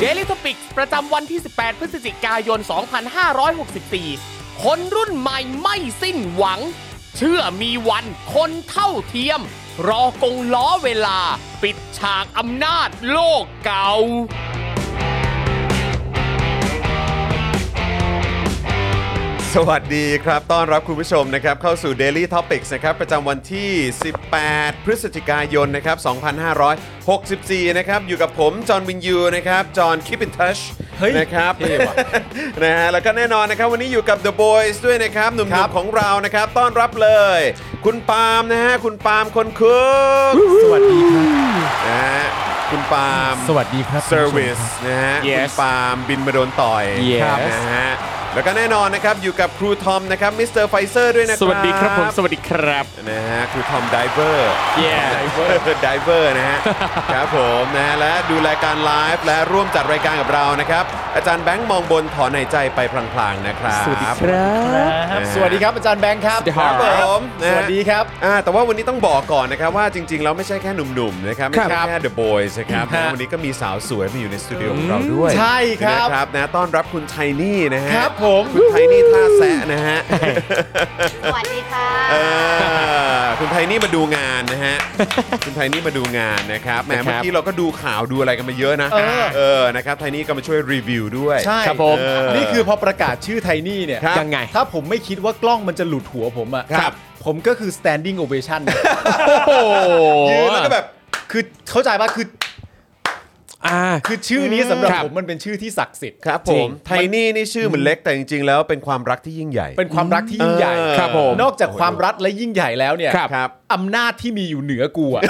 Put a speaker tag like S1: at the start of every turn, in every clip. S1: d a i l y t o p i c ประจำวันที่ 18 พฤศจิกายน 2564 คนรุ่นใหม่ไม่สิ้นหวัง เชื่อมีวันคนเท่าเทียม รอกงล้อเวลา ปิดฉากอำนาจโลกเก่า
S2: สวัสดีครับ ต้อนรับคุณผู้ชมนะครับเข้าสู่ Daily Topics นะครับประจำวันที่ 18 พฤศจิกายนนะครับ 2564 นะครับ อยู่กับผม จอห์นวินยูนะครับ จอห์นคิปอินทัชนะครับ นะฮะแล้วก็แน่นอนนะครับ วันนี้อยู่กับ The Boys ด้วยนะครับ หนุ่มๆของเรานะครับ ต้อนรับเลย คุณปาล์มนะฮะ คุณปาล์มคนคุก
S3: สวัสดีครับ
S2: นะฮะคุณปาล์ม
S3: สวัสดีครับ
S2: เซอร์วิสนะฮะ
S1: Yes
S2: คุณปาล์มบินมาโดนต่อย
S1: Yes
S2: ครับนะฮะ แล้วก็แน่นอนนะครับ อยู่กับครูทอมนะครับมิสเตอร์ไฟเซอร์ด้วยนะครับ
S1: สวัสดีครับผม สวัสดีครับ
S2: นะฮะครูทอมไดเวอร์
S1: Yeah
S2: ได เวอร์ไดเวอร์นะฮะ ครับผมนะฮะและดูรายการไลฟ์และร่วมจัดรายการกับเรานะครับ อาจารย์แบงค์มองบนถอนในใจไปพลางๆนะครับ สวัสดีครับ
S3: สวัสดีครับอาจารย์แบงค์ครับ
S2: ครับผมนะฮะ
S3: สวัสดีครับ
S2: อ่าแต่ว่าวันนี้ต้องบอกก่อนนะครับว่าจริงๆแล้วไม่ใช่แค่หนุ่มๆนะครับไม่ใช่
S3: ครับ
S2: แค่ The Boys นะครับ
S3: ฮะ
S2: นะวันนี้ก็มีสาวสวยมาอยู่ในสตูดิโอของเราด้วย
S3: ใช่ครับ
S2: นะครับนะต้อนรับคุณไทนี่นะฮะ
S3: ครับผม
S2: คุณไทนี่ท่าแซะนะฮะ
S4: สวัสดีค่ะ
S2: เออคุณไทนี่มาดูงานนะฮะคุณไทนี่มาดูงานนะครับแหมเมื่อกี้เราก็ดูข่าวดูอะไรกันมาเยอะนะ
S3: เออ
S2: เออนะครับไทนี่ก็มาช่วยรีวิวด้วย
S3: ใช่
S1: ครับผม
S2: เออ
S3: นี่คือพอประกาศชื่อไทนี่เนี่ย
S2: ครับ
S1: ยังไง
S3: ถ้าผมไม่คิดว่ากล้องมันจะหลุดหัวผมอะ
S2: ครับ
S3: ผมก็คือ standing ovation นะ
S1: โอ้โห
S2: ยืนแล้วก็แบบ
S3: คือเข้าใจป่ะคือ
S1: อ่า
S3: คือชื่อนี้สำหรับ
S1: ครับ
S3: ผมมันเป็นชื่อที่ศักดิ์สิทธิ์
S2: ครับผ
S1: จริ
S2: ม
S1: ง
S2: ไทนี่นี่ชื่อเหมือนเล็กแต่จริง ๆ แล้วเป็นความรักที่ยิ่งใหญ่
S3: เป็นความรักที่ยิ่งใหญ่
S2: เออครับผม
S3: นอกจากความรักและยิ่งใหญ่แล้วเนี่ย
S1: ครับ
S2: ครับ
S3: อำนาจที่มีอยู่เหนือกูอะ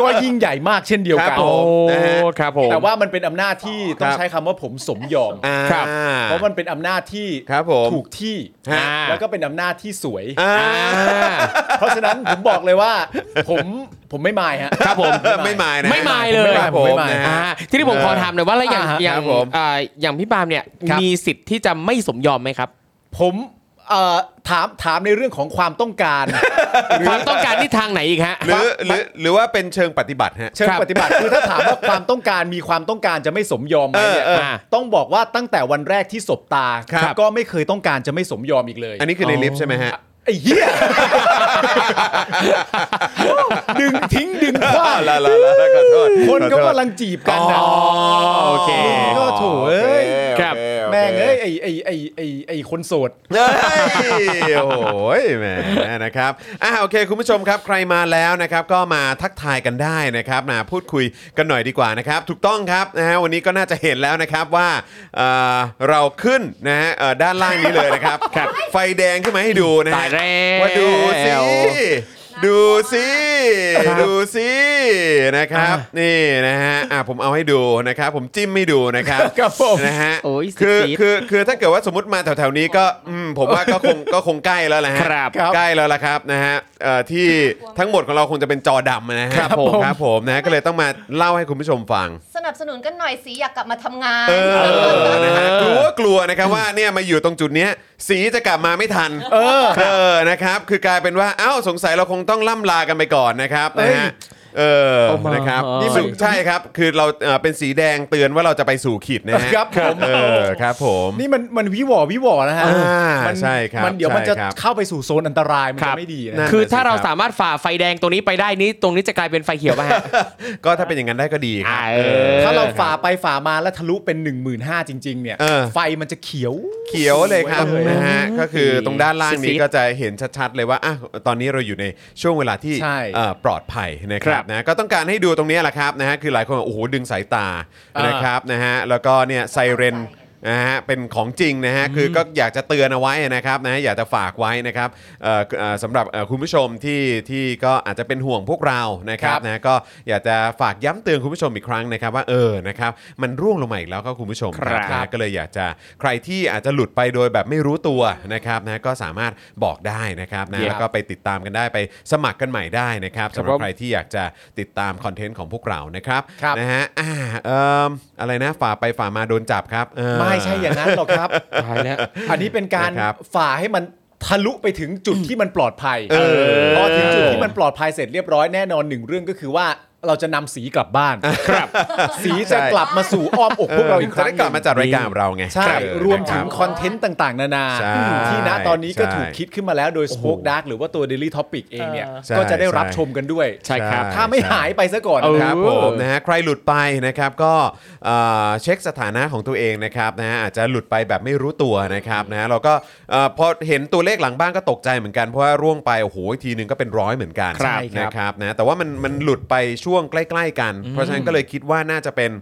S3: ก็ยิ่งใหญ่มากเช่นเดียว
S2: ครั
S3: กับ
S2: ผ
S3: น
S1: โอ้
S2: ม นะฮะ
S1: ครับผม
S3: แต่ว่ามันเป็นอำนาจที่ต้
S2: ค
S3: อง
S2: รับ
S3: ใช้คำว่าผมสมยอม
S2: อ่า
S1: ครับ
S3: เพราะมันเป็นอำนาจที่
S2: ครับผม
S3: ถูกที่
S2: ฮะ
S3: แล้วก็เป็นอำนาจที่สวย
S2: อ่า
S3: เพราะฉะนั้นผมบอกเลยว่า ผมผมไม่มายฮะ
S1: ครับผม
S2: ไม่มายนะ
S1: ไม่มายเลย
S2: ครับผม
S3: ไม่มาย
S2: นะฮะ
S1: อ่าทีนี้ผมขอถามหน่อยว่าแล้วอย่าง
S3: อ่าฮะ
S1: อย่า
S2: ค
S1: ง
S2: รับผม
S1: อ่าอย่างพี่ปาล์มเนี่ย
S3: ครับ
S1: มีสิทธิ์ที่จะไม่สมยอมไหมครับ
S3: ผมเอ่อถามถามในเรื่องของความต้องการ
S1: ความต้องการที่ทางไหนอีกฮะ
S2: หรือหรือหรือว่าเป็นเชิงปฏิบัติฮะ
S3: เชิง
S1: ครับ
S3: ปฏิบัติคือถ้าถามว่าความต้องการมีความต้องการจะไม่สมยอมไหมเนี่ย
S2: เออเออ
S3: อ่ะต้องบอกว่าตั้งแต่วันแรกที่สบตา
S2: ครับ
S3: ก็ไม่เคยต้องการจะไม่สมยอมอีกเลย
S2: อันนี้คือในลิฟต์ใช่ไหมฮะ
S3: ไอ้เหี้ย ดึงทิ้งดึงคว้าง
S2: ละละละละขอโทษ
S3: คนก็
S2: ขอโทษ
S3: กำลังจีบกันนะ
S1: โอเค
S3: ก็โถเอ้ย
S2: โอ
S1: ครับ
S2: โอค
S3: แม่งเอ้ยไอไอไอไอไอคนโสด
S2: เฮ้ยโอ้ยแหมนะครับอ่ะโอเค คุณผู้ชมครับใครมาแล้วนะครับ ก็มาทักทายกันได้นะครับมาพูดคุยกันหน่อยดีกว่านะครับ ถูกต้องครับนะฮะวันนี้ก็น่าจะเห็นแล้วนะครับว่าเอ่อเราขึ้นนะฮะเอ่อด้านล่างนี้เลยนะครับ ไฟแดงขึ้นมาให้ดูนะ
S1: ตา
S2: ฮะ
S1: ยแล้ว
S2: ว่าดูสิ ดูสิดูสินะครับ นี่นะฮะอ่ะผมเอาให้ดูนะครับ ผมจิ้มให้ดูนะครับ
S3: ครับผม
S2: นะฮะ
S1: โอ้ย
S2: คือ
S1: ซีด
S2: คือคือถ้าเกิดว่าสมมติมาแถวๆนี้ก็อืมผมว่าก็คงก็คงใกล้แล้วแหละฮะ
S1: ครับ
S2: ใกล้แล้วล่ะครับนะฮะเอ่อที่ทั้งหมดของเราคงจะเป็นจอดำนะฮะ
S1: ครับผม
S2: ครับผมนะฮะก็เลยต้องมาเล่าให้คุณผู้ชมฟัง
S4: สนับสนุนกันหน่อยสิอยากกลับมาทำงาน
S2: เออนะฮะ นะครับว่าเนี่ยมาอยู่ตรงจุดเนี้ยสีจะกลับมาไม่ทัน
S3: เออ
S2: เออนะครับ คือกลายเป็นว่าเอ้าสงสัยเราคงต้องล่ำลากันไปก่อนนะครับ
S3: เอ้
S2: นะ
S3: ย
S2: ฮะเออ
S1: เอามาน
S2: นะครับ
S1: นี่
S2: นี่
S1: มั
S2: มัน
S1: น
S2: ใช่ครับ คือเราเอ่อเป็นสีแดงเตือนว่าเราจะไปสู่ขีดนะฮะ
S3: ครับผม
S2: เออครับผม
S3: นี่มันมันวิหวอวิหวอนะฮะ
S2: อ่า
S3: มั
S2: ใช่ครับ
S3: มันเดี๋ยวมันจะ
S2: ใช่ครับ
S3: เข้าไปสู่โซนอันตรายมัน
S2: ครั
S3: จะ
S2: บ
S3: ไม่ดี
S2: นั่
S3: นะ
S2: น
S1: คือถ้าเราสามารถฝ่าไฟแดงตรงนี้ไปได้นี้ตรงนี้จะกลายเป็นไฟเขียวป่ะฮะ
S2: ก็ถ้าเป็นอย่างนั้นได้ก็ดีครับ
S1: อ่าเออ
S3: ถ้าเราฝ่าไปฝ่ามาแล้วทะลุเป็น 1 5 0 0 0จริง ๆ เนี่ย
S2: เออ
S3: ไฟมันจะเขียว
S2: เขียวเลยครับ
S3: สวยเลย
S2: นะฮะก็คือตรงด้านล่าง
S1: ซี
S2: นี้
S1: ดๆ
S2: ก็จะเห็นชัดๆเลยว่าอ่ะตอนนี้เราอยู่ในช่วงเวลาที่
S3: ใช่
S2: เอ่อปลอดภัยนะครั
S3: ครับ บ
S2: นะก็ต้องการให้ดูตรงนี้แหละครับนะฮะคือหลายคนบอกโอ้โหดึงสายตา
S3: อ่าน
S2: นะครับนะฮะแล้วก็เนี่ยไซเรนนะฮะเป็นของจริงนะฮะคือก็อยากจะเตือนเอาไว้นะครับนะฮะอยากจะฝากไว้นะครับเอ่อเอ่อสำหรับเอ่อคุณผู้ชมที่ที่ก็อาจจะเป็นห่วงพวกเรานะครับนะก็อยากจะฝากย้ำเตือนคุณผู้ชมอีกครั้งนะครับว่าเออนะครับมันร่วงลงมาอีกแล้วก็คุณผู้ชม
S1: ครับ
S2: นะฮะ ก็เลยอยากจะใครที่อาจจะหลุดไปโดยแบบไม่รู้ตัวนะครับนะก็สามารถบอกได้นะครับนะ
S1: Yeah.
S2: แล้วก็ไปติดตามกันได้ไปสมัครกันใหม่ได้นะครับ
S1: ครั
S2: สำ
S1: บ
S2: หรับ
S1: ผม
S2: ใครที่อยากจะติดตามคอนเทนต์ของพวกเรานะครับ
S3: ครับ
S2: นะฮะอ่าเอ่มอะไรนะฝ่าไปฝ่ามาโดนจับครับเออ
S3: ไม่ใช่อย่างนั้นหรอกครับ
S1: ตายแล้ว
S3: อันนี้เป็นการ
S2: นะครับ
S3: ฝ่าให้มันทะลุไปถึงจุดที่มันปลอดภัย
S2: เออ
S3: พอถึงจุดที่มันปลอดภัยเสร็จเรียบร้อยแน่นอนหนึ่งเรื่องก็คือว่าเราจะนำสีกลับบ้าน ครับ สีจะ
S2: ใช่
S3: กลับมาสู่อ้อมอกพวกเราอีกค
S2: จะ
S3: รั้ง
S2: ได้กลับมาจัดรายการของเราไง
S3: ใช่
S2: เออ
S3: รวมถึง
S2: นะค
S3: ค
S2: บ
S3: อนเทนต์ต่างๆ นานา
S2: ใช่
S3: ที่ณตอนนี้ก็
S2: ใช่
S3: ถูกคิดขึ้นมาแล้วโดย Spoke Dark หรือว่าตัว Daily Topic เองเนี่ย
S2: ใช่
S3: ก็จะได้รับ
S2: ใช่
S3: ชมกันด้วย
S1: ใช่ครับ
S3: ถ้าไม่
S2: ใช่
S3: หายไปซะก่อนนะ
S1: เออ
S3: ครับ
S2: ผมนะฮะใครหลุดไปนะครับก็เอ่อเช็คสถานะของตัวเองนะครับนะฮะอาจจะหลุดไปแบบไม่รู้ตัวนะครับนะฮะเราก็เอ่อพอเห็นตัวเลขหลังบ้านก็ตกใจเหมือนกันเพราะว่าร่วงไปโอ้โหทีนึงก็เป็นร้อยเหมือนกัน
S3: ครับ
S2: นะครับนะแต่ว่ามันมันหลุดไปช่วงใกล้ ๆ กัน เพราะฉะนั้นก็เลยคิดว่าน่าจะเป็น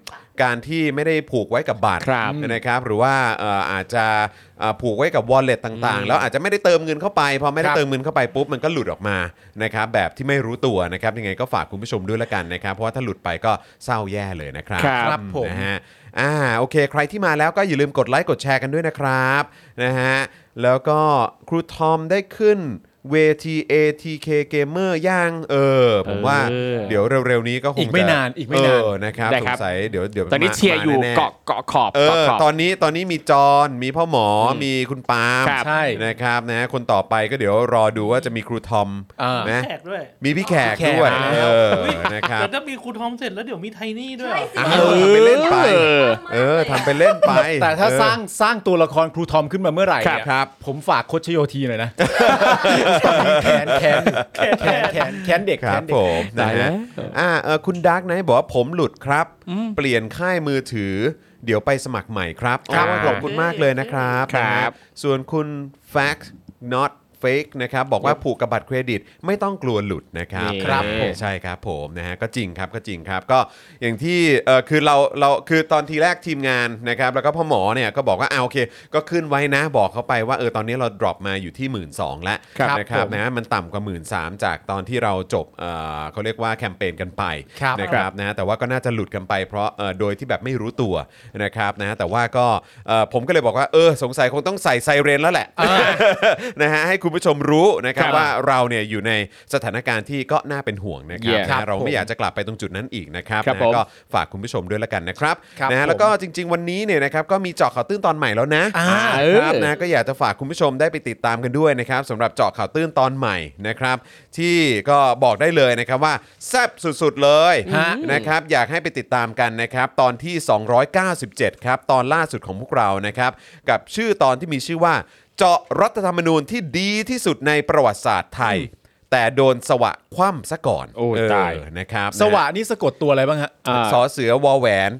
S2: การที่ไม่ได้ผูกไว้กับบัตร
S1: ครับ
S2: นะครับหรือว่าเอ่ออาจจะเอ่อผูกไว้กับ wallet ต่างๆ แล้วอาจจะไม่ได้เติมเงินเข้าไปพอไม่ได้
S3: ครับ
S2: เติมเงินเข้าไปปุ๊บมันก็หลุดออกมานะครับแบบที่ไม่รู้ตัวนะครับยังไงก็ฝากคุณผู้ชมด้วยละกันนะครับ เพราะว่าถ้าหลุดไปก็เศร้าแย่เลยนะครับ
S1: ครับ
S3: ครับผม
S2: นะฮะอ่าโอเค ใครที่มาแล้วก็อย่าลืมกดไลค์กดแชร์กันด้วยนะครับนะฮะแล้วก็ครูทอมได้ขึ้นเวที ATK Gamer ย่างเออผมว่า
S1: เออ
S2: เดี๋ยวเร็วๆนี้ก็คง
S3: อีกไม่
S2: จะ
S3: นานอีกไม่นาน
S2: เออนะครับ
S1: ได้
S2: ส
S1: ค
S2: ง
S1: รับ
S2: สัยเดี๋ยวเดี๋ยว
S1: ตอนนี้
S2: มา
S1: เชียร์อยู่
S2: มแน่ๆ
S1: เกาะเกาะขอบ
S2: เอ
S1: เกาะ
S2: อ
S1: ขอบ
S2: ตอนนี้ตอนนี้มีจอนมีพ่อหมอมีคุณปาล์ม
S1: ครับ
S3: ใช่
S2: นะครับนะคนต่อไปก็เดี๋ยวรอดูว่าจะมีครูทอม
S3: อ่าน
S2: นะ
S5: แขกด้วย
S2: มีพี่แขกด้วย
S3: พี่แขก
S2: เออ
S5: เฮ้ย
S2: นะครับ
S5: เดี๋ยวถ้ามีครูทอมเสร็จแล้วเดี๋ยวมีไทนี่ด้วย
S2: อ้าวทำไปเล่นไป
S1: เออ
S2: เออทำไปเล่นไป
S3: แต่ถ้า
S2: เออ
S3: สร้างสร้างตัวละครครูทอมขึ้นมาเมื่อไหร่
S2: ครับ
S3: เนี่ย
S2: ครับ
S3: ผมฝากโคชโยทีหน่อยนะแขนแขนแขนแขนแขนเด็ก
S2: ค
S3: แข
S2: รับ
S3: นเด็
S2: ผ
S3: ก
S2: มนะ
S1: ได้แล้
S2: ฮะ
S1: ว
S2: อ่าเออคุณดาร์กไนท์บอกว่าผมหลุดครับ เปลี่ยนค่ายมือถือ เดี๋ยวไปสมัครใหม่ครับ
S1: ครับ
S2: อ๋อขอบคุณมากเลยนะครับ
S1: ครับ
S2: นะฮะส่วนคุณ fact not fake นะครับ บอกว่าผูกกับบัตรเครดิตไม่ต้องกลัวหลุดนะครับ
S1: นี่
S3: ครับผม
S2: ใช่ครับผมนะฮะก็จริงครับก็จริงครับ ก็อย่างที่เออคือเราเราคือตอนทีแรกทีมงานนะครับ แล้วก็พ่อหมอเนี่ยก็บอกว่าอ่าโอเค ก็ขึ้นไว้นะบอกเขาไปว่าเออตอนนี้เราดรอปมาอยู่ที่หมื่นสองแล้ว
S3: ครับ
S2: นะครับ
S3: ผม
S2: นะมันต่ำกว่า 1 3ื่นจากตอนที่เราจบเอ่อเขาเรียกว่าแคมเปญกันไป
S3: ครับ
S2: นะครับนะแต่ว่าก็น่าจะหลุดกันไปเพราะเอ่อโดยที่แบบไม่รู้ตัวนะครับนะแต่ว่าก็เอ่อผมก็เลยบอกว่าเออสงสัยคงต้องใส่ไซเรนแล้วแหละ นะฮะให้คุณผู้ชมรู้นะครับ
S1: ครับ
S2: ว่าเราเนี่ยอยู่ในสถานการณ์ที่ก็น่าเป็นห่วงนะครับ
S1: Yeah
S2: นะเรา
S3: ครับผม
S2: ไม่อยากจะกลับไปตรงจุดนั้นอีกนะครับ
S1: ครับ
S2: นะ
S1: ผม
S2: ก็ฝากคุณผู้ชมด้วยละกันนะครับ
S3: ครับ
S2: นะฮะ
S3: ผม
S2: แล้วก็จริง ๆ วันนี้เนี่ยนะครับก็มีเจาะข่าวตื้นตอนใหม่แล้วนะ
S3: อ่า
S1: เออ
S2: ครับนะก็อยากจะฝากคุณผู้ชมได้ไปติดตามกันด้วยนะครับสำหรับเจาะข่าวตื้นตอนใหม่นะครับ ที่ก็บอกได้เลยนะครับว่าแซ่บสุดๆเลย
S3: ฮะ
S2: นะครับอยากให้ไปติดตามกันนะครับ ตอนที่ 297 ครับ ตอนล่าสุดของพวกเรานะครับ กับชื่อตอนที่มีชื่อว่า เจาะรัฐธรรมนูญที่ดีที่สุดในประวัติศาสตร์ไทย แต่โดนสวะคว่ำซะก่อน
S1: โอ้
S2: เ
S1: ตาย
S2: นะครับ
S3: สวะนี่สะกดตัวอะไรบ้างฮะ
S1: อ่า
S2: สอเสือวอแหวน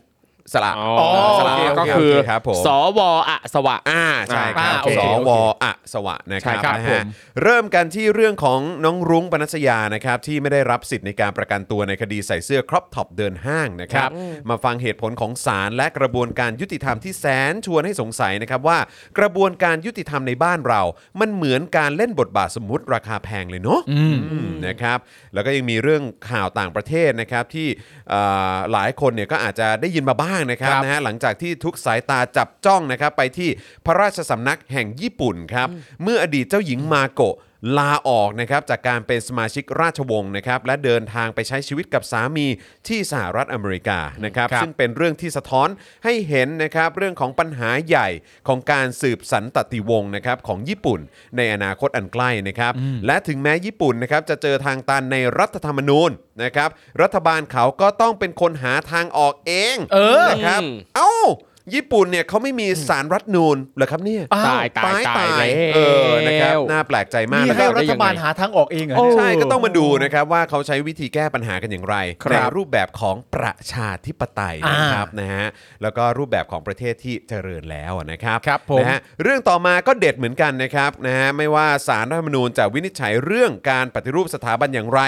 S2: สละ
S1: อ๋อ
S2: สละ
S3: โอเคโอเค
S2: ก็
S1: ก็
S2: คื
S1: คือ อ
S2: ครับผม
S1: สวอะสวะ
S2: อ่าใช่ค
S3: อ่า
S2: รับ
S3: โอ
S2: ส
S3: เคว โอเค
S2: อะสวะนะค
S1: ใช่
S2: รับ
S1: ครับ
S2: นะ
S1: ผ
S2: ฮะ
S1: ม
S2: เริ่มกันที่เรื่องของน้องรุ้งปนัสยานะครับที่ไม่ได้รับสิทธิ์ในการประกันตัวในคดีใส่เสื้อครอปท็อปเดินห้างนะครับ มาฟังเหตุผลของศาลและกระบวนการยุติธรรมที่แสนชวนให้สงสัยนะครับว่า กระบวนการยุติธรรมในบ้านเรา มันเหมือนการเล่นบทบาทสมมุติราคาแพงเลยเนาะอืมนะครับแล้วก็ยังมีเรื่องข่าวต่างประเทศนะครับที่เอ่อหลายคนเนี่ยก็อาจจะได้ยินมาบ้างนะครับ
S3: ครับ
S2: นะฮะหลังจากที่ทุกสายตาจับจ้องนะครับไปที่พระราชสำนักแห่งญี่ปุ่นครับ เมื่ออดีตเจ้าหญิงมาโกะ ลาออกนะครับจากการเป็นสมาชิกราชวงศ์นะครับและเดินทางไปใช้ชีวิตกับสามีที่สหรัฐอเมริกานะครับ
S3: ครับ
S2: ซึ่งเป็นเรื่องที่สะท้อนให้เห็นนะครับเรื่องของปัญหาใหญ่ของการสืบสันตติวงศ์นะครับของญี่ปุ่นในอนาคตอันใกล้นะครับและถึงแม้ญี่ปุ่นนะครับจะเจอทางตันในรัฐธรรมนูญนะครับรัฐบาลเขาก็ต้องเป็นคนหาทางออกเอง
S3: เออ
S2: นะครับเอ้าญี่ปุ่นเนี่ยเขาไม่มีสารรัฐธรรมนูนเหรอครับเนี่ย
S3: อ้าว
S6: ตายตายตายแล้ว
S2: เออ นะครับ น่าแปลกใจมาก
S3: นี่
S2: แล้วก็
S3: ให้รัฐบาลหาทางออกเองเหรอเนี่ย
S2: ใช่ ก็ต้องมาดูนะครับว่าเขาใช้วิธีแก้ปัญหากันอย่างไร
S3: ครับ
S2: ในรูปแบบของประชาธิปไตยนะครับ
S3: อ่าน
S2: นะฮะ แล้วก็รูปแบบของประเทศที่เจริญแล้วนะครับ
S3: ครับผม
S2: นะฮะ เรื่องต่อมาก็เด็ดเหมือนกันนะครับนะฮะ ไม่ว่าสารรัฐธรรมนูญจะวินิจฉัยเรื่องการปฏิรูปสถาบันอย่างไร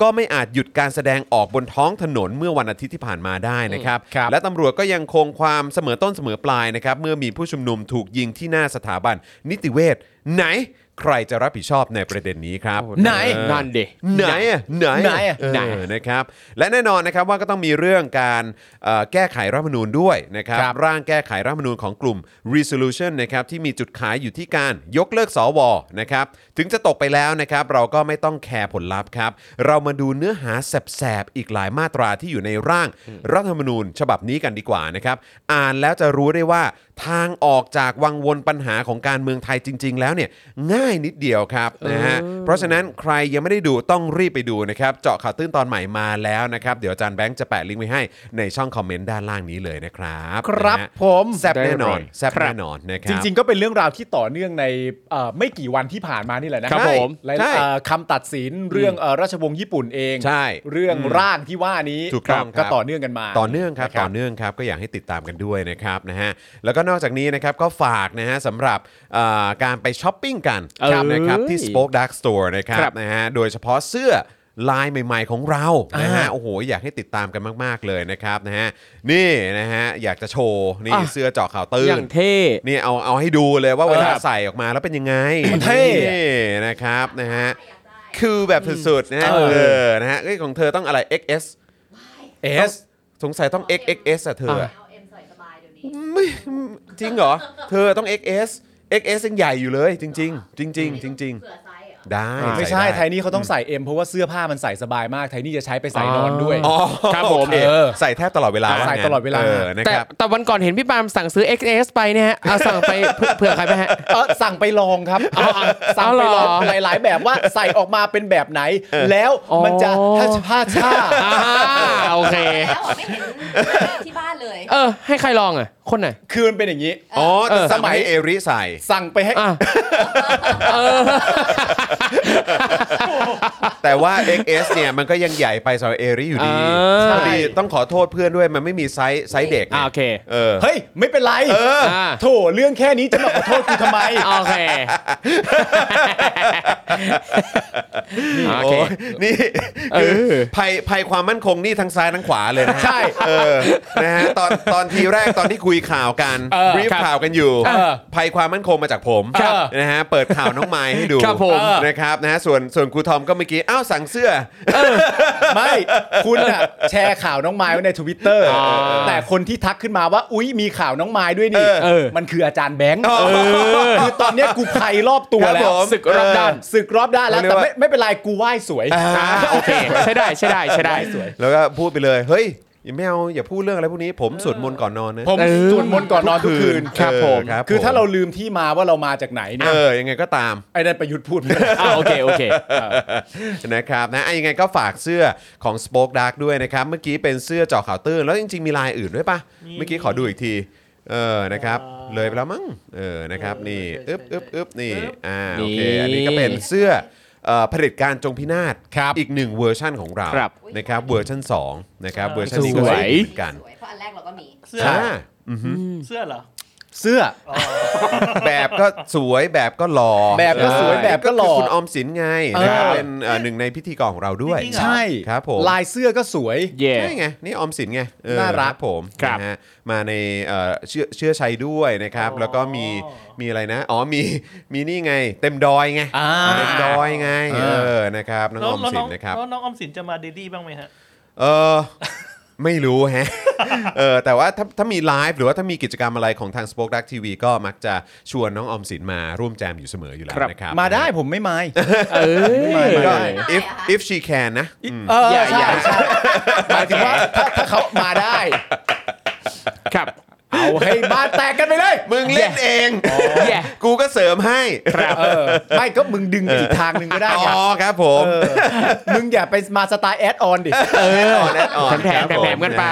S2: ก็ไม่อาจหยุดการแสดงออกบนท้องถนนเมื่อวันอาทิตย์ที่ผ่านมาได้นะครับ
S3: ครับ
S2: และตำรวจก็ยังคงความเสมอต้นเสมอปลายนะครับ เมื่อมีผู้ชุมนุมถูกยิงที่หน้าสถาบันนิติเวชไหนใครจะรับผิดชอบในประเด็นนี้ครับ
S3: ไหน
S2: เออ
S6: นั่นดิ
S2: ไหนอะไหนอะ
S3: ไหนอะ
S2: เออ
S6: ไหน
S2: นะครับ และแน่นอนนะครับว่าก็ต้องมีเรื่องการเอ่อแก้ไขรัฐธรรมนูญด้วยนะครับร่างแก้ไขรัฐธรรมนูญของกลุ่ม resolution นะครับที่มีจุดขายอยู่ที่การยกเลิกสวนะครับถึงจะตกไปแล้วนะครับเราก็ไม่ต้องแคร์ผลลัพธ์ครับเรามาดูเนื้อหาแสบๆอีกหลายมาตราที่อยู่ในร่างรัฐธรรมนูญ ฉบับนี้กันดีกว่านะครับอ่านแล้วจะรู้ได้ว่าทางออกจากวังวนปัญหาของการเมืองไทยจริง ๆ แล้วเนี่ยง่ายนิดเดียวครับนะฮะเพราะฉะนั้นใครยังไม่ได้ดูต้องรีบไปดูนะครับเจาะข่าวตื้นตอนใหม่มาแล้วนะครับเดี๋ยวอาจารย์แบงค์จะแปะลิงก์ไว้ให้ในช่องคอมเมนต์ด้านล่างนี้เลยนะครับ
S3: ครับ
S2: นะฮะ
S3: ผม
S2: แซบแน่นอน
S6: ได้เลย
S2: แซบแน่นอนนะค
S3: จ
S2: รับ
S3: ริง ๆ ก็เป็นเรื่องราวที่ต่อเนื่องในเอ่อไม่กี่วันที่ผ่านมานี่แหละนะครับ
S6: ผม
S3: หลาย
S2: ใช่
S3: เอ่อคำตัดสินเรื่องเอ่อราชวงศ์ญี่ปุ่นเอง
S2: ใช่
S3: เรื่องร่างที่ว่านี้
S2: ถูกต้องค
S3: ครับ
S2: รั
S3: ก็
S2: บ
S3: ต่อเนื่องกันมา
S2: ต่อเนื่องครับ
S3: นะครับ
S2: ต่อเนื่องครับก็อยากให้ติดตามกันด้วยนะครับนะฮะแล้วก็นอกจากนี้นะครับก็ฝากนะฮะสำหรับเอ่อการไปช้อปปิ้งกัน
S6: เอ้ย
S2: นะครับที่ Spoke Dark Store นะครับ
S6: ครับ
S2: นะฮะโดยเฉพาะเสื้อลายใหม่ๆของเรานะฮะ
S3: อ่า
S2: โอ้โหอยากให้ติดตามกันมากๆเลยนะครับนะฮะนี่นะฮะอยากจะโชว์นี่
S6: อ่ะ
S2: เสื้อเจาะข่าวตื้
S6: อน ย่างเท่
S2: นี่เอาเอาให้ดูเลยว่าเวลา
S3: ครับ
S2: ใส่ออกมาแล้วเป็นยังไง
S3: มันเท่อะ
S2: นี่นะครับนะฮะคือแบบสุดๆนะฮะ
S3: เออ
S2: เออนะฮะเอ้ยของเธอต้องอะไร XS
S3: เอส
S2: สงสัยต้อง XXS อะเธออะ
S4: เอาเอ็มใส่สบายเดี๋ยวนี้
S2: ไม่จริงเหรอ เธอต้อง XS XS ยังใหญ่อยู่เลย จริง ๆ จริง ๆ จริงๆ
S4: เผื่อไซส์เหรอ
S2: ได้
S3: ไม่ใช่
S2: ด้
S3: ไทนี่เขาต้องใส่เอ็มเพราะว่าเสื้อผ้ามันใส่สบายมากไทนี่จะใช้ไปใส่นอนด้วย
S2: อ๋อ
S6: ครับผม
S2: โอเ
S3: เออ
S2: ใส่แทบตลอดเวลา
S3: ใส่
S2: ว่างั้น
S3: ตลอดเวลา
S2: อนะ
S6: แต่
S2: ครับ
S6: แต่วันก่อนเห็นพี่ปาล์มสั่งซื้อ XS ไปเนี่ยฮะเอาสั่ง ไปเผื่อเผื่อใครไปฮะ
S3: เออสั่งไปลองครับ
S6: อ๋อ
S3: สั่งไปลอง
S6: อ๋อเหรอ
S3: หลาย ๆ แบบว่าใส่ออกมาเป็นแบบไหน แล้ว
S6: อ๋อ
S3: มันจะผ้าชา
S6: อ่าโอเค
S4: แล้วบอกไม่เห็นที่บ้านเลย
S6: เออ ให้ใครลองอ่ะ คนไหน
S3: คือมันเป็นอย่างนี้
S2: อ๋อแต่
S6: เออ
S2: สมัยเอริใส่
S3: สั่งไปให้
S6: อ่ะ
S2: แต่ว่า XS เนี่ยมันก็ยังใหญ่ไปสำหรับเอริอยู่ดี
S6: เออ
S2: พอดีต้องขอโทษเพื่อนด้วยมันไม่มีไซส์ไซส์เด็กไง
S6: อ่าโอเค
S2: เออ
S3: เฮ้ย ไม่เป็นไร
S6: อ
S3: โถเรื่องแค่นี้จะมาขอโทษกูทำไม
S6: โอเค โอเค
S2: โอ้ยนี่คือภัยภัยความมั่นคงนี่ทั้งซ้ายทั้งขวาเลยนะฮะ
S3: ใช่
S2: เออนะฮะตอนตอนทีแรกตอนที่คุยข่าวกัน
S3: เออ
S2: รีบ
S3: ครับ
S2: ข่าวกันอยู่
S3: เออ
S2: ภัยความมั่นคงมาจากผม
S3: ครับ
S2: นะฮะเปิดข่าวน้องไม้ให้ดู
S6: ครับผม
S2: นะครับนะฮะส่วนส่วนครูทอมก็เมื่อกี้อ้าวสั่งเสื้อ
S3: ไม่ คุณอะแชร์ข่าวน้องไม้ไว้ในทวิตเตอร์
S6: อ่า
S3: แต่คนที่ทักขึ้นมาว่า อุ๊ย มีข่าวน้องไม้ด้วยนี่
S2: เออเออ
S3: มันคืออาจารย์แบงค์
S2: เออ
S3: คือตอนเนี้ยกูภัยรอบตัว
S2: ครับ
S3: แล้ว
S2: ผม
S3: ศึกรอบด้านศึกรอบด้านแล้ว
S2: เรียก
S3: แต่
S2: ว่า
S3: ไม่ไม่เป็นไรกูไหว้สวย
S6: อ่าโอเค ใช่ได้ใช่ได้ใช่ได้
S2: แล้วก็พูดไปเลยเฮ้ยอย่าไม่เอาอย่าพูดเรื่องอะไรพวกนี้ ผมสวดมนต์ก่อนนอนนะ
S3: ผม
S6: เออ
S3: สวดมนต์ก่อนนอนทุกคืน
S2: เออครับผมครับ
S3: คือถ้า
S2: ผม
S3: เราลืมที่มาว่าเรามาจากไหนเนี่
S2: เอย อยังไงก็ตาม
S3: ไอ้นั่นประยุทธ์พูดไม่ได้
S6: อ่าโอเค โอเค
S2: นะครับนะอ่ะยังไงก็ฝากเสื้อของ Spoke Dark ด้วยนะครับ เมื่อกี้เป็นเสื้อเจอข่าวตื้นแล้วจริง ๆ มีลายอื่นด้วยปะ
S5: มี
S2: เมื่อกี้ขอดูอีกที เออนะครับ เลยไปแล้วมั้งเออนะครับ นี่
S5: ใช่
S2: อึ๊บอึ๊บอึ๊บนี่
S5: อึ๊บ
S2: อ่าโอเค
S6: นี่
S2: อันนี้ก็เป็นเสื้อเอ่อเผลิตการจงพินาศ
S3: ครับ
S2: อีกหนึ่งเวอร์ชั่นของเรา
S6: ครับ
S2: นะครับเวอร์ชัน2นะครับเวอร์ชันนี้
S6: ส
S2: ก็
S6: วย
S2: ดีเหมือนกัน
S4: สวย เพราะอันแรกเราก็มี
S5: เสื้อ
S2: อ่า
S5: เสื้อเหรอ
S3: เสื้อ
S5: อ๋อ
S2: แบบก็สวยแบบก็หล่อ
S3: แบบก็สวยแบบก็หล่อ
S2: คืคุณออมสินไงนะครับ
S3: เออ
S2: เป็นเอ่อหนึ่งในพิธีกรของเราด้วย
S3: ใช่
S2: ครับผม
S3: ลายเสื้อก็สวย
S6: เย่
S2: ใช่ไง นี่ออมสินไงเออ
S3: น่ารั
S2: ค
S3: ก
S2: บผม
S6: ครับ
S2: นะฮะมาในเอ่อเชื่อเชื่อชัยด้วยนะครับ แล้วก็มีมีอะไรนะ อ๋อมีมีนี่ไง เต็มดอยไง
S3: อ่า
S2: เต็มดอยไง
S3: เอ
S2: เออ
S3: อ
S2: นะครับน้อง
S5: แล้
S2: อ
S5: ว
S2: อม
S5: แล้ว
S2: สิ
S5: น้
S2: น
S5: อง
S2: นะครับ
S5: แล้วน้องออมสินจะมาเดลี่บ้างไหมฮะ
S2: เออ ไม่รู้ฮะ เออแต่ว่าถ้าถ้ามีไลฟ์หรือว่าถ้ามีกิจกรรมอะไรของทาง Spoke Dark TV ก็มักจะชวนน้องออมสินมาร่วมแจมอยู่เสมออยู่แล้ว
S6: ครับ
S2: นะครับ
S3: มาได้ผมไม่มาย
S6: เออ
S3: ไม่ไม่
S2: ก็
S3: ด้
S2: if if she can นะอืม
S3: เออ
S6: อย่า
S3: ใช่
S6: อย่า
S3: ใช่หมายถึงว่าถ้าถ้าเขามาได้
S6: ครับ
S3: เอาให้บ้านแตกกันไปเลย
S2: มึงเล่นเอง
S6: แย่
S2: กูก็เสริมให้
S3: ครับเออไม่ก็มึงดึงไปอีกทางหนึ่งก็ได้
S2: อ๋
S3: ไง
S2: อครับผม
S3: เออมึงอย่าไปมาสไตล์แอดออนดิ
S2: แน่นอน
S6: แถมๆ
S2: ครับผ
S6: แถมๆกันไป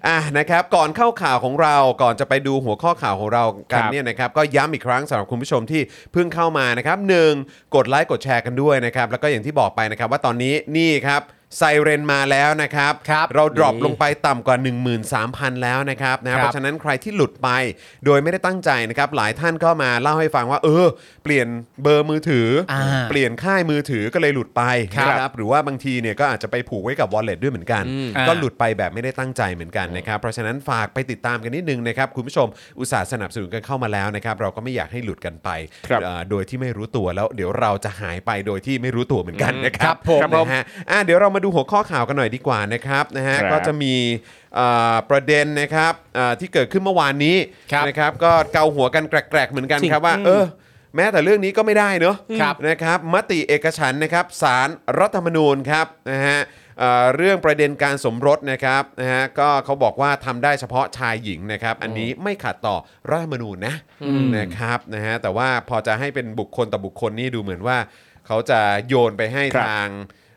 S2: ะอ่ะนะครับก่อนเข้าข่าวของเราก่อนจะไปดูหัวข้อข่าวของเรากัน
S6: ครับ
S2: เนี่ยนะครับก็ย้ำอีกครั้งสำหรับคุณผู้ชมที่เพิ่งเข้ามานะครับหนึ่งกดไลค์กดแชร์กันด้วยนะครับแล้วก็อย่างที่บอกไปนะครับว่าตอนนี้นี่ครับไซเรนมาแล้วนะครับ
S3: ครับ
S2: เราดรอป
S6: นี่
S2: ลงไปต่ำกว่า 13,000 แล้วนะครับนะ
S3: ครั
S2: ฮะ
S3: บ
S2: เพราะฉะนั้นใครที่หลุดไปโดยไม่ได้ตั้งใจนะครับหลายท่านก็มาเล่าให้ฟังว่า เออ เปลี่ยนเบอร์มือถืออ
S3: อ่า
S2: เปลี่ยนค่ายมือถือก็เลยหลุดไป
S3: ครับ
S2: นะครับหรือว่าบางทีเนี่ยก็อาจจะไปผูกไว้กับ wallet ด้วยเหมือนกัน
S6: อืม
S2: ก็
S3: อ่า
S2: หลุดไปแบบไม่ได้ตั้งใจเหมือนกันนะครับเพราะฉะนั้นฝากไปติดตามกันนิดนึงนะครับคุณผู้ชมอุตส่าห์สนับสนุนกันเข้ามาแล้วนะครับเราก็ไม่อยากให้หลุดกันไปเอ่อโดยที่ไม่รู้ตัวแล้ว เดี๋ยวเราจะหายไปโดยที่ไม่รู้ตัวเหมือนกันนะครับนะฮะอ่ะเดี๋ยวเรามาดูหัวข้อข่าวกันหน่อยดีกว่านะครับนะฮะ
S6: ครับ
S2: ก็จะมีเอ่อประเด็นนะครับเอ่อที่เกิดขึ้นเมื่อวานนี้นะครับก็เกาหัวกันแกรกๆเหมือนกันครับว่าเออ แม้แต่เรื่องนี้ก็ไม่ได้เนอะ
S3: ครับ
S2: นะครับ มติเอกฉันท์นะครับสารรัฐธรรมนูญครับนะฮะเอ่อเรื่องประเด็นการสมรสนะครับนะฮะก็เขาบอกว่าทำได้เฉพาะชายหญิงนะครับ อันนี้ไม่ขัดต่อรัฐธรรมนูญนะนะครับนะฮะแต่ว่าพอจะให้เป็นบุคคลต่อบุคคลนี่ดูเหมือนว่า เขาจะโยนไปให้
S6: ครับ
S2: ทาง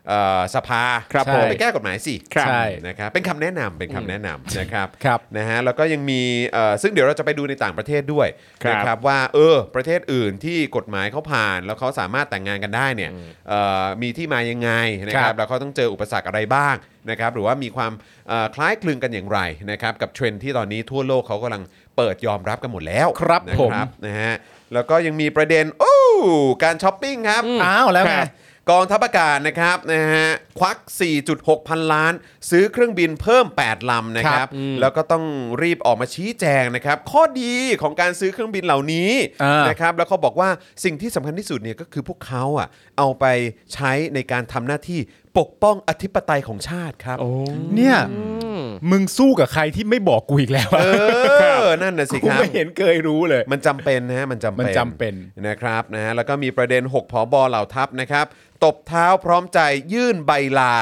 S2: เอ่อสภา
S6: ครับ
S2: ใช่
S6: ผม
S2: ไปแก้กฎหมายสิ
S6: ครับ
S2: ใช่นะครับเป็นคำแนะนำเป็นคำแนะนำนะครับ
S3: ครับ
S2: นะฮะแล้วก็ยังมีเอ่อซึ่งเดี๋ยวเราจะไปดูในต่างประเทศด้วย
S6: ครับ
S2: นะครับ ครับว่าเออประเทศอื่นที่กฎหมายเขาผ่าน แล้วเขาสามารถแต่งงานกันได้เนี่ยเอ่อมีที่มายังไงนะค
S3: ครั
S2: รับบ แล้วเขาต้องเจออุปสรรคอะไรบ้างนะครับหรือว่ามีความเอ่อคล้ายคลึงกันอย่างไรนะครับกับเทรนด์ที่ตอนนี้ทั่วโลกเขากำลังเปิดยอมรับกันหมดแล้ว
S3: ครับ
S2: นะ
S3: ผม
S2: นะฮะแล้วก็ยังมีประเด็นโอ้การช้อปปิ้งครับ
S3: อ้าวแล้วไง
S2: กองทัพอากาศนะครับนะฮะควัก 4.6 พันล้าน ซื้อเครื่องบินเพิ่ม 8 ลำนะค
S3: ค
S2: รั
S3: รับ บอืม
S2: แล้วก็ต้องรีบออกมาชี้แจงนะครับ ข้อดีของการซื้อเครื่องบินเหล่านี้
S3: อ่าน
S2: นะครับแล้วเขาบอกว่าสิ่งที่สำคัญที่สุดเนี่ยก็คือพวกเขาอ่ะเอาไปใช้ในการทำหน้าที่ปกป้องอธิปไตยของชาติครับ
S3: เนี่ย
S6: อืม
S3: มึงสู้กับใครที่ไม่บอกกูอีกแล้วอะ
S2: เออ นั่นน่ะสิ
S3: กู
S2: ครับ
S3: ไม่เห็นเคยรู้เลย
S2: มันจำเป็นนะฮะมันจำเป็น
S3: มันจำเป็น
S2: นะครับนะฮะแล้วก็มีประเด็น 6ผอบอเหล่าทัพนะครับ ตบเท้าพร้อมใจยื่นใบลา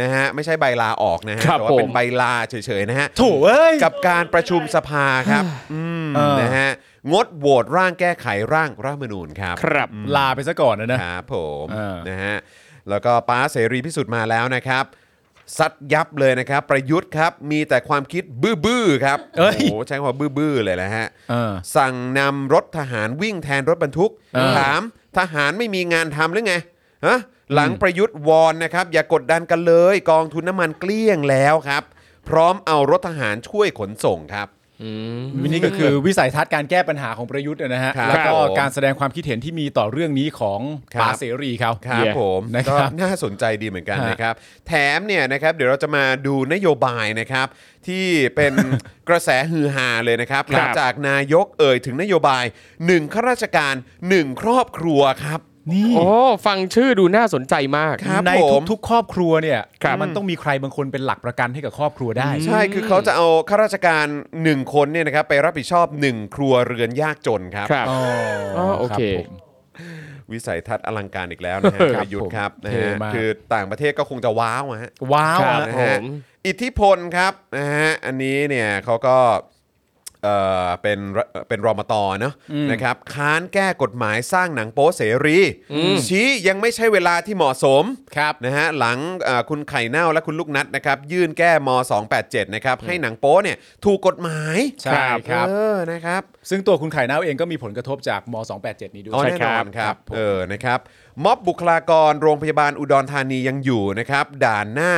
S2: นะฮะไม่ใช่ใบลาออกนะฮะ
S6: ครับ
S2: แต่ว่าเป็น
S6: ผม
S2: ใบลาเฉยๆนะฮะ
S3: โถ่เอ้ย
S2: กับการประชุมสภาครับอืม
S3: เออ
S2: นะฮะงดโหวตร่างแก้ไขร่างรัฐธรรมนูญครับ
S6: ครับ
S3: ลาไปซะก่อนนะนะ
S2: ครับผม
S3: เออ
S2: นะฮะแล้วก็ป้าเสรีพิสุทธิ์มาแล้วนะครับซัดยับเลยนะครับ ประยุทธ์ครับ มีแต่ความคิดบื้อๆครับ
S3: เอ้
S2: โอ้
S3: ย
S2: โหใช้คำว่าบื้อๆเลยนะฮะ
S3: เออ
S2: สั่งนำรถทหารวิ่งแทนรถบรรทุก
S3: เออ
S2: ถามทหารไม่มีงานทำหรือไงฮะหลังประยุทธ์วอนนะครับ อย่ากดดันกันเลย กองทุนน้ำมันเกลี้ยงแล้วครับ พร้อมเอารถทหารช่วยขนส่งครับ
S3: นี่ก็คือวิสัยทัศน์การแก้ปัญหาของประยุทธ์นะฮะ
S2: ครับ
S3: แล้วก็
S2: ผม
S3: การแสดงความคิดเห็นที่มีต่อเรื่องนี้ของ
S2: ครับ
S3: ป๋าเสรีเขา
S2: ครับ
S6: เย่
S2: ผม
S3: นะครับ
S2: ก็น่าสนใจดีเหมือนกัน
S3: ฮะ
S2: นะครับ แถมเนี่ยนะครับเดี๋ยวเราจะมาดูนโยบายนะครับ ที่เป็น กระแสฮือฮาเลยนะครับหลังจากนายกเอ่ยถึงนโยบาย 1ข้าราชการ 1 ครอบครัวครับ
S6: โอ้ ฟังชื่อดูน่าสนใจมาก
S2: ครับ
S3: ใน
S2: ผม
S3: ทุกๆ ครอบครัวเนี่ย
S6: ครับ
S3: มันต้องมีใครบางคนเป็นหลักประกันให้กับครอบครัวได้
S2: ใช่คือเขาจะเอาข้าราชการ 1 คนเนี่ยนะครับไปรับผิดชอบ 1 ครัวเรือนยากจนครับ
S6: ครับ
S3: อ๋อ
S6: อ๋อโอเค
S3: รับผม
S2: วิสัยทัศน์อลังการอีกแล้วนะฮะ
S3: ค
S2: ป
S3: รับ
S2: ระยุทธ์
S3: ผม
S2: ครับนะ
S3: เท่
S2: ฮะ
S3: มาก
S2: คือต่างประเทศก็คงจะว้าวอะฮะ
S3: ว้าว
S6: ครับ
S3: นะ
S2: นะฮะ
S6: ผม
S2: อิทธิพลครับนะฮะอันนี้เนี่ยเขาก็เอ่อเป็นรเป็นรอมตอเนอะนะครับค้านแก้กฎหมายสร้างหนังโป๊เสรี ชี้ยังไม่ใช่เวลาที่เหมาะสม
S3: ครับ
S2: นะฮะหลังเอ่อคุณไข่เน่าและคุณลูกนัดนะครับยื่นแก้ม 287 นะครับให้หนังโป๊เนี่ยถูกกฎหมาย
S3: ใช่ครับ
S2: เออนะครับ
S3: ซึ่งตัวคุณไข่เน่าเองก็มีผลกระทบจากม 287 นี้ด้วย
S2: อ๋อแน่นอนค
S6: ครั
S2: รับบ
S6: ผม
S2: เออนะครับม็อบบุคลากรโรงพยาบาลอุดรธานียังอยู่นะครับ ด่านหน้า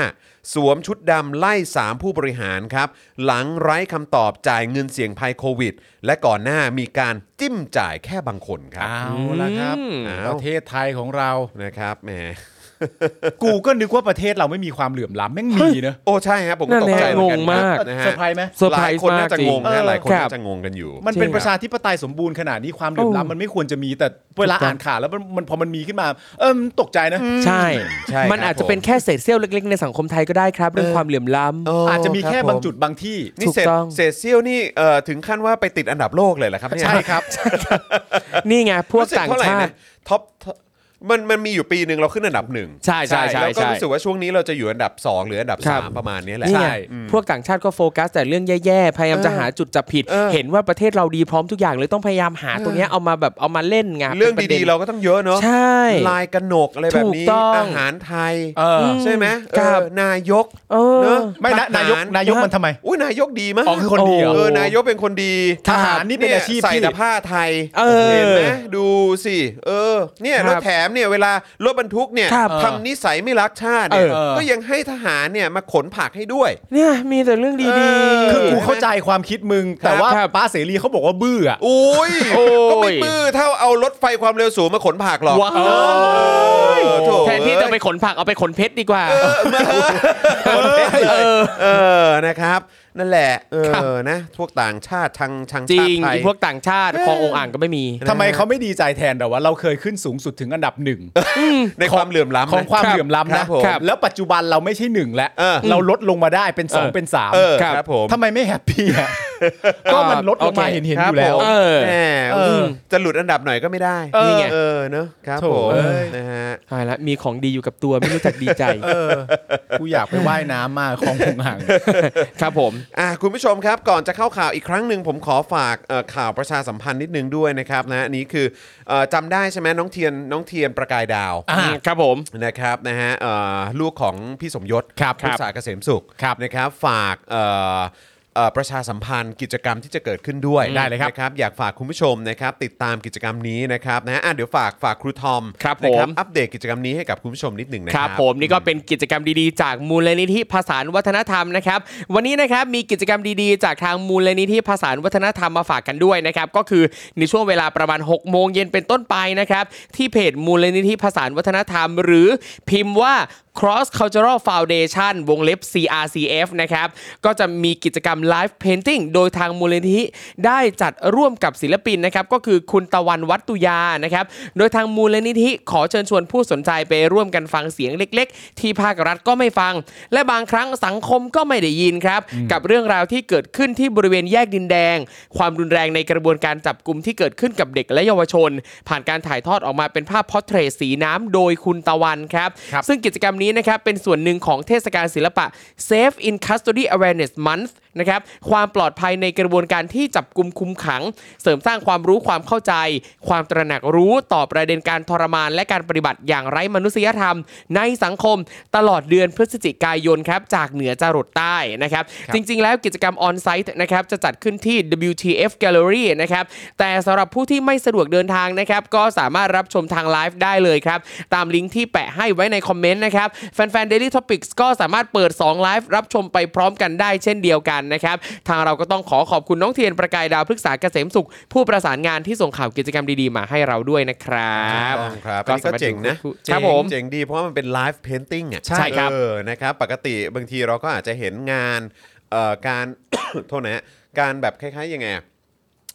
S2: สวมชุดดำไล่ 3 ผู้บริหารครับ หลังไร้คำตอบจ่ายเงินเสี่ยงภัยโควิด และก่อนหน้ามีการจิ้มจ่ายแค่บางคนครับ
S3: เอาละครับ
S6: อืม
S2: เอา
S3: ประเทศไทยของเรา
S2: นะครับแหม
S3: กูก็นึกว่าประเทศเราไม่มีความเหลื่อมล้ำแม่งมีนะ
S2: โอ้ใช่ครับผมก็ตกใจเหมือนกัน
S6: นั่นแหละงงมาก
S2: นะฮะ
S3: เซอร์ไพรส์ไหม
S6: เซอร์
S2: ห
S6: ไพร
S2: ลาย
S6: ส์
S2: คน
S6: มาก
S2: น่าจะ
S6: จ
S2: ง
S6: ริง
S2: งนะหลายคน
S6: ครับ
S2: น่าจะงงกันอยู่
S3: มันเป็น
S6: จริง
S3: ประชาธิปไตยสมบูรณ์ขนาดนี้ความเหลื่อม
S6: โอ้
S3: ล้ำมันไม่ควรจะมีแต่เวลาอ่านข่าวแล้วมันมันพอมันมีขึ้นมา เออมันตกใจนะ
S6: ใช่
S2: ใช่ครับ
S6: มันอาจจะเป็นแค่เศษเสี้ยวเล็ก ๆ ในสังคมไทยก็ได้ครับ เรื่องความเหลื่อมล้
S2: เอ
S6: ำ
S3: อาจจะมีแค่
S2: ครับผม
S3: บางจุดบางที่
S2: นี่เศษ
S6: ถูกต้อง
S2: เศษเซี่ยวนี่เอ่อถึงขั้นว่าไปติดอันดับโลกเลยเหรอครับเนี่ย
S3: ใช่ครับ
S6: นี่ไงพวก
S2: รู้สึ
S6: ต่าง
S2: เท่ไหร่
S6: ชา
S2: นะ
S6: ติ
S2: ท็อปมันมันมีอยู่ปีหนึ่งเราขึ้นอันดับหนึ่ง
S6: ใช่ใช่ใช่
S2: แล้วก็
S6: ใช่
S2: รู้สึกว่าช่วงนี้เราจะอยู่อันดับสองหรืออันดับ
S6: ครับ
S2: สามประมาณเนี้ยแหละ
S6: นี่ไง
S3: ใช่
S6: พวกต่างชาติก็โฟกัสแต่เรื่องแย่ๆพยายามจะหาจุดจับผิด
S2: เออ
S6: เห็นว่าประเทศเราดีพร้อมทุกอย่างเลยต้องพยายามหาตรงเนี้ยเอามาแบบเอามาเล่นไง
S2: เรื่อง
S6: ป็นปะ
S2: ดี
S6: น
S2: ๆเราก็ต้องเยอะเนาะ
S6: ใช่
S2: ลายกระหนกอะไรแบบนี้
S6: ถูกต้อง
S2: อาหารไทย
S3: เออ
S6: ม
S2: ใช่ไหม
S6: ครับ
S2: เออนายก
S6: เออ
S2: เนอะ
S3: ไม่นะ
S2: ทหาร
S3: นายกนายกมันทำไม
S2: อุ้ยนายกดีมาก
S3: อ๋อคือคนดีเหรอ
S2: เออนายกเป็นคนดี
S3: ทหารนี่เป็นอาชีพ
S2: ยใส่
S3: ที่
S2: แต่ผ้าไทย
S6: เออ
S2: ห็นไหมดูสิเออเนี่ย
S6: ครับ
S2: แล้วแถมเนี่ยเวลารถบรรทุกเนี่ย
S6: ครับ
S2: ทำนิสัยไม่รักชาติเนี่ย
S6: เออ
S2: ก็ยังให้ทหารเนี่ยมาขนผักให้ด้วย
S6: เนี่ยมีแต่เรื่อง
S2: เอ
S6: ดี
S2: อ
S6: ๆ
S3: คือกูเข้าใจความคิดมึง แต่ว่า
S6: ครับ
S3: ป้าเสรีเขาบอกว่าบื้ออะ
S2: อุ้ย
S6: โอ้ย
S2: ก็ไม่ปื้อเท่าเอารถไฟความเร็วสูงมาขนผักหรอก
S6: ว้า
S2: เออโถ่
S6: แทนที่จะไปขนผักเอาไปขนเพชรดีกว่า
S2: เออเออนะครับ นั่นแหละเออนะ พวกต่างชาติทางทาง
S6: จริ
S2: ชาติ
S6: ง
S2: ไทย
S6: พวกต่างชาติคลององอ่างก็ไม่มี
S3: ทำไมเขาไม่ดีใจแทนแต่ว่าเราเคยขึ้นสูงสุดถึงอันดับหนึ่ง
S2: ในความเหลื่อมล้ำนะ
S3: ของความเหลื่อม
S2: ค
S3: ล้ำ
S2: รั
S3: นะ
S2: บผม
S3: ครับแล้วปัจจุบันเราไม่ใช่หนึ่งแล้ว
S2: เออ
S3: เราลดลงมาได้เป็นสองเป็นสาม
S2: เออ
S6: ครับ
S2: ครับผม
S3: ทำไมไม่แฮปปี้อะ ก็มันลดลงมา
S6: โอเค
S3: เห็นเห็น
S2: ค
S3: อ
S2: รับ
S3: ยู่แล้ว
S2: ผม
S6: เออ
S2: แหม
S3: เออ
S2: จะหลุดอันดับหน่อยก็ไม่ได้
S3: เออ
S6: นี่ไง
S2: เออเนอะครับ
S3: โถ่
S2: ผม
S3: เอ้ย
S2: นะฮะ
S6: ใช่แล้วมีของดีอยู่กับตัวไม่รู้จักดีใจ
S3: เออกูอยากไปว่ายน้ำมากของหงหาง
S6: ครับผม
S2: อ่ะคุณผู้ชมครับก่อนจะเข้าข่าวอีกครั้งหนึ่งผมขอฝากเอ่อข่าวประชาสัมพันธ์นิดนึงด้วยนะครับนะอันนี้คือเอ่อจำได้ใช่ไหมน้องเทียนน้องเทียนประกายดาว
S3: อ่ะ
S6: ครับผม
S2: นะครับนะฮะเอ่อลูกของพี่สมยศ
S3: ครับ
S2: ลูกสาเกษมสุข
S3: ครับ
S2: นะครับฝากเอ่อเอ่อประชาสัมพันธ์กิจกรรมที่จะเกิดขึ้นด้วย
S3: ได้เลยครับ
S2: นะครับอยากฝากคุณผู้ชมนะครับติดตามกิจกรรมนี้นะครับนะฮะอ่ะเดี๋ยวฝากฝากครูทอม
S6: ครับ
S2: นะ
S6: ผม
S2: อัปเดตกิจกรรมนี้ให้กับคุณผู้ชมนิดหนึ่งนะ
S6: ค
S2: ครั
S6: รับ บผมนี่ก็เป็นกิจกรรมดีๆ จากมูลนิธิภาษาวัฒนธรรมนะครับวันนี้นะครับมีกิจกรรมดีๆ จากทางมูลนิธิภาษาวัฒนธรรมมาฝากกันด้วยนะครับก็คือในช่วงเวลาประมาณ 6 โมงเย็นเป็นต้นไปนะครับที่เพจมูลนิธิภาษาวัฒนธรรม หรือพิมพ์ว่า cross cultural foundation วงเล็บ CRCF นะครับก็จะมีกิจกรรม live painting โดยทางมูลนิธิได้จัดร่วมกับศิลปินนะครับก็คือคุณตะวันวัตตุยานะครับโดยทางมูลนิธิขอเชิญชวนผู้สนใจไปร่วมกันฟังเสียงเล็ก ๆ ที่ภาครัฐก็ไม่ฟัง และบางครั้งสังคมก็ไม่ได้ยินครับ กับเรื่องราวที่เกิดขึ้นที่บริเวณแยกดินแดง ความรุนแรงในกระบวนการจับกลุ่มที่เกิดขึ้นกับเด็กและเยาวชน ผ่านการถ่ายทอดออกมาเป็นภาพพอร์เทรตสีน้ำโดยคุณตะวันครับ
S3: ครับ
S6: ซึ่งกิจกรรมนี้นะครับเป็นส่วนหนึ่งของเทศกาลศิลปะ Safe in Custody Awareness Month นะครับความปลอดภัยในกระบวนการที่จับกลุ่มคุมขัง เสริมสร้างความรู้ความเข้าใจ ความตระหนักรู้ต่อประเด็นการทรมาน และการปฏิบัติอย่างไร้มนุษยธรรม ในสังคมตลอดเดือนพฤศจิกายนครับจากเหนือจรดใต้นะครับ
S2: ครับ
S6: จริงๆแล้วกิจกรรมออนไซต์นะครับจะจัดขึ้นที่ WTF Gallery นะครับแต่สำหรับผู้ที่ไม่สะดวกเดินทางนะครับก็สามารถรับชมทางไลฟ์ได้เลยครับ ตามลิงก์ที่แปะให้ไว้ในคอมเมนต์นะครับ แฟนๆ Daily Topics ก็สามารถเปิด 2 ไลฟ์รับชมไปพร้อมกันได้เช่นเดียวกันนะครับ ทางเราก็ต้องขอขอบคุณน้องเทียนประกายดาวพฤกษาเกษมสุข ผู้ประสานงานที่ส่งข่าวกิจกรรมดีๆ มาให้เราด้วยนะครับ
S2: ถูกต้องครับอันนี้ก็เจ๋งนะ
S6: ครับ
S2: เจ๋ง
S6: ผม
S2: เจ๋งดีเพราะว่ามันเป็นไลฟ์เพนติ้งอ่ะ
S6: ใช่ครับ
S2: เออนะครับปกติบางทีเราก็อาจจะเห็นงานเอ่อการ โทษนะฮะการแบบคล้ายๆยังไงอะ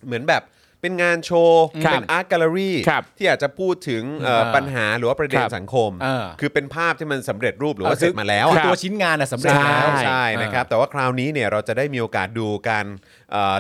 S2: เหมือนแบบเป็นงานโชว์
S6: ครับ
S2: เป็นอาร์ตแกลเลอรี่
S6: ครับ
S2: ที่อาจจะพูดถึงเอ่อ
S3: อ่า
S2: ปัญหาหรือว่าประเด็น
S6: ครับ
S2: สังคม
S3: อ่า
S2: คือเป็นภาพที่มันสำเร็จรูปหรือว่าเสร็จมาแล้ว
S3: คือ
S2: อะ
S3: ตัวชิ้นงานอะสำเร็จ
S2: ใช่
S3: แล้ว
S2: ใช่นะครับ แต่ว่าคราวนี้เนี่ยเราจะได้มีโอกาสดูการ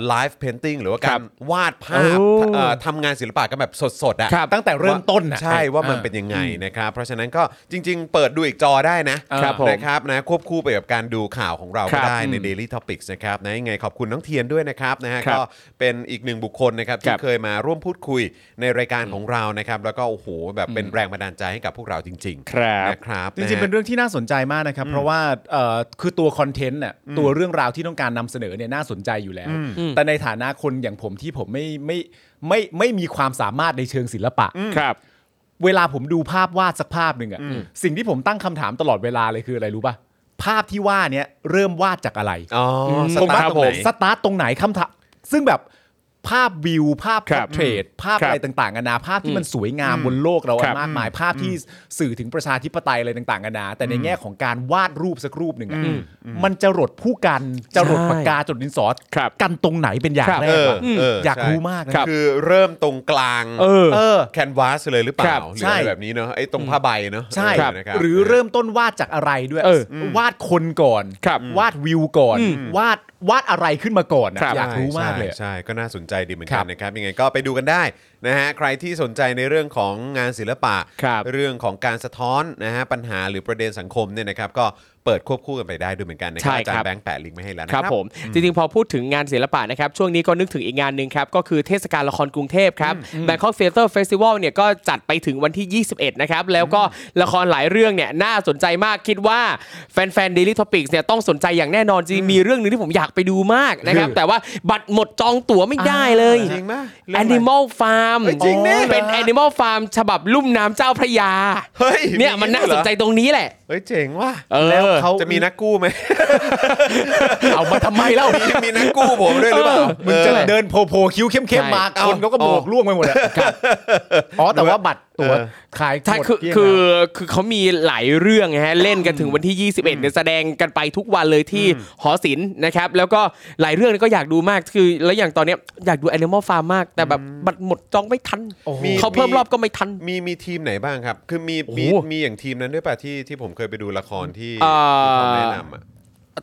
S2: ไลฟ์เพนติ้งหรือว่าการวาดภาพ
S6: โอ้
S2: เอ่อทำงานศิลปะกันแบบสดๆอะ
S6: ครับ
S3: ตั้งแต่เริ่มต้นน่ะ
S2: ใช่ว่ามัน
S3: อ่า
S2: เป็นยังไงนะครับ เพราะฉะนั้นก็จริง ๆ เปิดดูอีกจอได้นะครับ
S6: ผม
S2: นะครับนะควบคู่ไปกับการดูข่าวของเรา
S6: ค
S2: ก็
S6: รับ
S2: ได้ใน Daily Topics นะครับนะยังไงขอบคุณน้องเทียนด้วยนะครับนะฮะ
S6: ครับ
S2: ก็เป็นอีกหนึ่งบุคคลนะครับ
S6: ค
S2: ที่
S6: รับ
S2: เคยมาร่วมพูดคุยในรายการของเรานะครับแล้วก็โอ้โหแบบเป็นแรงบันดาลใจให้กับพวกเราจริงๆ
S6: ครับ
S2: นะครับ
S3: จริงๆ
S2: ะฮะ
S3: เป็นเรื่องที่น่าสนใจมากนะครับ เพราะว่าเอ่อคือตัวคอนเทนต์น่ะตัวเรื่องราวที่ต้องการนำเสนอเนี่ยน่าสนใจอยู่แล้ว แต่ในฐานะคนอย่างผมที่ผมไม่ไม่ไม่ไม่มีความสามารถในเชิงศิลปะ
S6: ครับ
S3: เวลาผมดูภาพวาดสักภาพหนึ่งอะสิ่งที่ผมตั้งคำถามตลอดเวลาเลยคืออะไรรู้ป่ะภาพที่วาดเนี่ยเริ่มวาดจากอะไร
S2: อ๋ออ
S6: ม
S2: สตาร์ท
S6: ครั
S2: ต
S6: บ
S2: รงไหน
S6: ผม
S3: สตาร์ทตรงไหนคำถามซึ่งแบบ ภาพวิว ภาพ
S6: ค
S3: พ
S6: รั
S3: อบ ร์เทรตภาพ
S6: ครับ
S3: อะไรต่างๆนานาภาพที่มันสวยงามบนโลกเรา
S6: ครั
S3: อั
S6: บ
S3: นมากมายภาพที่สื่อถึงประชาธิปไตยอะไรต่างๆนานาแต่ในแง่ของการวาดรูปสักรูปหนึ่งอะมันจะรดผู้กันจะรดปากกาจดดินสอ
S6: ครับ
S3: กันตรงไหนเป็นอย่าง
S6: ครับ
S3: แร
S2: เอกอ
S3: อะ
S2: เออ
S3: อยาก
S2: ใช่
S3: รู้มากนะ
S2: คือเริ่มตรงกลาง
S6: เออ
S3: เออ
S2: แคนวาสเลยหรือเป
S6: ครั
S2: ล่า
S6: บ
S2: หรือ
S3: ใช่
S2: อะไรแบบนี้เนอะไอ้ตรงผ้าใบเนอะ
S3: ใช่
S2: เนะคบ
S3: หรือเริ่มต้นวาดจากอะไรด้วย
S6: เออ
S3: วาดคนก่อน
S6: ครับ
S3: วาดวิวก่อน
S6: อืม
S3: วาดวาดอะไรขึ้นมาก่อนอะ
S6: ครับ
S3: อยากรู้มากเลย
S2: ใช่ใช่ ก็น่าสนใจดีเหมือน
S3: ค
S2: กั
S3: รั
S2: น
S3: บ
S2: นะครับ ยังไงก็ไปดูกันได้นะฮะ ใครที่สนใจในเรื่องของงานศิลปะ
S6: ครับ
S2: เรื่องของการสะท้อนนะฮะปัญหาหรือประเด็นสังคมเนี่ยนะครับ ก็เปิดควบคู่กันไปได้ด้วยเหมือนกันนะค
S6: ใช่
S2: รับอาจาร
S6: ครับ
S2: ย์แบงค์แปะลิงก์มาให้แล้วนะ
S6: ค
S2: ค
S6: รั
S2: รั
S6: บบ ผมจริงๆ พอพูดถึงงานศิลปะนะครับ ช่วงนี้ก็นึกถึงอีกงานหนึ่งครับ ก็คือเทศกาลละครกรุงเทพครับ Bangkok Theatre Festival เนี่ยก็จัดไปถึงวันที่ 21 นะครับ แล้วก็ละครหลายเรื่องเนี่ยน่าสนใจมากคิดว่าแฟนๆ Daily Topics เนี่ยต้องสนใจอย่างแน่นอนจริงมีเรื่องหนึงที่ผมอยากไปดูมากนะครับ แต่ว่าบัตรหมดจองตั๋วไม่ได้เลย
S2: จริงปะ
S6: Animal Farm
S2: เฮ้ยจริงดิ
S6: เป็น Animal Farm ฉบับลุ่มน้ำเจ้าพระยา
S2: เฮ้ย
S6: เนี่ยมันน่าสนใจตรงนี้แหละ
S2: เฮ้ยเจ๋งว่ะ
S6: เออ
S2: แล้วเขาจะมีนักกู้ไหม
S3: เอามาทำไมเล่า
S2: มีมีนักกู้ผมด้วยหรือเปล่า
S3: มึงจะ
S2: เออ
S3: เดินโพโพคิ้วเข้ม
S6: ใช่
S3: ๆมาคนเขาก็โบกล่วงไปหมดอะอ๋อ แต่ว่าบัตรตัว
S2: เออ
S3: ขาย
S6: ใช่คือ
S3: หมดเกลี้ยง
S6: คือ
S3: แล้ว
S6: คือเขามีหลายเรื่องนะฮะเล่นกันถึงวันที่ 21เนี่ยแสดงกันไปทุกวันเลยที่หอศิลป์นะครับ แล้วก็หลายเรื่องเนี่ยก็อยากดูมากคือ แล้วอย่างตอนเนี้ยอยากดู Animal Farm มาก แต่แบบบัตรหมดจองไม่ทัน
S3: โอ้โห
S6: เขาเพิ่มรอบก็ไม่ทัน
S2: มีมีทีมไหนบ้างครับ คือมีมี
S6: โอ้โห
S2: มีอย่างทีมนั้นด้วยป่ะที่ที่ผมเคยไปดูละครที่
S6: อ่า
S2: ที่เขาแนะนำอะ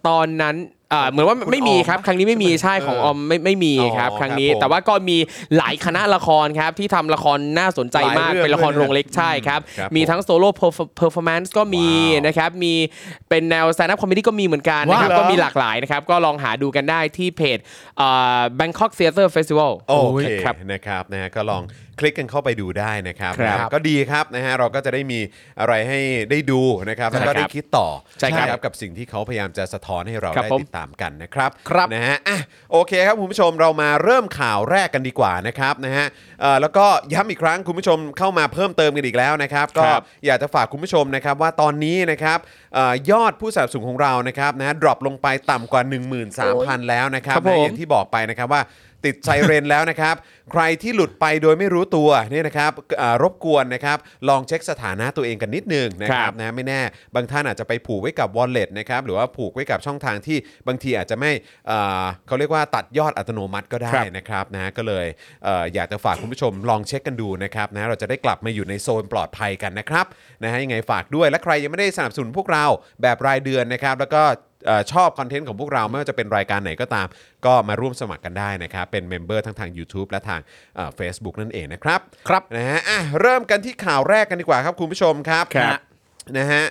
S6: ตอนนั้นเอ่อเหมือนว่า
S2: คุณ
S6: ไม่มี
S2: ออม
S6: ครับ ครั้งนี้ไม่มีใช่ของออมไม่ไม่มีครับ
S2: อ๋อ
S6: ครั้งนี้
S2: ครับผม
S6: แต่ว่าก็มีหลายคณะละครครับที่ทำละครน่าสนใจมาก
S2: หลายเรื่อง
S6: เป็นละคร
S2: ด้วยนะ
S6: โรงเล็กใช่ครับ
S2: ครับ
S6: มีทั้งโซโล่เพอร์ฟอร์แมนซ์ก็มี
S2: ว้าว
S6: นะครับ มีเป็นแนวสแตนด์อัพคอมเมดี้ก็มีเหมือนกันนะครับ
S3: ว้าว
S6: ก็มีหลากหลายนะครับ ก็ลองหาดูกันได้ที่เพจเอ่อ Bangkok Theatre Festival
S2: โอเค
S6: ครับ
S2: นะครับนะฮะก็ลองคลิกกันเข้าไปดูได้นะครับ
S6: ครับ
S2: นะก็ดีครับนะฮะเราก็จะได้มีอะไรให้ได้ดูนะครับแล้วก็
S6: ใช่
S2: ได้
S6: ครับ
S2: คิดต่อ
S6: ใช่ครับ
S2: นะกับสิ่งที่เขาพยายามจะสะท้อนให้เรา
S6: ครับ
S2: ได้
S6: ผม
S2: ติดตามกันนะครับ
S3: ครับ
S2: นะฮะอ่ะโอเคครับคุณผู้ชมเรามาเริ่มข่าวแรกกันดีกว่านะครับนะฮะเอ่อแล้วก็ย้ำอีกครั้งคุณผู้ชมเข้ามาเพิ่มเติมกันอีกแล้วนะครับก็
S6: ครับ
S2: อยากจะฝากคุณผู้ชมนะครับว่าตอนนี้นะครับเอ่อยอดผู้สนับสนุนของเรานะครับนะฮะดรอปลงไปต่ำกว่า 13,000 แล้วนะครับ
S6: ครับ
S2: นะ
S6: ผม
S2: อย่าง ที่บอกไปนะครับว่าติดไซเรนแล้วนะครับ ใครที่หลุดไปโดยไม่รู้ตัวเนี่ยนะครับอ่ารบกวนนะครับลองเช็คสถานะตัวเองกันนิดนึงนะค
S6: ครั
S2: รับบ นะไม่แน่บางท่านอาจจะไปผูกไว้กับ wallet นะครับหรือว่าผูกไว้กับช่องทางที่บางทีอาจจะไม่อ่าเขาเรียกว่าตัดยอดอัตโนมัติก็ได้
S6: ครับ
S2: นะครับนะก็เลยเอ่ออยากจะฝากคุณผู้ชมลองเช็คกันดูนะครับนะเราจะได้กลับมาอยู่ในโซนปลอดภัยกันนะครับนะฮะยังไงฝากด้วยและใครยังไม่ได้สนับสนุนพวกเราแบบรายเดือนนะครับแล้วก็ เอ่อชอบคอนเทนต์ของพวกเราไม่ว่าจะเป็นรายการไหนก็ตาม ก็มาร่วมสมัครกันได้นะครับ เป็นเมมเบอร์ทั้งทาง YouTube และทางเฟซบุ๊กนั่นเองนะครับ
S3: ครับ
S2: นะฮะอ่ะเริ่มกันที่ข่าวแรกกันดีกว่าครับคุณผู้ชมครับ
S6: ครับ
S2: นะฮะ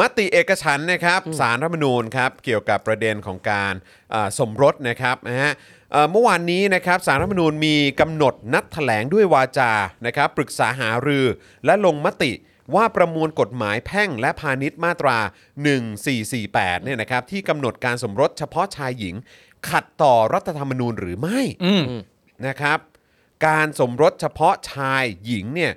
S2: มติเอกฉันท์นะครับสารรัฐธรรมนูญครับเกี่ยวกับประเด็นของการเอ่อสมรสนะครับนะฮะเอ่อเมื่อวานนี้นะครับสารรัฐธรรมนูญมีกำหนดนัดแถลงด้วยวาจานะครับปรึกษาหารือและลงมติ ว่าประมวลกฎหมายแพ่งและพาณิชย์มาตรา 1448 เนี่ยนะครับที่กำหนดการสมรสเฉพาะชายหญิง ขัดต่อรัฐธรรมนูญหรือไม่นะครับ การสมรสเฉพาะชายหญิงเนี่ย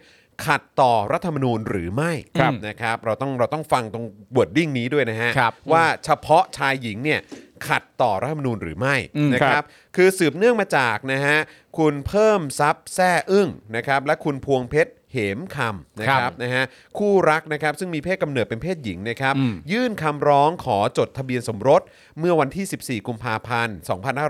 S2: ขัดต่อรัฐธรรมนูญหรือไม่
S6: ครับ
S2: นะครับ เราต้องเราต้องฟังตรงบวดดิ้งนี้ด้วยนะฮะ
S3: ครับ
S2: ว่าเฉพาะชายหญิงเนี่ยขัดต่อรัฐธรรมนูญหรือไม่
S6: อืม
S2: นะค
S6: ครั
S2: รับ
S6: บ
S2: คือสืบเนื่องมาจากนะฮะคุณเพิ่มทรัพย์แซ่อึ้งนะครับและคุณพวงเพชรเหมคำนะค
S3: ครั
S2: รับบ นะฮะคู่รักนะครับซึ่งมีเพศกำเนิดเป็นเพศหญิงนะครับยื่นคำร้องขอจดทะเบียนสมรส เมื่อวันที่ 14 กุมภาพันธ์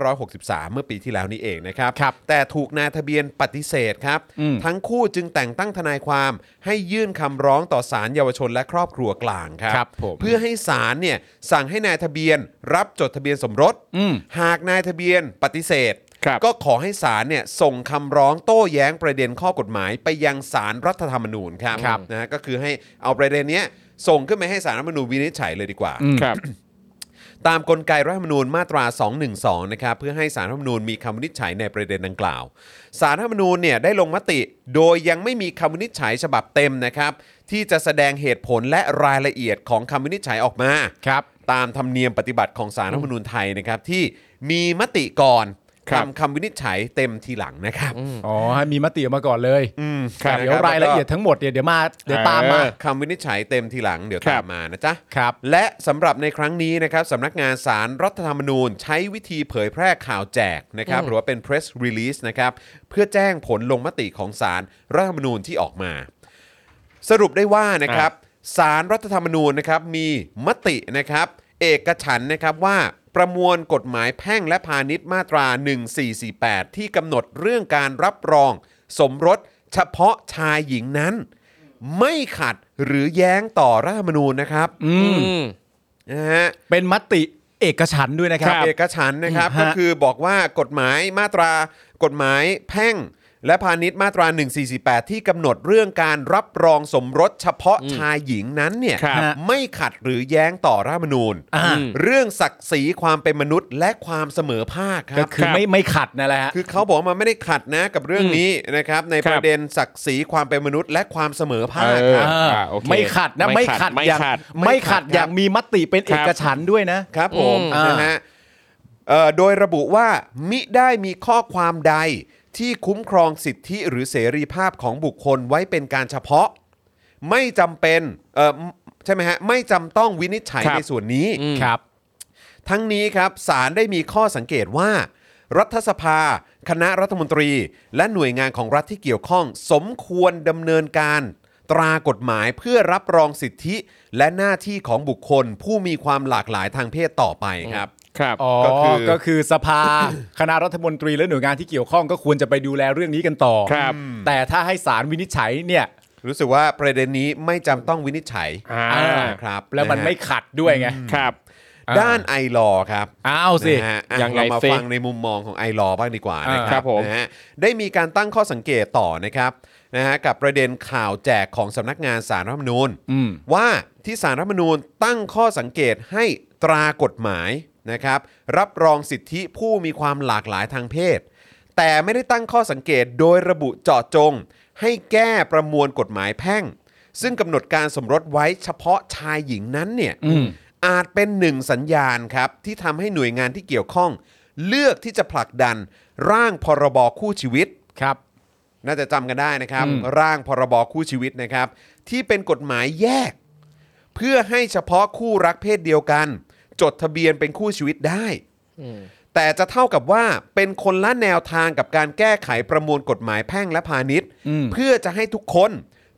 S2: 2563 เมื่อปีที่แล้วนี่เองนะครับ
S3: ครับ
S2: แต่ถูกนายทะเบียนปฏิเสธครับ
S3: อืม
S2: ทั้งคู่จึงแต่งตั้งทนายความให้ยื่นคำร้องต่อศาลเยาวชนและครอบครัวกลางครั
S3: ครับผม
S2: เพื่อให้ศาลเนี่ยสั่งให้นายทะเบียนรับจดทะเบียนสมรส
S3: อืม
S2: หากนายทะเบียนปฏิเสธ
S6: ครับ
S2: ก็ขอให้ศาลเนี่ยส่งคำร้องโต้แย้งประเด็นข้อกฎหมายไปยังศาลรัฐธรรมนูญครับ
S3: ครับ
S2: นะฮะก็คือให้เอาประเด็นเนี้ยส่งขึ้นไปให้ศาลรัฐธรรมนูญวินิจฉัยเลยดีกว่า
S6: ครับ
S2: ตามกลไกรัฐธรรมนูญมาตรา 212 นะครับเพื่อให้สารรัฐธรรมนูญมีคำวินิจฉัยในประเด็นดังกล่าวสารรัฐธรรมนูญเนี่ยได้ลงมติ โดยยังไม่มีคำวินิจฉัยฉบับเต็มนะครับที่จะแสดงเหตุผลและรายละเอียดของคำวินิจฉัยออกมา
S3: ครับ
S2: ตามธรรมเนียมปฏิบัติของสารรัฐธรรมนูญไทยนะครับที่มีมติก่อน
S6: ครับ
S2: ทำคำวินิจฉัยเต็มทีหลังนะครับ
S3: อ๋อให้มีมติออกมาก่อนเลย
S2: อืม
S3: แต่เดี๋ยวรายละเอียดทั้งหมดเนี่ยเดี๋ยวมาเดี๋ยวตามมา
S2: เออคำวินิจฉัยเต็มทีหลังเดี๋ยว
S6: ครับ
S2: ตามมานะจ๊ะ
S3: ครับ
S2: และสำหรับในครั้งนี้นะครับสำนักงานสารรัฐธรรมนูญ ใช้วิธีเผยแพร่ข่าวแจกนะครับหรือว่าเป็น press release นะครับเพื่อแจ้งผลลงมติของสารรัฐธรรมนูญที่ออกมา สรุปได้ว่านะครับสารรัฐธรรมนูญนะครับมีมตินะครับ เอกฉันท์นะครับว่าประมวลกฎหมายแพ่งและพาณิชย์มาตรา 1448 ที่กำหนดเรื่องการรับรอง สมรสเฉพาะชายหญิงนั้น ไม่ขัดหรือแย้งต่อรัฐธรรมนูญนะครับ
S3: อืม
S6: อืม
S2: นะฮะ
S3: เป็นมติเอกฉันท์ด้วยนะครับ
S2: เอกฉันท์นะครับ
S3: ฮะ
S2: ก็คือบอกว่ากฎหมายมาตรากฎหมายแพ่ง และพาณิชย์มาตรา 148 ที่กำหนดเรื่องการรับรองสมรสเฉพาะชายหญิงนั้นเนี่ย
S6: ครับ
S2: ไม่ขัดหรือแย้งต่อรัฐธรรมนูญ
S3: อ่า
S2: เรื่องศักดิ์ศรีความเป็นมนุษย์ และความเสมอภาคค
S3: ก็
S2: รับ
S3: คือไม่ไม่ขัดนั่นแหละฮะ
S2: คือเขาบอกว่ามันไม่ได้ขัดนะกับเรื่องนี้นะครับใน
S6: ค
S2: ป
S6: รับ
S2: ระเด็นศักดิ์ศรีความเป็นมนุษย์ และความเสมอภาค
S6: เออ
S2: ครับ
S6: อ่าโอเค
S3: ไม่ขัดนะ
S6: ไม่
S3: ไม่
S6: ขั
S3: ขั
S6: ด
S3: ด
S6: ไม่
S3: อย่าง
S6: ขัด
S3: ไม่ขัด
S2: ไม่ขัด
S3: อย่างมีมติเป็น
S6: ค
S3: เอ
S6: รับ
S3: กฉันท์ด้วยนะ
S2: ครับผม
S3: อืม
S2: นะฮะเอ่อโดยระบุว่ามิได้มีข้อความใดที่คุ้มครองสิทธิหรือเสรีภาพของบุคคลไว้เป็นการเฉพาะ ไม่จำเป็นเอ่อใช่ไหมฮะไม่จำต้องวินิจฉัย
S6: ครับ
S2: ในส่วนนี้
S3: ครับ
S2: ทั้งนี้ครับศาลได้มีข้อสังเกตว่า รัฐสภา คณะรัฐมนตรี และหน่วยงานของรัฐที่เกี่ยวข้อง สมควรดำเนินการ ตรากฎหมายเพื่อรับรองสิทธิและหน้าที่ของบุคคล ผู้มีความหลากหลายทางเพศต่อไปครับ
S6: ครับ
S3: อ๋อ
S2: ก็คือ
S3: ก็คือสภา คณะรัฐมนตรีและหน่วยงานที่เกี่ยวข้องก็ควรจะไปดูแลเรื่องนี้กันต่อ
S6: ครับ
S3: แต่ถ้าให้ศาลวินิจฉัยเนี่ย
S2: รู้สึกว่าประเด็นนี้ไม่จำต้องวินิจฉัย
S6: อ่า
S2: ครับ
S3: แล้วมัน
S2: นะฮะ
S3: ไม่ขัดด้วยไง
S6: ครับ
S2: ด้านไอรอครับ
S3: อ้าวสิ
S2: นะฮะอ่ะ
S6: ยังไง
S2: เรามา
S6: สิ
S2: ฟังในมุมมองของไอรอบ้างดีกว่านะ
S3: อ่า
S2: ค
S6: ครั
S2: รับบ
S6: ผม
S2: นะฮะได้มีการตั้งข้อสังเกตต่อนะครับนะฮะกับประเด็นข่าวแจกของสำนักงานสารรัฐธรรมนูญ
S3: อืม
S2: ว่าที่สารรัฐธรรมนูญตั้งข้อสังเกตให้ตรากฎหมายนะครับ รับรองสิทธิผู้มีความหลากหลายทางเพศ แต่ไม่ได้ตั้งข้อสังเกตโดยระบุเจาะจง ให้แก้ประมวลกฎหมายแพ่ง ซึ่งกำหนดการสมรสไว้เฉพาะชายหญิงนั้นเนี่ย
S3: อืม
S2: อาจเป็นหนึ่งสัญญาณครับ ที่ทำให้หน่วยงานที่เกี่ยวข้อง เลือกที่จะผลักดัน ร่างพรบคู่ชีวิต
S3: ครับ
S2: น่าจะจำกันได้นะครับ
S3: อืม
S2: ร่างพรบคู่ชีวิตนะครับ ที่เป็นกฎหมายแยก เพื่อให้เฉพาะคู่รักเพศเดียวกัน จดทะเบียนเป็นคู่ชีวิตได้ แต่จะเท่ากับว่าเป็นคนละแนวทางกับการแก้ไขประมวลกฎหมายแพ่งและพาณิชย์
S3: อืม
S2: เพื่อจะให้ทุกคน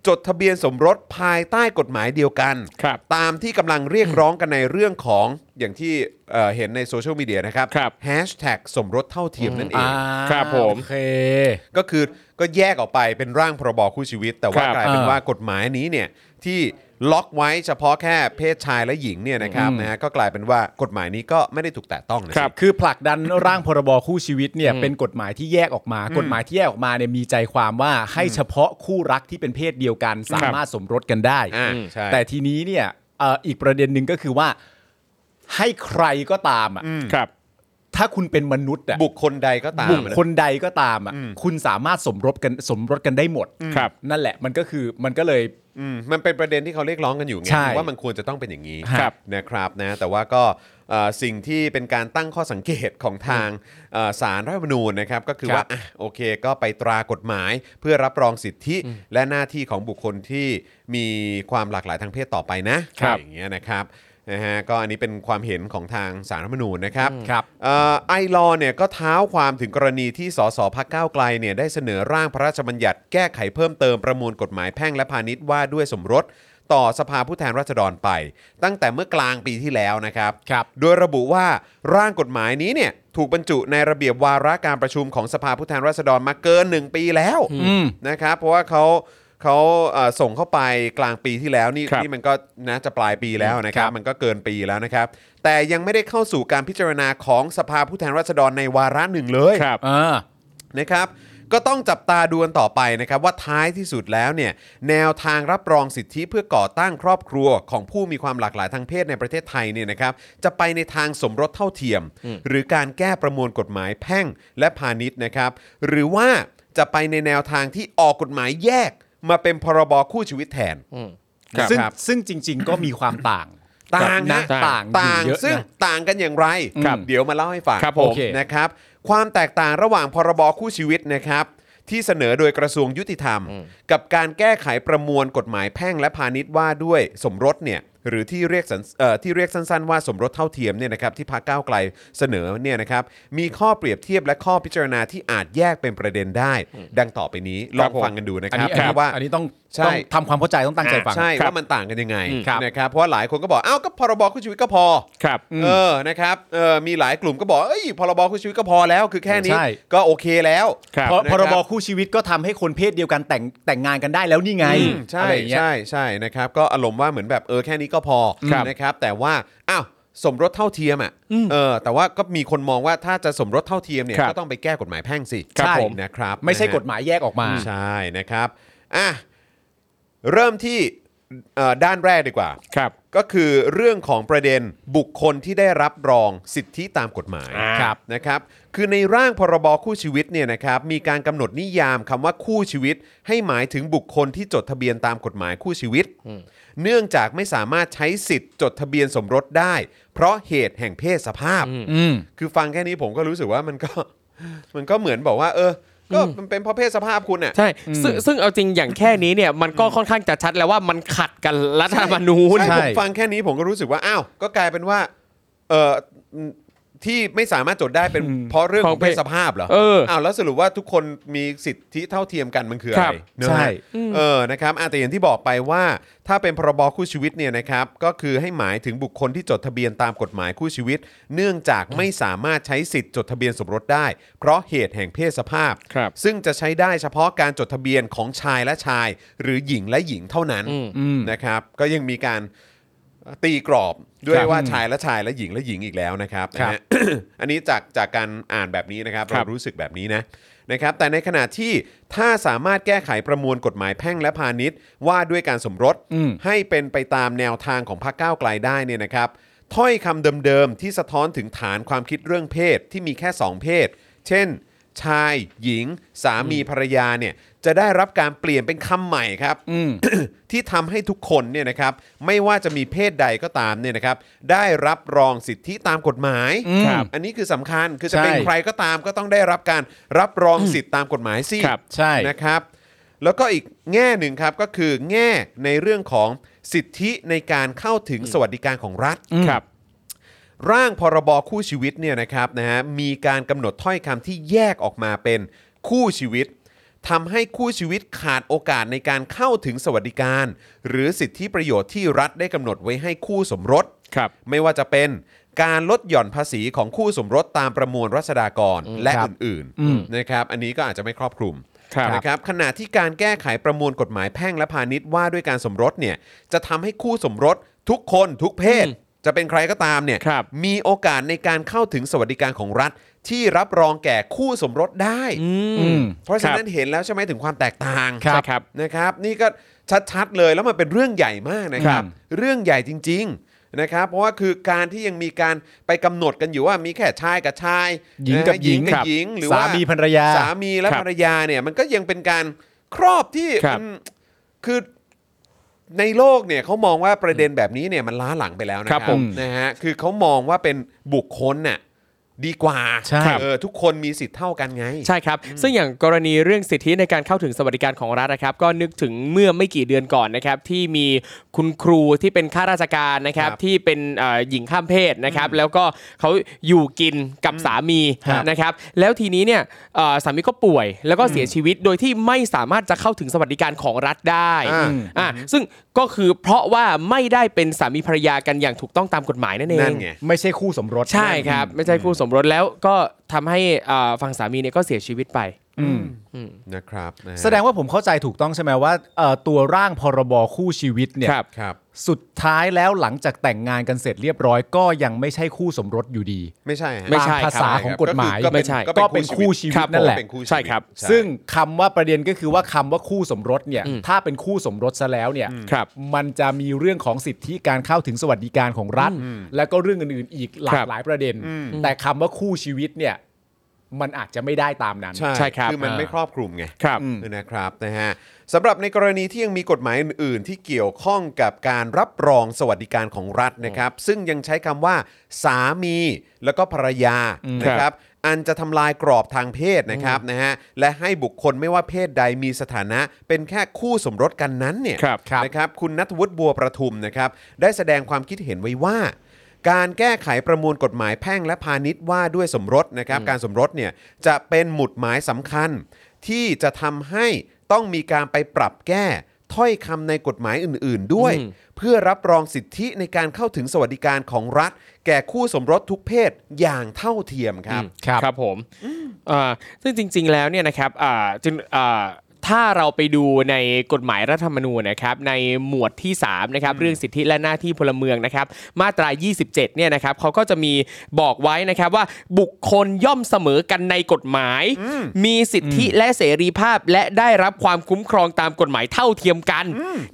S2: จดทะเบียนสมรสภายใต้กฎหมายเดียวกัน
S6: ครับ
S2: ตามที่กำลังเรียกร้องกันในเรื่องของอย่างที่เอ่อเห็นในโซเชียลมีเดียนะครับ
S6: ครับ
S2: แฮชแท็กสมรสเท่าเทียมนั่นเอง
S3: อ่า
S6: ครับผม
S3: โอเค
S2: ก็คือก็แยกออกไปเป็นร่างพรบคู่ชีวิต แต่ว่า
S6: ครับ
S2: กลายเป็น
S3: อ่า
S2: ว่ากฎหมายนี้เนี่ยที่ล็อกไว้เฉพาะแค่เพศชายและหญิงเนี่ยนะครับ
S3: อืม
S2: นะฮะก็กลายเป็นว่ากฎหมายนี้ก็ไม่ได้ถูกแตะต้องนะสิ
S6: ครับ
S3: คือผลักดันร่างพรบคู่ชีวิตเนี่ยเป็นกฎหมายที่แยกออกมา กฎหมายที่แยกออกมาเนี่ยมีใจความว่าให้เฉพาะคู่รักที่เป็นเพศเดียวกัน สามารถสมรสกันได้
S2: อ่าใช่
S3: แต่ทีนี้เนี่ยเอ่ออีกประเด็นหนึ่งก็คือว่าให้ใครก็ตามอ่ะ
S6: ครับ
S3: ถ้าคุณเป็นมนุษย์อ่ะ
S2: บุคคลใดก็ตาม
S3: บุค
S2: นะ
S3: คลใดก็ตามอ่ะคุณสามารถสมรสกันสมรสกันได้หมด
S6: ครับ
S3: นั่นแหละมันก็คือมันก็เลย
S2: อืมมันเป็นประเด็นที่เขาเรียกร้องกันอยู่ไง
S3: ใช่
S2: ว่ามันควรจะต้องเป็นอย่างนี้
S6: ครับ
S2: นะครับนะแต่ว่าก็เอ่อสิ่งที่เป็นการตั้งข้อสังเกตของทางเอ่อสารรัฐธรรมนูญนะครับก็คือ
S3: ครับ
S2: ว่าอ่ะโอเคก็ไปตรากฎหมายเพื่อรับรองสิทธิและหน้าที่ของบุคคลที่มีความหลากหลายทางเพศต่อไปนะครับ อย่างเงี้ยนะครับนะฮะก็อันนี้เป็นความเห็นของทางสารรัฐธรรมนูญนะครับ
S3: ครับ
S2: เอ่อไอลอว์เนี่ยก็เท้าความถึงกรณีที่สสพักก้าวไกลเนี่ยได้เสนอร่างพระราชบัญญัติแก้ไขเพิ่มเติมประมวลกฎหมายแพ่งและพาณิชย์ว่าด้วยสมรส ต่อสภาผู้แทนราษฎรไป ตั้งแต่เมื่อกลางปีที่แล้วนะครับ
S3: ครับ
S2: โดยระบุว่าร่างกฎหมายนี้เนี่ยถูกบรรจุในระเบียบวาระการประชุมของสภาผู้แทนราษฎรมาเกิน 1 ปีแล้ว
S3: อืม
S2: นะครับเพราะว่าเขาเขาเอ่อส่งเข้าไปกลางปีที่แล้วนี่
S6: ครับ
S2: นี่มันก็นะจะปลายปีแล้วนะครับ
S3: ครับ
S2: มันก็เกินปีแล้วนะครับ แต่ยังไม่ได้เข้าสู่การพิจารณาของสภาผู้แทนราษฎรในวาระหนึ่งเลย
S6: ครับ
S3: อ่า
S2: นะครับก็ต้องจับตาดูกันต่อไปนะครับว่าท้ายที่สุดแล้วเนี่ยแนวทางรับรองสิทธิเพื่อก่อตั้งครอบครัวของผู้มีความหลากหลายทางเพศในประเทศไทยเนี่ยนะครับจะไปในทางสมรสเท่าเทียม หรือการแก้ประมวลกฎหมายแพ่งและพาณิชย์นะครับหรือว่าจะไปในแนวทางที่ออกกฎหมายแยกมาเป็นพรบคู่ชีวิตแทน ครับ
S3: ซึ่ง
S2: ครับ
S3: ซึ่งจริง ๆ ก็มีความต่าง
S2: ต่างนะ
S3: กับต่างอยู่
S2: ต่าง
S3: เยอะ
S2: ซึ่ง
S3: นะ
S2: ต่างกันอย่างไร
S3: ครับ
S2: เดี๋ยวมาเล่าให้ฟัง
S6: ครับผม
S3: โอเค
S2: นะครับ ความแตกต่างระหว่างพรบคู่ชีวิตนะครับ ที่เสนอโดยกระทรวงยุติธรรม กับการแก้ไขประมวลกฎหมายแพ่งและพาณิชย์ว่าด้วยสมรสเนี่ยหรือที่เรียกสันเอ่อที่เรียกสั้นๆว่าสมรสเท่าเทียมเนี่ยนะครับที่พรรคก้าวไกลเสนอเนี่ยนะครับมีข้อเปรียบเทียบและข้อพิจารณาที่อาจแยกเป็นประเด็นได้ ดังต่อไปนี้ลองฟังกันดูนะ
S3: อัน
S2: ครับ
S3: นี้อันนี้
S2: ว่า
S3: อันนี้ต้อง
S2: ใช่
S3: ต้องทำความเข้าใจต้องตั้งใจฟัง
S2: อ่าใช่ว่ามันต่างกันยังไง
S3: ครับ
S2: นะครับเพราะหลายคนก็บอกอ้าวก็พรบคุณชีวิตก็พอ
S6: ครับ
S2: เออ นะครับ เออมีหลายกลุ่มก็บอก เอ้ย พรบคู่ชีวิตก็พอแล้ว คือแค่นี้
S3: ใช่
S2: ก็โอเคแล้ว
S6: ครับ
S3: เพ
S2: นะ
S3: ราะ
S2: ครับ
S3: พรบคู่ชีวิตก็ทำให้คนเพศเดียวกันแต่งแต่งงานกันได้แล้วนี่ไง
S2: อืมใช่
S3: อะไรอย่างเงี้ย
S2: ใช่ใช่นะครับ ก็อารมณ์ว่าเหมือนแบบ เออ แค่นี้ก็พอ
S3: ครับ
S2: นะครับ แต่ว่า อ้าว สมรสเท่าเทียมอ่ะ เออ แต่ว่าก็มีคนมองว่าถ้าจะสมรสเท่าเทียมเนี่ย
S6: ครับ
S2: ก็ต้องไปแก้กฎหมายแพ่งสิ
S6: ครับ
S2: ใช่
S6: ผม
S2: นะครับ
S3: ไม่ใช่
S2: นะฮะ
S3: กฎหมายแยกออกมา
S2: ใช่นะครับ อ่ะ เริ่มที่เอ่อด้านแรกดีกว่า
S6: ครับ
S2: ก็คือเรื่องของประเด็นบุคคลที่ได้รับรองสิทธิตามกฎหมาย
S6: อ่า
S2: ครับนะครับ คือในร่างพรบคู่ชีวิตเนี่ยนะครับมีการกำหนดนิยามคำว่าคู่ชีวิต ให้หมายถึงบุคคลที่จดทะเบียนตามกฎหมายคู่ชีวิต เนื่องจากไม่สามารถใช้สิทธิ์จดทะเบียนสมรสได้ เพราะเหตุแห่งเพศสภาพ
S3: อืม
S2: คือฟังแค่นี้ผมก็รู้สึกว่ามันก็ มันก็เหมือนบอกว่า เออ ก็มันเป็นเพราะเพศสภาพคุณน่ะ
S6: ใช่ซึ่งซึ่งเอาจริงอย่างแค่นี้เนี่ยมันก็ค่อนข้างจะชัดแล้วว่ามันขัดกันรัฐธรรมนูญ
S2: ใช่
S3: ใช่
S2: ผมฟังแค่นี้ผมก็รู้สึกว่า อ้าว ก็กลายเป็นว่า เอ่อที่ไม่สามารถจดได้เป็นเพราะเรื่องของเพศสภาพเหรอ
S6: เออ
S2: วแล้วสรุปว่าทุกคนมีสิทธิเท่าเทียมกันมันคืออะ
S6: ครั
S2: ไร
S6: บ
S2: เนอะ
S3: ใช่
S2: เออนะครับอ่ะแต่อย่างที่บอกไปว่า ถ้าเป็นพรบคู่ชีวิตเนี่ยนะครับ ก็คือให้หมายถึงบุคคลที่จดทะเบียนตามกฎหมายคู่ชีวิต เนื่องจากไม่สามารถใช้สิทธิ์จดทะเบียนสมรสได้ เพราะเหตุแห่งเพศสภาพ
S6: ครับ
S2: ซึ่งจะใช้ได้เฉพาะการจดทะเบียนของชายและชาย หรือหญิงและหญิงเท่านั้นนะครับ ก็ยังมีการตีกรอบด้วยว่าชายและชายและหญิงและหญิงอีกแล้วนะครับ
S3: ครั
S2: นะ
S3: บ
S2: ฮะ อันนี้จากจากการอ่านแบบนี้นะครับ
S6: ครั
S2: เรา
S6: บ
S2: รู้สึกแบบนี้นะนะครับ แต่ในขณะที่ถ้าสามารถแก้ไขประมวลกฎหมายแพ่งและพาณิชย์ ว่าด้วยการสมรสให้เป็นไปตามแนวทางของพรรคก้าวไกลได้เนี่ยนะครับ ถ้อยคำเดิมๆที่สะท้อนถึงฐานความคิดเรื่องเพศที่มีแค่ 2 เพศ เช่น ชาย หญิง สามีภรรยาเนี่ยจะได้รับการเปลี่ยนเป็นคำใหม่ครับ ที่ทำให้ทุกคนเนี่ยนะครับไม่ว่าจะมีเพศใดก็ตามเนี่ยนะครับได้รับรองสิทธิตามกฎหมาย
S3: ครับ
S2: อันนี้คือสำคัญคือจะเป็น
S3: ใช่
S2: ใครก็ตามก็ต้องได้รับการรับรองสิทธิตามกฎหมายสิ
S6: ครับ
S3: ใช่
S2: นะครับแล้วก็อีกแง่หนึ่งครับก็คือแง่ในเรื่องของสิทธิในการเข้าถึงสวัสดิการของรัฐ
S6: ครับ
S2: ร่างพรบคู่ชีวิตเนี่ยนะครับนะฮะมีการกำหนดถ้อยคำที่แยกออกมาเป็นคู่ชีวิตทำให้คู่ชีวิตขาดโอกาสในการเข้าถึงสวัสดิการ หรือสิทธิประโยชน์ที่รัฐได้กำหนดไว้ให้คู่สมรส
S6: ครับ
S2: ไม่ว่าจะเป็นการลดหย่อนภาษีของคู่สมรสตามประมวลรัษฎากรและ
S3: ครับ
S2: อื่น
S3: อืม
S2: ๆนะครับอันนี้ก็อาจจะไม่ครอบคลุม
S6: ครับ
S2: นะครับขณะที่การแก้ไขประมวลกฎหมายแพ่งและพาณิชย์ว่าด้วยการสมรสเนี่ยจะทำให้คู่สมรสทุกคนทุกเพศ
S6: อืม
S2: จะเป็นใครก็ตามเนี่ย
S6: ครับ
S2: มีโอกาสในการเข้าถึงสวัสดิการของรัฐ ที่รับรองแก่คู่สมรสได้
S3: อืม
S2: เพราะฉะนั้นเห็นแล้วใช่ไหมถึงความแตกต่าง
S6: ใช่ครับ
S2: นะครับ นี่ก็ชัดๆเลยแล้วมันเป็นเรื่องใหญ่มากนะครับ
S3: อืม
S2: เรื่องใหญ่จริง ๆนะครับ เพราะว่าคือการที่ยังมีการไปกำหนดกันอยู่ว่ามีแค่ชายกับชาย
S3: หญิงกับ
S2: นะ
S3: หญิง
S2: กับหญิงหรือ
S3: สา
S2: ว่า
S3: มีภรรยา
S2: สามีและ
S6: ครับ
S2: ภรรยาเนี่ยมันก็ยังเป็นการครอบที่
S6: ครับ
S2: มันคือในโลกเนี่ยเขามองว่าประเด็นแบบนี้เนี่ยมันล้าหลังไปแล้วนะครับ
S3: ครับผม
S2: นะฮะคือเขามองว่าเป็นบุคคลน่ะดีกว่า
S3: ใช่
S2: เออทุกคนมีสิทธิ์เท่ากันไง
S6: ใช่ครับ ซึ่งอย่างกรณีเรื่องสิทธิในการเข้าถึงสวัสดิการของรัฐนะครับ ก็นึกถึงเมื่อไม่กี่เดือนก่อนนะครับ ที่มีคุณครูที่เป็นข้าราชการนะครับ
S2: ครับ
S6: ที่เป็นเอ่อหญิงข้ามเพศนะครับ แล้วก็เขาอยู่กินกับสามี
S3: ครับ
S6: นะครับ แล้วทีนี้เนี่ยเอ่อสามีก็ป่วยแล้วก็เสียชีวิตโดยที่ไม่สามารถจะเข้าถึงสวัสดิการของรัฐได้
S2: อ่า
S6: อ่าซึ่งก็คือเพราะว่าไม่ได้เป็นสามีภรรยากันอย่างถูกต้องตามกฎหมายนั่นเอง
S2: นั่นไง
S3: ไม่ใช่คู่สมรส
S6: ใช่ครับไม่ใช่คู่สมรสแล้วก็ทำให้อ่าฝั่งสามีเนี่ยก็เสียชีวิตไป
S3: อืม
S2: นะครับนะฮะ
S3: แสดงว่าผมเข้าใจถูกต้องใช่ไหมว่าเอ่อตัวร่างพรบคู่ชีวิตเนี่ย
S6: ครับ
S2: ครับ
S3: สุดท้ายแล้วหลังจากแต่งงานกันเสร็จเรียบร้อยก็ยังไม่ใช่คู่สมรสอยู่ดี
S2: ไม่ใช่ฮะ
S6: ไม่ใช่
S3: ตามภาษาของกฎหมาย
S2: ก็คือ
S6: ไม่ใช่
S2: ก็
S3: ก็
S2: เป็
S3: เป็น น
S2: คู่
S3: คู่
S2: ชีวิต
S3: ชีวิตนั่นแหละ
S2: เป็นคู่ชีวิต
S6: ใช่ครับ
S3: ซึ่งคำว่าประเด็นก็คือว่าคำว่าคู่สมรสเนี่ย
S6: อืม
S3: ถ้าเป็นคู่สมรสซะแล้วเนี่ย
S6: ครับ
S3: มันจะมีเรื่องของสิทธิการเข้าถึงสวัสดิการของรัฐ และก็เรื่องอื่นๆ อีกหลา
S6: ครั
S3: ก
S6: บ
S3: หลายประเด็น แต่คำว่าคู่ชีวิตเนี่ย มันอาจจะไม่ได้ตามนั้น
S2: ใช่
S6: ใช่ครับ
S2: คือมัน
S3: อ่า
S2: ไม่ครอบคลุมไง
S6: ครับ
S3: อืม
S2: นะครับนะฮะสำหรับในกรณีที่ยังมีกฎหมายอื่น ๆ ที่เกี่ยวข้องกับการรับรองสวัสดิการของรัฐนะครับ ซึ่งยังใช้คำว่า สามีแล้วก็ภรรยานะครับอันจะทำลายกรอบทางเพศนะครับนะฮะและให้บุคคลไม่ว่าเพศใดมีสถานะ เป็นแค่คู่สมรสกันนั้นเนี่ย
S6: ครับ
S2: นะครับคุณนัทวุฒิบัวประทุมนะครับได้แสดงความคิดเห็นไว้ว่า การแก้ไขประมวลกฎหมายแพ่งและพาณิชย์ว่าด้วยสมรสนะครับการสมรสเนี่ยจะเป็นหมุดหมายสำคัญ ที่จะทำให้ต้องมีการไปปรับแก้ถ้อยคำในกฎหมายอื่น ๆ ด้วย
S6: อืม
S2: เพื่อรับรองสิทธิในการเข้าถึงสวัสดิการของรัฐ แก่คู่สมรสทุกเพศอย่างเท่าเทียมครับ
S3: ครับ
S6: ครับผมอ่าซึ่งจริง ๆ แล้วเนี่ยนะครับอ่าจึงอ่าถ้าเราไปดูในกฎหมายรัฐธรรมนูญนะครับในหมวดที่3นะครับเรื่องสิทธิและหน้าที่พลเมืองนะครับมาตรา 27เนี่ยนะครับเขาก็จะมีบอกไว้นะครับว่าบุคคลย่อมเสมอกันในกฎหมาย มีสิทธิและเสรีภาพและได้รับความคุ้มครองตามกฎหมายเท่าเทียมกัน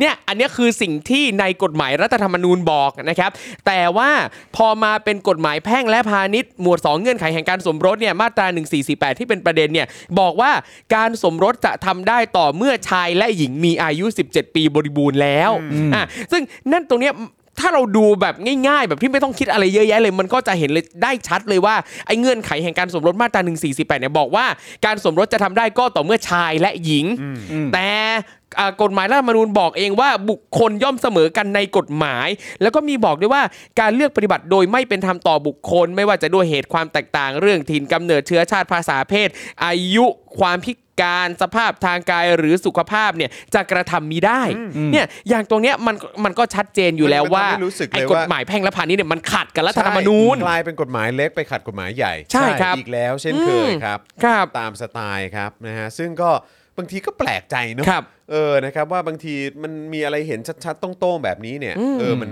S6: เนี่ยอันเนี้ยคือสิ่งที่ในกฎหมายรัฐธรรมนูญบอกนะครับแต่ว่าพอมาเป็นกฎหมายแพ่งและพาณิชย์หมวด 2 เงื่อนไขแห่งการสมรสเนี่ยมาตรา 1448 ที่เป็นประเด็นเนี่ยบอกว่าการสมรสจะทำได้ต่อเมื่อชายและหญิงมีอายุ 17 ปีบริบูรณ์แล้วอ่ะซึ่งนั่นตรงเนี้ยถ้าเราดูแบบง่ายๆ แบบที่ไม่ต้องคิดอะไรเยอะแยะเลย มันก็จะเห็นเลยได้ชัดเลยว่าไอ้เงื่อนไขแห่งการสมรสมาตรา 1448 เนี่ยบอกว่า การสมรสจะทำได้ก็ต่อเมื่อชายและหญิง แต่อ่ากฎหมายรัฐธรรมนูญบอกเองว่าบุคคลย่อมเสมอกันในกฎหมาย แล้วก็มีบอกด้วยว่าการเลือกปฏิบัติโดยไม่เป็นธรรมต่อบุคคล ไม่ว่าจะด้วยเหตุความแตกต่างเรื่องถิ่นกำเนิดเชื้อชาติภาษาเพศ อายุความพิการสภาพทางกายหรือสุขภาพเนี่ยจะกระทำมีได้เนี่ยอย่างตรงเนี้ยมันมันก็ชัดเจนอยู่แล้วว่า
S2: มันทำให้รู้สึกเลย
S6: ไอ้
S2: ว่า
S6: กฎหมายแพ่งและพาณิชย์เนี่ยมันขัดกับรัฐธรรมนูญ
S2: ใช่กลายเป็นกฎหมายเล็กไปขัดกฎหมายใหญ่
S6: ใช่ครับ
S2: อีกแล้วเช่นเคย
S6: อืม
S2: ครับ
S6: ครับ
S2: ตามสไตล์ครับนะฮะซึ่งก็บางทีก็แปลกใจเนอะ
S6: ครับ
S2: เออนะครับว่าบางทีมันมีอะไรเห็นชัดๆโต้งๆแบบนี้เนี่ย
S6: อืม
S2: เออมัน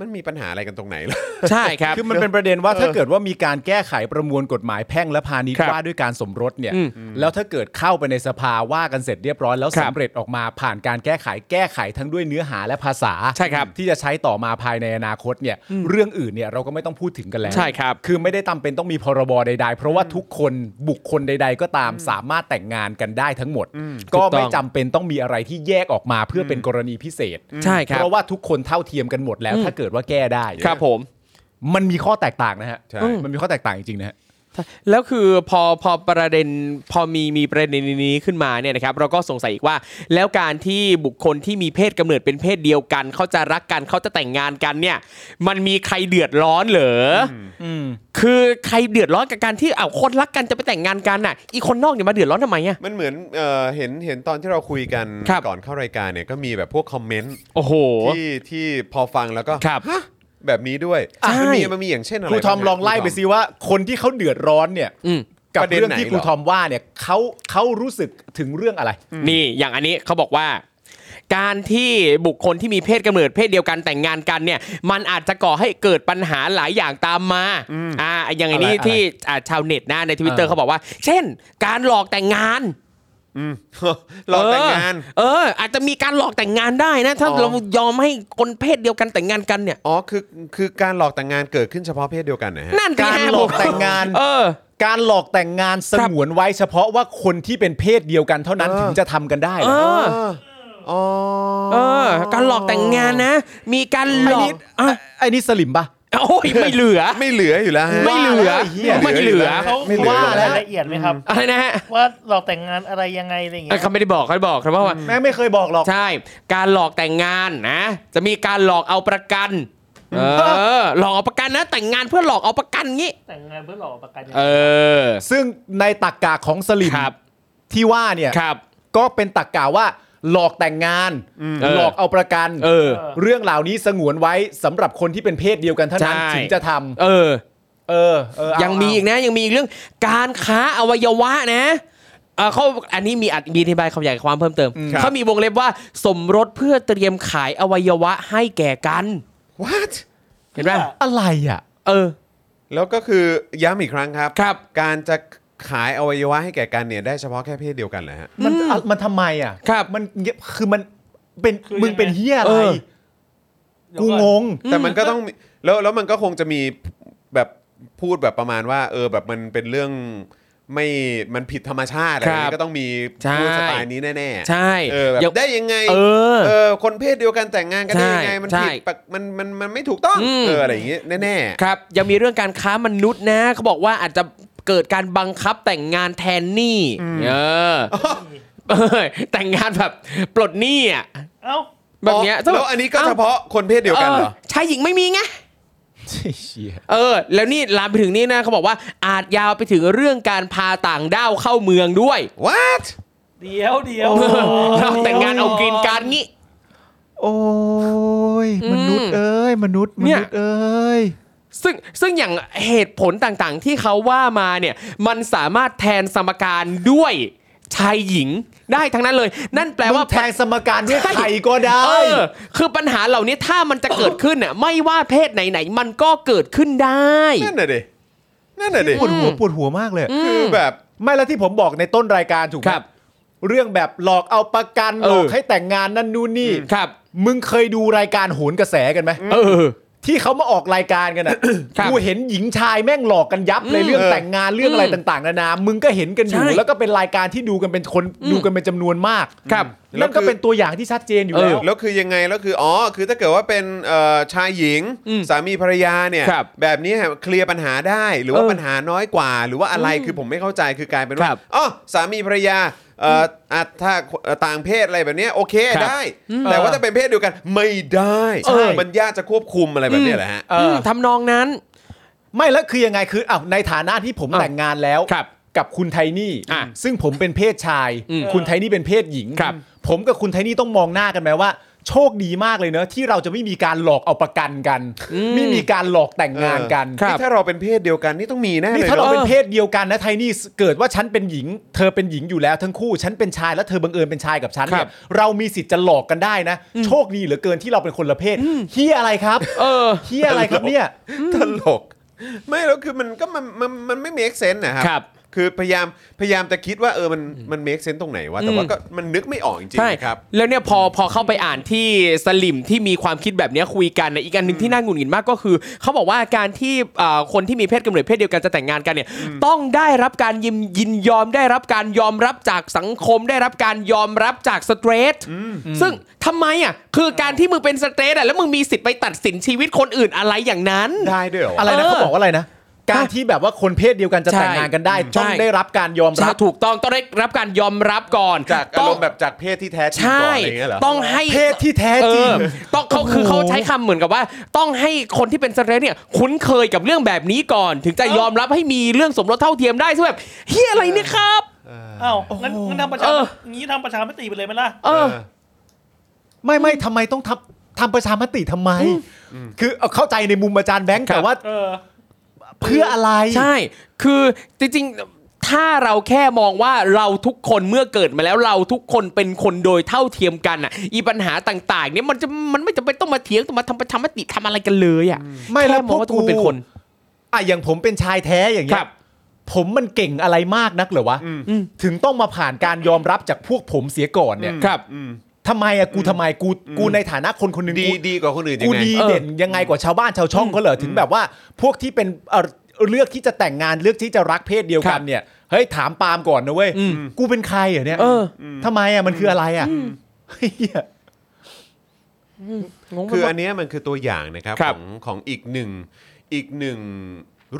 S2: มันมีปัญหาอะไรกันตรงไหนล่ะ
S6: ใช่ครับ
S3: คือมันเป็นประเด็นว่าถ้าเกิดว่ามีการแก้ไขประมวลกฎหมายแพ่งและพาณิช
S6: ค
S3: ย์
S6: รับ
S3: ว่าด้วยการสมรสเนี่ย
S6: อืม
S3: แล้วถ้าเกิดเข้าไปในสภาว่ากันเสร็จเรียบร้อยแล้ว
S6: ครับ
S3: สำเร็จออกมาผ่านการแก้ไขแก้ไขทั้งด้วยเนื้อหาและภาษา
S6: ใช่ครับ
S3: ที่จะใช้ต่อมาภายในอนาคตเนี่ยเรื่องอื่นเนี่ยเราก็ไม่ต้องพูดถึงกันแล้ว
S6: ใช่ครับ
S3: คือไม่ได้จำเป็นต้องมีพรบใด ๆ เพราะว่าทุกคนบุคคลใด ๆ ก็ตามสามารถแต่งงานกันได้ทั้งหมด ก็
S6: ถูกต้
S3: ไม่
S6: อง
S3: จำเป็นต้องมีอะไรที่แยกออกมาเพื่อเป็นกรณีพิเศษ
S6: ใช่ครับ
S3: เพราะว่าทุกคนเท่าเทียมกันหมดแล้ว ถ้าเกิดว่าแก้ได้
S6: ครับผม
S3: มันมีข้อแตกต่างนะฮะ
S2: ใช่
S3: มันมีข้อแตกต่างจริงๆนะฮะ
S6: แล้วคือพอพอประเด็นพอมีมีประเด็นนี้ขึ้นมาเนี่ยนะครับเราก็สงสัยอีกว่า แล้วการที่บุคคลที่มีเพศกำเนิดเป็นเพศเดียวกัน เขาจะรักกันเขาจะแต่งงานกันเนี่ยมันมีใครเดือดร้อนเหรออคือใครเดือดร้อนกับการที่อ้าวคนรักกันจะไปแต่งงานกันน่ะ อีกคนนอกเนี่ยมาเดือดร้อนทำไมอ่ะ
S2: มันเหมือนเออเห็นเห็นตอนที่เราคุยกัน
S6: ครับ
S2: ก่อนเข้ารายการเนี่ยก็มีแบบพวกคอมเมนต์
S6: โอ้โห
S2: ที่ที่พอฟังแล้วก็
S6: ครับ
S2: ฮะแบบนี้ด้วย
S6: ใช่
S2: มันมีมันมีอย่างเช่นอะไร
S3: ครูทอม
S2: บ้างฮะ
S3: ลองไล่ไป
S2: ครูทอม
S3: ซิว่าคนที่เขาเดือดร้อนเนี่ย
S6: อืม
S3: กับ
S2: ประเด็น
S3: เรื่องที่
S2: ไหน
S3: ครู
S2: หรอ
S3: ทอมว่าเนี่ยเขาเขารู้สึกถึงเรื่องอะไร
S6: นี่อย่างอันนี้เขาบอกว่า การที่บุคคลที่มีเพศกำเนิดเพศเดียวกันแต่งงานกันเนี่ย มันอาจจะก่อให้เกิดปัญหาหลายอย่างตามมาอ่าอย่างอันนี้
S3: อะไรอะไร
S6: ที่อ่าชาวเน็ตนะในทวิตเตอร์
S3: เออ
S6: เขาบอกว่า เช่น การหลอกแต่งงาน
S2: หลอกแต่งงาน
S6: เออเออ อาจจะมีการหลอกแต่งงานได้นะ ถ้า
S2: อ๋อ
S6: เรายอมให้คนเพศเดียวกันแต่งงานกันเนี่ย
S2: อ๋อคือคือการหลอกแต่งงานเกิดขึ้นเฉพาะเพศเดียวกันนะฮะ
S6: นั่นสิ
S3: การ
S6: ฮะ
S3: หลอก
S6: ผม
S3: แต่งงาน
S6: เออ
S3: การหลอกแต่งงานสงวนไว้เฉพาะว่าคนที่เป็นเพศเดียวกันเท่านั้น
S2: เออ
S3: ถึงจะทำกันได้เหร
S6: เอ
S3: อ
S6: อ
S2: อ๋อ
S6: เออ การหลอกแต่งงานนะ มีการหล
S3: ไอ้
S6: อก
S3: นี่ไอ้นี่สลิมปะ
S6: อ่ะโอ้ยไม่เหลือ
S2: ไม่เหลืออยู่แล้วฮะ
S6: ไม่เหลือ
S3: ว่าแล้วไอ้เหี้ย
S6: ไม่เหลือ
S5: เขา
S2: ไม่เหลือ
S5: ว่าอะไรละเอียดไหมครับ
S6: อะไรนะฮะ
S5: ว่าหลอกแต่งงานอะไรยังไงอะไรอย่าง
S6: เอ้ย
S5: เงี้ย
S6: เขาไม่ได้บอกเขาไม่ได้บอกเขาบอกว่า
S3: แม่งไม่เคยบอกหรอก
S6: ใช่ การหลอกแต่งงานนะ จะมีการหลอกเอาประกัน เออ หลอกเอาประกันนะ แต่งงานเพื่อหลอกเอาประกันงี้
S5: แต่งงานเพื่อหลอกประกันยังไง
S6: เออ
S3: ซึ่งในตักกะของสลิม
S6: ครับ
S3: ที่ว่าเนี่ย
S6: ครับ
S3: ก็เป็นตักกะว่าหลอกแต่งงาน
S6: เออ
S3: หลอกเอาประกัน
S6: เออ
S5: อ
S3: เรื่องเหล่านี้สงวนไว้สำหรับคนที่เป็นเพศเดียวกันเท่านั้น
S6: ใช่
S3: ถึงจะทำ
S6: เออ
S3: เออเออเา
S6: ยังมีอีกนะ ยังมีอีกเรื่องการค้าอวัยวะนะเอ่อเขาอันนี้มีอัดมีอธิบายขยายความเพิ่มเติม
S2: ครับ
S6: เขามีวงเล็บว่าสมรสเพื่อเตรียมขายอวัยวะให้แก่กัน
S2: What
S6: เห็นไหม
S3: อะไรอ่ะ
S6: เออ
S2: แล้วก็คือย้ำอีกครั้งครับ
S6: ครับ
S2: การจะขายอวัยวะให้แก่กันเนี่ยได้เฉพาะแค่เพศเดียวกันเหรอฮะ
S3: มันอะมันทำไมอ่ะ
S6: ครับ
S3: มันคือมันเป็น
S5: คือ
S3: มึงเป็น
S5: ยังไง
S3: เฮียอะ
S6: เอ
S3: ไร
S6: อ
S3: กูงง
S2: แต่มันก็ต้องมีแล้วแล้วมันก็คงจะมีแบบพูดแบบประมาณว่า เออแบบมันเป็นเรื่อง ไม่มันผิดธรรมชาติอะไร
S6: ครับ
S2: อย่างนี้ก็ต้องมี
S6: ใช่
S2: พูดสไตล์นี้แน่ๆ
S6: ใช่
S2: เออแบบ
S6: ยัง
S2: ได้ยังไง
S6: เออ
S2: เออคนเพศเดียวกันแต่งงานกันได้ยังไง
S6: ใช่
S2: มัน
S6: ใช่
S2: ผิดปกมันมันมันไม่ถูกต้อง
S6: อืม
S2: เอออะไรอย่างนี้แน่
S6: ครับ ยังมีเรื่องการค้ามนุษย์นะเขาบอกว่าอาจจะเกิดการบังคับแต่งงานแทนหนี้เออเอ อ แต่งงานแบบปลดหนี้อ่ะ
S5: เอ้า
S2: ๆ
S6: แบบเนี้ย
S2: อ๋อแล้วอันนี้ก็เฉพาะคนเพศเดียวกันเหรอ
S6: ชายหญิงไม่มีไง
S3: เชี่ย
S6: เออ แล้วนี่ลามไปถึงนี่นะเขาบอกว่าอาจยาวไปถึงเรื่องการพาต่างด้าวเข้าเมืองด้วย
S2: what
S5: เดี๋ยวเดี๋ยว
S6: เรา แต่งงานเอากินการงี้
S3: โอ้ย
S6: อืม
S3: มนุษย์เอ้ยมนุษย์ม
S6: เนี่ย
S3: นุษย์เอ้ย
S6: ซึ่งซึ่งอย่างเหตุผลต่างๆ ที่เขาว่ามาเนี่ย มันสามารถแทนสมการด้วยชายหญิงได้ทั้งนั้นเลย นั่นแปลว่า
S3: มึงแทงสมการด้วย
S6: ใช่
S3: ไข่ก็ได้
S6: เออคือปัญหาเหล่านี้ถ้ามันจะเกิดขึ้นน่ะ ไม่ว่าเพศไหนๆ มันก็เกิดขึ้นได้
S2: นั่นน่ะดินั่นน่ะดิ
S3: ปวดหัวปวดหัวมากเลย
S2: คือแบบ
S3: ไม่แล้วที่ผมบอกในต้นรายการถูกไหม
S6: ครับ
S3: เรื่องแบบหลอกเอาประกัน
S6: เออ
S3: หลอกให้แต่งงานนั่นนู่นนี่
S6: ครับ
S3: มึงเคยดูรายการโหนกระแสกันไหม
S6: เออ
S3: ที่เขามาออกรายการกันอ่ะ
S6: ครับ
S3: กูเห็นหญิงชายแม่งหลอกกันยับในเรื่อง
S2: เออ
S3: แต่งงานเรื่องอะไรต่างๆนานา มึงก็เห็นกันอยู่
S6: ใช่
S3: แล้วก็เป็นรายการที่ดูกันเป็นคนดูกันเป็นจำนวนมาก
S6: ครับ
S3: นั่นก็เป็นตัวอย่างที่ชัดเจนอยู่
S6: เออ
S3: แล้ว
S2: แล้วคือยังไงแล้วคืออ๋อคือถ้าเกิดว่าเป็นเอ่อชายหญิง
S6: อืม
S2: สามีภรรยาเนี่ย
S6: ครับ
S2: แบบนี้เคลียร์ปัญหาได้หรือว่า
S6: เออ
S2: ปัญหาน้อยกว่า หรือว่าอะไรคือผมไม่เข้าใจคือกลายเป็นว่า
S6: ครับ
S2: อ๋อสามีภรรยาเอ่ออ่ะถ้าเอ่อต่างเพศอะไรแบบเนี้ยโอเค
S6: ครับ
S2: ได้ แต่ว่าถ้าเป็นเพศเดียวกันไม่ได้
S3: ใช่
S2: มันยากจะควบคุมอะไรแบบเนี้ยแหละฮะ
S3: เออ
S6: มทำนองนั้น
S3: ไม่แล้วคือยังไงคืออ้าวในฐานะที่ผม
S6: อ้าว
S3: แต่งงานแล้ว
S6: ครับ
S3: กับคุณไทนี่
S6: อ่ะ
S3: ซึ่งผมเป็นเพศชาย
S6: อืม
S3: คุณไทนี่เป็นเพศหญิง
S6: ครับ
S3: ผมกับคุณไทนี่ต้องมองหน้ากันไหมว่า โชคดีมากเลยเนอะที่เราจะไม่มีการหลอกเอาประกันกัน ไม่มีการหลอกแต่งงานกัน
S6: ครั
S2: นี่
S6: บ
S2: ถ้าเราเป็นเพศเดียวกันนี่ต้องมีแน่
S3: นี่
S2: เลย
S3: ถ้าเรา
S2: เนอะ
S3: เป็นเพศเดียวกันนะไทนี่เกิดว่าฉันเป็นหญิง เธอเป็นหญิงอยู่แล้วทั้งคู่ ฉันเป็นชายแล้วเธอบังเอิญเป็นชายกับฉัน
S6: ครั
S3: เนี่
S6: บ
S3: ยเรามีสิทธิ์จะหลอกกันได้นะ โชคดีเหลือเกินที่เราเป็นคนละเพศเฮียอะไรครับ
S6: เออ
S3: เฮียอะไรครับเนี่ย
S2: ตลก ไม่แล้วคือมันก็มันมันมันไม่ make sense นะครั
S6: ครับ
S2: คือพยายามพยายามจะคิดว่าเออมันมันเมคเซนต์ตรงไหนวะแต่ว่า
S6: อืม
S2: ก็มันนึกไม่ออกจริง
S6: ใช่
S2: ๆนะครับ
S6: แล้วเนี่ยพอพอเข้าไปอ่านที่สลิมที่มีความคิดแบบเนี้ยคุยกันนะอีกอันหนึ่งที่น่าหงุดหงิดมากก็คือ เขาบอกว่าการที่อ่าคนที่มีเพศกำเนิดเพศเดียวกันจะแต่งงานกันเนี่ยต้องได้รับการยินยินยอมได้รับการยอมรับจากสังคม ได้รับการยอมรับจากสเตรทซึ่งทำไมอ่ะคือการที่มึงเป็นสเตรทอ่ะแล้วมึงมีสิทธิ์ไปตัดสินชีวิตคนอื่นอะไรอย่างนั้น
S2: ได้ด้วยเหรอวะ
S3: อะไรนะ
S6: เออ
S3: เขาบอกว่าอะไรนะ การที่แบบว่าคนเพศเดียวกันจะ
S6: ใช่
S3: แต่งงานกันได้
S6: ใช่
S3: ต้องได้รับการยอมรับ
S6: ถูกต้องต้องได้รับการยอมรับก่อน
S2: จากอา
S6: ต้
S2: รง มณ์แบบจากเพศที่แท้จริง
S6: ใช่
S2: ก่อนอะไรอย่างเงี้ยเหรอ
S6: ต้องให้
S3: เพศที่แท้จริง
S6: เออต้องเขาคือเขาใช้คำเหมือนกับว่า ต้องให้คนที่เป็นสเตรทเนี่ยคุ้นเคยกับเรื่องแบบนี้ก่อน ถึงจะยอมรับให้มีเรื่องสมรสเท่าเทียมได้ซึ่งแบบเฮียอะไรเนี่ยครับ
S5: เอ้างั้นงั้นทำประชา
S6: เออ
S5: งี้ทำประชามติไปเลยไหมล่ะ
S6: เออ
S3: ไม่ไม่ทำไมต้องทำทำประชามติทำไม คือเอาเข้าใจในมุมอาจารย์แบงค์
S6: ครับ
S3: แต่ว่า
S5: เออ
S3: เพื่ออะไร
S6: ใช่ คือจริงๆ ถ้าเราแค่มองว่าเราทุกคนเมื่อเกิดมาแล้วเราทุกคนเป็นคนโดยเท่าเทียมกันอ่ะ อีปัญหาต่างๆ เนี่ยมันจะมันไม่จำเป็นต้องมาเถียงต้องมาทำประชามติทำอะไรกันเลยอ่ะ
S3: ไม่แล้ว
S6: แค่มองว่าทุกคนเป็นคน
S3: อ่ะอย่างผมเป็นชายแท้อย่า
S6: ค
S3: งเงี้
S6: รั
S3: ย
S6: บ
S3: ผมมันเก่งอะไรมากนักเหรอวะ ถึงต้องมาผ่านการยอมรับจากพวกผมเสียก่อนเนี่ย
S6: ครับ
S3: ทำไมอะกูทำไมกูกูในฐานะคนคนหนึ่ง
S2: ดี
S3: กู
S2: ดีกว่าคนอื่นยั
S3: กู
S2: งไง
S3: ดี
S6: เออ
S3: เด่นยังไงกว่าชาวบ้านชาวช่องเขาเหรอถึงแบบว่าพวกที่เป็นเอ่อเลือกที่จะแต่งงานเลือกที่จะรักเพศเดียวกั
S6: ครั
S3: น
S6: บ
S3: เนี่ยเฮ้ยถามปาล์มก่อนนะเว้ย
S6: อืม
S3: กูเป็นใครเหรอเนี่ย
S6: เออ
S3: ทำไมอ่ะมันคืออะไรอ่ะเหี้ย
S6: งงไปหมด
S2: คืออันเนี้ยมันคือตัวอย่างนะครับ
S6: ครั
S2: ข
S6: บ
S2: องของอีกหนึ่งอีกหนึ่ง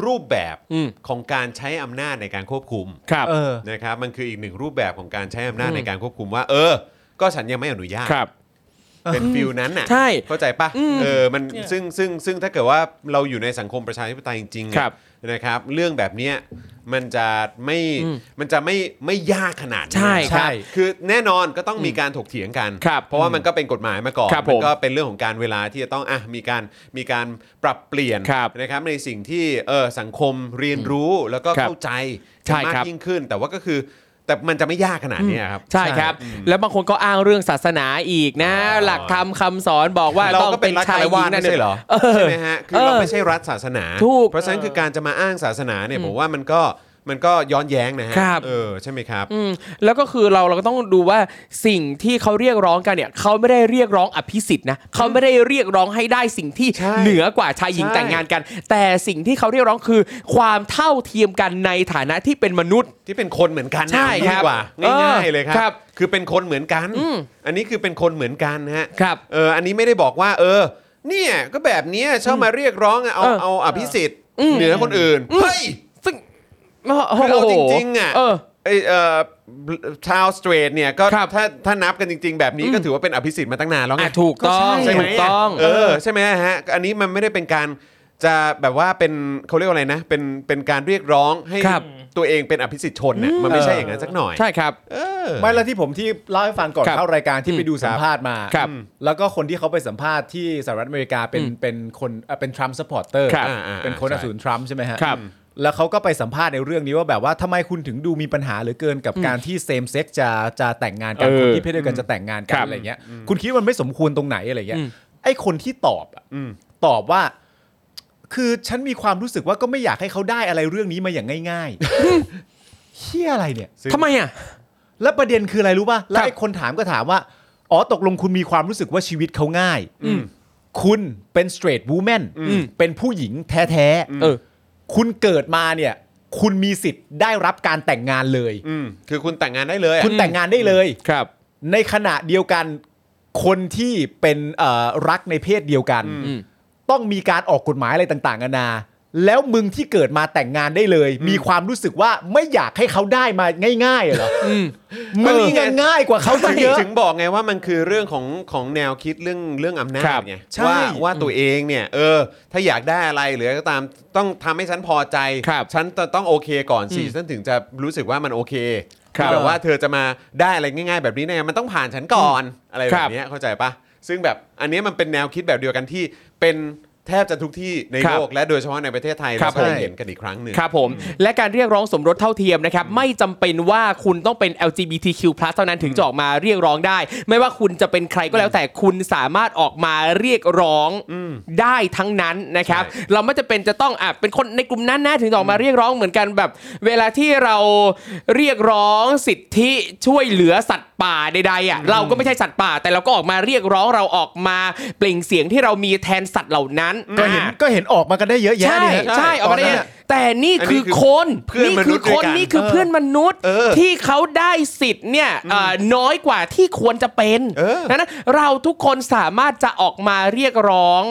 S2: รูปแบบ
S6: อืม
S2: ของการใช้อำนาจในการควบคุม
S6: ครับ
S3: เออ
S2: นะครับมันคืออีกหนึ่งรูปแบบของการใช้อำนาจ
S6: อืม
S2: ในการควบคุมว่า เออ ก็ฉันยังไม่อนุญาต
S6: ครับ
S2: เป็นฟิลนั้นน่ะ
S6: ใช่
S2: เข้าใจปะ
S6: อืม
S2: เออมัน
S5: เนี่ย
S2: ซึ่งซึ่งซึ่งถ้าเกิดว่าเราอยู่ในสังคมประชาธิปไตยจริงๆอะ
S6: ครับ
S2: นะครับ เรื่องแบบเนี้ยมันจะไม่
S6: อืม
S2: มันจะไม่ไม่ยากขนาดนี้
S6: ใช่
S2: นะครับ คือแน่นอนก็ต้องมีการถกเถียงกัน
S6: ครับ
S2: เพราะว่ามันก็เป็นกฎหมายมาก่อน
S6: ครับผม
S2: มัก็เป็นเรื่องของการเวลาที่จะต้องอ่ะมีการมีการปรับเปลี่ยน
S6: ครับ
S2: นะครับในสิ่งที่เออสังคมเรียนรู้แล้วก็
S6: ครับ
S2: เข้าใจ
S6: ใช่
S2: มาก
S6: ครับ
S2: ยิ่งขึ้น แต่ว่าก็คือแต่มันจะไม่ยากขนาดเนี้ยครับ
S6: ใช่ครับ แล้วบางคนก็อ้างเรื่องศาสนาอีกนะ
S2: อ๋อ
S6: หลักธรรมคำสอนบอกว่า
S2: เรา
S6: ต้อง
S2: ก็เป็
S6: เป็น น
S2: รัฐ
S6: ชา
S2: คาย ร
S6: หญิ
S2: วาส
S6: งนั่
S2: ไม่ใช่
S6: นเอง
S2: เหรอใช่ไหมฮะคือ
S6: เออ
S2: เราไม่ใช่รัฐศาสนา
S6: ถูก
S2: เพราะฉะนั้นคือการจะมาอ้างศาสนาเนี่ย
S6: อืม
S2: ผมว่ามันก็ มันก็ย้อนแย้งนะฮะ
S6: ครับ
S2: เออใช่ไหมครับ
S6: อืมแล้วก็คือเราเราก็ต้องดูว่าสิ่งที่เขาเรียกร้องกันเนี่ยเขาไม่ได้เรียกร้องอภิสิทธิ์นะเขาไม่ได้เรียกร้องให้ได้สิ่งที่
S2: ใช่
S6: เหนือกว่าชายหญิง
S2: ใช่
S6: แต่งงานกัน แต่สิ่งที่เขาเรียกร้องคือ ความเท่าเทียมกันในฐานะที่เป็นมนุษย์
S2: ที่เป็นคนเหมือนกันนะ
S6: ใช่ครับ
S2: ดีกว่า
S6: เออ
S2: ง่ายๆเลยค
S6: ครั
S2: รับ คือเป็นคนเหมือนกัน
S6: อืม
S2: อันนี้คือเป็นคนเหมือนกันฮะ
S6: ครับ
S2: เอออันนี้ไม่ได้บอกว่า เออ เนี่ยก็แบบเนี้ยชอบมาเรียกร้องอะเอา
S6: เออ
S2: เอาอภิสิทธิ์
S6: อืม
S2: เหนือคนอื่น
S6: อืม
S2: เฮ้ย
S6: ซึ่งโอ้โห
S2: คือเอาจริงๆอ่ะ
S6: เออ
S2: ไอเอ่อชาวสเตรทเนี่ยก็
S6: ครับ
S2: ถ้าถ้านับกันจริง ๆ แบบนี้
S6: อืม
S2: ก็ถือว่าเป็นอภิสิทธิ์มาตั้งนานแล้วไง
S6: อ่ะถูกต้อง
S2: ใช่ไหม
S6: ถูกต้อง
S2: เออใช่ไหมฮะอันนี้มันไม่ได้เป็นการจะแบบว่าเป็นเขาเรียกว่าอะไรนะ เป็นเป็นการเรียกร้องให้
S6: ครับ
S2: ตัวเองเป็นอภิสิทธิ์ชนเนี่ยมันไม่ใช่อย่างนั้นสักหน่อย
S6: ใช่ครับ
S2: เออ
S3: ไม่แล้วที่ผมที่เล่าให้ฟังก่อน
S6: ครับ
S3: เข้ารายการที่ไปดูสัมภาษณ์มา
S6: ครับ
S3: อืมแล้วก็คนที่เขาไปสัมภาษณ์ที่สหรัฐอเมริกาเป็น
S6: อืม
S3: เป็นคนเอ่อเป็นทรัมป์สปอร์เตอร์
S6: ครับ
S2: อ่าอ่า
S3: เป็นคน
S2: ใช่
S3: อสูรทรัมป์ใช่ไหมฮะ
S6: ครับ
S3: อืมแล้วเขาก็ไปสัมภาษณ์ในเรื่องนี้ว่าแบบว่าทำไมคุณถึงดูมีปัญหาเหลือเกินกับการที่เซมเซ็กจะจะแต่งงานกัน
S6: เออ
S3: คนที่เพศเดียวกันจะแต่งงานกั
S6: คนรับ
S3: อะไรเงี้ย คุณคิดว่ามันไม่สมควรตรงไหนอะไรเงี้
S6: อื
S3: ย
S6: ม
S3: ไอ้คนที่ตอบอะ
S2: อืม
S3: ตอบว่า คือฉันมีความรู้สึกว่าก็ไม่อยากให้เขาได้อะไรเรื่องนี้มาอย่างง่ายๆ เฮียอะไรเนี่ย
S6: ทำไมอ่ะ
S3: แล้วประเด็นคืออะไรรู้ป่ะ แล้ว
S6: ครับ
S3: ไอ้คนถามก็ถามว่า อ๋อตกลงคุณมีความรู้สึกว่าชีวิตเขาง่าย คุณเป็นสเตรทวูแมน
S6: อืม
S3: เป็นผู้หญิงแท้
S6: เออ
S3: ๆ คุณเกิดมาเนี่ย คุณมีสิทธิ์ได้รับการแต่งงานเลย
S2: อืมคือคุณแต่งงานได้เลยอะ
S3: คุณแต่งงานได้เลย
S6: ครับ
S3: ในขณะเดียวกันคนที่เป็นเอ่อรักในเพศเดียวกัน
S6: อืม
S3: ต้องมีการออกกฎหมายอะไรต่างๆนานา แล้วมึงที่เกิดมาแต่งงานได้เลย มีความรู้สึกว่าไม่อยากให้เขาได้มาง่ายๆเหรอ
S6: อืม
S3: มึงยังง่ายกว่าเขา
S2: ถึ
S3: ตั้
S2: ง
S3: งเยอะ
S2: ถึงบอกไงว่ามันคือเรื่องของของแนวคิดเรื่องเรื่องอำนาจ
S6: ครับ
S2: ไง
S3: ใช่
S2: ว่าว่าตัวเองเนี่ย เออ ถ้าอยากได้อะไรหรืออะไรก็ตามต้องทำให้ฉันพอใจ
S6: ครับ
S2: ฉันต้องโอเคก่อนสิฉันถึงจะรู้สึกว่ามันโอเค
S6: ครับ
S2: แบบว่าเธอจะมาได้อะไรง่าย ๆ แบบนี้เนี่ยมันต้องผ่านฉันก่อนอะไร
S6: ค
S2: แบ
S6: รั
S2: บบ เนี้ยเข้าใจปะซึ่งแบบอันเนี้ยมันเป็นแนวคิดแบบเดียวกันที่เป็นแทบจะทุกที่ใน
S6: ครับ
S2: โลกและโดยเฉพาะในประเทศไทย
S6: ครั
S2: เรา
S6: บ
S2: เคยเห็นกันอีกครั้งหนึ่ง
S6: ครับผมและการเรียกร้องสมรสเท่าเทียมนะครับไม่จำเป็นว่าคุณต้องเป็น LGBTQ+ เท่านั้นถึงจะออกมาเรียกร้องได้ ไม่ว่าคุณจะเป็นใครก็แล้วแต่คุณสามารถออกมาเรียกร้องได้ทั้งนั้นนะครับ
S2: ใช่
S6: เราไม่จำเป็นจะต้องอ่ะเป็นคนในกลุ่มนั้นนะถึงจะออกมาเรียกร้องเหมือนกันแบบ เวลาที่เราเรียกร้องสิทธิช่วยเหลือสัตว์ป่าใดๆอ่ะเราก็ไม่ใช่สัตว์ป่า แต่เราก็ออกมาเรียกร้องเราออกมาเปล่งเสียงที่เรามีแทนสัตว์เหล่านั้น
S3: ก็เห็น
S6: อ่ะ
S3: ก็เห็นออกมากันได้เยอะแยะ
S6: ใช่
S3: นี่นะ
S6: ใช่ออกมาได้
S3: ตน
S6: ไง
S3: นั้น
S6: แต่นี่
S2: อันนี้
S6: คือ
S2: คือ
S6: คน
S2: เพื่อนมนุ
S6: คื
S2: ษย์ด้
S6: ค
S2: วย
S6: น
S2: กัน
S6: นี่คือเพื่อนมนุษย์
S2: เออ
S6: ที่เขาได้สิทธิ์เนี่ยเอ่อน้อยกว่าที่ควรจะเป็น
S2: เออ
S6: ดังนั้นเราทุกคนสามารถจะออกมาเรียกร้อง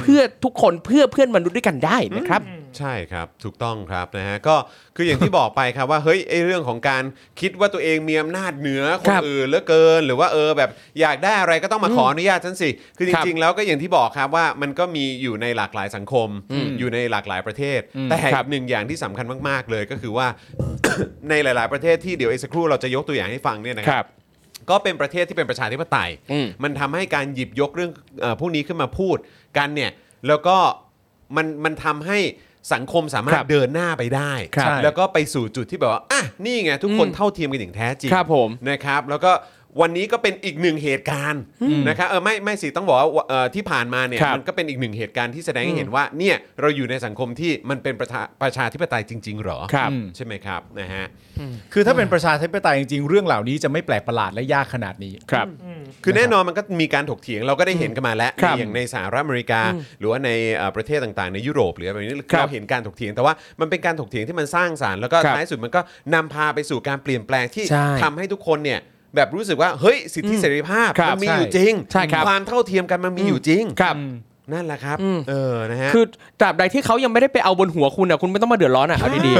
S6: เพื่อทุกคนเพื่อเพื่อนมนุษย์ด้วยกันได้นะครับ
S2: ใช่ครับถูกต้องครับนะฮะก็คืออย่างที่ บอกไปครับว่าเฮ้ยไอเรื่องของการคิดว่าตัวเองมีอำนาจเหนือค
S6: ครั
S2: น
S6: บ
S2: อื่นเหลือเกิน หรือว่าเออแบบอยากได้อะไรก็ต้องมาขออนุญาตฉันสิคือจ
S6: ครับ
S2: ริงๆแล้วก็อย่างที่บอกครับว่ามันก็มีอยู่ในหลากหลายสังคม อยู่ในหลากหลายประเทศ แต่
S6: ครั
S2: อี
S6: บ
S2: กหนึ่งอย่างที่สำคัญมากๆเลยก็คือว่า ในหลาย ๆประเทศที่เดี๋ยวไอ้สักครู่เราจะยกตัวอย่างให้ฟังเนี่ยนะครับ ก็เป็นประเทศที่เป็นประชาธิปไตย
S6: อืม
S2: มันทำให้การหยิบยกเรื่องเออพวกนี้ขึ้นมาพูดกันเนี่ย แล้วก็มันมันทำให้สังคมสามาร
S6: ค
S2: ถ
S6: รับ
S2: เดินหน้าไปได้
S6: ครับ
S2: แล้วก็ไปสู่จุดที่แบบว่า อ่ะ นี่ไง ทุกคน
S6: อืม
S2: เท่าเทียมกันอย่างแท้จริง
S6: ครับผม
S2: นะครับ แล้วก็วันนี้ก็เป็นอีกหนึ่งเหตุการณ์นะครับ เออ ไม่ ไม่สิ ต้องบอกว่าเอ่อที่ผ่านมาเนี่ย
S6: ครับ
S2: มันก็เป็นอีกหนึ่งเหตุการณ์ที่แสดงให้เห็นว่า เนี่ย เราอยู่ในสังคมที่มันเป็นประชาประชาธิปไตยจริง ๆ หรอ
S6: ครับ
S3: อืม
S2: ใช่ไหมครับ นะฮะ
S3: คือถ้าเป็นประชาธิปไตยจริงๆ เรื่องเหล่านี้จะไม่แปลกประหลาดและยากขนาดนี้
S6: ครับ
S5: อืม
S2: คือแน่นอนมันก็มีการถกเถียงเราก็ได้เห็นกันมาแล้ว
S6: ครับ
S2: ในอย่างในสหรัฐอเมริกา หรือว่าในเอ่อประเทศต่างๆ ในยุโรปหรืออะไรแบบนี้
S6: ครับ
S2: เราเห็นการถกเถียงแต่ว่ามันเป็นการถกเถียงที่มันสร้างสารรค์แล้วก็
S6: ครับ
S2: ท้ายสุดมันก็นำพาไปสู่การเปลี่ยนแปลงที่
S6: ใช่
S2: ทำให้ทุกคนเนี่ยแบบรู้สึกว่าเฮ้ยสิทธิเสรีภาพ
S6: ครับ
S2: มัมีอยู่จริง
S6: ใช่ครับ
S2: ความเท่าเทียมกันมันมีอยู่จริง
S6: ครับ
S2: นั่นแหละครับ
S6: อืม
S2: เออนะฮะ
S6: คือตราบใดที่เขายังไม่ได้ไปเอาบนหัวคุณอ่ะคุณไม่ต้องมาเดือดร้อนอ่ะเอาดี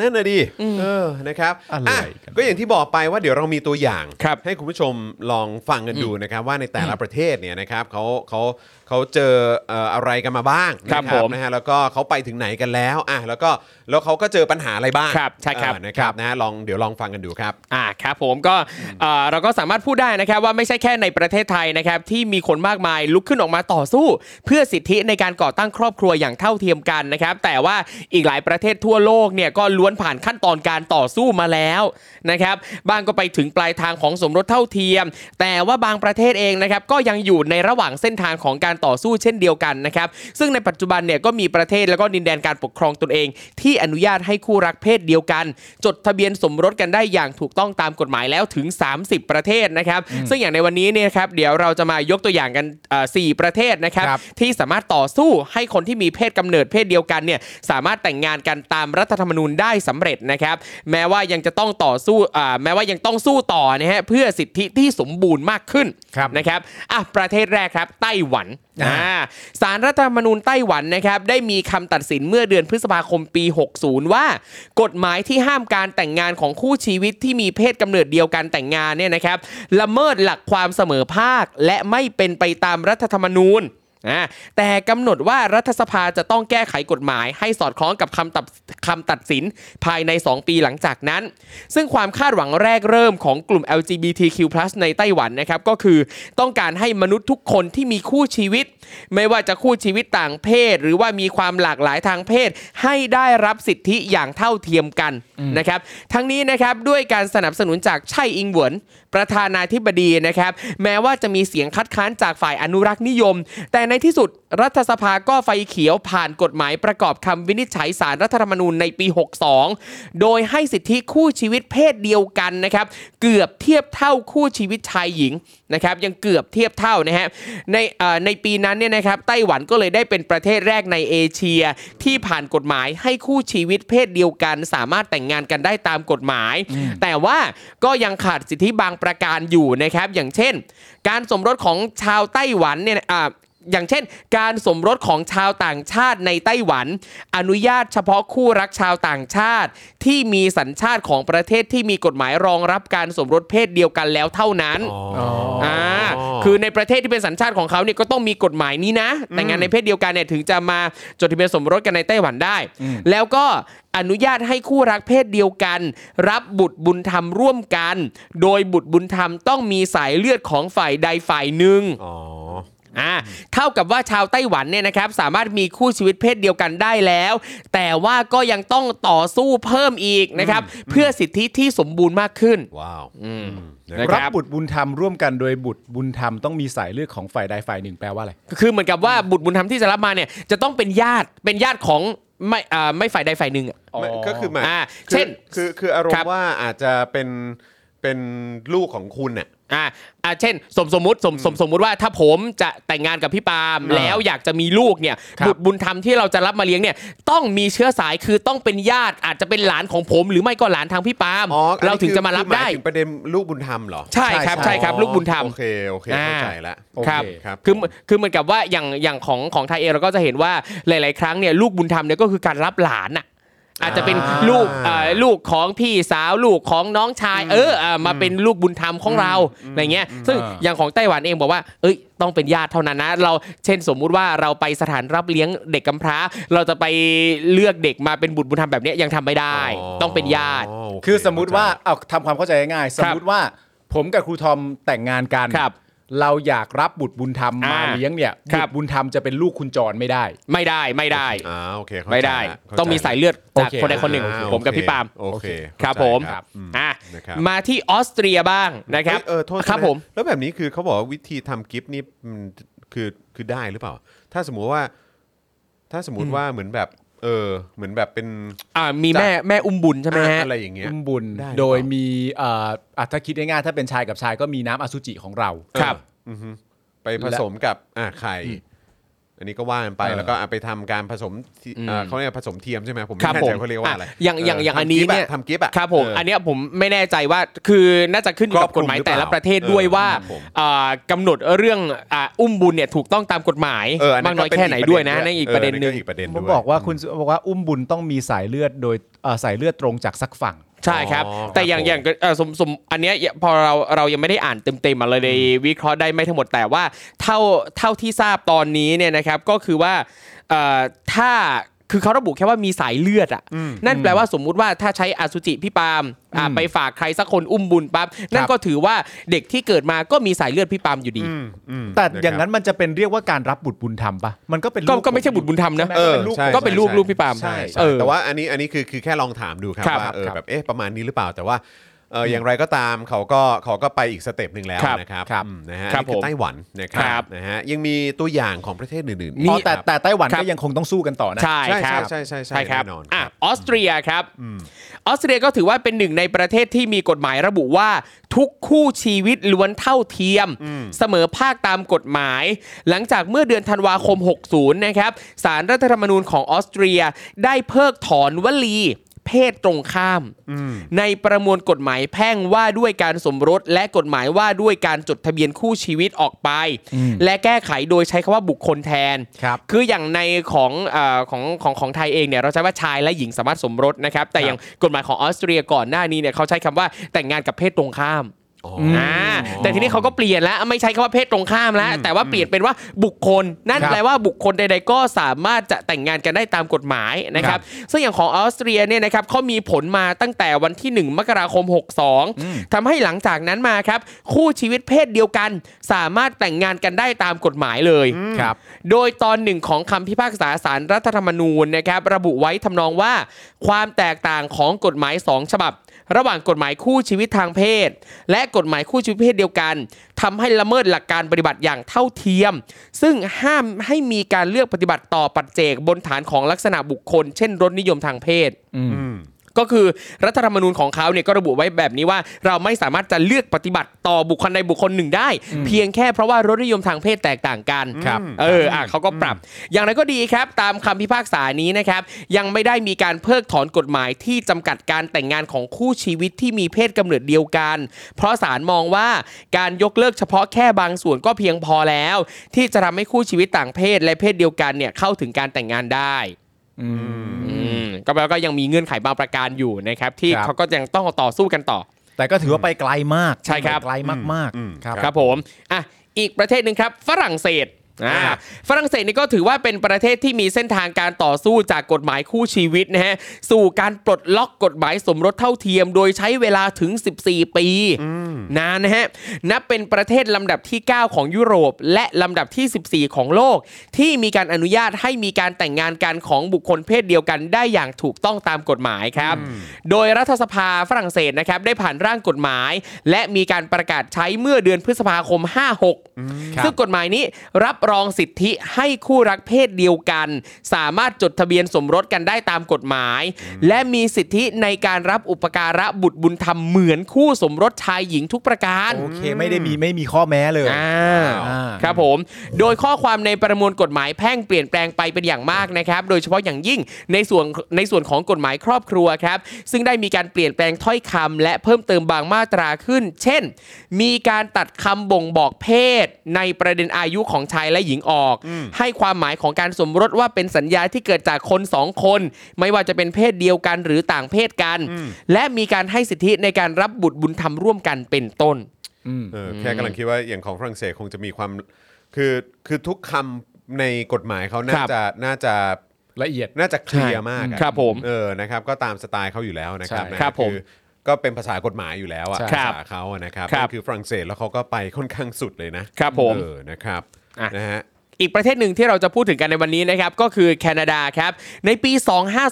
S2: นั่นน่ะดิเออนะครับ
S3: อะไร
S2: อ่ะ
S3: กัน
S2: ก็อย่างที่บอกไปว่าเดี๋ยวเรามีตัวอย่าง
S6: ครับ
S2: ให้คุณผู้ชมลองฟังกันดูนะครับว่าในแต่ละประเทศเนี่ยนะครับเขาเขาเขาเจอเอ่ออะไรกันมาบ้างนะครับ
S6: ผม
S2: นะฮะแล้วก็เขาไปถึงไหนกันแล้วอ่ะแล้วก็แล้วเขาก็เจอปัญหาอะไรบ้าง
S6: ครับใช่ครับ
S2: เออนะครับนะฮะลองเดี๋ยวลองฟังกันดูครับ
S6: อ่าครับผมก็เอ่อเราก็สามารถพูดได้นะครับว่าไม่ใช่แค่ในประเทศไทยนะครับที่มีคนมากมายลุกขึ้นออกมาต่อสู้ เพื่อสิทธิในการก่อตั้งครอบครัวอย่างเท่าเทียมกันนะครับแต่ว่าอีกหลายประเทศทั่วโลกเนี่ยก็ ล้วนผ่านขั้นตอนการต่อสู้มาแล้วนะครับบางก็ไปถึงปลายทางของสมรสเท่าเทียม แต่ว่าบางประเทศเองนะครับก็ยังอยู่ในระหว่างเส้นทางของการต่อสู้เช่นเดียวกันนะครับซึ่งในปัจจุบันเนี่ยก็มีประเทศแล้วก็ดินแดนการปกครองตนเอง ที่อนุญาตให้คู่รักเพศเดียวกัน จดทะเบียนสมรสกันได้อย่างถูกต้องตามกฎหมายแล้วถึง 30 ประเทศนะครับ ซึ่งอย่างในวันนี้เนี่ยครับเดี๋ยวเราจะมายกตัวอย่างกันเอ่อสี่ประเทศนะครับ
S3: ครับ
S6: ที่สามารถต่อสู้ให้คนที่มีเพศกำเนิดเพศเดียวกันเนี่ยสามารถแต่งงานกันตามรัฐธรรมนูญได้สำเร็จนะครับ แม้ว่ายังจะต้องต่อสู้อ่าแม้ว่ายังต้องสู้ต่อนะฮะเพื่อสิทธิที่สมบูรณ์มากขึ้น
S3: ครับ
S6: นะครับอ่ะประเทศแรกครับไต้หวัน
S3: อ่า
S6: อ่าสารรัฐธรรมนูญไต้หวันนะครับได้มีคำตัดสินเมื่อเดือนพฤษภาคมปี 60 ว่า กฎหมายที่ห้ามการแต่งงานของคู่ชีวิตที่มีเพศกำเนิดเดียวกันแต่งงานเนี่ยนะครับละเมิดหลักความเสมอภาค และไม่เป็นไปตามรัฐธรรมนูญอ่าแต่กำหนดว่ารัฐสภาจะต้องแก้ไขกฎหมาย ให้สอดคล้องกับคำตัดคำตัดสินภายใน 2 ปีหลังจากนั้น ซึ่งความคาดหวังแรกเริ่มของกลุ่ม LGBTQ+ ในไต้หวันนะครับก็คือต้องการให้มนุษย์ทุกคนที่มีคู่ชีวิต ไม่ว่าจะคู่ชีวิตต่างเพศ หรือว่ามีความหลากหลายทางเพศ ให้ได้รับสิทธิอย่างเท่าเทียมกันนะครับทั้งนี้นะครับด้วยการสนับสนุนจากไช่อิงเหวินประธานาธิบดีนะครับแม้ว่าจะมีเสียงคัดค้านจากฝ่ายอนุรักษ์นิยม แต่ในที่สุดรัฐสภาก็ไฟเขียวผ่านกฎหมายประกอบคำวินิจฉัยสารรัฐธรรมนูญในปี 62 โดยให้สิทธิคู่ชีวิตเพศเดียวกันนะครับ เกือบเทียบเท่าคู่ชีวิตชายหญิงนะครับ ยังเกือบเทียบเท่านะฮะในเอ่อในปีนั้นเนี่ยนะครับไต้หวันก็เลยได้เป็นประเทศแรกในเอเชีย ที่ผ่านกฎหมายให้คู่ชีวิตเพศเดียวกัน สามารถแต่งงานกันได้ตามกฎหมาย แต่ว่าก็ยังขาดสิทธิบางประการอยู่นะครับ อย่างเช่น การสมรสของชาวไต้หวันเนี่ยอ่า อย่างเช่น การสมรสของชาวต่างชาติในไต้หวัน อนุญาตเฉพาะคู่รักชาวต่างชาติ ที่มีสัญชาติของประเทศที่มีกฎหมายรองรับการสมรสเพศเดียวกันแล้วเท่านั้นอ่าคือในประเทศที่เป็นสัญชาติของเขาเนี่ยก็ต้องมีกฎหมายนี้นะ แต่งงานในเพศเดียวกันเนี่ยถึงจะมาจดทะเบียนสมรสกันในไต้หวันได้ แล้วก็อนุญาตให้คู่รักเพศเดียวกัน รับบุตรบุญธรรมร่วมกัน โดยบุตรบุญธรรมต้องมีสายเลือดของฝ่ายใดฝ่ายหนึ่ง
S2: อ๋อ
S6: อ่าเท่ากับว่าชาวไต้หวันเนี่ยนะครับสามารถมีคู่ชีวิตเพศเดียวกันได้แล้ว แต่ว่าก็ยังต้องต่อสู้เพิ่มอีกนะครับ เพื่อสิทธิที่สมบูรณ์มากขึ้น
S2: ว้าว
S6: อืม
S2: นะค
S3: รั
S2: รั
S3: บบ บุตรบุญธรรมร่วมกันโดยบุตรบุญธรรมต้องมีสายเลือดของฝ่ายใดฝ่ายหนึ่งแปลว่าอะไร
S6: คือเหมือนกับว่าบุตรบุญธรรมที่จะรับมาเนี่ยจะต้องเป็นญาติเป็นญาติของไม่อ่าไม่ฝ่ายใดฝ่ายหนึ่งอะ
S2: ไม่ก็คือหมาย
S6: อ่า
S2: คือ
S6: เช่น
S2: คือคืออารม
S6: ครับ
S2: ณ์ว่าอาจจะเป็นเป็นลูกของคุณเนี่ย
S6: อ่าอ่าเช่น สมสมมติสมสมสมมติว่าถ้าผมจะแต่งงานกับพี่ปาล์ม
S2: อ่า
S6: แล้วอยากจะมีลูกเนี่ย
S3: ครับ
S6: บุตรบุญธรรมที่เราจะรับมาเลี้ยงเนี่ยต้องมีเชื้อสายคือต้องเป็นญาติอาจจะเป็นหลานของผม หรือไม่ก็หลานทางพี่ปาล์ม
S2: อ๋ออันนี้
S6: เราถึงจะมารับ
S2: คือหย
S6: ได้
S2: ถึงประเด็นลูกบุญธรรมเหรอ
S6: ใช่ครับใช่ครับ
S2: อ๋อ
S6: ลูกบุญธรรม
S2: โอเคโอเคเข้าใจละ
S3: โอ
S6: ครับ
S3: เค
S2: ครับ
S6: คือคือเหมือนกับว่าอย่างอย่างของของไทยเองเราก็จะเห็นว่าหลาย ๆ ครั้งเนี่ยลูกบุญธรรมเนี่ยก็คือการรับหลานอ่ะอาจจะเป็นลูกเอ่อลูกของพี่สาวลูกของน้องชาย เออเอ่อมาเป็นลูกบุญธรรมของเราอะไรเงี้ยซึ่ง
S3: อ่า
S6: อย่างของไต้หวันเองบอกว่า เอ้ยต้องเป็นญาติเท่านั้นนะเราเช่นสมมุติว่าเราไปสถานรับเลี้ยงเด็กกำพร้า เราจะไปเลือกเด็กมาเป็นบุตรบุญธรรมแบบเนี้ยยังทำไม่ได้ ต้องเป็นญาติ
S2: โเ
S3: คือสมมุติว่าเอาทำความเข้าใจง่ายๆสมมุติว่าผมกับครูทอมแต่งงานกัน
S6: ครับ
S3: เราอยากรับบุตรบุญธรรม
S6: อ่าม
S3: มาเลี้ยงเนี่ย
S6: ครั
S3: บุ
S6: บ
S3: ตรบุญธรรมจะเป็นลูกคุณจรไม่ได้
S6: ไม่ได้ไม่ได้
S2: อ่าโอเคเข้าใจ
S6: ไม่ได้
S2: ละเข้าใจ
S6: ต้องมีสาย
S2: ละ
S6: เลือดจาก
S3: โอเค
S6: คนใดคนหนึ่ง
S2: อ่า
S6: ผมกับ
S2: โอเค
S6: พี่ปาล์ม
S2: โอเค
S6: ครับ
S2: เข้าใจ
S6: ผม
S2: ครับ
S6: อ่ะ
S2: นะครับ
S6: มาที่ออสเตรียบ้างนะครับ
S2: เอ้ยเออโทษ
S6: ครับ
S2: นะ
S6: ผม
S2: แล้วแบบนี้คือเขาบอกว่าวิธีทำกิฟต์นี่มันคือคือได้หรือเปล่า ถ้าสมมุติว่า ถ้าสมมุติว่าเหมือนแบบ เออ เหมือนแบบเป็น
S6: อ่ามีแม่แม่อุ้มบุญใช่ไหมฮะ
S2: อะไรอย่างเงี้ย
S3: อุ้มบุญ
S2: ได้หรือเปล่า
S3: โดยมีเอ่ออ่ะถ้าคิดง่ายๆถ้าเป็นชายกับชายก็มีน้ำอสุจิของเรา
S6: ครับ
S2: อือฮึไปผสมกับอ่าไข่อันนี้ก็ว่ากันไป
S3: เออ
S2: แล้วก็เอาไปทำการผสมที่
S6: อืม
S2: อ่าเขาเรียกผสมเทียมใช่ไหมผม
S6: ครั
S2: ไม่
S6: บ
S2: แน่ใจ
S6: ผม
S2: เขาเรียกว่าอะไร
S6: อย่างอย่างอย่าง
S2: ทำ
S6: อันนี้
S2: กิฟต์ะ
S6: เนี่ย
S2: ทำกิฟต์อะ
S6: ครับผม อัน
S2: เ
S6: เนี้ยผมไม่แน่ใจว่าคือน่าจะขึ้นอยู่
S2: คร
S6: กับ
S2: อบคลุ
S6: ก
S2: ม
S6: ฎหมา
S2: ห
S6: ย
S2: รือเป
S6: แต่
S2: ล่า
S6: ละประเทศด้วยว่า
S2: เออครับผม
S6: อ่ากำหนดเรื่องอ่าอุ้มบุญเนี่ยถูกต้องตามกฎหมาย
S2: เอออันนั้
S6: มาก
S2: น
S6: น้อย
S2: ก็เป็
S6: แค่ไหน
S2: อีก
S6: ด้วยนะ
S2: ประเด็นเออ
S6: นั่นอีกประเด็นหนึ่ง
S2: ก็อีกประเด็น
S3: ผม
S2: ด้วย
S3: บอกว่าคุณบอกว่าอุ้มบุญต้องมีสายเลือดโดยเอ่อสายเลือดตรงจากสักฝั่ง
S6: ใช่ครับ
S2: อ๋อ
S6: แต่อย่าง
S2: ครับผม
S6: อย่างเอ่อสมสมอันเนี้ยพอเราเรายังไม่ได้อ่านเต็มๆมาเลยในวิเคราะห์ได้ไม่ทั้งหมดแต่ว่าเท่าเท่าที่ทราบตอนนี้เนี่ยนะครับก็คือว่าเอ่อถ้า คือเขาระบุแค่ว่ามีสายเลือดอ่ะนั่นแปลว่าสมมุติว่าถ้าใช้อสุจิพี่ปาล์มอ่ะ
S3: อืม
S6: ไปฝากใครสักคนอุ้มบุญปั๊บนั่นก็ถือว่าเด็กที่เกิดมาก็มีสายเลือดพี่ปาล์มอยู่ดี
S2: อืมอืม
S3: แต่อย่างนั้
S2: ะครั
S3: นมันจะเป็นเรียกว่าการรับบุตรบุญธรรมปะมันก็เป็น
S6: ก็
S3: ลู
S6: ก็ไม่ใช่บุตรบุญธรรมนะ
S3: ใช่ไห
S2: เออ
S3: ป็ลูก
S2: ใช่
S6: ก็เป็นลูก
S2: ใช่
S6: ลูกพี่ปาล์ม
S2: บใช่
S6: เอ
S2: ใช่
S6: อ
S2: แต่ว่าอันนี้อันนี้คือคือแค่ลองถามดูครับ
S6: ครับ
S2: ว่าเออ
S3: ครับ
S2: แบบเอ๊ะประมาณนี้หรือเปล่าแต่ว่าเอออย่างไรก็ตามเขาก็เขาก็ไปอีกสเต็ปหนึ่งแล้ว
S6: ครับ
S2: นะครับ
S3: ครับ
S2: อืมนะฮะ
S6: ครับ
S2: นี่คือไต้หวันนะค
S6: ครั
S2: รับบ นะฮะยังมีตัวอย่างของประเทศอื่นๆ
S6: นี่
S3: อ๋อ
S2: อีก
S3: แต่
S2: ครับ
S3: แต่ไต้หวัน
S6: ครับ
S3: ก็ยังคงต้องสู้กันต่อนะ
S6: ใช่ค
S2: ใช่
S6: รับ
S2: ใช่ใช่ใช่
S6: ใช่ครับ
S2: แน่นอน
S6: อ่ะ
S2: ครับ
S6: ออสเตรียครับ ออสเตรียก็ถือว่าเป็นหนึ่งในประเทศที่มีกฎหมายระบุว่า ทุกคู่ชีวิตล้วนเท่าเทียม เสมอภาคตามกฎหมาย หลังจากเมื่อเดือนธันวาคม 60 นะครับสารรัฐธรรมนูญของออสเตรียได้เพิกถอนวลี เพศตรงข้าม ในประมวลกฎหมายแพ่งว่าด้วยการสมรส และกฎหมายว่าด้วยการจดทะเบียนคู่ชีวิตออกไป และแก้ไขโดยใช้คำว่าบุคคลแทน
S3: ครับ
S6: คืออย่างในของเออของของของไทยเองเนี่ยเราใช้ว่าชายและหญิงสามารถสมรสนะครับ แต่อย่างกฎหมายของออสเตรียก่อนหน้านี้เนี่ยเขาใช้คำว่าแต่งงานกับเพศตรงข้าม
S2: อ๋ออ
S6: อ่าแต่ทีนี้เขาก็เปลี่ยนแล้วไม่ใช้คำว่าเพศตรงข้ามแล้ว แต่ว่าเปลี่ยนเป็นว่าบุคคล นั่น
S3: ครับ
S6: แปลว่าบุคคลใดๆ ก็สามารถจะแต่งงานกันได้ตามกฎหมายนะครับ ซึ่งอย่างของออสเตรียเนี่ยนะครับเขามีผลมาตั้งแต่วันที่ 1 มกราคม 62ทำให้หลังจากนั้นมาครับคู่ชีวิตเพศเดียวกัน สามารถแต่งงานกันได้ตามกฎหมายเลย
S3: ครับ
S6: โดยตอนหนึ่งของคำพิพากษาสารรัฐธรรมนูญนะครับระบุไว้ทำนองว่า ความแตกต่างของกฎหมาย 2 ฉบับ ระหว่างกฎหมายคู่ชีวิตทางเพศ และกฎหมายคู่ชีวิตเพศเดียวกันทำให้ละเมิดหลักการปฏิบัติอย่างเท่าเทียม ซึ่งห้ามให้มีการเลือกปฏิบัติต่อปัจเจกบนฐานของลักษณะบุคคล เช่นรสนิยมทางเพศ ก็คือรัฐธรรมนูญของเขาเนี่ยก็ระบุไว้แบบนี้ว่าเราไม่สามารถจะเลือกปฏิบัติต่อบุคคลใดบุคคลหนึ่งได้ เพียงแค่เพราะว่ารสนิยมทางเพศแตกต่างกัน
S2: ครับ
S6: เอออ่ะเขาก็ปรับ อย่างไรก็ดีครับ ตามคำพิพากษานี้นะครับ ยังไม่ได้มีการเพิกถอนกฎหมายที่จำกัดการแต่งงานของคู่ชีวิตที่มีเพศกำเนิดเดียวกัน เพราะศาลมองว่าการยกเลิกเฉพาะแค่บางส่วนก็เพียงพอแล้ว ที่จะทำให้คู่ชีวิตต่างเพศและเพศเดียวกันเนี่ยเข้าถึงการแต่งงานได้ อืมก็แปลว่าก็ยังมีเงื่อนไขบางประการอยู่นะครับ ที่
S3: ครับ
S6: เขาก็ยังต้องต่อสู้กันต่อ
S3: แต่ก็ถือว่าไปไกลมาก
S6: ใช่ครับ
S3: ไปไกลมาก
S2: อืม
S3: ๆครับ
S6: ครับผมอ่ะอีกประเทศหนึ่งครับ ฝรั่งเศสอ่าฝรั่งเศสนี่ก็ถือว่าเป็นประเทศที่มีเส้นทางการต่อสู้จากกฎหมายคู่ชีวิตนะฮะสู่การปลดล็อกกฎหมายสมรสเท่าเทียม โดยใช้เวลาถึง 14 ปี นานนะฮะนับเป็นประเทศลำดับที่ 9 ของยุโรป และลำดับที่ 14 ของโลก ที่มีการอนุญาตให้มีการแต่งงานกันของบุคคลเพศเดียวกันได้อย่างถูกต้องตามกฎหมายครับ โดยรัฐสภาฝรั่งเศสนะครับได้ผ่านร่างกฎหมาย และมีการประกาศใช้เมื่อเดือนพฤษภาคม
S3: ครับ
S6: 56 ซึ่งกฎหมายนี้รับรองสิทธิให้คู่รักเพศเดียวกัน สามารถจดทะเบียนสมรสกันได้ตามกฎหมาย และมีสิทธิในการรับอุปการะบุตรบุญธรรมเหมือนคู่สมรสชายหญิงทุกประการ
S3: โอเคไม่ได้มีไม่มีข้อแม้เลย
S6: อ่
S3: อ่า
S6: าครับผม โดยข้อความในประมวลกฎหมายแพ่งเปลี่ยนแปลงไปเป็นอย่างมากนะครับ โดยเฉพาะอย่างยิ่งในส่วนในส่วนของกฎหมายครอบครัวครับ ซึ่งได้มีการเปลี่ยนแปลงถ้อยคำและเพิ่มเติมบางมาตราขึ้น เช่น มีการตัดคำบ่งบอกเพศ ในประเด็นอายุของชายและหญิงออก ให้ความหมายของการสมรสว่าเป็นสัญญาที่เกิดจากคนสองคน ไม่ว่าจะเป็นเพศเดียวกันหรือต่างเพศกัน และมีการให้สิทธิในการรับบุตรบุญธรรมร่วมกันเป็นต้น
S2: เออแค่กำลังคิดว่าอย่างของฝรั่งเศสคงจะมีความคือคือทุกคำในกฎหมายเขาน่า
S6: ครับ
S2: จะน่าจะ
S3: ละเอียด
S2: น่าจะเคลียร์มากอะ
S6: ครับผม
S2: เออนะครับก็ตามสไตล์เขาอยู่แล้วนะครับ
S3: ใช่
S2: นะครับ
S6: ผม
S2: อก็เป็นภาษากฎหมายอยู่แล้วอะ
S3: ใช่
S2: ภาษาเขาอะนะครับ
S6: ครับ
S2: นั่นคือฝรั่งเศสแล้วเขาก็ไปค่อนข้างสุดเลยนะครับ
S6: ผม
S2: เออนะครับนะฮะ
S6: อีกประเทศหนึ่งที่เราจะพูดถึงกันในวันนี้นะครับ ก็คือแคนาดาครับ ในปี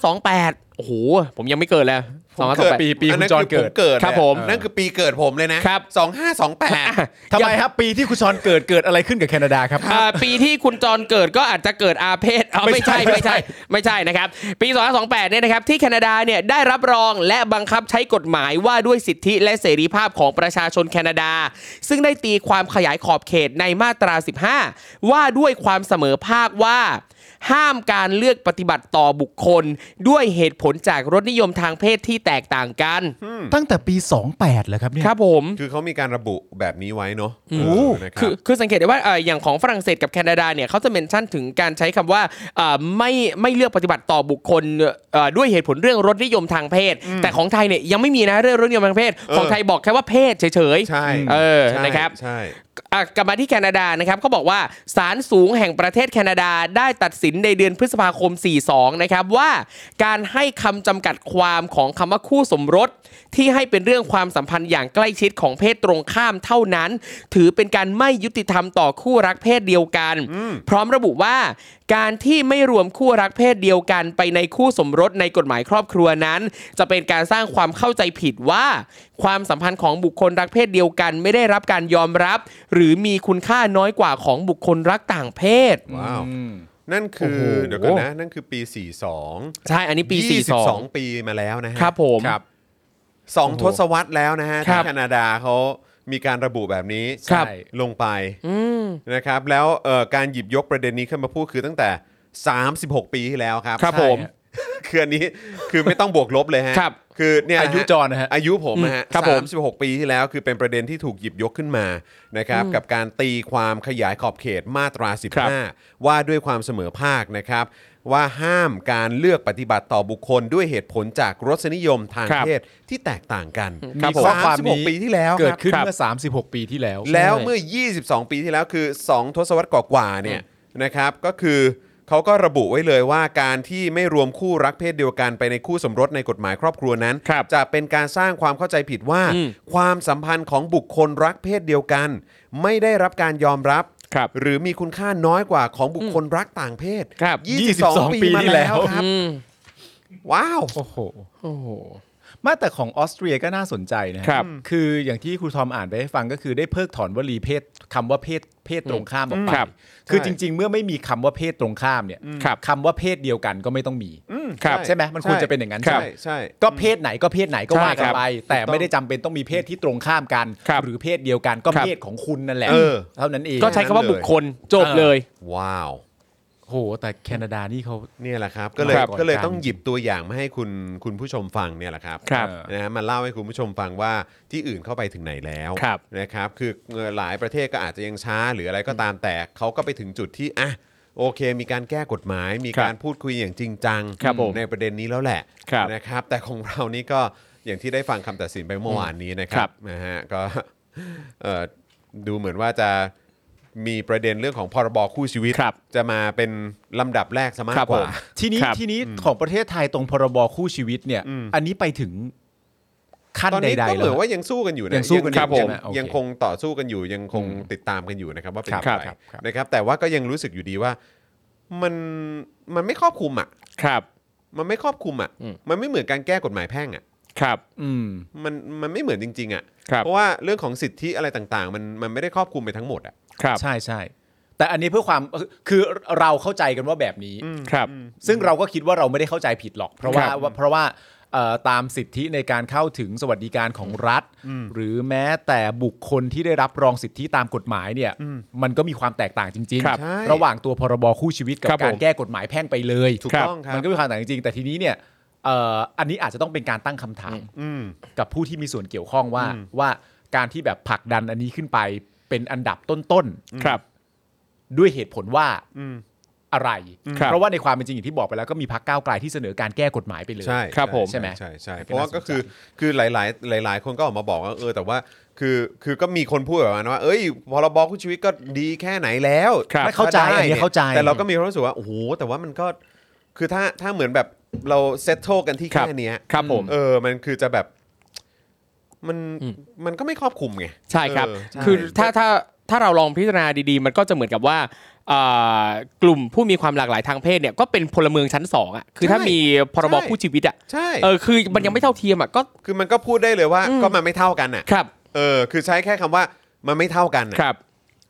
S6: 2528 โอ้โห ผมยังไม่เกิดเลย
S2: ผมเกิด
S6: 2528
S3: ปีปีคุณจรเกิด
S2: เกิด
S6: ครับ
S2: เลย
S6: ผม
S2: นั่นคือปีเกิดผมเลยนะครับ สองห้าสองแปด
S3: ทำไมครับปีที่คุณชอนเกิดเกิดอะไรขึ้นกับแคนาดาครับ
S6: อ่าปีที่คุณจรเกิดก็อาจจะเกิดอาเพศเอาไม่ใช่ไม่ใช่ไม่ใช่นะครับ ปี 2528 เนี่ยนะครับที่แคนาดาเนี่ยได้รับรองและบังคับใช้กฎหมายว่าด้วยสิทธิและเสรีภาพของประชาชนแคนาดา ซึ่งได้ตีความขยายขอบเขตในมาตรา 15 ว่าด้วยความเสมอภาคว่า ห้ามการเลือกปฏิบัติต่อบุคคล ด้วยเหตุผลจากรสนิยมทางเพศที่แตกต่างกัน
S3: ตั้งแต่ปี 28แล้วครับเนี่ย
S6: ครับผม
S2: คือเขามีการระบุแบบนี้ไว้เนอะ
S6: อืม
S2: เออนะค
S6: คื
S2: รั
S6: อบ คือสังเกตได้ว่าเอ่ออย่างของฝรั่งเศสกับแคนาดาเนี่ยเขาจะเมนชั่นถึงการใช้คำว่าเอ่อไม่ไม่เลือกปฏิบัติต่อบุคคลเอ่อด้วยเหตุผลเรื่องรสนิยมทางเพศ แต่ของไทยเนี่ยยังไม่มีนะเรื่องรสนิยมทางเพศ
S2: เออ
S6: ของไทยบอกแค่ว่าเพศเฉย
S2: ใช่
S6: เออ
S2: ใช่
S6: นะครับ
S2: ใช่
S6: ๆอ่ะกลับมาที่แคนาดานะครับเขาบอกว่าศาลสูงแห่งประเทศแคนาดาได้ตัดสิน สินในเดือนพฤษภาคม 42 นะครับว่าการให้คำจำกัดความของคำว่าคู่สมรส ที่ให้เป็นเรื่องความสัมพันธ์อย่างใกล้ชิดของเพศตรงข้ามเท่านั้น ถือเป็นการไม่ยุติธรรมต่อคู่รักเพศเดียวกัน พร้อมระบุว่า การที่ไม่รวมคู่รักเพศเดียวกัน ไปในคู่สมรสในกฎหมายครอบครัวนั้น จะเป็นการสร้างความเข้าใจผิดว่า ความสัมพันธ์ของบุคคลรักเพศเดียวกัน ไม่ได้รับการยอมรับ หรือมีคุณค่าน้อยกว่าของบุคคลรักต่างเพศ
S2: ว้าว นั่นคือ
S6: โอ้โห
S2: เดี๋ยวก่อนนะ นั่นคือปี 42
S6: ใช่อันนี้ปี 42
S2: 42 ปีมาแล้วนะฮะ
S6: ครับผม
S2: ครับสองทศวรรษแล้วนะฮะ
S6: ครั
S2: ที่
S6: บ
S2: แคนาดาเขามีการระบุแบบนี้
S6: ครับ
S2: ลงไปนะครับ แล้วเอ่อการหยิบยกประเด็นนี้ขึ้นมาพูดคือตั้งแต่ 36 ปีที่แล้วครับ
S6: ครับผม
S3: ใช่ฮะ
S2: คืออันนี้คือไม่ต้องบวกลบเลยฮะ
S6: ครับ
S2: คือเนี่ย
S3: อายุจรนะฮะ
S2: อายุผมนะฮะ
S6: อืมครับผม
S2: สามสิบหกปีที่แล้วคือเป็นประเด็นที่ถูกหยิบยกขึ้นมานะครับ กับการตีความขยายขอบเขตมาตรา 15 ว่าด้วยความเสมอภาคนะครับ ว่าห้ามการเลือกปฏิบัติต่อบุคคลด้วยเหตุผลจากรสนิยมทาง
S6: ครับ
S2: เพศที่แตกต่างกัน
S6: ครับผม
S2: สามสิบหกปีที่แล้ว
S3: เกิ
S2: ค
S3: ด
S2: รับ
S3: ขึ้น
S6: ครับ
S3: เมื่อ 36 ปีที่แล้ว
S2: แล้วเมื่อ 22 ปีที่แล้วคือ 2 ทศวรรษกว่าๆเนี่ยนะครับ ก็คือเขาก็ระบุไว้เลยว่าการที่ไม่รวมคู่รักเพศเดียวกันไปในคู่สมรสในกฎหมายครอบครัวนั้น
S6: ครับ
S2: จะเป็นการสร้างความเข้าใจผิดว่า
S6: อืม
S2: ความสัมพันธ์ของบุคคลรักเพศเดียวกัน ไม่ได้รับการยอมรับ
S6: ครับ
S2: หรือมีคุณค่าน้อยกว่าของบุคคลรักต่างเพศ
S6: ครับ
S2: 22 ปีมาแล้วครับ
S6: อืม
S2: ว้าว
S3: โอ้โห
S6: โอ้โห
S3: มาแต่ของออสเตรียก็น่าสนใจนะฮะ
S6: ครับ
S3: คืออย่างที่ครูทอมอ่านไปให้ฟังก็คือได้เพิกถอนวลีเพศคำว่าเพศเพศตรงข้ามออกไป
S6: ครับ
S3: คือ
S2: ใช่
S3: จริง ๆ เมื่อไม่มีคำว่าเพศตรงข้ามเนี่ย
S6: ครับ
S3: คำว่าเพศเดียวกันก็ไม่ต้องมี
S6: ครับ
S3: ใช่ไหมมันควรจะเป็นอย่างนั้นใช่
S2: ใช่
S3: ไหม
S2: ใช่
S3: ก็เพศไหนก็เพศไหนก็
S6: ใช่
S3: ว่ากัน
S6: ครับ
S3: ไป แต่ไม่ได้จำเป็นต้องมีเพศที่ตรงข้ามกัน
S6: ครับ
S3: หรือเพศเดียวกันก็
S6: ครับ
S3: เพศของคุณนั่นแหละ
S2: เออ
S3: เท่านั้นเอง
S6: ก็ใช้คำว่าบุคคลจบเลย
S2: ว้าว
S3: โหแต่แคนาดานี่เขา
S2: เนี่ยแหละครับก็เลย
S6: ครับ
S2: ก็เลยต้องหยิบตัวอย่างมาให้คุณคุณผู้ชมฟังเนี่ยแหละครับ
S6: ครับ
S2: นะฮะมาเล่าให้คุณผู้ชมฟังว่าที่อื่นเข้าไปถึงไหนแล้ว
S6: ครับ
S2: นะครับคือหลายประเทศก็อาจจะยังช้าหรืออะไรก็ตามแต่เขาก็ไปถึงจุดที่อ่ะโอเค มีการแก้กฎหมาย มีการพูดคุยอย่างจริงจัง
S6: ครับผม
S2: ในประเด็นนี้แล้วแหละ
S6: ครับ
S2: นะครับ แต่ของเรานี่ก็อย่างที่ได้ฟังคำตัดสินไปเมื่อวานนี้นะค
S6: ครั
S2: รับบ นะฮะก็ เอ่อดูเหมือนว่าจะมีประเด็นเรื่องของพรบคู่ชีวิต
S6: ครับ
S2: จะมาเป็นลำดับแรกซะมาก
S6: ครับ
S2: ก
S6: ผ
S2: ว่า
S6: ม
S3: ทีนี้
S6: ครับ
S3: ทีนี้ของประเทศไทยตรงพรบคู่ชีวิตเนี่ย อันนี้ไปถึงขั้น
S2: ตอนนี้
S3: ใด
S2: ก็
S3: ๆ
S2: เห
S3: แล้
S2: มือ
S3: ว
S2: นว่ายังสู้กันอยู่นะ
S3: ยังสู้กันอยู่
S2: ครับผม
S3: ใช่ไหมโอเค
S2: ยังคงต่อสู้กันอยู่ยังคงติดตามกันอยู่นะครับว่าเป็น
S3: ครับ
S2: อย่างไร
S3: ครับครับ
S2: นะครับ แต่ว่าก็ยังรู้สึกอยู่ดีว่ามันมันไม่ครอบคลุมอ่ะ
S6: ครับ
S2: มันไม่ครอบคลุมอ่ะ
S6: อืม
S2: มันไม่เหมือนการแก้กฎหมายแพ่งอ่ะ
S6: ครับ
S3: อืม
S2: มันมันไม่เหมือนจริง ๆอ่ะ
S6: ครับ
S2: เพราะว่าเรื่องของสิทธิอะไรต่างๆ มันมันไม่ได้ครอบคลุมไปทั้งหมดอ่ะ
S6: ครับ
S3: ใช่ใช่แต่อันนี้เพื่อความคือเราเข้าใจกันว่าแบบนี้
S6: ครับ
S3: ซึ่งเราก็คิดว่าเราไม่ได้เข้าใจผิดหรอก เพราะว่า
S6: ครับ
S3: ว่าเพราะว่าเอ่อตามสิทธิในการเข้าถึงสวัสดิการของรัฐ หรือแม้แต่บุคคลที่ได้รับรองสิทธิตามกฎหมายเนี่ย มันก็มีความแตกต่างจริง
S6: ครับ
S3: ๆ ระหว่างตัวพรบคู่ชีวิตกับ
S6: ครับ
S3: การ
S6: ผม
S3: แก้กฎหมายแพ่งไปเลย
S2: ถูก
S6: ครับ
S2: ต้องครับ
S3: มันก็มีความแตกต่างจริงๆแต่ทีนี้เนี่ยเอ่ออันนี้อาจจะต้องเป็นการตั้งคำถาม
S2: อืม
S3: กับผู้ที่มีส่วนเกี่ยวข้องว่าว่าการที่แบบผลักดันอันนี้ขึ้นไปเป็นอันดับต้น
S6: ครับ
S3: ๆ ด้วยเหตุผลว่า
S2: อืม
S3: อะไร
S6: ครับ
S3: เพราะว่าในความเป็นจริงอย่างที่บอกไปแล้วก็มีพักก้าวไกลที่เสนอการแก้กฎหมายไปเลย
S2: ใช่
S6: ครับผม
S2: ใช่ไหม
S3: ใช่
S2: ใช่
S3: ไหม
S2: ใช่
S3: เป็
S2: เพ
S3: น
S2: ราะว่าก็คือคือหลาย ๆ หลาย ๆ คนก็ออกมาบอกว่าเออแต่ว่าคือคือก็มีคนพูดแบบนั้นว่า เอ้ยพรบคู่ชีวิตก็ดีแค่ไหนแล้ว
S6: ครับ
S3: ไม่เข้าใจ
S2: ก็ด้
S3: อันนี้เข้าใจ
S2: แต่เราก็มีความรู้สึกว่าโอ้โหแต่ว่ามันก็คือถ้าถ้าเหมือนแบบเราเซตโทกันที่
S6: ครับ
S2: แค่เนี้ย
S6: ครับผม
S2: เออมันคือจะแบบมัน
S6: อืม
S2: มันก็ไม่ครอบคลุมไง
S6: ใช่ครับ
S2: เใช่
S6: คือถ้าถ้าถ้าเราลองพิจารณาดีๆ มันก็จะเหมือนกับว่าอ่ากลุ่มผู้มีความหลากหลายทางเพศเนี่ยก็เป็นพลเมืองชั้นสองอ่ะ คือถ้า
S2: ใช่
S6: มีพรบ
S2: ใช่
S6: คู่ชีวิตอ่ะ
S2: ใช่
S6: เออ คือมันยังไม่เท่าเทียมอ่ะ ก็
S2: คือมันก็พูดได้เลยว่า
S6: อืม
S2: ก็มันไม่เท่ากันอ่ะ
S6: ครับ
S2: เออคือใช้แค่คำว่ามันไม่เท่ากันน่ะ
S6: ครับ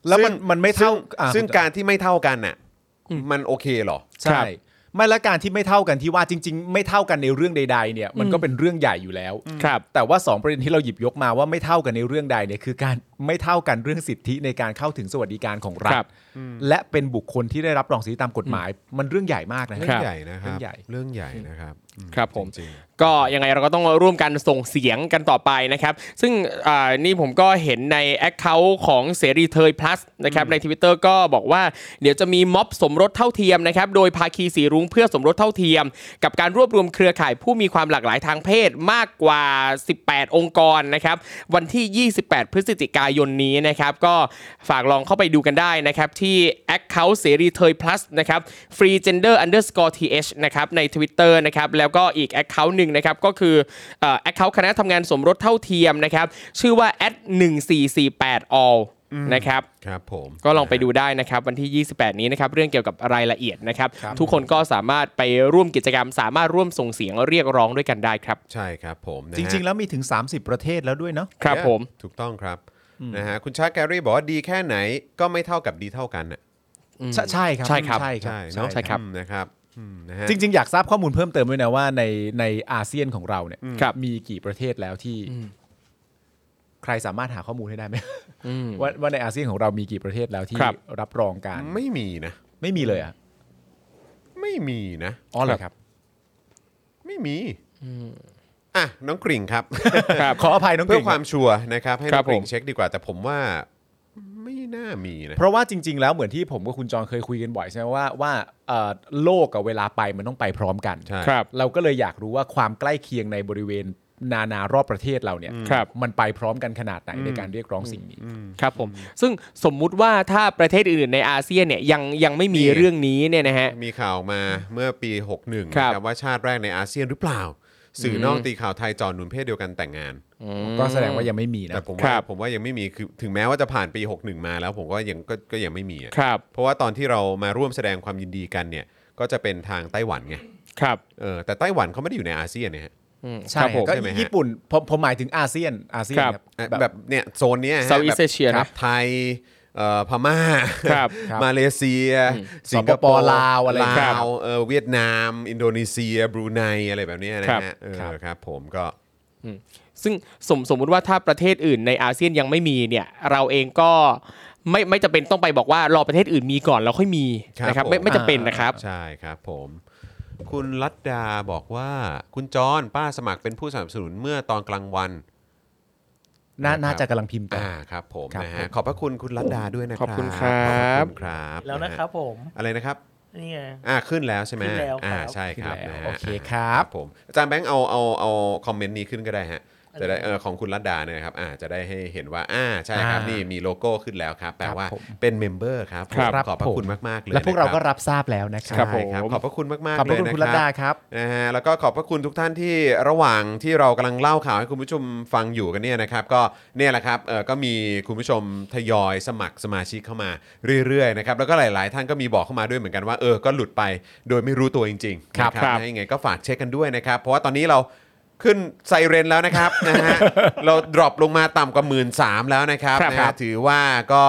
S3: แล้วมัน
S2: ซึ่ง
S3: มันไม่เท่า
S2: ซึ่ง
S3: อ่ะ
S2: ซึ่งการที่ไม่เท่ากันน่ะ
S6: อืม
S2: มันโอเคเหรอ
S3: ใช่ไม่และการที่ไม่เท่ากันที่ว่าจริง ๆ ไม่เท่ากันในเรื่องใด ๆ เนี่ยมันก็เป็นเรื่องใหญ่อยู่แล้ว
S6: ครับ
S3: แต่ว่าสองประเด็นที่เราหยิบยกมาว่าไม่เท่ากันในเรื่องใดเนี่ยคือการไม่เท่ากันเรื่องสิทธิในการเข้าถึงสวัสดิการของรั
S6: ครั
S3: ฐ
S6: บ
S3: และเป็นบุคคลที่ได้รับรองสิทธิตามกฎหมาย มันเรื่องใหญ่มากนะฮะ
S2: เรื่องใหญ่นะครับ
S3: เรื่องใหญ่
S2: เรื่องใหญ่นะครับอื
S6: ครับผม
S2: จริง
S6: ก็ยังไงเราก็ต้องร่วมกันส่งเสียงกันต่อไปนะครับ ซึ่งอ่านี่ผมก็เห็นใน Account ของเสรีเทย plus นะครับใน Twitter ก็บอกว่าเดี๋ยวจะมีม็อบสมรสเท่าเทียมนะครับโดยภาคีสีรุ้งเพื่อสมรสเท่าเทียม กับการรวบรวมเครือข่ายผู้มีความหลากหลายทางเพศมากกว่า 18 องค์กรนะครับวันที่ 28 พฤศจิกา ายนนี้นะครับ ก็ฝากลองเข้าไปดูกันได้นะครับ ที่ Account เสรีเทย plus นะครับ free gender underscore th นะครับใน Twitter นะครับ แล้วก็อีก Account หนึ่งนะครับก็คือเอ่อ Account คณะทำงานสมรสเท่าเทียมนะครับ ชื่อว่า at 1448 all นะครับ
S2: ครับผม
S6: ก็ลองไปดูได้นะครับ วันที่ 28 นี้นะครับ เรื่องเกี่ยวกับรายละเอียดนะครับ ทุกคนก็สามารถไปร่วมกิจกรรม สามารถร่วมส่งเสียงเรียกร้องด้วยกันได้ครับ
S2: ใช่ครับผมนะ
S3: จ
S2: ฮะ
S3: ริง ๆ แล้วมีถึง 30 ประเทศแล้วด้วยเนาะ
S6: ครับผม
S2: Yeah, ถูกต้องครับนะฮะคุณชาร์ลแกรี่บอกว่าดีแค่ไหนก็ไม่เท่ากับดีเท่ากันน่ะ
S3: ใช่ใช่ครับ
S6: ใช่ครับ
S3: ใช่
S2: ใช่
S3: ครั
S2: เนาะ
S3: บ
S6: ใช่ครับ
S2: อืมนะครับอืมนะฮะ
S3: จริง ๆ อยากทราบข้อมูลเพิ่มเติมด้วยนะว่าในในอาเซียนของเราเนี่ย
S6: ครับ
S3: มีกี่ประเทศแล้วที่ ใครสามารถหาข้อมูลให้ได้ไหม ว่าว่าในอาเซียนของเรามีกี่ประเทศแล้วที่
S6: ครับ
S3: รับรองการ
S2: ไม่มีนะ
S3: ไม่มีเลยอ่ะ
S2: ไม่มีนะ
S3: อ๋อเหรอครับ
S2: ไม่มีอ่ะน้องกริ่งครับ
S6: ครับ
S3: ขออภัยน้อง
S2: เพื่
S3: ก
S2: อ
S3: ริ่ง
S2: ความชัวร์นะครับ ให้
S6: ค
S2: น้
S6: รั
S2: อบ งกริ่ง
S6: ผม
S2: เช็คดีกว่า แต่ผมว่าไม่น่ามีนะ
S3: เพราะว่าจริง ๆ แล้วเหมือนที่ผมกับคุณจองเคยคุยกันบ่อยใช่ไหมว่าว่าเอ่อโลกกับเวลาไปมันต้องไปพร้อมกัน
S2: ใช่
S6: ครับ
S3: เราก็เลยอยากรู้ว่าความใกล้เคียงในบริเวณนานารอบประเทศเราเนี่ย
S6: ครับ
S3: มันไปพร้อมกันขนาดไหนในการเรียกร้องสิ่งนี้
S6: ครับผม ซึ่งสมมุติว่าถ้าประเทศอื่นๆในอาเซียนเนี่ยยังยังไม่มี
S2: นี่
S6: เรื่องนี้เนี่ยนะฮะ
S2: มีข่าวมาเมื่อปี 61
S6: ครับ
S2: นะครับว่าชาติแรกในอาเซียนหรือเปล่า สื่อนอกตีข่าวไทยจอหนุนเพศเดียวกันแต่งงาน
S3: ก็แสดงว่ายังไม่มีนะ
S2: แต่ผม
S6: ค
S2: ว่า
S6: รับ
S2: ผมว่ายังไม่มีคือถึงแม้ว่าจะผ่านปี 61 มาแล้ว ผมว่ายังก็ก็ยังไม่มีอะ
S6: ครับ
S2: เพราะว่าตอนที่เรามาร่วมแสดงความยินดีกันเนี่ย ก็จะเป็นทางไต้หวันไง
S6: ครับ
S2: เออแต่ไต้หวันเขาไม่ได้อยู่ในอาเซียนเนี่ยฮะ
S6: อืม
S3: ใช่
S6: ครับผม
S3: ก็
S2: ใช่ไหมฮะ
S3: ญี่ปุ่นผมผมหมายถึงอาเซียนอาเซียน
S6: ครับ
S3: ครับ
S2: อ่ะ
S3: แบ
S2: แบบ บเนี่ยโซนเนี้ยฮะ
S6: Southeast
S2: แบบ
S6: Asia นะ
S2: รับไทยเอ่อพม่า
S6: ครับ
S3: ครับ
S2: มาเลเซีย สิงคโป
S3: สปป
S2: ร์
S3: ลาวอะไร
S2: ลา
S3: ครับ
S2: วเอ่อเวียดนาม อินโดนีเซีย บรูไนอะไรแบบเนี้ยนะครับ ฮะเออ
S3: ครับ
S2: ครับผมก็
S6: ซึ่งสมสมมุติว่าถ้าประเทศอื่นในอาเซียนยังไม่มีเนี่ย เราเองก็ไม่ไม่จำเป็นต้องไปบอกว่ารอประเทศอื่นมีก่อนแล้วค่อยมีนะครับ ไม่ไม่จำเป็นนะครับ
S2: ใช่ครับผม คุณลัดดาบอกว่าคุณจอนป้าสมัครเป็นผู้สนับสนุนเมื่อตอนกลางวัน
S3: น่า
S2: นะครับ
S3: น่าจะกำลังพิมพ์ต่อ
S2: อ่าครับผม
S3: ครับ
S2: นะ
S3: ผ
S2: ฮะ
S3: ม
S2: ขอบพระคุณคุณลัดดาด้วยนะครับ
S6: ขอบคุณครับ
S2: ขอบคุณครับ
S5: แล้วนะครับผม
S2: อะไรนะครับ
S5: นี่ไง
S2: อ่าขึ้นแล้วใช่ไหม
S5: ขึ้นแล้วครับ
S2: อ่าใช่ครับ
S3: ขึ้นแล้ว
S2: นะฮะ
S3: โอเคครับ
S2: ผมอาจารย์แบงค์เอาเอาเอาคอมเมนต์นี้ขึ้นก็ได้ฮะจะได้เออของคุณลัดดาเนี่ยนะครับอ่าจะได้ให้เห็นว่าอ่าใช่ครับ
S3: อ่านี่
S2: นี่มีโลโก้ขึ้นแล้วครับแปลว่า
S3: ครับผม
S2: เป็นเมมเบอร์ครับ
S3: ครับ
S2: ขอบพระ
S3: ผม
S2: คุณมากๆเลย
S3: และพวกเราก็
S2: นะคบ
S3: รับทราบแล้วนะครับ
S2: ใช่
S6: ผม
S2: ครับขอบพระคุณมากๆ
S3: ขอบพ
S2: เล
S3: ระ
S2: ยนะ
S3: คุณคุณ
S2: ค
S3: ลัด
S2: รับ
S3: ดาครับ
S2: นะฮะแล้วก็ขอบพระคุณทุกท่านที่ระหว่างที่เรากำลังเล่าข่าวให้คุณผู้ชมฟังอยู่กันเนี่ยนะครับ ก็เนี่ยแหละครับเออก็มีคุณผู้ชมทยอยสมัครสมาชิกเข้ามาเรื่อยๆนะครับแล้วก็หลาย ๆ ท่านก็มีบอกเข้ามาด้วยเหมือนกันว่าเออก็หลุดไปโดยไม่รู้ตัวจริงๆ
S6: ครับ
S2: นะครับ ให้ยังไงก็ฝากเช็คกันด้วยนะครับ เพราะว่าตอนนี้เราขึ้นไซเรนแล้วนะครับ นะฮะเราดรอปลงมาต่ำกว่าหมื่นสามแล้วนะครับ
S6: ครับ
S2: นะ
S6: ครั
S2: ฮะ
S6: บ
S2: ถือว่าก็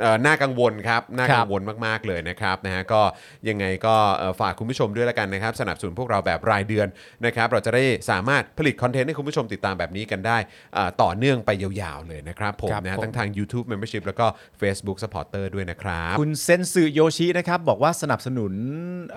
S2: เอ่อน่ากังวลครับน่า
S3: ครั
S2: กับ งวล ขอบคุณมากๆเลยนะครับนะฮะก็ยังไงก็เอ่อฝากคุณผู้ชมด้วยละกันนะครับ สนับสนุนพวกเราแบบรายเดือนนะครับ เราจะได้สามารถผลิตคอนเทนต์ให้คุณผู้ชมติดตามแบบนี้กันได้อ่าต่อเนื่องไปยาวๆเลยนะครับผม
S3: ครับ
S2: นะฮะ
S3: ผม
S2: ทั้งทาง YouTube Membership แล้วก็ Facebook Supporter ด้วยนะครับ
S3: คุณเซนสึโยชินะครับ บอกว่าสนับสนุน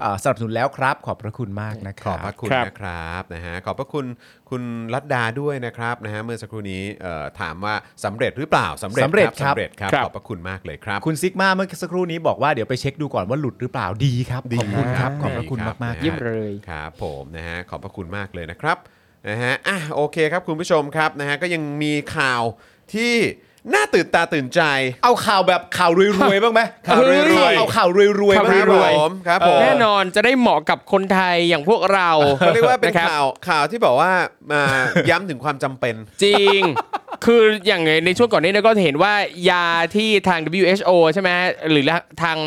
S3: อ่าสนับสนุนแล้วครับ ขอบพระคุณมากนะค
S2: ขอบพ
S3: รั
S2: ระ
S3: บ
S2: คุณ
S6: ครับ
S2: นะครับนะฮะขอบพระคุณคุณรัตดาด้วยนะครับนะฮะเมื่อสักครู่นี้เอ่อถามว่าสำเร็จหรือเปล่าสำเร็จ
S3: สำเร็จครับ
S2: สำเร็จครับ
S6: ครับ
S2: ขอบพระคุณมากเลยครับ
S3: คุณซิกมาเมื่อสักครู่นี้บอกว่าเดี๋ยวไปเช็คดูก่อนว่าหลุดหรือเปล่าดีครับ
S2: ดี
S3: ขอบคุณครับ
S2: นะ
S3: ขอบพระคุณ
S2: ดีรับ
S3: มาก
S2: นะฮะ
S6: เยี่ยมเลย
S2: ครับผมนะฮะขอบพระคุณมากเลยนะครับนะฮะอ่ะโอเคครับคุณผู้ชมครับนะฮะก็ยังมีข่าวที่น่าตื่นตาตื่นใจ
S3: ๆ เอาข่าวแบบข่าวรวยๆบ้างไหม
S2: ข่าวรวยๆ
S3: เฮ้เอาข่าวรวยๆ
S6: ข่าว
S3: บ้า
S2: ครับ
S3: งไหม
S6: รวย
S2: ผมครับผม
S6: แน่นอนจะได้เหมาะกับคนไทยอย่างพวกเรา
S2: เขาเรียกว่าเป็นะ
S6: คบ
S2: ข่าวข่าวที่บอกว่ามาย้ำถึงความจำเป็น
S6: จริง คืออย่างในช่วงก่อนนี้เราก็เห็นว่ายาที่ทาง WHO ใช่ไหมหรือทาง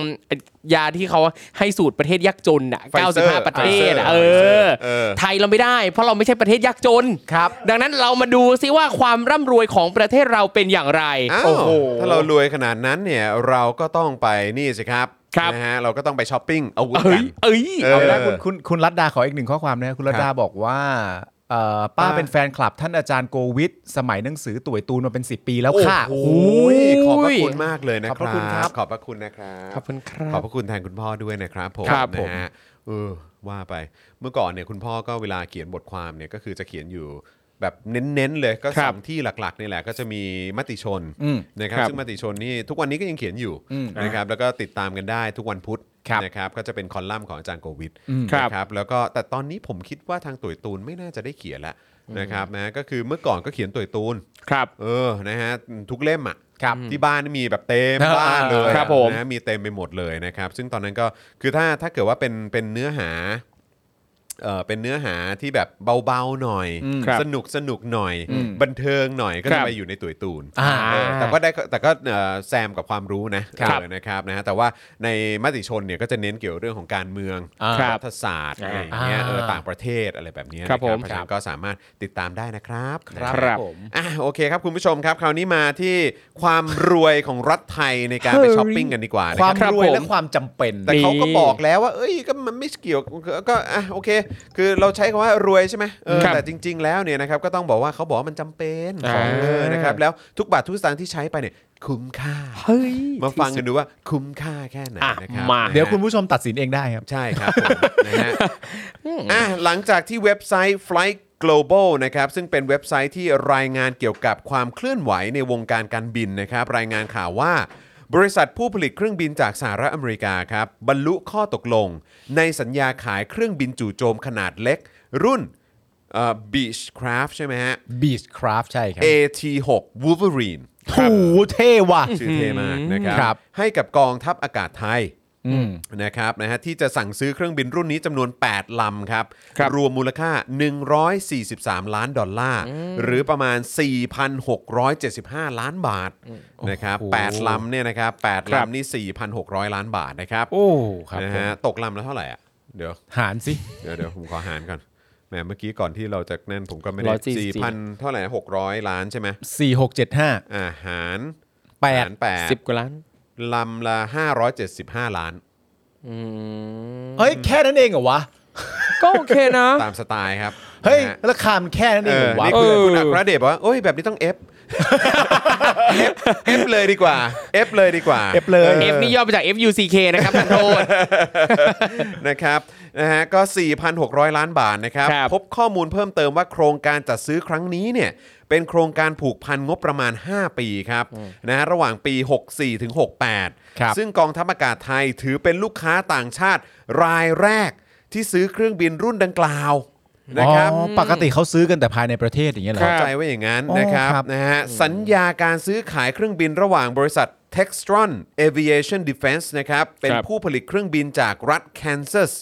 S6: ยาที่เขาให้สูตรประเทศยากจนอ่ะ
S2: Pfizer
S6: 95 ประเทศอะ
S2: Pfizer
S6: เออ
S2: เออ
S6: ไทยเราไม่ได้ เพราะเราไม่ใช่ประเทศยากจน
S3: ครับ
S6: ดังนั้นเรามาดูซิว่าความร่ำรวยของประเทศเราเป็นอย่างไร
S2: อ้าวถ้าเรารวยขนาดนั้นเนี่ยเราก็ต้องไปนี่สิครับ
S6: ครับ
S2: นะฮะเราก็ต้องไปช้อปปิ้งอาวุธ
S6: เอ้
S2: กั
S6: ย
S2: น
S6: เอ้ย
S2: เออ
S3: เอาละคุณคุณคุณรัตดาขออีกหนึ่งข้อความนะคุณรัตดาบอกว่าเอ่อป้า
S2: ป้า
S3: เป็นแฟนคลับท่านอาจารย์โกวิทสมัยหนังสือตุ๋ยตูนมาเป็น 10 ปีแล้วค่ะ
S2: โอ้โหขอบพระคุณมากเลยนะค
S3: ขอบพระคุณครั
S2: รับ
S3: บ
S2: ขอบพระคุณนะครับ
S6: ขอบคุณครับ
S2: ขอบพระคุณแทนคุณพ่อด้วยนะครับผม
S6: ครับผม
S2: นะฮะเออว่าไปเมื่อก่อนเนี่ยคุณพ่อก็เวลาเขียนบทความเนี่ยก็คือจะเขียนอยู่แบบเน้นๆเลยก็สองที่หลักๆนี่แหละก็จะมีมติชน
S3: อืม
S2: นะครับ
S6: ครับ
S2: ซึ่งมติชนนี่ทุกวันนี้ก็ยังเขียนอยู่
S3: อืม
S2: นะครับแล้วก็ติดตามกันได้ทุกวันพุธ
S3: ครับ
S2: นะครับก็จะเป็นคอลัมน์ของอาจารย์โควิด
S3: อืม
S6: ครับ
S2: นะครับแล้วก็แต่ตอนนี้ผมคิดว่าทางตุ๋ยตูนไม่น่าจะได้เขียนละนะครับนะก็คือเมื่อก่อนก็เขียนตุ๋ยตูน
S6: ครับ
S2: เออ นะฮะ ทุกเล่มอ่ะ
S3: ครับ
S2: ที่บ้านนี่มีแบบเต็ม
S3: อ่า
S2: บ้านเลย
S6: ครับผม
S2: นะมีเต็มไปหมดเลยนะครับ ซึ่งตอนนั้นก็คือถ้าถ้าเกิดว่าเป็นเป็นเนื้อหาเออเป็นเนื้อหาที่แบบเบาๆหน่อย
S3: อืม
S6: ครับ
S2: สนุกสนุกหน่อย
S3: อืม
S2: บันเทิงหน่อยก็
S6: ครั
S2: จะ
S6: บ
S2: ไปอยู่ในตุยตูน
S3: อ่า
S2: เออแต่ก็ได้แต่ก็เอ่อแซมกับความรู้นะครับ เออนะครับนะฮะแต่ว่าในมติชนเนี่ยก็จะเน้นเกี่ยวเรื่องของการเมือง
S3: อ่า
S6: ครับ
S2: รัฐศาสตร์อะไรอย่างเงี้ย
S3: อ่า
S2: เออต่างประเทศอะไรแบบเนี้ย
S6: ครับ
S2: นะ
S6: ผม
S2: เพาะฉะนั้นก็สามารถติดตามได้นะครับนะ
S6: ครับ
S3: ผม
S2: อ่ะโอเคครับ คุณผู้ชมครับ คราวนี้มาที่ความรวยของรัฐไทยในการไปช้อปปิ้งกันดีกว่านะ
S3: ควา
S2: ค
S3: ม
S2: รับ
S3: รวย
S6: ผม
S3: และความจำเป็น
S2: แต่เขาก็บอกแล้วว่า เอ้ยก็มันไม่เกี่ยวก็อ่ะโอเค คือเราใช้คำว่ารวยใช่ไหมเออ
S6: ครับ
S2: แต่จริง ๆ แล้วเนี่ยนะครับก็ต้องบอกว่าเขาบอกว่ามันจำเป็น
S6: อ่า
S2: เออนะครับแล้วทุกบาททุกสตางค์ที่ใช้ไปเนี่ยคุ้มค่า
S6: เฮ้ย
S2: มาฟังกันดูว่าคุ้มค่าแค่ไหนนะครับ
S6: อ่ะมา
S2: นะฮะ
S3: เดี๋ยวคุณผู้ชมตัดสินเองได้ครับ
S2: ใช่ครับผม นะฮะอ่ะหลังจากที่เว็บไซต์ Flight Global นะครับซึ่งเป็นเว็บไซต์ที่รายงานเกี่ยวกับความเคลื่อนไหวในวงการการบินนะครับ รายงานข่าวว่า บริษัทผู้ผลิตเครื่องบินจากสหรัฐอเมริกาครับ บรรลุข้อตกลง ในสัญญาขายเครื่องบินจู่โจมขนาดเล็ก รุ่นเอ่อ Beechcraft ใช่ไหมฮะ
S3: Beechcraft ใช่ครับ
S2: AT6 Wolverine ค
S3: โห
S2: รับ
S3: เท่ว่ะ
S2: ชื่อเท่มากนะค
S3: ครั
S2: รับ บ ให้กับกองทัพอากาศไทย
S3: อืม
S2: นะครับนะฮะที่จะสั่งซื้อเครื่องบินรุ่นนี้จำนวน 8 ลำครับ
S6: ครับ
S2: รวมมูลค่า 143 ล้านดอลลาร์ หรือประมาณ 4,675 ล้านบาทนะครับ
S3: โอ้โห
S2: 8ลำเนี่ยนะครับ8
S6: ครับ
S2: ลำนี่ 4,600 ล้านบาทนะครับ
S3: โอ้ครับ
S2: นะ
S3: ผม
S2: ฮะตกลำแล้วเท่าไหร่อ่ะเดี๋ยว
S3: หารสิ
S2: เดี๋ยวเดี๋ยวผมขอหารก่อนแหมเมื่อกี้ก่อนที่เราจะนั่นผมก็ไม่ได้
S6: 144
S2: 4,000 เท่าไหร่นะ600 ล้านใช่ไหม
S3: 4 6 7 5
S2: อาหารหาร
S3: 8
S2: แปด
S6: สิบกว่าล้าน
S2: ลำละ 575 ล้าน
S6: อืม
S3: เฮ้ย แค่นั้นเองเหรอวะ
S6: ก็โอเคนะ
S2: ตามสไตล์ครับ
S3: เฮ้ย
S2: นะฮะ
S3: ราคามันแค่นั้นเอ
S2: เองอ
S3: เหรอวะ
S2: นี่คือ
S6: เออ
S2: คุณอัครเดชบอกว่าโอ้ยแบบนี้ต้อง F F F เลยดีกว่า F เลยดีกว่า
S3: F เลย
S6: F นี่ย่อมาจาก FUCK นะครับท่านโทษ
S2: นะครับนะฮะก็ 4,600 ล้านบาทนะครับ
S6: ครับ
S2: พบข้อมูลเพิ่มเติมว่าโครงการจัดซื้อครั้งนี้เนี่ยเป็นโครงการผูกพันงบประมาณ 5 ปีครับนะฮะระหว่างปี 64 ถึง
S3: ครับ
S2: 68 ซึ่งกองทัพอากาศไทยถือเป็นลูกค้าต่างชาติรายแรกที่ซื้อเครื่องบินรุ่นดังกล่าวนะครับ
S3: อ๋อปกติเขาซื้อกันแต่ภายในประเทศอย่างเงี้ยเหรอ
S2: เข้าใจว่าอย่างนั้น
S3: อ๋อ
S2: นะครับ
S3: ครับ
S2: นะฮะสัญญาการซื้อขายเครื่องบินระหว่างบริษัท Textron Aviation Defense นะครับ เป็นผู้ผลิตเครื่องบินจากรัฐแคนซัส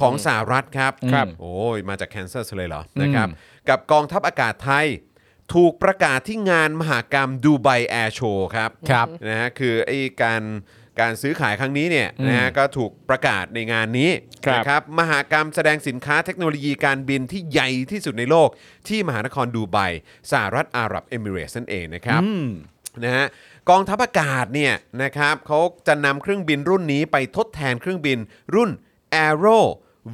S2: ของสหรัฐครับ
S6: ครับ
S2: โอ้ยมาจากแคนซัสเลยเหรอนะครับ กับกองทัพอากาศไทย ถูกประกาศที่งานมหากรรมดูไบแอร์โชว์ครับ
S3: ครับ
S2: นะฮะคือไอ้การการซื้อขายครั้งนี้เนี่ยนะฮะก็ถูกประกาศในงานนี้
S6: ครับ
S2: นะครับมหากรรมแสดงสินค้าเทคโนโลยีการบินที่ใหญ่ที่สุดในโลก ที่มหานครดูไบสหรัฐอาหรับเอมิเรตส์นั่นเองนะครับนะฮะกองทัพอากาศเนี่ยนะครับเขาจะนำเครื่องบินรุ่นนี้ไปทดแทนเครื่องบินรุ่น Aero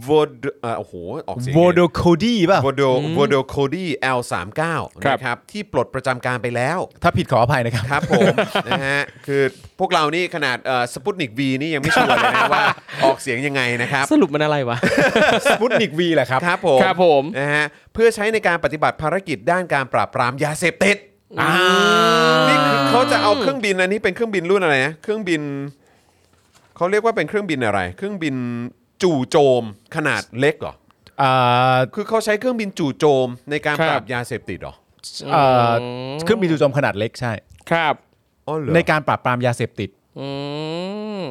S2: v o d โอ้โหออกเสียงไง
S3: โวโดโคดี้ป่ะ
S2: v o d o v o d o c o d y L39
S6: ครับ
S2: นะครับที่ปลดประจำการไปแล้ว
S3: ถ้าผิดขออภัยนะครับ
S2: ครับผม นะฮะคือพวกเรานี่ขนาดสปุตนิกวีนี่ยังไม่ชัวร์เลยนะว่า ออกเสียงยังไงนะครับ
S6: สรุปมันอะไรวะ
S3: สปุตนิกวีแหละครับ
S2: ครับผม
S6: ครับผม
S2: นะฮะเพื่อใช้ในการปฏิบัติภารกิจด้านการปราบปรามยาเสพติดนี่คือเขาจะเอาเครื่องบินอันนี้เป็นเครื่องบินรุ่นอะไรนะเครื่องบินเขาเรียกว่าเป็นเครื่องบินอะไร เครื่องบินจู่โจมขนาดเล็กเหรอ
S3: เอ่อ
S2: คือเขาใช้เครื่องบินจู่โจมในการปราบยาเสพติดเหรอ
S3: เอ่อเครื่องบินจู่โจมขนาดเล็กใช่
S6: ครับ
S2: อ๋อเหรอ
S3: ในการปราบปรามยาเสพติด
S6: อืม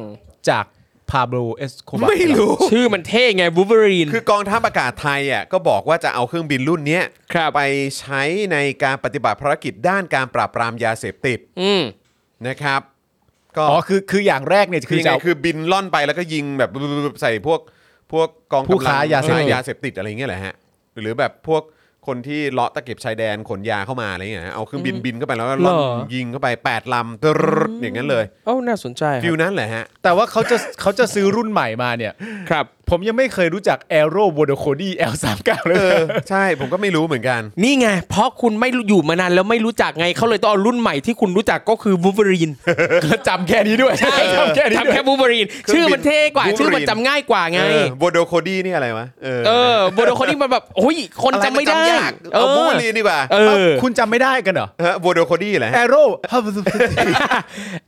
S3: จากพาโบเอสโคบา
S2: ไม่รู้
S6: ชื่อมันเท่ไงบูเบอรีน
S2: คือกองทัพอากาศไทยอ่ะก็บอกว่าจะเอาเครื่องบินรุ่นเนี้ย
S6: ครับ
S2: ไปใช้ในการปฏิบัติภารกิจด้านการปราบปรามยาเสพติด
S6: อืม
S2: นะครับ ก็
S3: อ๋อคือคืออย่างแรกเนี่ย
S2: คื
S3: คือ อ
S2: ยัง
S3: จะ
S2: ไง
S3: เอา
S2: คือบินล่อนไปแล้วก็ยิงแบบบึบๆใส่พวกพวกกองกำลัง
S3: ผู้ค้ายาเสพติด
S2: ค้เสพติดอะไรเงี้ยแหละฮะหรือแบบพวกคนที่เลาะตะเก็บชายแดนขนยาเข้ามาอะไรเงี้ยฮะเอาเครื่องบินบินเข้าไปแล้วก็ล่อน
S6: เหรอ
S2: ยิงเข้าไปแปดลำตรึดอย่างนั้นเลย
S6: เอ้าน่าสนใจค
S2: ฟิ
S6: รั
S2: ว
S6: บ
S2: นั้นแหละฮะ
S3: แต่ว่าเขาจะเขาจะซื้อรุ่นใหม่มาเนี่ย
S6: ครับ
S3: ผมยังไม่เคยรู้จัก Aero v o d o c o d y L39 เลย
S2: เออใช่ผมก็ไม่รู้เหมือนกัน
S6: นี่ไง เพราะคุณไม่รู้อยู่มานานแล้วไม่รู้จักไงเขาเลยต้องเอารุ่นใหม่ที่คุณรู้จักก็คือบูเบอ รีน
S3: ก็จำแค่นี้ด้วย
S6: ใช่
S3: จำแค่นี้
S6: ทำ
S3: ด้วย
S6: แค่บูเบอรีน
S2: เครื่
S6: ชื่
S2: อง
S6: อ
S2: บิน
S6: มันเท่กว่า
S2: Wolverine
S6: ชื่อมันจำง่ายกว่าไง
S2: โวโดโคดี้นี่อะไรวะเออ
S6: เออบูโดคนนี้มันแบบโอ้ยคนจำไม่ได้
S2: อะไรนจำยาก
S6: เอ
S2: เอาบู
S6: อ
S2: ลลีดีกว่า
S6: เออ
S3: คุณจำไม่ได้กันเหรอ
S2: ฮะโวโดโคดี้แหละ
S3: Aero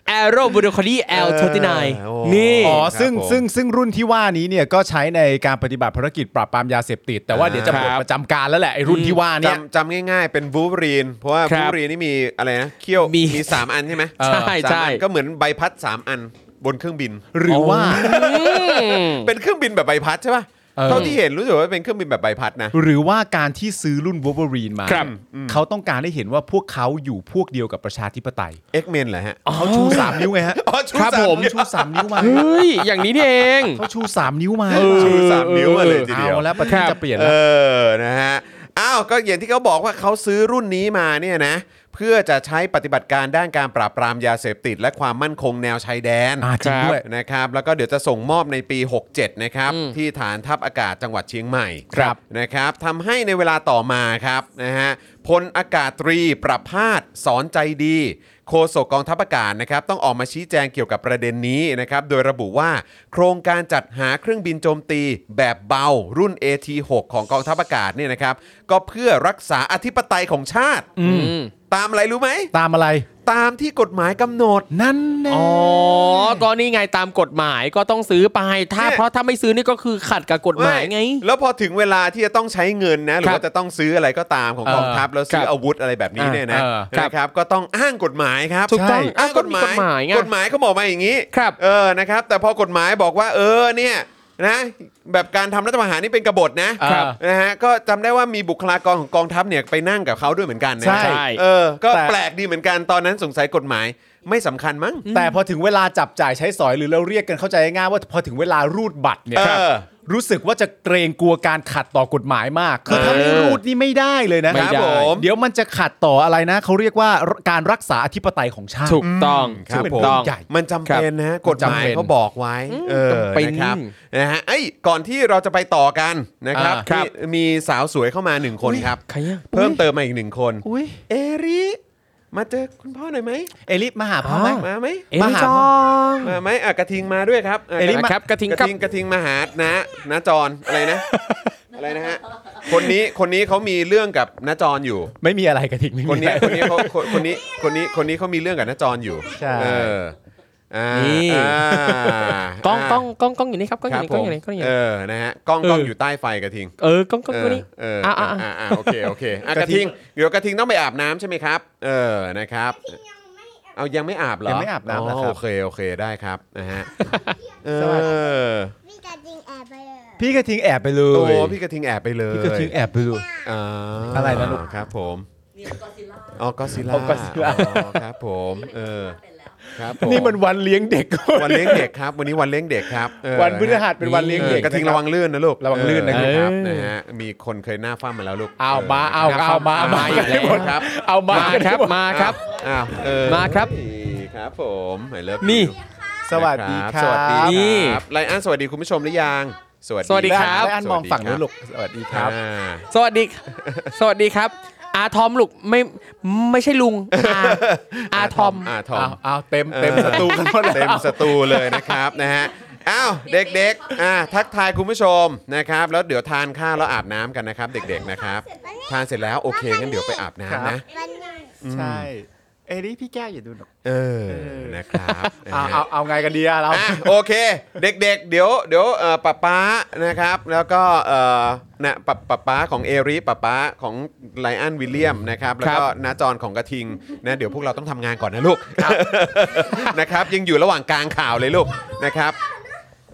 S6: แอโรบูโดคนนี้ L39
S2: โอ้
S6: นี่
S3: อ๋อ
S2: ครับ
S3: ซึ่ง
S2: ผม
S3: ซึ่งซึ่งรุ่นที่ว่านี้เนี่ยก็ใ ใช้ในการปฏิบัติภารกิจปราบปรามยาเสพติด แต่ว่าเดี๋ยวจะหมด
S6: ครับ
S3: ประจำการแล้วแหละไอ้รุ่นที่ว่าเนี่ย
S2: จำจำง่ายๆ เป็นวูบรีน เพราะว่า
S6: ครั
S2: วู
S6: บบ
S2: รีนนี่มีอะไรนะเขี้ยว
S6: มี
S2: มี 3 อันใช่ไหม
S6: ใช่
S2: สาม
S6: ใช่
S2: อันก็เหมือนใบพัด 3 อันบนเครื่องบิน
S3: หรือว่า
S6: อืม
S2: เป็นเครื่องบินแบบใบพัดใช่ป่ะ
S3: เออ
S2: เท่าที่เห็นรู้สึกว่าเป็นเครื่องบินแบบใบพัดนะ
S3: หรือว่าการที่ซื้อรุ่นวอลเวอรีนมา
S6: ครับ
S3: เขาต้องการให้เห็นว่าพวกเขาอยู่พวกเดียวกับประชาธิปไตย
S2: เอ็กเมนเหรอฮะ
S3: เขาชูสามนิ้วไงฮะ
S2: อ๋อชู
S6: ครับ
S2: สา
S6: ผม ม
S2: นิ้ว
S3: ชูสามนิ้วมา
S6: เฮ้ยอย่างนี้นี่เอง
S3: เขาชูสามนิ้วมา
S2: ชูสามนิ้วมาเลยทีเดียว
S3: เอาแล้วประเทศจะเปลี่ยน
S2: เอ
S3: แล้ว
S2: อ นะฮะ อ้าว ก็อย่างที่เขาบอกว่าเขาซื้อรุ่นนี้มาเนี่ยนะ เพื่อจะใช้ปฏิบัติการด้านการปราบปรามยาเสพติด และความมั่นคงแนวชายแดน
S3: อ่าจริงด้วย
S2: นะครับ แล้วก็เดี๋ยวจะส่งมอบในปี 67 นะครับ
S6: อืม
S2: ที่ฐานทัพอากาศจังหวัดเชียงใหม่
S6: ครับ
S2: นะครับทำให้ในเวลาต่อมาครับนะฮะ พลอากาศตรีประพาสสอนใจดี โฆษกกองทัพอากาศนะครับต้องออกมาชี้แจงเกี่ยวกับประเด็นนี้นะครับโดยระบุว่า โครงการจัดหาเครื่องบินโจมตีแบบเบารุ่น AT6 ของกองทัพอากาศเนี่ยนะครับก็เพื่อรักษาอธิปไตยของชาติ
S6: อืม
S2: ตามอะไรรู้ไหม
S3: ตามอะไร
S2: ตามที่กฎหมายกำหนด
S3: นั่นแน่
S6: อ๋อก็นี่ไงตามกฎหมายก็ต้องซื้อไป ถ้า
S2: เนี่ย
S6: เพราะถ้าไม่ซื้อนี่ก็คือขัดกับกฎหมายไง
S2: ม่แล้วพอถึงเวลาที่จะต้องใช้เงินนะหรื
S6: ค
S2: อ
S6: รับ
S2: ว่าจะต้องซื้ออะไรก็ตามของกองทัพแล้วซื้อ
S6: ครับ
S2: อาวุธอะไรแบบนี้เนี่ยนะ
S6: เออครับ
S2: นะครับก็ต้องอ้างกฎหมายครับ
S6: ถูกต้อง
S2: ใช่อ้างกฎหมาย
S6: อ้างกฎหมายไง
S2: กฎหมายเขาบอกมาอย่างนี้
S6: ครับ
S2: เออนะครับแต่พอกฎหมายบอกว่าเออเนี่ยนะแบบการทำรัฐประหารนี่เป็นกบฏนะครับ นะฮะก็จำได้ว่ามีบุคลากรของกองทัพเนี่ยไปนั่งกับเขาด้วยเหมือนกันนะ
S3: ใช่
S2: เออก็
S3: แต่
S2: แปลกดีเหมือนกันตอนนั้นสงสัยกฎหมายไม่สำคัญมั้ง
S3: แต่พอถึงเวลาจับจ่ายใช้สอยหรือเราเรียกกันเข้าใจง่ายๆว่าพอถึงเวลารูดบัตรเนี่ย
S2: เออ
S3: รู้สึกว่าจะเกรงกลัวการขัดต่อกฎหมายมาก คือถ้าไม่รูดนี่ไม่ได้เลยนะ
S6: ไม่ได้
S2: ครับผม
S3: เดี๋ยวมันจะขัดต่ออะไรนะเขาเรียกว่าการรักษาอธิปไตยของชาติ
S6: ถูกต้อง
S2: ครับ
S6: ถูก
S2: ผม
S6: ต้อง
S3: ใหญ่
S2: มันจำเป็นนะฮะกฎหมาย
S3: จำเป็น
S2: เขาบอกไว้เออ
S6: จำเป็น
S2: นะครับนะฮะเอ้ยก่อนที่เราจะไปต่อกันนะครับ
S6: อ่าครับ
S2: มีมีสาวสวยเข้ามาหนึ่งคนครับ
S6: ใครอะ
S2: เพิ่มเติมมาอีกหนึ่งคน
S3: อุ๊ย
S2: เอริมาเจอคุณพ่อหน่อยไหม
S3: เอลิมาหาพ่อไหม
S6: อ่า
S2: มาไหม
S6: เอ็ม
S3: มาหา
S6: จอง
S2: มาไหมอ่ะกระทิงมาด้วยครับะ
S3: เอลิมา
S6: ครับกระทิง
S2: กระ
S6: ครับ
S2: ทิงกระทิงมาหานะนะจรอะไรนะ อะไรนะฮะคนนี้คนนี้เขามีเรื่องกับนะจรอยู่
S3: ไม่มีอะไรกระทิงไม่
S2: คน
S3: มี
S2: นี้
S3: อะไร
S2: คนนี้เขาคนคนนี้คนนี้คนนี้เขามีเรื่องกับนะจรอยู่
S3: ใช่
S2: เอออ่า
S6: นี่
S2: อ่า
S6: กล้องกล้องกล้องกล้องอยู่นี่ครับกล้องอ
S2: ค
S6: ยู่
S2: รับผ
S6: นี่กล้อ
S2: ม
S6: งอยู่นี่กล้องอยู่
S2: เอ
S6: นี่
S2: อ นะฮะ กล้องกล้อง
S6: เออ
S2: อ
S6: อ
S2: ยู่ใต้ไฟกระทิง
S6: เออกล้องกล้อง
S2: เอ
S6: ตัว
S2: อ
S6: นี้
S2: เออ
S6: อ่ะ
S2: อ่า
S6: อ่ะอ่ะ
S2: อ่าโอเค โอเคอ่ะกระทิง เดี๋ยวกระทิงต้องไปอาบน้ำใช่ไหมครับ เออ นะครับ เอายังไม่อาบเหรอ
S3: ยังไม่อาบน้ำเหรอครับ
S2: โอเค โอเค ได้ครับ นะ ฮะ เออ
S7: พี่กระจิงแอบไปเลย
S3: พี่กระทิงแอบไปเล
S2: โอ้
S3: ย
S2: พี่กระทิงแอบไปเลย
S3: พี่กระทิงแอบไปเลย
S2: อ่า
S3: อะไรนะลูก
S2: ครับผม
S4: มีกอซิลล่า
S2: อ๋อ ก็ซิล่า
S3: อ๋อ Godzilla
S2: อ๋อครับผม เออ
S4: เป็นแล้ว
S2: ครับผม
S3: นี่มันวันเลี้ยงเด็ก
S2: วันเลี้ยงเด็กครับ วันนี้วันเลี้ยงเด็กครับเออ
S3: วันพฤหัสเป็นวันเลี้ยง
S2: เออ
S3: เด็ก
S2: กระทิง
S3: นค
S2: ระ
S3: บ
S2: วังลื่นนะลูก
S3: ระวังลื่นนะครับ
S2: เออ
S6: เออ
S2: นะฮะ มีคนเคยหน้าฟ้ามาแล้วลูก
S3: เอามาเอาเอามาเอามา
S6: มาอีกแล้ว
S2: ครับ
S3: เอามา
S6: มาครับมาครับ
S2: อ้าวเออ
S6: มาครับ
S2: ครับผมไอเลิฟ
S6: นี่
S3: สวัสดีครั
S2: ส
S3: บ
S2: วัสดี
S6: นี่
S2: ครับไลอ้อนสวัสดีคุณผู้ชมหรือยัง สวัสดี
S6: สวัสดีครับ
S3: และอันมองฝั่งนู้นลูกสวัสดีครับ
S2: อ่า
S6: สวัสดี สวัสดีครับ อาทอมลูกไม่ไม่ใช่ลุงอาอาทอม
S2: อาทอ
S3: เอา
S2: ม
S3: เอาเต็มเต็มสตูกันหมด
S2: เต็
S3: แล้ว
S2: มสตูเลยนะครับนะฮะอ้าวเด็กๆอ่าทักทายคุณผู้ชมนะครับ แล้วเดี๋ยวทานข้าวแล้วอาบน้ำกันนะครับ เด็ก ๆนะครับ ทานเสร็จแล้วโอเคงั้นเดี๋ยวไปอาบน้ำ
S3: ครั
S2: นะ
S3: บ
S7: วันนี้
S3: ใช่เอ้ยนี่พี่แก้วอย่าดูหนก
S2: เออนะครับนะ
S3: เอา
S2: ฮะ
S3: เอาเอาไงกันดีอะเรา
S2: อ่ะโอเค เด็กๆ เดี๋ยวเดี๋ยวเอ่อป้าป้านะครับ แล้วก็เอ่อนะป้าป้าป้าของเอริป้าป้าของไลออนวิลเลียมนะครับแล้วก็น้าจอนของกระทิงนะเดี๋ยวพวกเราต้องทำงานก่อนนะลูก นะครับยังอยู่ระหว่างกลางข่าวเลยลูกนะครับ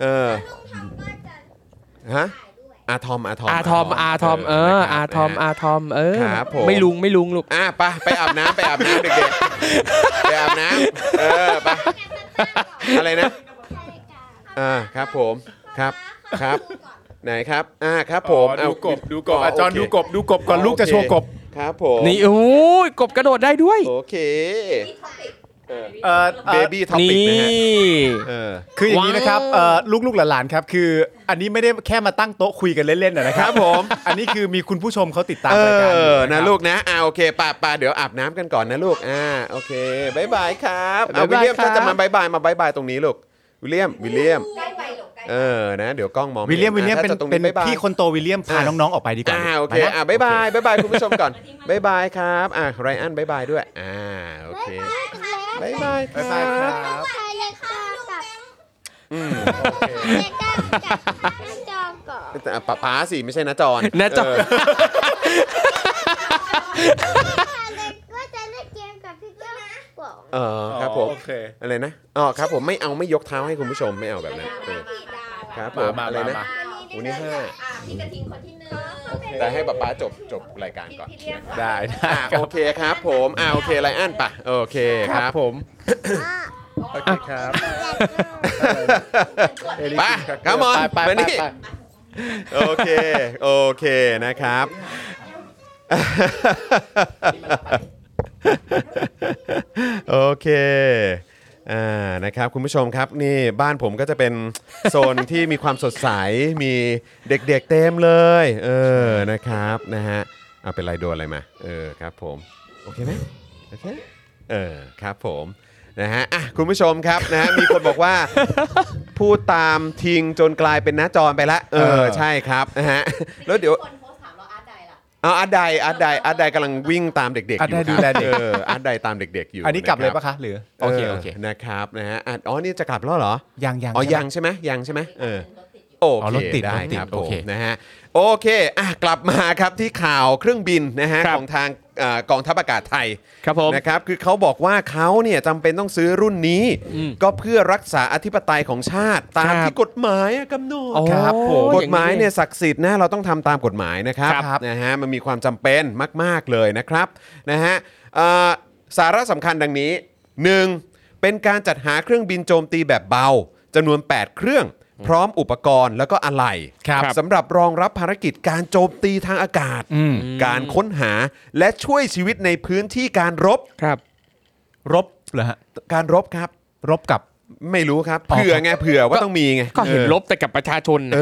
S2: เออฮะอาทอมอาทอม
S6: อาทอมอาทอมเอออาทอมอาทอมเออ
S2: ครับผม
S6: ไม่ลุงไม่ลุงลูก
S2: อ่ะไปไปอาบน้ำไปอาบน้ำเด็กๆไปอาบน้ำเออไปอะไรนะ อ่าครับผมครับครับ ไหนครับอ่าครับผม
S3: อ๋อดูกบดูกบ
S2: โเค
S3: อาจารย์ดูกบดูกบก่อนลูกจะโชว์กบ
S2: ครับผม
S6: นี่โอ้ยกบกระโดดได้ด้วย
S2: โอเค
S3: เอ่อ
S2: เบ
S3: เอ่อ
S2: บี้ท็อปิ
S6: นี่
S2: กนะฮะเออ
S3: คืออย่างนี้นะครับ
S6: ว้าว
S3: เอ่อลูกๆหลานๆครับ คืออันนี้ไม่ได้แค่มาตั้งโต๊ะคุยกันเล่นๆนะนะครั
S2: ครับ บผม
S3: อันนี้คือมีคุณผู้ชมเขาติดตาม
S2: เอ
S3: รายการยู่
S2: อ
S3: ค
S2: นะ
S3: รับ
S2: ลูกนะอ่าโอเคป่าป่าเดี๋ยวอาบน้ำกันก่อนนะลูกอ่าโอเคบายบายครับเอาวิล
S3: บ๊ายบาย
S2: เลียม
S3: ครับ
S2: ถ้าจะมาบายบายมาบายบายตรงนี้ลูกวิลเลียมวิลเลียม
S4: ใกล้ไปหลบใกล้ไป
S2: เออนะเดี๋ยวกล้องมองไ
S3: วิลเลียมวิลเลียม
S2: อ่ะ
S3: เป็น
S2: ถ้าจะตรง
S3: เป็น
S2: บ๊ายบาย
S3: พี่คนโตวิลเลียมพา
S2: อ่ะ
S3: น้องๆออกไปดีกว่า
S2: อ่าโอเค
S3: ไปนะ
S2: อ่าบายบายบายบายคุณผู้ชมก่อนบายบายครับอ่าไรอันบายบายด้วยอ่าโอเคบายบายค
S3: บ๊ายบายค
S2: รั
S3: รับ บ
S7: ใครเลยค่ะกับ
S2: อืม
S7: เด็กๆจากหน้าจอ
S2: ป๋าป๋าสิไม่ใช่นะจ อน
S6: นะจอน
S2: เ
S7: ก็จะเล่นเกมกับพี่ก็บอก
S2: เออครับผม
S3: โอเค
S2: อะไรนะอ๋อครับผมไม่เอาไม่ยกเท้าให้คุณผู้ชมไม่เอาแบบนั้นเออครับผม
S3: มามา
S2: อะไรนะ
S3: มา
S2: โอ้นี่ห้า
S4: อ่ะพี่กระทิงคนที่หนึ่ง
S2: แต่ให้ป๋าป๋าจบจบรายการก่อน
S4: พี่เรียกก่อน
S3: ได้
S2: อ่ะ
S3: ได้
S2: โอเคครับ ผมอ่าโอเคไรอันป่ะโอเคครับผม
S3: โอเคครับ
S2: ไปครับมอน
S3: ไปไป
S2: มานี่
S3: ไปไป
S2: โอเค โอเคนะครับ โอเคอ่านะครับคุณผู้ชมครับนี่บ้านผมก็จะเป็นโซนที่มีความสดใส มีเด็กๆเต็มเลย เออนะครับนะฮะเอาเป็นไรโดนอะไรมาเออครับผม โอเคไหมโอเคเออครับผมนะฮะอ่ะคุณผู้ชมครับนะฮะมีคนบอกว่า พูดตามทิงจนกลายเป็นหน้าจอไปละเอ
S3: เอ
S2: อ
S3: อ
S2: ใช่ครับนะฮะแล้วเดี๋ยว
S4: คนโพสต์ถามเราอาร์ตใจล่ะ
S2: เอาอาร์ตไดอาร์ตไดอาร์ตไดกำลังวิ่งตามเด็กๆอยู่
S3: อาร์ตได
S2: ครับ
S3: ดูแลเด็ก
S2: อออาร์ตไดตามเด็กๆอยู่
S3: อันนี้กลับเลย
S2: ครั
S3: ปะคะ หรือ
S2: โอเคโอเคนะครับนะฮะอ่ะอ๋อนี่จะกลับแล้วเหรอ
S3: ยังยัง
S2: อ๋อ
S3: ใช่ไหม
S2: ยังใช่ไหมยังใช่ไหมเออโอ
S3: อ๋อ
S2: เค
S3: รถติด
S2: ได้
S3: รถติด
S2: ครับ
S3: โอ
S2: ผม
S3: เค
S2: นะฮะโอเคอ่ะกลับมาครับที่ข่าวเครื่องบินนะฮะของทางเอ่อกองทัพอากาศไทย
S6: ครับผม
S2: นะครับคือเขาบอกว่าเขาเนี่ยจำเป็นต้องซื้อรุ่นนี้ ก็เพื่อรักษาอธิปไตยของชาติ ตาม
S6: ครับ
S2: ที่กฎหมายกำหนด
S6: โอ้
S2: ครับผม
S6: อย่างนี้
S2: กฎหมายเนี่ยศักดิ์สิทธิ์นะเราต้องทำตามกฎหมายนะครับ
S6: ครับ
S2: นะฮะมันมีความจำเป็นมาก ๆ เลยนะครับนะฮะเอ่อสาระสำคัญดังนี้ 1. เป็นการจัดหาเครื่องบินโจมตีแบบเบาจำนวน 8 เครื่อง พร้อมอุปกรณ์แล้วก็อะไหล่สำหรับรองรับภารกิจการโจมตีทางอากาศ การค้นหาและช่วยชีวิตในพื้นที่การรบ
S6: ครับ
S3: รบเหรอฮะ
S2: การรบครับ
S3: รบกับ
S2: ไม่รู้ครับ
S3: อ๋อ
S2: เผื่อไงเผื่อว่าต้องมีไง
S6: ก็เห็น
S2: ออ
S6: ลบแต่กับประชาชน
S2: เอ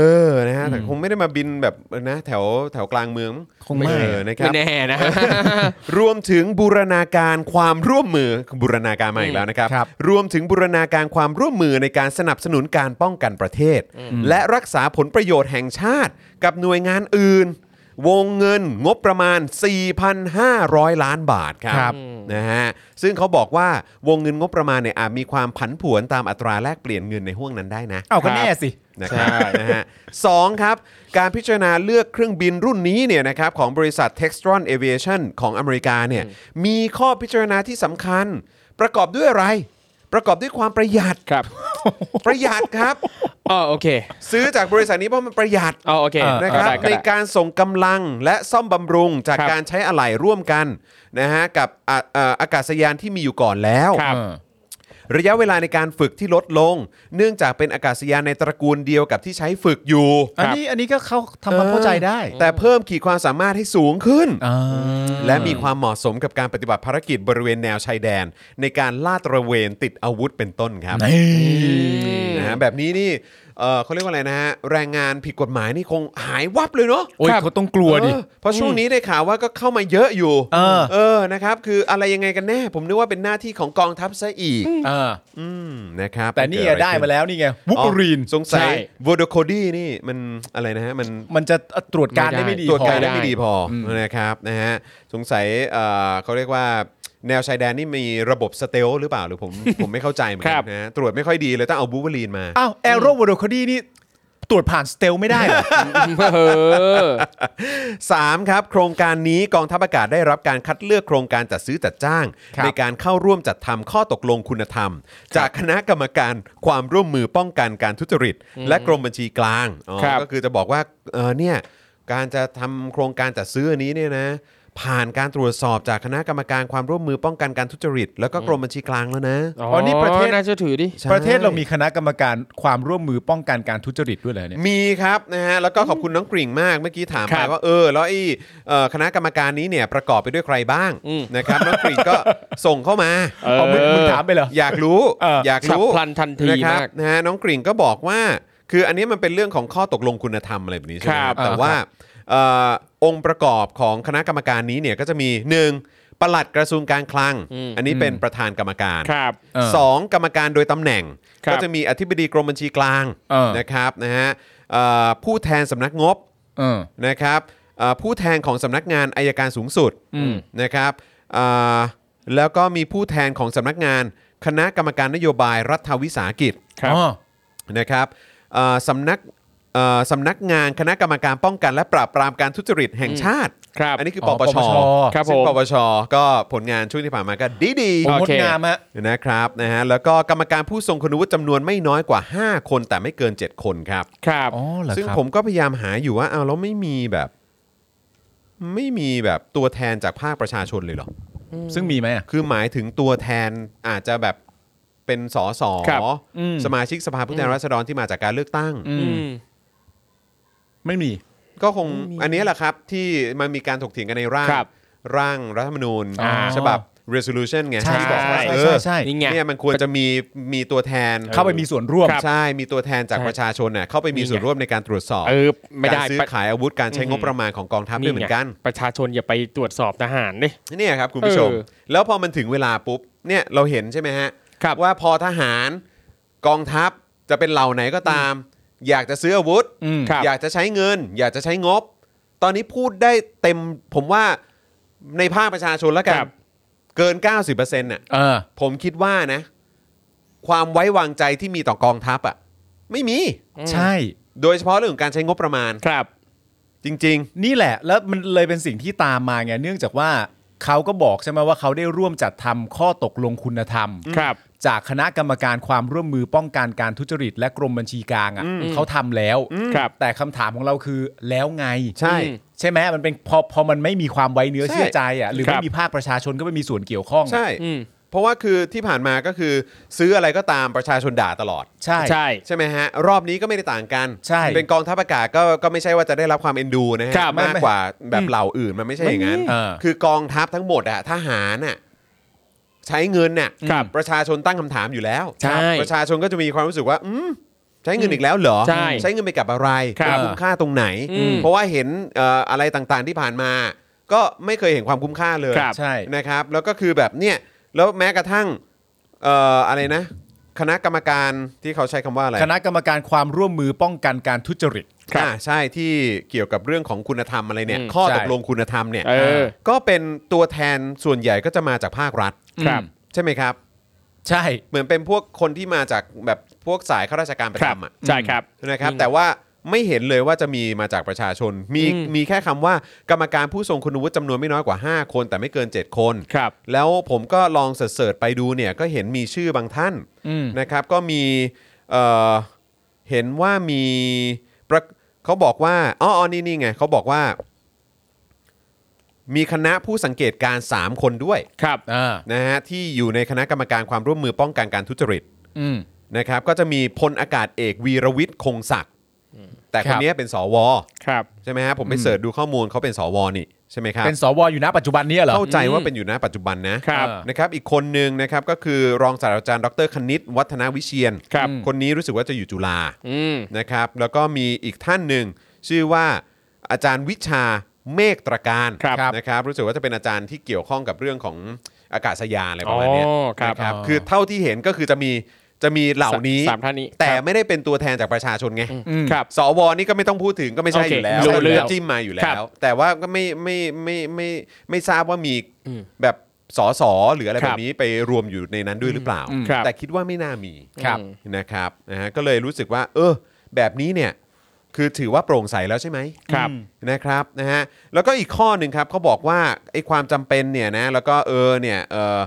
S2: อ
S6: น่ะ
S2: นะฮะแต่คงไม่ได้มาบินแบบนะแถวแถวกลางเมือง
S3: คงไม่
S2: เออนะครับ
S6: ไม่แน่นะ
S2: รวมถึงบูรณาการความร่วมมือบูรณาการมาอีกแล้วนะครับ
S3: ครับ
S2: รวมถึงบูรณาการความร่วมมือในการสนับสนุนการป้องกันประเทศ และรักษาผลประโยชน์แห่งชาติ กับหน่วยงานอื่น วงเงินงบประมาณ 4,500 ล้านบาทค
S3: ครั
S2: รับ นะฮะซึ่งเขาบอกว่าวงเงินงบประมาณเนี่ยอาจมีความผันผวนตามอัตราแลกเปลี่ยนเงินในห่วงนั้นได้นะ
S3: เอาก็แน่สิ
S2: นะครับนะฮะสองครับ การพิจารณาเลือกเครื่องบินรุ่นนี้เนี่ยนะครับของบริษัท Textron Aviation ของอเมริกาเนี่ยมีข้อพิจารณาที่สำคัญ ประกอบด้วยอะไร ประกอบด้วยความประห ยัด
S6: ครับ
S2: ประหยัดครับ
S6: อ๋อโอเค
S2: ซื้อจากบริษัทนี้เพราะมันประหยัด
S6: อ๋อโอเค
S3: เออ
S2: นะครับ
S6: ได้ก็
S2: ใน
S6: ได้
S2: การส่งกำลังและซ่อมบำรุงจาก
S6: ครับ
S2: การใช้อะไหล่ร่วมกันนะฮะกับอ่ะเอ่ออากาศยานที่มีอยู่ก่อนแล้ว
S6: ครับ
S3: เออ
S2: ระยะเวลาในการฝึกที่ลดลง เนื่องจากเป็นอากาศยานในตระกูลเดียวกับที่ใช้ฝึกอยู่
S3: อันนี้อันนี้ก็เขาทำความเข้าใจได้
S2: แต่เพิ่มขีดความสามารถให้สูงขึ้น
S3: อ่า
S2: และมีความเหมาะสมกับการปฏิบัติภารกิจบริเวณแนวชายแดน ในการลาดตระเวนติดอาวุธเป็นต้นครับ
S3: นี่
S2: นะฮะแบบนี้นี่เอ่อเขาเรียกว่าอะไรนะฮะแรงงานผิดกฎหมายนี่คงหายวับเลยเนาะ
S3: โอ้ยเขาต้องกลัวดิ
S2: เออเพราะช่วงนี้ได้ข่าวว่าก็เข้ามาเยอะอยู่
S3: เออ
S2: เออนะครับคืออะไรยังไงกันแน่ ผมนึกว่าเป็นหน้าที่ของกองทัพซะอีก
S3: เออ
S2: อืมนะครับ
S3: แต่นี่อะได้มาแล้วนี่ไงวู
S2: อ๋อ
S3: ปรีน
S2: สงสั
S6: ใช่
S2: ยวูดโคดี้นี่มันอะไรนะฮะมัน
S3: มันจะตรวจการได้ไม่ดี
S2: ตรวจการ
S3: พอ
S2: ได้ไม่ดีพอ
S3: อืม
S2: นะครับนะฮะสงสัยเอ่อเขาเรียกว่าแนวชายแดนนี่มีระบบสเตลหรือเปล่าหรือผม ผมไม่เข้าใจเหมือน
S6: ค
S2: กั
S6: รั
S2: น
S6: บ
S2: นะฮะตรวจไม่ค่อยดีเลยต้องเอาบูเบอรีนมา
S3: อ้าวแอโรวอร์คดีนี่ตรวจผ่านสเตลไม่ได้เหรอ
S6: เออ
S2: 3 ครับ โครงการนี้กองทัพอากาศได้รับการคัดเลือกโครงการจัดซื้อจัดจ้าง
S3: ครับ
S2: ในการเข้าร่วมจัดทำข้อตกลงคุณธรรม จากคณะกรรมการความร่วมมือป้องกันการทุจริต และกรมบัญชีกลางอ๋อ
S6: ครับ
S2: ก็คือจะบอกว่าเออเนี่ยการจะทำโครงการจัดซื้ออันนี้เนี่ยนะผ่านการตรวจสอบจากคณะกรรมการความร่วมมือป้องกันการทุจริต แล้วก็กรมบัญชีกลางแล้วนะ
S6: อ๋
S3: อนี่ประเทศ
S6: น่าเชื่อถือดิ
S2: ใช่
S3: ประเทศเรามีคณะกรรมการความร่วมมือป้องกันการทุจริตด้วยเหรอเนี่ย
S2: มีครับนะฮะแล้วก็ขอบคุณน้องกริ่งมากเมื่อกี้ถาม
S6: ค
S2: ไป
S6: รับ
S2: ว่าเออแล้วไอ้เอ่อคณะกรรมการนี้เนี่ยประกอบไปด้วยใครบ้าง
S6: อืม
S2: นะครับน้องกริ่งก็ ส่งเข้า มา
S6: เออ
S3: เอามึงมึงถามไปเหรอ
S2: อยากรู้
S3: เอออ
S2: อยากรู้
S6: ฉับพลันทันที
S2: นะครับ
S6: มาก
S2: นะฮะน้องกริ่งก็บอกว่า คืออันนี้มันเป็นเรื่องของข้อตกลงคุณธรรมอะไรแบบนี้ใช่ไหม
S6: ครับ
S2: แต่ว่าเอ่อองค์ประกอบของคณะกรรมการนี้เนี่ยก็จะมีหนึ่งปลัดกระทรวงการคลัง อันนี้เป็นประธานกรรมการ
S6: ครับ
S3: เออ
S2: สองกรรมการโดยตำแหน่ง
S6: ครับ
S2: ก็จะมีอธิบดีกรมบัญชีกลาง
S3: เออ
S2: นะครับนะฮะเอ่อผู้แทนสำนักงบ
S3: เออ
S2: นะครับเอ่อผู้แทนของสำนักงานอายการสูงสุดนะครับเอ่อแล้วก็มีผู้แทนของสำนักงาน คณะกรรมการนโยบายรัฐวิสาหกิจ
S6: ครับ
S3: อ๋อ
S2: นะครับเอ่อสำนัก เอ่อสำนักงานคณะกรรมการป้องกันและปราบปรามการทุจริตแห่งชาติ
S6: ครับ
S2: อันนี้คือ
S3: อ๋
S2: ป
S3: อ
S2: ปช
S3: ปปช
S6: ครับ
S2: ซึ่ง
S6: ผม
S2: ปปชก็ผลงานช่วงที่ผ่านมาก็ดีดีๆ
S3: ผมง
S6: โอ
S3: ด
S6: เค
S3: งามฮะ
S2: นะครับนะฮะแล้วก็กรรมการผู้ทรงคุณวุฒิจำนวนไม่น้อยกว่า 5 คนแต่ไม่เกิน 7 คนครับ
S6: ครับ
S3: อ๋อเหรอ
S2: ซึ่ง
S3: ครับ
S2: ผมก็พยายามหาอยู่ว่าเอาวแล้วไม่มีแบบ ไม่มีแบบตัวแทนจากภาคประชาชนเลยเหรอ
S3: ซึ่งมีไหมอะ
S2: คือหมายถึงตัวแทนอาจจะแบบเป็นสส
S6: ครับ
S3: อืม
S2: สมาชิกสภาผู้แทนราษฎรที่มาจากการเลือกตั้ง
S3: อื
S6: อื
S3: ม
S6: ม
S3: ไม่มี
S2: ก็คงอันนี้แหละครับที่มันมีการถกเถียงกันในร่าง
S6: ครับ
S2: ร่างรัฐธรรมนูญ
S3: อ่า
S2: ฉบับ resolution ไง
S3: ใช่
S2: ที่
S3: ใช
S2: บอกว่า
S3: ่
S2: เออ
S3: ใช่ใช่
S6: นี่ไง
S2: เนี่ยมันควรจะมีมีตัวแทน
S3: เข้าไปมีส่วนร่วม
S6: ครับ
S2: ใช่ มีตัวแทนจาก
S6: ใช่
S2: ประชาชนเน่ะเข้าไปมี
S6: นี่ไง
S2: ส่วนร่วมในการตรวจสอบ
S6: เออไม่
S2: กา
S6: ได้
S2: รซื้อ
S6: ปะ
S2: ขายอาวุธการใช้
S6: อืม
S2: งบประมาณของกองทัพด้วยเหมือนกัน
S6: ไงประชาชนอย่าไปตรวจสอบทหารดิ
S2: เนี่ยครับคุณผู้ชม
S6: เออ
S2: แล้วพอมันถึงเวลาปุ๊บเนี่ยเราเห็นใช่ไหมฮะ
S6: ครับ
S2: ว่าพอทหารกองทัพจะเป็นเหล่าไหนก็ตาม อยากจะซื้ออาวุธ
S3: อืม
S6: ครับ
S2: อยากจะใช้เงิน อยากจะใช้งบ ตอนนี้พูดได้เต็มผมว่าในภาคประชาชนแล้วกัน
S6: ครับ
S2: เกิน 90%น่ะ
S3: เออ
S2: ผมคิดว่านะ ความไว้วางใจที่มีต่อกองทัพอ่ะไม่มี
S3: ใช่
S2: โดยเฉพาะเรื่องของการใช้งบประมาณ
S6: ครับ
S2: จริง
S3: นี่แหละ แล้วมันเลยเป็นสิ่งที่ตามมาไงเนื่องจากว่าเขาก็บอกใช่ไหมว่าเขาได้ร่วมจัดทำข้อตกลงคุณธรรม
S6: ครับ
S3: จากคณะกรรมการความร่วมมือป้องกันการทุจริต และกรมบัญชีกลาง
S2: อืม
S3: อะ่ะเขาทำแล้ว
S6: ครับ
S3: แต่คำถามของเราคือแล้วไง
S2: ๆ ใช่
S6: อืม
S3: ใช่ไหมมันเป็นพอพอมันไม่มีความไว้เนื้อ
S2: ใช่
S3: เชื่อใจอ่ะหรือ
S6: ครับ
S3: ไม่มีภาคประชาชนก็ไม่มีส่วนเกี่ยวข้องอะ
S2: ใช่
S6: อืม
S2: เพราะว่าคือที่ผ่านมาก็คือซื้ออะไรก็ตามประชาชนด่าตลอด
S3: ใช่
S6: ใช่
S2: ใช่ไหมฮะ รอบนี้ก็ไม่ได้ต่างกัน
S3: ใช่
S2: เป็นกองทัพอากาศก็ก็ไม่ใช่ว่าจะได้รับความเอ็นดูนะฮะ
S6: ครับ
S2: มากกว่าแบบเหล่าอื่นมันไม่ใช่อย่างนั้น
S3: เออ
S2: คือกองทัพทั้งหมดอะทหารน่ะใช้เงินน่ะ
S6: ครับ
S2: ประชาชนตั้งคำถามอยู่แล้ว
S6: ใช่
S2: ประชาชนก็จะมีความรู้สึกว่าอืมใช้เงินอีกแล้วเหรอ
S6: ใช่
S2: เงินไปกับอะไร
S6: ครับ
S2: มันคุ้มค่าตรงไหน
S6: อืม
S2: เพราะว่าเห็นเอ่ออะไรต่างๆที่ผ่านมา ก็ไม่เคยเห็นความคุ้มค่าเลย
S6: ครับ
S3: ใช่
S2: นะครับ แล้วก็คือแบบเนี่ยแล้วแม้กระทั่งเอ่ออะไรนะ คณะกรรมการที่เขาใช้คำว่าอะไร
S3: คณะกรรมการความร่วมมือป้องกันการทุจริต
S6: ครับ
S2: อ่าใช่ที่เกี่ยวกับเรื่องของคุณธรรมอะไรเนี่ย
S6: อืม
S2: ข้อ
S3: ใช่
S2: ตกลงคุณธรรมเนี่ย
S6: เออ
S2: ก็เป็นตัวแทนส่วนใหญ่ก็จะมาจากภาครัฐ
S6: ครับ
S3: อืม
S2: ใช่ไหมครับ
S3: ใช่
S2: เหมือนเป็นพวกคนที่มาจากแบบพวกสายข้าราชการประ
S6: ครับ
S2: จำอ่ะ
S6: ใช่ครับ
S2: นะครับ
S6: อืม
S2: แต่ว่าไม่เห็นเลยว่าจะมีมาจากประชาชน มี
S6: อืม
S2: มีแค่คำว่ากรรมการผู้ทรงคุณวุฒิจำนวนไม่น้อยกว่า 5 คนแต่ไม่เกิน 7 คน
S6: ครับ
S2: แล้วผมก็ลองเสิร์ชๆไปดูเนี่ยก็เห็นมีชื่อบางท่าน
S3: อืม
S2: นะครับ ก็มีเอ่อเห็นว่ามีประเขาบอกว่าอ๋อออนี่นี่ไงเขาบอกว่า มีคณะผู้สังเกตการ 3 คนด้วย
S6: ครับ
S3: อ่า
S2: นะฮะที่อยู่ในคณะกรรมการความร่วมมือป้องกันการทุจริต
S3: อืม
S2: นะครับ ก็จะมีพลอากาศเอกวีรวิทย์คงศักดิ์แต่
S3: ค
S2: ค
S3: รั
S2: น
S3: บ
S2: นี้เป็นสว
S6: ครับ
S2: ใช่ไหมฮะผมไปเสิร์ชดูข้อมูลเขาเป็นสวนี่ใช่ไหมครับ
S3: เป็นสวอยู่นะปัจจุบันเนี้ยเหรอ
S2: เข้าใจว่าเป็นอยู่นะปัจจุบันนะครับ
S3: เออ
S2: นะครับอีกคนหนึ่งนะครับก็คือรองศาสตราจารย์ดรคณิตวัฒนวิเชียน
S6: ครับ
S2: คนนี้รู้สึกว่าจะอยู่จุฬา
S6: อืม
S2: นะครับแล้วก็มีอีกท่านหนึ่งชื่อว่าอาจารย์วิชาเมฆตรการ
S6: ครับ
S2: นะครับรู้สึกว่าจะเป็นอาจารย์ที่เกี่ยวข้องกับเรื่องของอากาศยานอะไรประมาณเนี้ย
S6: อ๋อครับ
S2: นะคือเท่าที่เห็นก็คือจะมีจะมีเหล่านี้
S6: สามท่านนี้
S2: แต่
S6: ครับ
S2: ไม่ได้เป็นตัวแทนจากประชาชนไง
S3: อืม
S6: ครับ
S2: สวนี่ก็ไม่ต้องพูดถึงก็ไม่ใช่
S6: โอ
S2: อ
S6: เค
S2: ยู่แล้ว
S6: รู้เรื่อง
S2: ก็จิ้มมาอยู่แล้
S6: ครั
S2: ว
S6: บ
S2: แต่ว่าก็ไม่ไม่ไม่ไม่ไม่ทราบว่ามี
S6: อืม
S2: แบบสอสอหรืออะไร
S6: ค
S2: แบ
S6: รับบ
S2: นี้ไปรวมอยู่ในนั้นด้วยหรือเปล่า
S6: อืมครับ
S2: แต่คิดว่าไม่น่ามี
S6: ครับ
S2: นะครับนะฮะก็เลยรู้สึกว่า เออ แบบนี้เนี่ยคือถือว่าโปร่งใสแล้วใช่ไหม
S6: ครับ
S2: นะครับนะฮะแล้วก็อีกข้อหนึ่งครับเขาบอกว่าไอ้ความจำเป็นเนี่ยนะแล้วก็เออเนี่ยเออ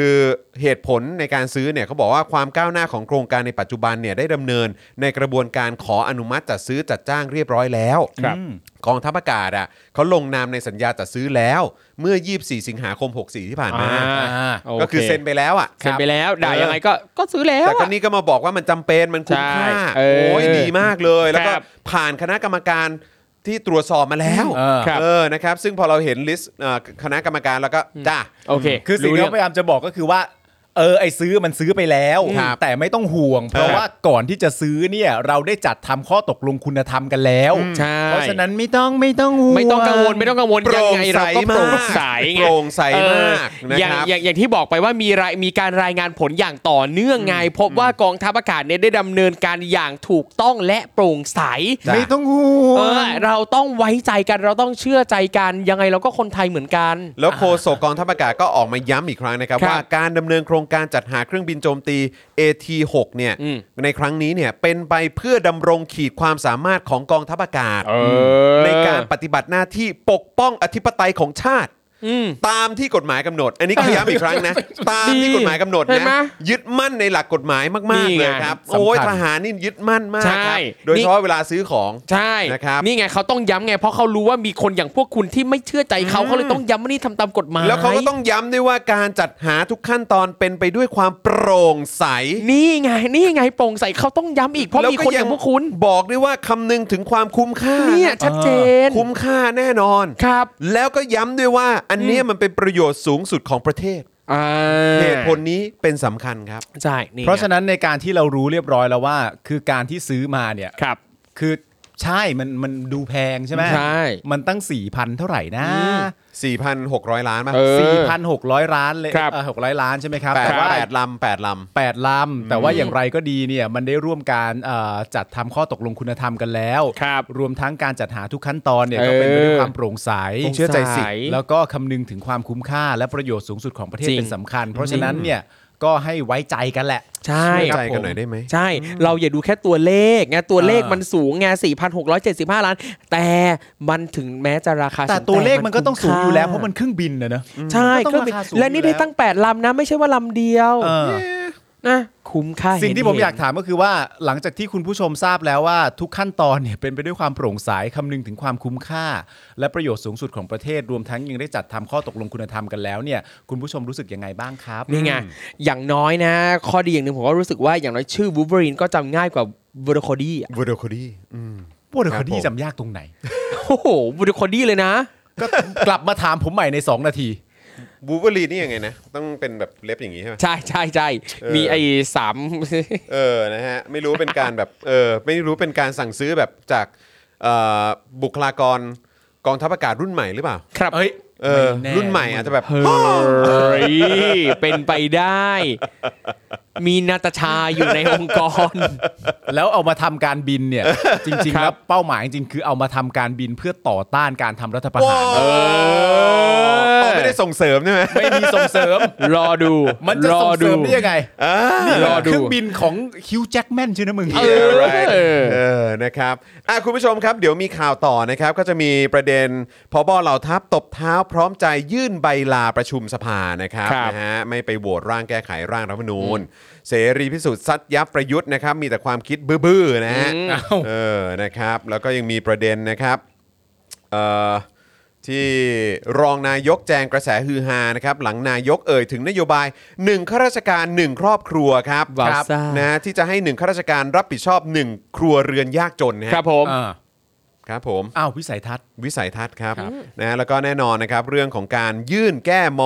S2: คือเหตุผลในการซื้อเนี่ยเขาบอกว่าความก้าวหน้าของโครงการในปัจจุบันเนี่ยได้ดำเนินในกระบวนการขออนุมัติจัดซื้อจัดจ้างเรียบร้อยแล้ว
S6: ครับ
S2: กองทัพอากาศอ่ะเขาลงนามในสัญญาจัดซื้อแล้วเมื่อ 24 สิงหาคม 64 ที่ผ่านมา
S3: อ่า
S6: โ
S2: ก็คือเซ็นไปแล้วอ่ะ
S6: เซ็นไปแล้วด่า
S2: เออ
S6: ยังไงก็ก็ซื้อแล้ว
S2: แต่ก็นี่ก็มาบอกว่ามันจำเป็นมันคุ้มค่า
S6: ใช่เออ
S2: โอ้ยดีมากเลย แล้วก็
S6: ครับ
S2: ผ่านคณะกรรมการที่ตรวจสอบมาแล้ว
S3: เออ
S6: ครับ
S2: เออนะครับ ซึ่งพอเราเห็นลิสต์เอ่อคณะกรรมการแล้วก็จ้า
S6: โอเค
S3: คือสิ่ง
S6: รู้
S3: ที่
S6: เรื่
S3: เขาพยายามจะบอกก็คือว่า เออไอซื้อมันซื้อไปแล้ว
S2: ครับ
S3: แต่ไม่ต้องห่วง เพราะ
S2: ครับ
S3: ว่าก่อนที่จะซื้อเนี่ย เราได้จัดทำข้อตกลงคุณธรรมกันแล้ว
S6: ใช่
S3: เพราะฉะนั้นไม่ต้องไม่ต้องห่วง
S6: ไม่ต้องกังวลไม่ต้องกังวล
S2: โปร่ง
S6: ยังไง
S2: ใส
S6: เราก็โปร่ง
S2: มาก
S6: ใสไง
S2: โปร่งใส
S6: เออ
S2: มากนะ
S6: อย่าง
S2: ครับ
S6: อย่างอย่างที่บอกไปว่ามีรายมีการรายงานผลอย่างต่อเนื่องไงพบว่ากองทัพอากาศเนี่ยได้ดำเนินการอย่างถูกต้องและโปร่งใส
S2: จ้ะ
S3: ไม่ต้องห่ว
S6: เอง อเราต้องไว้ใจกันเราต้องเชื่อใจกันยังไงเราก็คนไทยเหมือนกัน
S2: แล้วโฆษกกองทัพอากาศก็ออกมาย้ำอีกครั้งนะครับ
S6: ครับ
S2: ว่าการดำเนินโครง การจัดหาเครื่องบินโจมตี AT6 เนี่ย
S6: อืม
S2: ในครั้งนี้เนี่ยเป็นไปเพื่อดำรงขีดความสามารถของกองทัพอากาศ
S6: เออ
S2: ในการปฏิบัติหน้าที่ปกป้องอธิปไตยของชาติ
S6: อืม
S2: ตามที่กฎหมายกำหนด อันนี้ก็ย้ำอีกครั้งนะ ตามที่กฎหมายกำหนด
S6: เห็นไหม
S2: นะยึดมั่นในหลักกฎหมายมาก
S6: นี่
S2: ๆ
S6: ไง
S2: เลยครับ
S3: สำคัญ
S2: โอ้ยทหารนี่ยึดมั่นมากค
S6: ใช่
S2: รับโดยเฉพาะเวลาซื้อของ
S6: ใช่
S2: นะครับ
S6: นี่ไงเขาต้องย้ำไง เพราะเขารู้ว่ามีคนอย่างพวกคุณที่ไม่เชื่อใจเขา
S2: อืม
S6: เขาเลยต้องย้ำว่านี่ทำตามกฎหมาย
S2: แล้วเขาก็ต้องย้ำด้วยว่าการจัดหาทุกขั้นตอนเป็นไปด้วยความโปร่งใส
S6: นี่ไง นี่ไงโปร่งใสเขาต้องย้ำอีกเพราะมีคนอย่างพวกคุณ
S2: บอกด้วยว่าคำนึงถึงความคุ้มค่า
S6: เนี่ยชัดเจน
S2: คุ้มค่าแน่นอน
S6: ครับ
S2: แล้วก็ย้ำด้วยว่าอันเนี้ยมันเป็นประโยชน์สูงสุดของประเทศ
S6: อ่า
S2: เหตุผลนี้เป็นสำคัญครับ
S6: ใช่นี่ไง
S3: เพราะฉะนั้นในการที่เรารู้เรียบร้อยแล้วว่า คือการที่ซื้อมาเนี่ย
S6: ครับ
S3: คือใช่มันมันดูแพงใช่ไหม
S6: ใช่
S3: มันตั้ง 4,000 เท่าไหร่นะ
S2: 4,600 ล้านมา
S6: เออ
S3: 4,600 ล้านเลย
S6: ครับ
S3: หกร้อยล้านใช่ไหมครับ
S2: แปด
S3: แต่ว่า
S2: แปดลำแปดลำ
S3: แปดลำแต่ว่าอย่างไรก็ดีเนี่ยมันได้ร่วมการเอ่อจัดทำข้อตกลงคุณธรรมกันแล้ว
S6: ครับ
S3: รวมทั้งการจัดหาทุกขั้นตอนเนี่ย
S6: เออ
S3: ก็เป็นไปด้วยความโปร่งใส
S6: โปร่งใสเชื่อใจสิ
S3: แล้วก็คำนึงถึงความคุ้มค่าและประโยชน์สูงสุดของประเทศ
S6: จริง
S3: เป็นสำคัญ เพราะฉะนั้นเนี่ยก็ให้ไว้ใจกันแหละ
S6: ใช่
S2: ช่วย
S6: ครับ
S2: ใจกัน
S6: ผม
S2: หน่อยได้ไหม
S6: ใช่ เราอย่าดูแค่ตัวเลขไงตัวเลข
S3: เออ
S6: มันสูงไง4,675 ล้าน แต่มันถึงแม้จะราคา
S3: แต่
S6: ง
S3: ตัวเลขมันก็ต้องสูงอยู่แล้วเพ
S6: คุ้
S3: ราะมันเครื่องบินนะเนอะ
S6: ใช่
S3: ก็
S6: เค
S3: ต้อง
S6: รื่องบิน
S3: ราคาสูง
S6: และนี่ได้ตั้ง 8 ลำนะ ไม่ใช่ว่าลำเดียว
S3: เออ
S6: นะคุ้มค่า
S3: สิ่งที่
S6: เห็น
S3: ผมอยาก
S6: เห็น
S3: ถามก็คือว่าหลังจากที่คุณผู้ชมทราบแล้วว่าทุกขั้นตอนเนี่ยเป็นไปด้วยความโปร่งใสคำนึงถึงความคุ้มค่า และประโยชน์สูงสุดของประเทศรวมทั้งยังได้จัดทำข้อตกลงคุณธรรมกันแล้วเนี่ยคุณผู้ชมรู้สึกยังไงบ้างครับ
S6: นี่ไง อย่างน้อยนะ ข้อดีอย่างหนึ่งผมก็รู้สึกว่าอย่างน้อยชื่อวู l เ e อรีนก็จำง่ายกว่าวูดโคดี้
S2: วูดโคดี
S3: พวกเด็ก
S2: ค
S3: ครับ นที่
S2: ผม
S3: จำยากตรงไหน
S6: โอ้โหวูดโคดี้เลยนะ
S3: ก็ กลับมาถามผมใหม่ใน 2 นาที
S2: บูเบอรีนี่ยังไงนะ ต้องเป็นแบบเล็บอย่างนี้ใช่ไหม
S6: ใช่ใช่ใช่
S2: เออ
S6: มีไอ้สาม
S2: เออนะฮะ ไม่รู้เป็นการแบบ เออ ไม่รู้เป็นการสั่งซื้อแบบจากเอ่อบุคลากรกองทัพอากาศรุ่นใหม่หรือเปล่า
S6: ครับ
S3: เอ้ย
S2: เออ
S3: ไม่แ
S2: รุ่นใหม่อาจจะแบบ
S6: เฮ้ย เป็นไปได้ มีนาตาชาอยู่ในองค์กร
S3: แล้วเอามาทำการบินเนี่ย จริงๆ
S6: ค
S3: แล้
S6: รั
S3: ว
S6: บ
S3: เป้าหมายจริงๆคือเอามาทำการบินเพื่อต่อต้านการทำรัฐประหาร
S2: เอ
S3: นะ
S2: อไม่ได้ส่งเสริมใช่ไหม
S3: ไม่มีส่งเสริม
S6: รอดู
S3: มันจะ
S6: ร
S3: ส่
S6: อง
S3: เสริ
S6: ดู
S3: มได้ยังไง
S2: อ่า
S3: นี่มัน
S6: รอดู
S3: เครื่องบินของฮิวแจ็คแมนใช่นะมึง
S6: เอ
S2: Yeah, right
S6: เออ
S2: เออ นะครับอ่ะคุณผู้ชมครับ เดี๋ยวมีข่าวต่อนะครับ ก็จะมีประเด็นพบเหล่าทัพตบเท้าพร้อมใจยื่นใบลาประชุมสภานะครับ
S6: ครับ
S2: นะฮะ ไม่ไปโหวตร่างแก้ไขร่างรัฐธรรมนูญ เสรีพิสุทธิ์ซัดยับประยุทธ์นะครับ มีแต่ความคิดบื้อๆนะฮะ เออ นะครับ แล้วก็ยังมีประเด็นนะครับ เอ่อ ที่รองนายกแจงกระแสฮือฮานะครับ หลังนายกเอ่ยถึงนโยบาย 1 ข้าราชการ 1 ครอบครัวครับ
S6: ว้าว
S2: ครับ
S6: ซ่าน
S2: นะที่จะให้ 1 ข้าราชการรับผิดชอบ 1 ครัวเรือนยากจนนะฮะ
S6: ครับผม
S3: อ่า
S2: ครับผม
S3: อ้าววิสัยทัศน์
S2: วิสัยทัศน์ครับนะแล้วก็แน่นอนนะครับ เรื่องของการยื่นแก้ม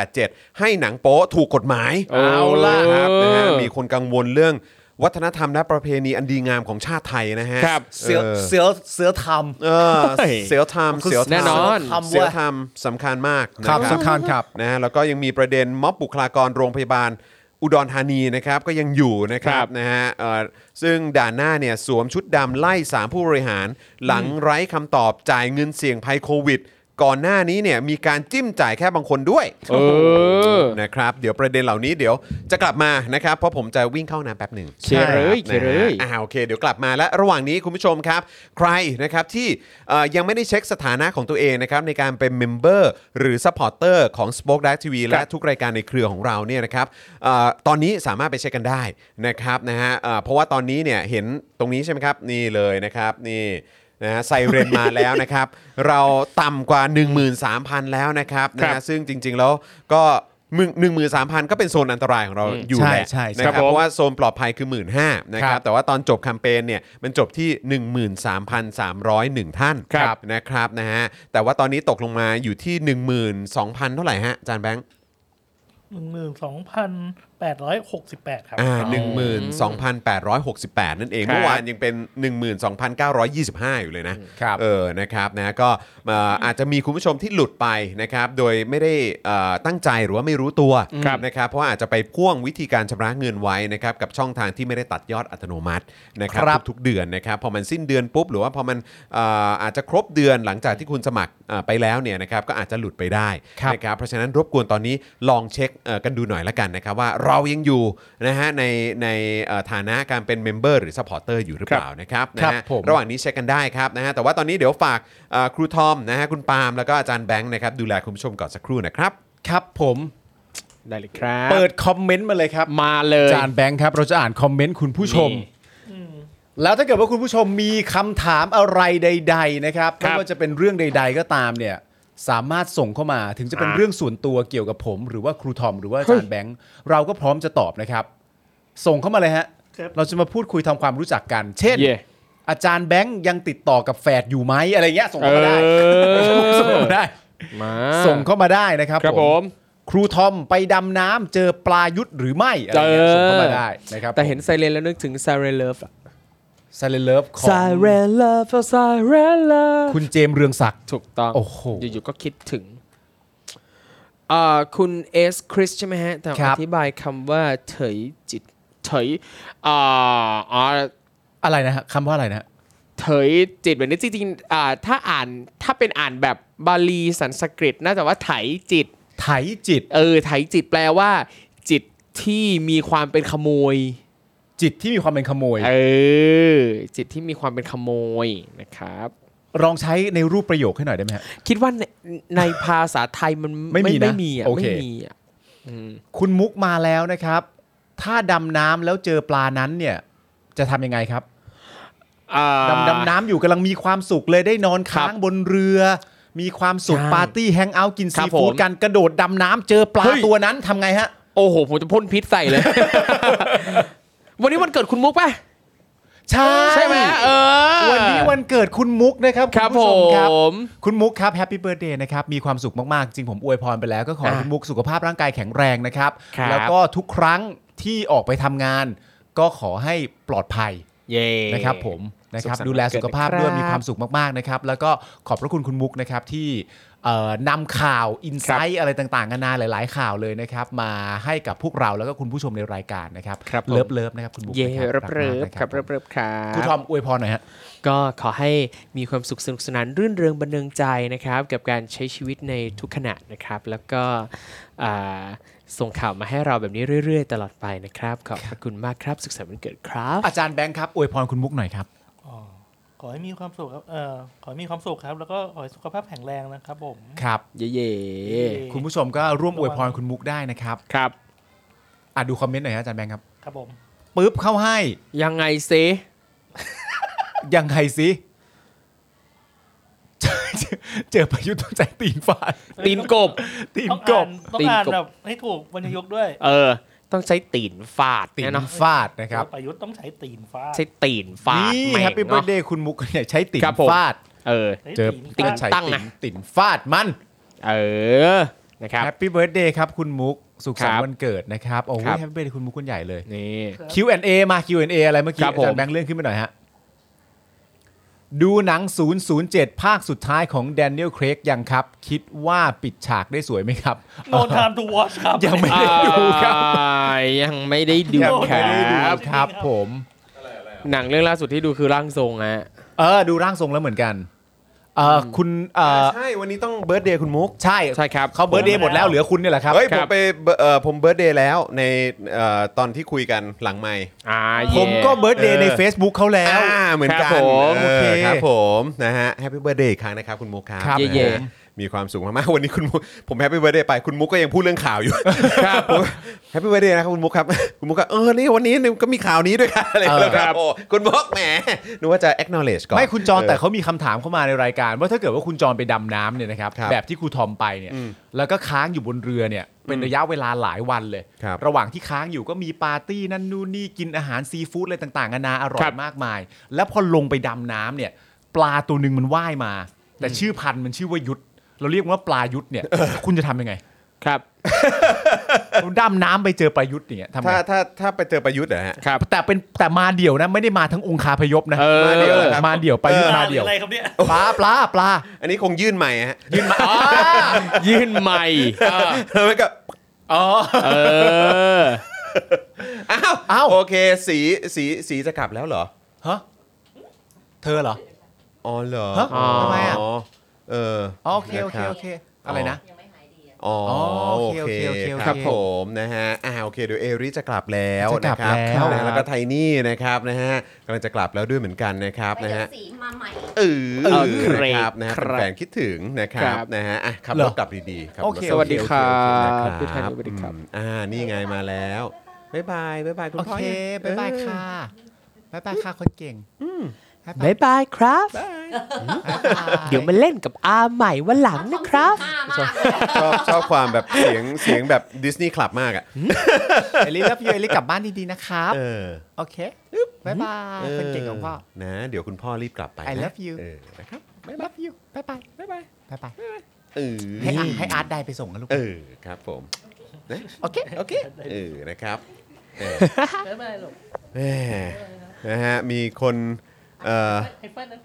S2: 287 ให้หนังโป๊ถูกกฎหมาย
S6: เอาล่ะ
S2: ครับนะฮะ
S6: เออ
S2: มีคนกังวลเรื่องวัฒนธรรมและประเพณีอันดีงามของชาติไทยนะฮะ
S6: ครับ
S2: เสือ
S3: เสือเสือท
S2: เออ
S6: เฮ้ย
S2: เสียวไทม์เสียวไทม์
S6: แน่นอน
S2: เสียวไทม์สำคัญมากนะ
S3: ครับสำคัญครับ
S2: นะฮะแล้วก็ยังมีประเด็นม็อบบุคลากรโรงพยาบาลอุดรธานีนะครับก็ยังอยู่นะครั
S6: ครับ บ
S2: นะฮะเอ่อซึ่งด่านหน้าเนี่ยสวมชุดดำไล่สามผู้บริหาร หลังไร้คำตอบจ่ายเงินเสี่ยงภัยโควิด ก่อนหน้านี้เนี่ยมีการจิ้มจ่ายแค่บางคนด้วย
S6: เออ
S2: นะครับเดี๋ยวประเด็นเหล่านี้เดี๋ยวจะกลับมานะครับเพราะผมจะวิ่งเข้าน้ำแป๊บหนึ่ง
S6: เคเลยเคเลย
S2: อ่าโอเคเดี๋ยวกลับมาและระหว่างนี้คุณผู้ชมครับ ใครนะครับที่เอ่อยังไม่ได้เช็คสถานะของตัวเองนะครับในการเป็นเมมเบอร์หรือซัพพอร์เตอร์ของ Spoke Dark TV และทุกรายการในเครือของเราเนี่ยนะครับเออตอนนี้สามารถไปเช็คกันได้นะครับนะฮะเอ่อเพราะว่าตอนนี้เนี่ยเห็นตรงนี้ใช่ไหมครับ นี่เลยนะครับนี่นะฮะไซเรนมาแล้วนะครับ เราต่ำกว่า 13,000 แล้วนะครับนะ
S6: ครั
S2: ฮะ
S6: บ
S2: ซึ่งจริง ๆ แล้วก็หนึ่งหมื่นสามพันก็เป็นโซนอันตรายของเราอยู่
S3: ใช่
S2: แหละ
S3: ใช่ใช่
S2: นะครับ
S6: ครับผม
S2: เพราะว่าโซนปลอดภัยคือหมื่นห้านะค
S3: ครั
S2: รับ
S3: บ
S2: แต่ว่าตอนจบแคมเปญเนี่ยมันจบที่ 13,301 ท่าน
S6: ครับ
S2: นะครับนะฮะแต่ว่าตอนนี้ตกลงมาอยู่ที่ 12,000 เท่าไหร่ฮะอาจานแบงค์
S5: หนึ่งหมื่นสองพัน 868 ครับ
S2: อ่า12,868 นั่นเอง
S6: ครับ
S2: เมื่อวานยังเป็น 12,925 อยู่เลยนะ
S3: ครับ
S2: เออ นะครับนะ ก็เอ่ออาจจะมีคุณผู้ชมที่หลุดไปนะครับ โดยไม่ได้เอ่อตั้งใจหรือว่าไม่รู้ตัว
S6: ครับ
S2: นะครับ เพราะว่าอาจจะไปพ่วงวิธีการชำระเงินไว้นะครับ กับช่องทางที่ไม่ได้ตัดยอดอัตโนมัตินะครับ
S3: ครับ
S2: ทุกๆเดือนนะครับ พอมันสิ้นเดือนปุ๊บ หรือว่าพอมันเอ่ออาจจะครบเดือนหลังจากที่คุณสมัครเอ่อไปแล้วเนี่ยนะครับ ก็อาจจะหลุดไปได้นะครับ เพราะฉะนั้นรบกวนตอนนี้ลองเช็คเอ่อกันดูหน่อยละกันนะครับว่าเรายังอยู่นะฮะในในเอ่อฐานะการเป็นเมมเบอร์หรือซัพพอร์เตอร์อยู่หรือเปล่านะครับนะ
S3: ครั
S2: ฮะ
S3: บผม
S2: ระหว่างนี้เช็คกันได้ครับนะฮะแต่ว่าตอนนี้เดี๋ยวฝากเอ่อครูทอมนะฮะคุณปาล์มแล้วก็อาจารย์แบงค์นะครับดูแลคุณผู้ชมก่อนสักครู่นะครับ
S3: ครับผม
S6: ได้เลยครับ
S3: เปิดคอมเมนต์มาเลยครับ
S6: มาเลย
S3: จานแบงค์ครับ เราจะอ่านคอมเมนต์คุณผู้ชม
S6: นี่
S3: แล้วถ้าเกิดว่าคุณผู้ชมมีคำถามอะไรใด ๆ นะครับ
S6: ครั
S3: ไม่
S6: บ
S3: ว่าจะเป็นเรื่องใด ๆ ก็ตามเนี่ยสามารถส่งเข้ามาถึงจะเป็น
S6: อ่า
S3: เรื่องส่วนตัวเกี่ยวกับผม หรือว่าครูทอมหรือว่าอา
S6: เฮ้ย
S3: จารย์แบงค์เราก็พร้อมจะตอบนะครับ ส่งเข้ามาเลยฮะ
S5: ครับ
S3: เราจะมาพูดคุยทำความรู้จักกัน เช่น
S6: เย่
S3: อาจารย์แบงค์ยังติดต่อกับแฝดอยู่ไหมอะไรเงี้ยส่ง
S6: เอ
S3: เข้ามาได้ส่งเข้า
S6: อ
S3: มาได้
S6: มา
S3: ส่งเข้ามาได้นะครับ
S6: ครับผม
S3: ครูทอมไปดำน้ำเจอปลายุทธหรือไม่อะไรเงี้ย
S6: เออ
S3: ส่งเข้ามาได้นะครับ
S6: แต่เห็นไซเรนแล้วนึกถึงไซเรนเลิฟ
S3: ซาเลเลิฟของ
S6: ไซเรนเลิฟไซเรนเลิฟ
S3: คุณเจมส์เรืองศักดิ์
S6: ถูกต้อง
S3: โอ้โห
S6: อยู่ๆก็คิดถึงเอ่อคุณเอสคริสใช่ไหมฮะ แต่
S3: ค
S6: อ
S3: รับ
S6: ธิบายคำว่าเถยจิตเถยอ่าอ่า
S3: อะไรนะฮะคำว่าอะไรนะฮะ
S6: เถยจิตแบบนี้จริงๆอ่าถ้าอ่านถ้าเป็นอ่านแบบบาลีสันสกฤตน่าจะว่าไถจิต
S3: ไถจิต
S6: เออไถจิตแปลว่า จิตที่มีความเป็นขโมย
S3: จิตที่มีความเป็นขโมย
S6: เออ จิตที่มีความเป็นขโมยนะครับ
S3: ลองใช้ในรูปประโยคให้หน่อยได้ไหมฮะ
S6: คิดว่าในในภาษาไทยมัน
S3: ไม่มีนะ
S6: ไม่มีอ่ะ
S3: โอเค
S6: ไม่มีอ่ะ
S3: คุณมุกมาแล้วนะครับ ถ้าดำน้ำแล้วเจอปลานั้นเนี่ย จะทำยังไงครับ
S6: อ่า
S3: ดำดำน้ำอยู่กำลังมีความสุขเลยได้นอนค้างบนเรือ มีความสุข
S6: ใช่
S3: ปาร์ตี้แฮงเอาท์กิน
S6: ครั
S3: ซี
S6: บ
S3: ฟู้ด
S6: ผม
S3: กันกระโดดดำน้ำเจอปลา
S6: เฮ้ย
S3: ตัวนั้นทำไงฮะ
S6: โอ้โห ผมจะพ่นพิษใส่เลย วันนี้วันเกิดคุณมุกป่ะ
S3: ใช่
S6: ใช่ไหมเออ
S3: วันนี้วันเกิดคุณมุกนะครับ
S6: ค
S3: คุ
S6: รับ
S3: ณผู้ชมครับ
S6: ผม
S3: คุณมุกครับแฮปปี้เบิร์ดเดย์นะครับ มีความสุขมาก ๆ จริงผมอวยพรไปแล้วก็ขอให้
S6: อ่ะ
S3: คุณมุกสุขภาพร่างกายแข็งแรงนะครับ
S6: ครับ
S3: แล้วก็ทุกครั้งที่ออกไปทำงาน ก็ขอให้ปลอดภัย
S6: เย่
S3: นะครับผมนะครับ
S6: ขสันต์
S3: ดูแลสุขภาพด้วย
S6: นเกิ
S3: มี
S6: นะ
S3: ค
S6: รั
S3: วา
S6: บ
S3: มสุขมาก ๆ นะครับ แล้วก็ขอบพระคุณคุณมุกนะครับที่เอ่อนำข่าวอินไซต์อะไรต่างๆนานาหลาย ๆ ข่าวเลยนะครับ มาให้กับพวกเราแล้วก็คุณผู้ชมในรายการนะครับ
S6: ครับผม
S3: เลิฟเลิฟนะครับคุณมุก
S6: เย่
S3: นะค
S6: เริบ
S3: มาก
S6: ๆ
S3: นะครับ
S6: เริบๆครับ
S3: คุณทอมอวยพรหน่อยฮะ
S6: ก็ขอให้มีความสุขสนุกสนานรื่นเริงบันเทิงใจนะครับ กับการใช้ชีวิตในทุกขณะนะครับ แล้วก็อ่าส่งข่าวมาให้เราแบบนี้เรื่อยๆ ตลอดไปนะครับ ขอบพระคุณมากครับ สุขสันต์วันเกิดครับ
S3: อาจารย์แบงค์ครับอวยพรคุณมุกหน่อยครับ
S5: ขอให้มีความสุขครับเออขอให้มีความสุขครับ แล้วก็ขอให้สุขภาพแข็งแรงนะครับผม
S3: ครับ
S6: เย่
S5: โอเค
S3: คุณผู้ชมก็ร่วมอวยพรคุณมุกได้นะครับ
S6: ๆครับ
S3: อ่ะดูคอมเมนต์หน่อยฮะอาจารย์แบงค์ครับ
S5: ครับผม
S3: ปึ๊บเข้าให้
S6: ยังไงเซ
S3: ยังไงสิ เจอเจอประยุทธ์ต้องใจตีนฟาด
S6: ตีนกบ
S3: ตีน
S5: ต้อง
S3: ก
S5: อ่า
S3: บ
S5: นต้อง
S6: ตีน
S5: อ่าน
S6: กบ
S5: แบบให้ถูกวรรณยุกต์ด้วย
S6: เออ ต้องใช้ตีนฟาด
S3: ตี
S6: เนี่ย
S3: น
S6: เนาะ
S3: ฟาดนะครับ
S5: ประยุทธ์ต้องใช้ตีนฟ้า
S6: ใช้ตีนฟาด
S3: นี่
S6: แม่ง
S3: แฮปปี้เบิร์ดเด
S6: เนาะ
S3: ย์คุณมุกเนี่ยใช้ตีน
S6: ครับผม
S3: ฟาด
S6: เออ
S5: ใช้
S3: เจอ
S5: ตี
S6: ตี
S5: น
S6: น
S5: ฟ้า
S3: ใช้
S6: ตั้งนะ
S3: ตีนฟาดมัน
S6: เออนะครับ
S3: แฮปปี้เบิร์ดเดย์ครับคุณมุกสุขสั
S6: ค
S3: น
S6: รับ
S3: ต์วันเกิดนะครับโอ้โห
S6: ครับ
S3: แฮปปี้เบิร์ดเดย์คุณมุกคุณใหญ่เลย
S6: นี่
S3: Q&A มา Q&A อะไรเมื่อกี้
S6: ครั
S3: อา
S6: บผม
S3: จารย์แบงค์เลื่อนขึ้นไปหน่อยฮะ ดูหนัง 007 ภาคสุดท้ายของแดเนียล c ครกยังครับ คิดว่าปิดฉากได้สวยไหม ครับ
S5: No time to watch ครับ
S3: ยังไม่ได้ดูครับ
S6: อ่ายังไม่ได้ดู
S3: ยัง
S6: คร
S3: ไม่ได้ดู
S6: ับ
S3: ครับผม
S6: หนังเรื่องล่าสุดที่ดูคือร่างทรงฮะ
S3: เออ ดูร่างทรงแล้วเหมือนกัน เออคุณเออ
S2: ใช่ วันนี้ต้องเบิร์ดเดย์คุณมุก
S3: ใช่
S6: ใช่ครับ
S3: เขาเบิร์ดเดย์หมดแล้วเหลือคุณเนี่ยแหละครับ
S2: เฮ้ย
S6: ค
S2: ผ
S6: รั
S2: ม
S6: บ
S2: ไปเบิร์เอ่อผมเบิร์ดเดย์แล้วในเอ่อตอนที่คุยกันหลังไม่
S6: อ่า
S3: ผ
S6: เย่
S3: มก็เบิร์ดเดย์ใน
S2: เออ
S3: Facebook เขาแล้ว
S2: อ่าเหมือนกั
S6: ครั
S2: น
S6: บผม
S2: เออ
S3: โอเค
S2: ครับผมนะฮะแฮปปี้เบิร์ดเดย์อีกครั้งนะครับคุณมุกครับ
S3: ครับ
S2: นะฮะ
S6: เย่
S2: มีความสุขมากๆวันนี้คุณมุกผมแฮปปี้เบิร์ดเดย์ไปคุณมุกก็ยังพูดเรื่องข่าวอยู่
S6: ครับ
S2: แฮปปี้เบิร์ดเดย์นะครับคุณมุกครับ คุณมุกก็เออนี่วันนี้ก็มีข่าวนี้ด้วยค่ะอะไร
S3: เออ
S2: แล้วครับโอ้คุณมุกแหมนึกว่าจะ acknowledge ก่อน
S3: ไม่คุณจอนแต่เขามีคำถามเข้ามาในรายการ ว่าถ้าเกิดว่าคุณจอนไปดำน้ำเนี่ยนะครับ
S2: ครับ
S3: แบบที่ครูทอมไปเนี่ย
S2: อืม
S3: แล้วก็ค้างอยู่บนเรือเนี่ยเป็นระยะเวลาหลายวันเลย
S2: ครับ
S3: ระหว่างที่ค้างอยู่ก็มีปาร์ตี้นั่นนู่นนี่กินอาหารซีฟู้ดอะไรต่างๆนานาอร่อ
S6: ครั
S3: ย
S6: บ
S3: มากมาย แล้วพอลงไปดำน้ำเนี่ย ปลาตัวหนึ่งมันว่ายมา แต่ชื่อพันธุ์มันชื่อว่ายุทธเราเรียกมันว่าปลายุทธเนี่ย คุณจะทำยังไง
S6: ครับ
S3: ดำน้ำไปเจอประยุทธ์อย่างเงี้ยทำไง
S2: ถ้าถ้าถ้าไปเจอประยุทธ์เหรอฮะ
S6: ครับ
S3: แต่เป็นแต่มาเดี่ยวนะ ไม่ได้มาทั้งองคาพยพนะ
S6: เออ
S3: มาเดี่ยวนะครับมาเดี่ยวประยุทธ์
S5: มา
S3: มา
S5: เดี
S3: เดี่
S5: ย
S3: ยว ว
S5: อะไรครับเนี่ย
S3: ปลาปลาปลา
S2: อันนี้คงยื่นใหม่ฮะ
S6: ยื่นมาอ๋อยื่นใหม่
S2: แล้วมันก็
S6: เออ
S2: อ้าว
S3: อ้าว
S2: โอเคสีสีสีจะกลับแล้วเหรอ
S3: ฮะเธอเหรอ
S2: อ๋อเหรอ
S3: ฮะทำไมอะ
S2: เออ
S3: อ๋อโอเคโอเคโอเค อะไรนะ
S4: ยังไม่หายดีอ่ะ
S2: อ๋อ
S3: อ๋อ
S2: โอ
S3: โอ
S2: เค
S3: เค
S2: โอเค
S3: โอเคโอเค
S2: ครับผมนะฮะอ่าโอเคเดี๋ยวเอริจะกลับแล้ว
S3: จะกลั
S2: นะ
S3: บ
S2: ครับ
S3: แล้ว
S2: นะแล้วก็ไทนี่นะครับนะฮะกำลังจะกลับแล้วด้วยเหมือนกันนะครับนะ
S4: ไปเดี๋ย
S2: ฮะ
S4: วสีมาใหม่
S2: เออ
S6: เออ
S2: นะครับนะฮะ
S6: ครับ
S2: แฟนๆคิดถึงนะครับ
S6: ครับ
S2: นะฮะอ่ะขับ
S3: เหร
S2: ร
S3: อ
S2: ถกลับดีๆครับ
S3: โอเค
S6: สวัสดีครับ
S2: โอ
S6: พี่
S2: เค
S6: ไทย
S2: โอ
S6: สวัส
S2: เค
S6: ดี
S2: นะค
S6: ค
S2: รั
S6: รั
S2: บบ อืมอ่านี่ไงมาแล้วบ๊ายบายบ๊ายบายคุณ
S3: โอ
S2: พ่อ
S3: เค
S2: ยัง
S3: บ๊ายบาย
S2: เออ
S3: ค่ะบ๊ายบายค่ะคนเก่งบ๊า
S6: บายย
S3: ยบา
S6: บายครับ
S3: ค่ะ
S6: เดี๋ยวมาเล่นกับอาใหม่วันหลังนะครับ
S4: ชอบ
S2: ชอบชอบความแบบ เสียงเสียงแบบดิสนีย์คลับมากอ่ะ
S3: เอลิรับยูเอลิกลับบ้านดีๆนะครับ
S2: เออ
S3: โอเคบ๊ายบายคนเก่งของพ่อ
S2: นะเดี๋ยวคุณพ่อรีบกลับไปนะ
S3: I love you
S2: เออนะครับ
S3: บ๊ายบายยูบ๊ายบายบ๊ายบายบ๊ายบาย
S2: เออ
S3: ให้อาร์ตให้อาร์ตได้ไปส่งกันลูก
S2: เออครับผมนะ
S3: โอเค
S2: โอเคเออนะครับเออ
S5: ไม่เป็นไรหรอก
S2: แหมนะฮะมีคนเอ่อ
S5: ไอ้เฟิร์นนะ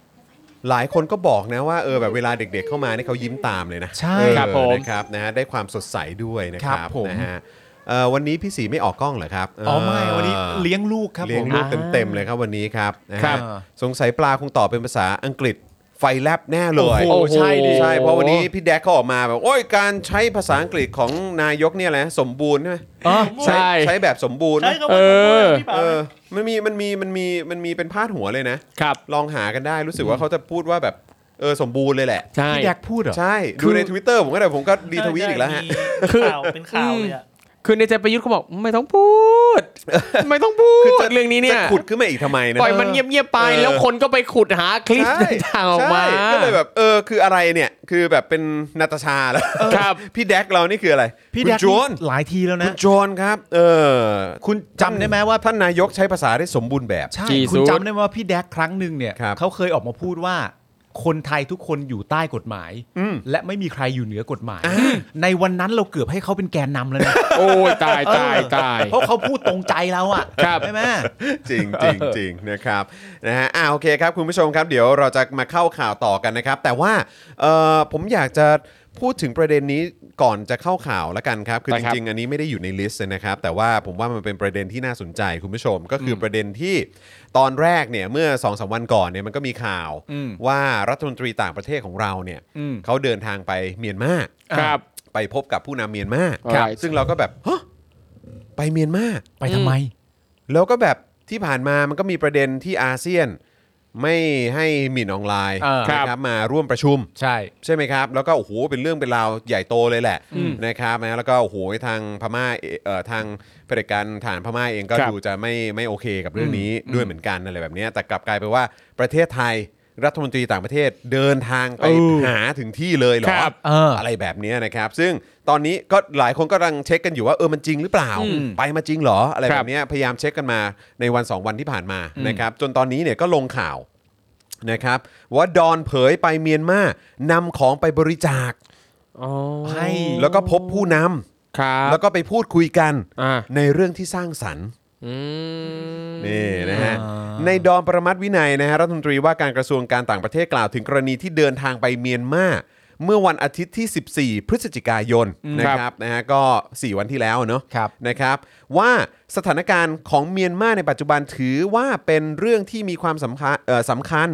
S2: หลายคนก็บอกนะว่าเออแบบเวลาเด็กๆเข้ามาเนี่ยเขายิ้มตามเลยนะ
S3: ใช่
S2: เออ
S6: ครับผม
S2: นะครับนะฮะได้ความสดใสด้วยนะครั
S3: ครับ บผม
S2: นะฮะเอ่อวันนี้พี่สีไม่ออกกล้องเหรอครับ
S3: อ๋อไม่
S2: เ
S3: วันนี้เลี้ยงลูกครับ
S2: เลี้ย
S3: ผ
S2: ง
S3: ม
S2: ลูกเต็มๆเลยครับวันนี้ครับนะฮะ
S3: ครับ
S2: สงสัยปลาคงตอบเป็นภาษาอังกฤษไฟแลบแน่เล
S3: โอ้
S2: ย
S3: โหใช่ดิ
S2: ใช่เพราะวันนี้พี่แดกเขาออกมาแบบโอ้ยการใช้ภาษาอังกฤษของนายกเนี่ยแหละสมบูรณ์ใช่ไหม
S6: ใช่
S2: ใช้แบบสมบูรณ์ไหม
S5: ใช่ก็ว่าผมพูดแล้วพี่ป๋า
S2: เออมันมีมันมีมันมีมันมีเป็นพาดหัวเลยนะ
S6: ครับ
S2: ลองหากันได้รู้สึกว่าเขาจะพูดว่าแบบเออสมบูรณ์เลยแหละ
S6: ใช่
S3: พี่แดกพูดเหรอ
S2: ใช่
S6: คื
S2: ดู
S6: อ
S2: ใน Twitter ผมก็ได้ผมก็รีทวิตอีกแล้วฮะ
S5: คือข่าวเป็นข่าวเลยอะ
S6: คือในใจประยุทธ์เขาบอกไม่ต้องพู ด ไม่ต้องพู
S2: คือ
S6: ดเรื่องนี้เนี่ย
S2: จะขุดขึ้นมาอีกทำไมนะ
S6: ปล่อยมันเงียบๆไป
S2: เออ
S6: แล้วคนก็ไปขุดหาคลิป
S2: ใช่
S6: ต่างๆออกมา
S2: ใช่ก็เลยแบบเออคืออะไรเนี่ย คือแบบเป็นนาตาชาแล้ว
S6: ครับ
S2: พี่แดกเรานี่คืออะไร
S3: พี่แด
S2: คุ
S3: ก
S2: ณโจน
S3: หลายทีแล้ว
S2: คุ
S3: นะ
S2: ณโจนครับ เออ
S3: คุณจำได้ไหมว่า
S2: ท่านนายกใช้ภาษาได้สมบูรณ์แบบ
S3: ใช่
S6: Jesus
S3: คุณจำได้ไหมว่าพี่แดกครั้งหนึ่งเนี่ย
S2: ครับ
S3: เขาเคยออกมาพูดว่า คนไทยทุกคนอยู่ใต้กฎหมาย
S2: อืม
S3: และไม่มีใครอยู่เหนือกฎหมาย ในวันนั้นเราเกือบให้เขาเป็นแกนนำแล้วนะ
S6: โอ้ยตายตายตาย
S3: เพราะเขาพูดตรงใจเราอ่ะ
S6: ครับ
S3: ใช่ไหม
S2: จริงจริงจริงนะครับนะฮะอ่าโอเคครับ คุณผู้ชมครับเดี๋ยวเราจะมาเข้าข่าวต่อกันนะครับ แต่ว่าเอ่อผมอยากจะพูดถึงประเด็นนี้ก่อนจะเข้าข่าวละกันครับ คือ
S6: ได้
S2: จ
S6: ครับ
S2: ริงๆ อันนี้ไม่ได้อยู่ในลิสต์นะครับ แต่ว่าผมว่ามันเป็นประเด็นที่น่าสนใจคุณผู้ชม ก็คือประเด็นที่ตอนแรกเนี่ยเมื่อ2อสวันก่อนเนี่ยมันก็มีข่าว
S3: อืม
S2: ว่ารัฐมนตรีต่างประเทศของเราเนี่ย
S3: อืม
S2: เขาเดินทางไปเมียนมา
S6: ครับ
S2: ไปพบกับผู้นำเมียนมา
S6: ครับ
S2: ซึ่งเราก็แบบฮะไปเมียนมา
S3: ไปทำไม
S2: แล้วก็แบบที่ผ่านมามันก็มีประเด็นที่อาเซียนไม่ให้หมิ่นออนไลน์
S3: เออ
S2: นะครับมาร่วมประชุม
S3: ใช่
S2: ใช่ไหมครับ แล้วก็โอ้โหเป็นเรื่องเป็นราวใหญ่โตเลยแหละ
S6: อืม
S2: นะครับนะแล้วก็โอ้โหทางพม่าเอเอ่อทางเผด็จการฐานพม่าเองก็
S6: ครับ
S2: ดูจะไม่ไม่โอเคกับเรื่องนี้ด้วยเหมือนกันอะไรแบบเนี้ยแต่กลับกลายไปว่าประเทศไทยรัฐมนตรีต่างประเทศเดินทางไปหาถึงที่เลยเหรอ
S6: ครับ
S3: เออ
S2: อะไรแบบเนี้ยนะครับ ซึ่งตอนนี้ก็หลายคนก็กำลังเช็คกันอยู่ว่าเออมันจริงหรือเปล่า
S6: อืม
S2: ไปมาจริงเหรออะไร
S6: ค
S2: แบ
S6: รั
S2: บบ เนี้ยพยายามเช็คกันมาในวัน 2 วันที่ผ่านมานะครับ จนตอนนี้เนี่ยก็ลงข่าวนะครับ ว่าดอนเผยไปเมียนมานำของไปบริจาค
S3: ให้
S2: แล้วก็พบผู้น
S6: ครั
S2: ำ
S6: บ
S2: แล้วก็ไปพูดคุยกัน
S6: อ่า
S2: ในเรื่องที่สร้างสรรค์
S6: อืม
S2: นี่นะฮะ
S3: อ่า
S2: ในดอนประมัติวินัยนะฮะรัฐมนตรีว่าการกระทรวงการต่างประเทศกล่าวถึงกรณีที่เดินทางไปเมียนมาเมื่อวันอาทิตย์ที่ 14 พฤศจิกายนนะค
S6: ครั
S2: รับบ นะฮะก็ 4 วันที่แล้วเนอะ
S3: ครับ
S2: นะครับ ว่าสถานการณ์ของเมียนมาในปัจจุบันถือว่าเป็นเรื่องที่มีความสำคัญเอ่อสำคัญ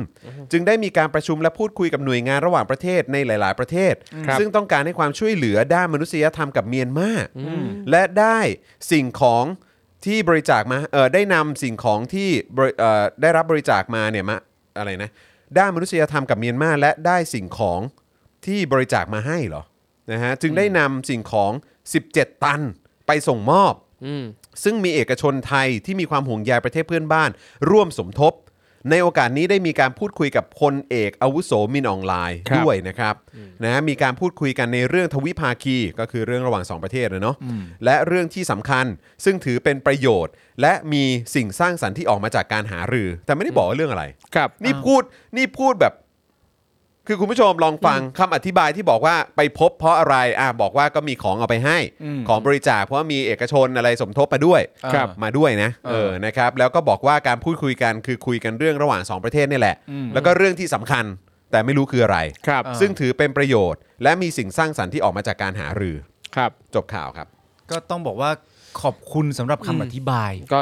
S2: จึงได้มีการประชุมและพูดคุยกับหน่วยงานระหว่างประเทศในหลาย ๆ ประเทศ ซึ่งต้องการให้ความช่วยเหลือด้านมนุษยธรรมกับเมียนมาและได้สิ่งของ ที่บริจาคมาเออได้นำสิ่งของที่บริเอ่อได้รับบริจาคมาเนี่ยมาอะไรนะด้านมนุษยธรรมกับเมียนมาและได้สิ่งของที่บริจาคมาให้เหรอนะฮะจึงได้นำสิ่งของ 17 ตันไปส่งมอบ
S6: อืม
S2: ซึ่งมีเอกชนไทยที่มีความห่วงใยประเทศเพื่อนบ้าน ร่วมสมทบ ในโอกาสนี้ได้มีการพูดคุยกับพลเอกอาวุโสมินอองไลน์
S6: ครับ
S2: ด้วยนะครับนะฮะมีการพูดคุยกันในเรื่องทวิภาคีก็คือเรื่องระหว่างสองประเทศนะเนาะและเรื่องที่สำคัญซึ่งถือเป็นประโยชน์ และมีสิ่งสร้างสรรค์ที่ออกมาจากการหารือ แต่ไม่ได้บอกว่าเรื่องอะไร
S6: ครับ
S2: นี่พูดนี่พูดแบบ คือคุณผู้ชมลองฟังคำอธิบายที่บอกว่าไปพบเพราะอะไรอ่ะบอกว่าก็มีของเอาไปให้
S3: อืม
S2: ของบริจาคเพราะว่ามีเอกชนอะไรสมทบมาด้วย
S3: ครับ
S2: มาด้วยนะ
S3: เออ
S2: เออนะครับแล้วก็บอกว่าการพูดคุยกันคือคุยกันเรื่องระหว่างสองประเทศนี่แหละ
S3: อืม
S2: แล้วก็เรื่องที่สำคัญแต่ไม่รู้คืออะไร
S6: ครับ
S3: อ่า
S2: ซึ่งถือเป็นประโยชน์ และมีสิ่งสร้างสรรค์ที่ออกมาจากการหารือ
S6: ครับ
S2: จบข่าวครับ
S3: ก็ต้องบอกว่าขอบคุณสำหรับคำอธิบาย
S6: ก็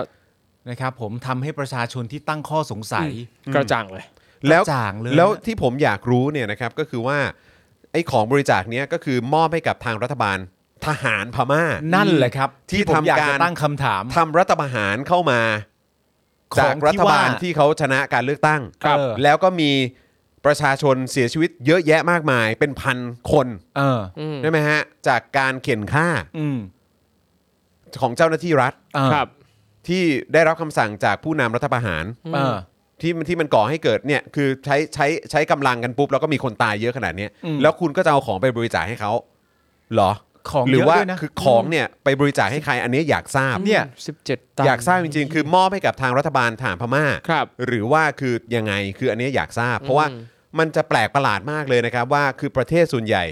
S3: นะครับ ผมทำให้ประชาชนที่ตั้งข้อสงสัย
S6: กระจ่างเลย
S2: แล้ว
S3: กระจ่างเลย
S2: แล้ว
S3: นะ
S2: ที่ผมอยากรู้เนี่ยนะครับก็คือว่าไอ้ของบริจาคเนี้ยก็คือมอบให้กับทางรัฐบาลทหารพม่า
S3: นั่นแหละครับ
S2: ที่
S3: ผมอยาก
S2: ทำการ
S3: จะตั้งคำถาม
S2: ทำรัฐประหารเข้ามา จากรัฐบาลที่เขาชนะการเลือกตั้ง
S3: ครับ
S2: แล้วก็มีประชาชนเสียชีวิตเยอะแยะมากมาย เป็นพันคน
S3: เออ
S2: ใช่ไหมฮะจากการเข็นฆ่า
S3: อืม
S2: ของเจ้าหน้าที่รัฐ
S3: เออ
S6: ครับ
S2: ที่ได้รับคำสั่งจากผู้นำรัฐประหาร
S3: เออ
S2: ที่มันที่มันก่อให้เกิดเนี่ยคือใช้ใช้ใช้กำลังกันปุ๊บแล้วก็มีคนตายเยอะขนาดเนี้ย
S3: อืม
S2: แล้วคุณก็จะเอาของไปบริจาคให้เขาเหรอ
S3: ของ
S2: หรื
S3: เยอะ
S2: ว่า
S3: ด้วยนะ
S2: คือของเนี่ยไปบริจาคให้ใครอันเนี้ยอยากทราบ
S3: เนี่ย
S6: สิบเจ็ดตัน
S2: อยากทราบจริงๆ คือมอบให้กับทางรัฐบาลฐานพม่า
S6: ครับ
S2: หรือว่าคือยังไงคืออันเนี้ยอยากทราบ เพราะว่ามันจะแปลกประหลาดมากเลยนะครับ ว่าคือประเทศส่วนใหญ่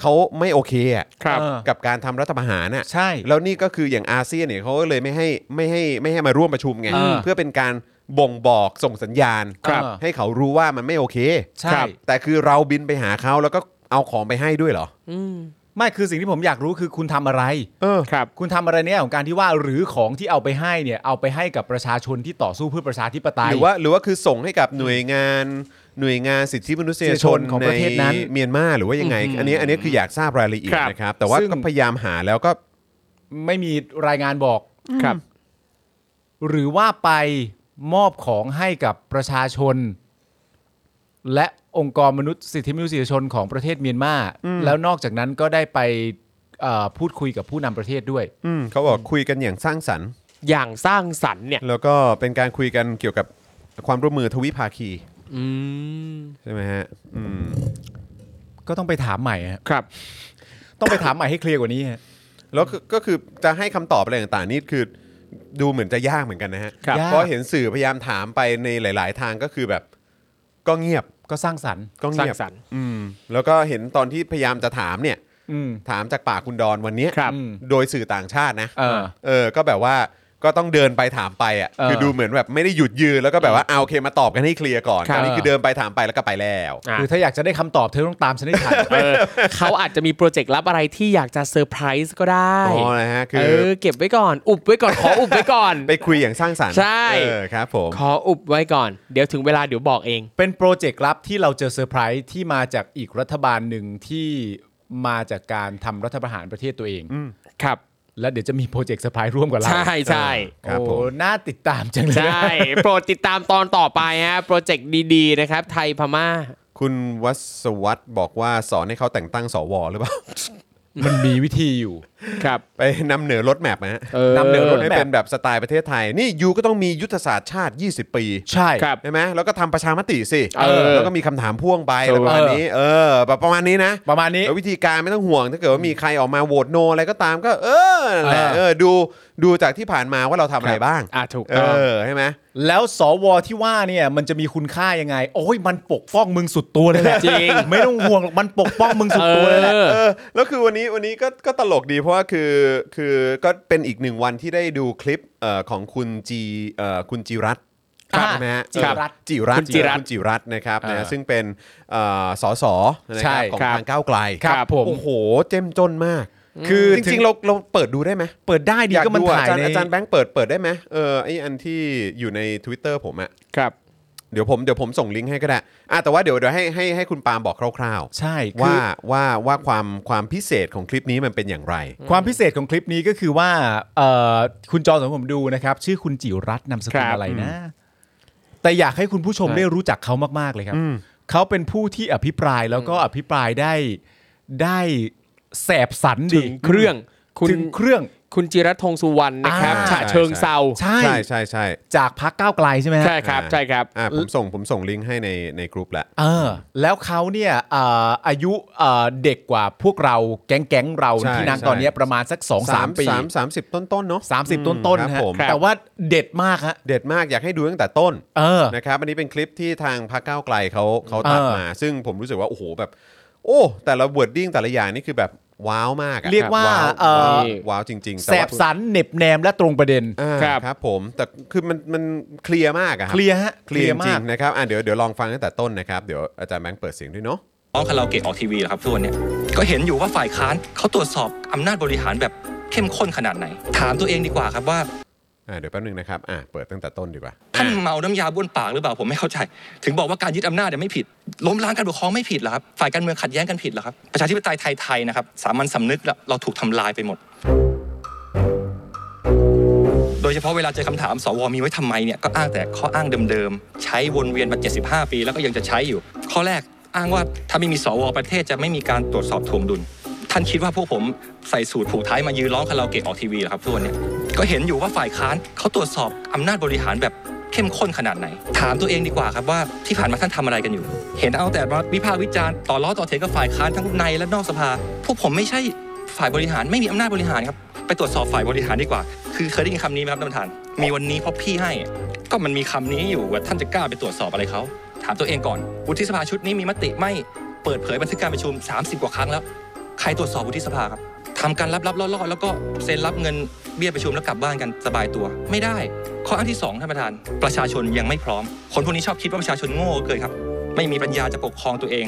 S2: เขาไม่โอเคอะ
S6: ครับ
S3: เออ
S2: กับการทำรัฐประหารน่ะ
S3: ใช่
S2: แล้วนี่ก็คืออย่างอาเซียนเนี่ยเขาก็เลยไม่ให้ไม่ให้ไม่ให้มาร่วมประชุมไง
S3: อ่า
S2: เพื่อเป็นการบ่งบอกส่งสัญญาณ
S3: ครับ
S2: ให้เขารู้ว่ามันไม่โอเค
S3: ใช่
S2: ครับแต่คือเราบินไปหาเขาแล้วก็เอาของไปให้ด้วยเหรอ
S3: ไม่คือสิ่งที่ผมอยากรู้คือคุณทำอะไร
S2: เออ
S6: ครับ
S3: คุณทำอะไรเนี่ยของการที่ว่าหรือของที่เอาไปให้เนี่ยเอาไปให้กับประชาชนที่ต่อสู้เพื่อประชาธิปไตย
S2: หรือว่าหรือว่าคือส่งให้กับหน่วยงานหน่วยงานสิทธิมนุษยชน
S3: ของประเทศนั้น
S2: ใเมียนมาหรือว่ายังไง อันนี้อันนี้คืออยากทราบรายละเอียด
S6: ครับ
S2: นะครับ แต่ว่า
S3: ซึ่ง
S2: ก็พยายามหาแล้วก็
S3: ไม่มีรายงานบอก
S6: ครับ
S3: หรือว่าไปมอบของให้กับประชาชน และองค์กรมนุษยสิทธิมนุษยชนของประเทศเมียนมาแล้วนอกจากนั้นก็ได้ไปเอ่อพูดคุยกับผู้นำประเทศด้วย
S2: อืมเขาบอกคุยกันอย่างสร้างสรรค์
S6: อย่างสร้างสรรค์เนี่ย
S2: แล้วก็เป็นการคุยกันเกี่ยวกับความร่วมมือทวิภาคี
S6: อืม
S2: ใช่ไหมฮะอืม
S3: ก็ต้องไปถามใหม่ฮะ
S6: ครับ
S3: ต้องไปถามใหม่ให้เคลียร์กว่านี้ฮะ
S2: แล้วก็ก็คือจะให้คำตอบอะไรต่างๆนี่คือดูเหมือนจะยากเหมือนกันนะฮะ
S6: ครับ
S3: ยาก
S2: เพราะเห็นสื่อพยายามถามไปในหลาย ๆ ทางก็คือแบบ ก็เงียบ
S3: ก็สร้างสรรค์
S2: ก็
S6: สร้า
S2: เงี
S6: ง
S2: ยบ
S6: สรรค์
S2: อืมแล้วก็เห็นตอนที่พยายามจะถามเนี่ย
S3: อืม
S2: ถามจากปากคุณดอนวันเนี้ย
S6: ครับ
S3: อืม
S2: โดยสื่อต่างชาตินะ
S3: เออ
S2: เออก็แบบว่าก็ต้องเดินไปถามไปอ่ะ
S3: เออ
S2: คือดูเหมือนแบบไม่ได้หยุดยืนแล้วก็แบบว่าเอาโอเคมาตอบกันให้เคลียร์ก่อน
S3: ครับ
S2: อันนี้คือเดินไปถามไปแล้วก็ไปแล้ว
S6: อ่ะ
S3: คือถ้าอยากจะได้คำตอบเธอต้องตามฉันให้ทัน
S6: เออเขาอาจจะมีโปรเจกต์ลับอะไรที่อยากจะเซอร์ไพรส์ก็ได้
S2: อ๋อนะฮะคื
S6: เอ
S2: อ
S6: อ เก็บไว้ก่อน อุบไว้ก่อน ขออุบไว้ก่อน
S2: ไปคุยอย่างสร้างสรรค์
S6: ใช่
S2: เออครับผม
S6: ขออุบไว้ก่อน เดี๋ยวถึงเวลาเดี๋ยวบอกเอง
S3: เป็นโปรเจกต์ลับที่เราเจอเซอร์ไพรส์ที่มาจากอีกรัฐบาลหนึ่งที่มาจากการทำรัฐประหารประเทศตัวเอง
S6: ครับ
S3: แล้วเดี๋ยวจะมีโปรเจกต์เซอร์ไพรส์ร่วมกับเรา
S6: ใช่ใช่
S3: เออ
S2: ครับผม
S3: โอ้น่าติดตามจังเลย
S6: ใช่ โปรดติดตามตอนต่อไปฮะ โปรเจกต์ดีๆ นะครับ ไทยพม่า
S2: คุณวัศวัตบอกว่าสอนให้เขาแต่งตั้งสวหรือเปล่า
S3: มันมีวิธีอยู่
S6: ครับ
S2: ไปนำเหนือรถแมพนะฮะ
S6: ออน
S3: ำเหนือรถ
S2: ให้เป็นแบบสไตล์ประเทศไทย นี่ยูก็ต้องมียุทธศาสตร์ชาติ 20 ปี
S3: ใช่
S6: ครับ
S2: ใช่ไหมแล้วก็ทำประชามติสิ
S6: เออ
S2: แล้วก็มีคำถามพ่วงไปอะไรประมาณนี้ เออแบบประมาณนี้นะ
S3: ประมาณนี้
S2: แล้ววิธีการไม่ต้องห่วงถ้าเกิดว่ามีใครออกมาโหวตโนอะไรก็ตามก็ เออนั่นแหละ
S3: เออ
S2: เออดูดูจากที่ผ่านมาว่าเราทำอะไร
S6: ครับ
S2: บ้าง
S6: อ่ะถูก
S2: เอ
S6: ต้อง
S2: อใช่ไหม
S3: แล้วสวที่ว่าเนี่ยมันจะมีคุณค่ายังไง โอ้ยมันปกป้องมึงสุดตัวเลยแหละ
S6: จริง
S3: ไม่ต้องห่วงหรอกมันปกป้องมึงสุดตัวเลยแหละ
S6: เออ
S2: เออแล้วคือวันนี้วันนี้ก็ก็ตลกดีเพราะว่าคือคือก็เป็นอีกหนึ่งวันที่ได้ดูคลิปเอ่อของคุณจีเอ่อคุณจีรัตน์
S3: ครับ
S2: ใช่ไหมฮะ
S3: จิรัตน์
S2: เออจิรัต
S6: คุณจิรัตน์
S2: คุณจิรัตน์นะครับ
S3: อ่า
S2: นะซึ่งเป็นเอ่อสสนะ
S3: ใช่
S2: ครับของ
S6: ครับ
S2: ทางก้าวไกล
S3: ครับผม
S2: โอ้โหเจ้มจนมาก
S3: คือ
S2: จริงๆเราเราเปิดดูได้ไหม
S3: เปิดได้ดี
S2: อยาก
S3: ก็มัน
S2: ดูอะ
S3: ถ่าย
S2: อาจารย์
S3: ใน
S2: อาจารย์แบงค์เปิดเปิดได้ไหมเออไออันที่อยู่ใน Twitter ผมอะ
S6: ครับ
S2: เดี๋ยวผมเดี๋ยวผมส่งลิงก์ให้ก็ได้อ่ะแต่ว่าเดี๋ยวเดี๋ยวให้ให้ให้คุณปาล์มบอกคร่าวๆ
S3: ใช่คือ
S2: ว่าว่าว่าความความพิเศษของคลิปนี้มันเป็นอย่างไร
S3: ความพิเศษของคลิปนี้ก็คือว่าเอ่อคุณจอสมผมดูนะครับ ชื่อคุณจิรัตน์นามสกุล
S6: ครับ
S3: อะไรนะ แต่อยากให้คุณผู้ชม
S6: ใช่
S3: ได้รู้จักเขามาก ๆ เลยครับ เขาเป็นผู้ที่อภิปรายแล้วก็อภิปรายได้ได้แสบสัน
S6: ถึ
S3: ดี
S6: งเครื่อง คุณ
S3: ถึงเครื่อง
S6: คุณจิรัตน์ธงสุวรรณนะครับ
S3: อ่า
S6: ฉะเชิงเซา
S3: ใช่
S2: ใช่ใช่ใช่
S3: จากพักก้าวไกลใช่ไหมฮะ
S6: ใช่ครับใช่ครับ
S2: อ่าผมส่งผมส่งลิงก์ให้ในในกลุ่มละ
S3: เออแล้วเขาเนี่ยเอ่ออายุเอ่อเด็กกว่าพวกเราแก๊งแก๊งๆเรา
S2: ใช่
S3: ที่นาง
S2: ใช่
S3: ตอนเนี้ยประมาณสัก 2 3 ปี
S2: สามสามสิบต้นต้นๆเนาะ
S3: 30 ต้นต้น
S2: อืม
S3: ๆ
S2: ค
S3: ฮะ
S2: รับผม
S6: ครับ
S3: แต่ว่าเด็ดมากฮะ
S2: เด็ดมากอยากให้ดูตั้งแต่ต้น
S3: เออ
S2: นะครับอันนี้เป็นคลิปที่ทางพรรคก้าวไกลเขาเขาตัด
S3: เออ
S2: มา ซึ่งผมรู้สึกว่า โอ้โหแบบ โอ้ แต่ละวอร์ดดิ้งแต่ละอย่างนี่คือแบบ ว้าวมากอะ
S3: เรียกว่า
S2: ว้าว
S3: เอ่อ
S2: ว้าวว้าวจริงๆ
S3: แสบสันเหน็บแนมและตรงประเด็น
S2: อ่า
S6: ครับ
S2: ครับผม แต่คือมันมันเคลียร์มากอะ
S3: เคลียร์ฮะ
S2: เคลียร์จริ
S3: มาก
S2: งๆนะครับอ่ะเดี๋ยวเดี๋ยวลองฟังตั้งแต่ต้นนะครับ เดี๋ยวอาจารย์แบงค์เปิดเสียงด้วยเนาะ
S8: ร้องคาราโอเกะออกทีวีเหรอครับทุกวันเนี่ยก็เห็นอยู่ว่าฝ่ายค้านเขาตรวจสอบอำนาจบริหารแบบเข้มข้นขนาดไหน ถามตัวเองดีกว่าครับว่า
S2: อ่าเดี๋ยวแป๊บนึงนะครับอ่าเปิดตั้งแต่ต้นดีกว่า
S8: ท่านเมาน้ำยาบ้วนปากหรือเปล่าผมไม่เข้าใจ ถึงบอกว่าการยึดอำนาจเนี่ยไม่ผิด ล้มล้างการปกครองไม่ผิดเหรอครับ ฝ่ายการเมืองขัดแย้งกันผิดเหรอครับ ประชาธิปไตยไทยๆนะครับสามัญสำนึกเราเราถูกทำลายไปหมด โดยเฉพาะเวลาเจอคำถาม สวมีไว้ทำไมเนี่ยก็อ้างแต่ข้ออ้างเดิมๆ ใช้วนเวียนมา 75 ปี แล้วก็ยังจะใช้อยู่ ข้อแรกอ้างว่าถ้าไม่มีสวประเทศจะไม่มีการตรวจสอบทวงดุล ท่านคิดว่าพวกผมใส่สูตรผูกท้ายมายืนร้องคาราโอเกะออกทีวีเหรอครับทุกวันเนี่ยก็เห็นอยู่ว่าฝ่ายค้านเขาตรวจสอบอำนาจบริหารแบบ เข้มข้นขนาดไหน ถามตัวเองดีกว่าครับว่าที่ผ่านมาท่านทำอะไรกันอยู่ เห็นเอาแต่มาวิพากษ์วิจารณ์ต่อล้อต่อเถียงกับฝ่ายค้านทั้งในและนอกสภา พวกผมไม่ใช่ฝ่ายบริหารไม่มีอำนาจบริหารครับ ไปตรวจสอบฝ่ายบริหารดีกว่า คือเคยได้ยินคำนี้ไหมครับท่านประธาน มีวันนี้เพราะพี่ให้ ก็มันมีคำนี้อยู่ว่าท่านจะกล้าไปตรวจสอบอะไรเขา ถามตัวเองก่อนวุฒิสภาชุดนี้มีมติไม่เปิดเผยบันทึกการประชุม 30 กว่าครั้งแล้ว ใครตรวจสอบวุฒิสภาครับทำการลับๆล่อๆแล้วก็เซ็นรับเงินเบี้ยประชุมแล้วกลับบ้านกันสบายตัว ไม่ได้ ข้ออ้างที่สองท่านประธาน ประชาชนยังไม่พร้อม คนพวกนี้ชอบคิดว่าประชาชนโง่เกินครับ ไม่มีปัญญาจะปกครองตัวเอง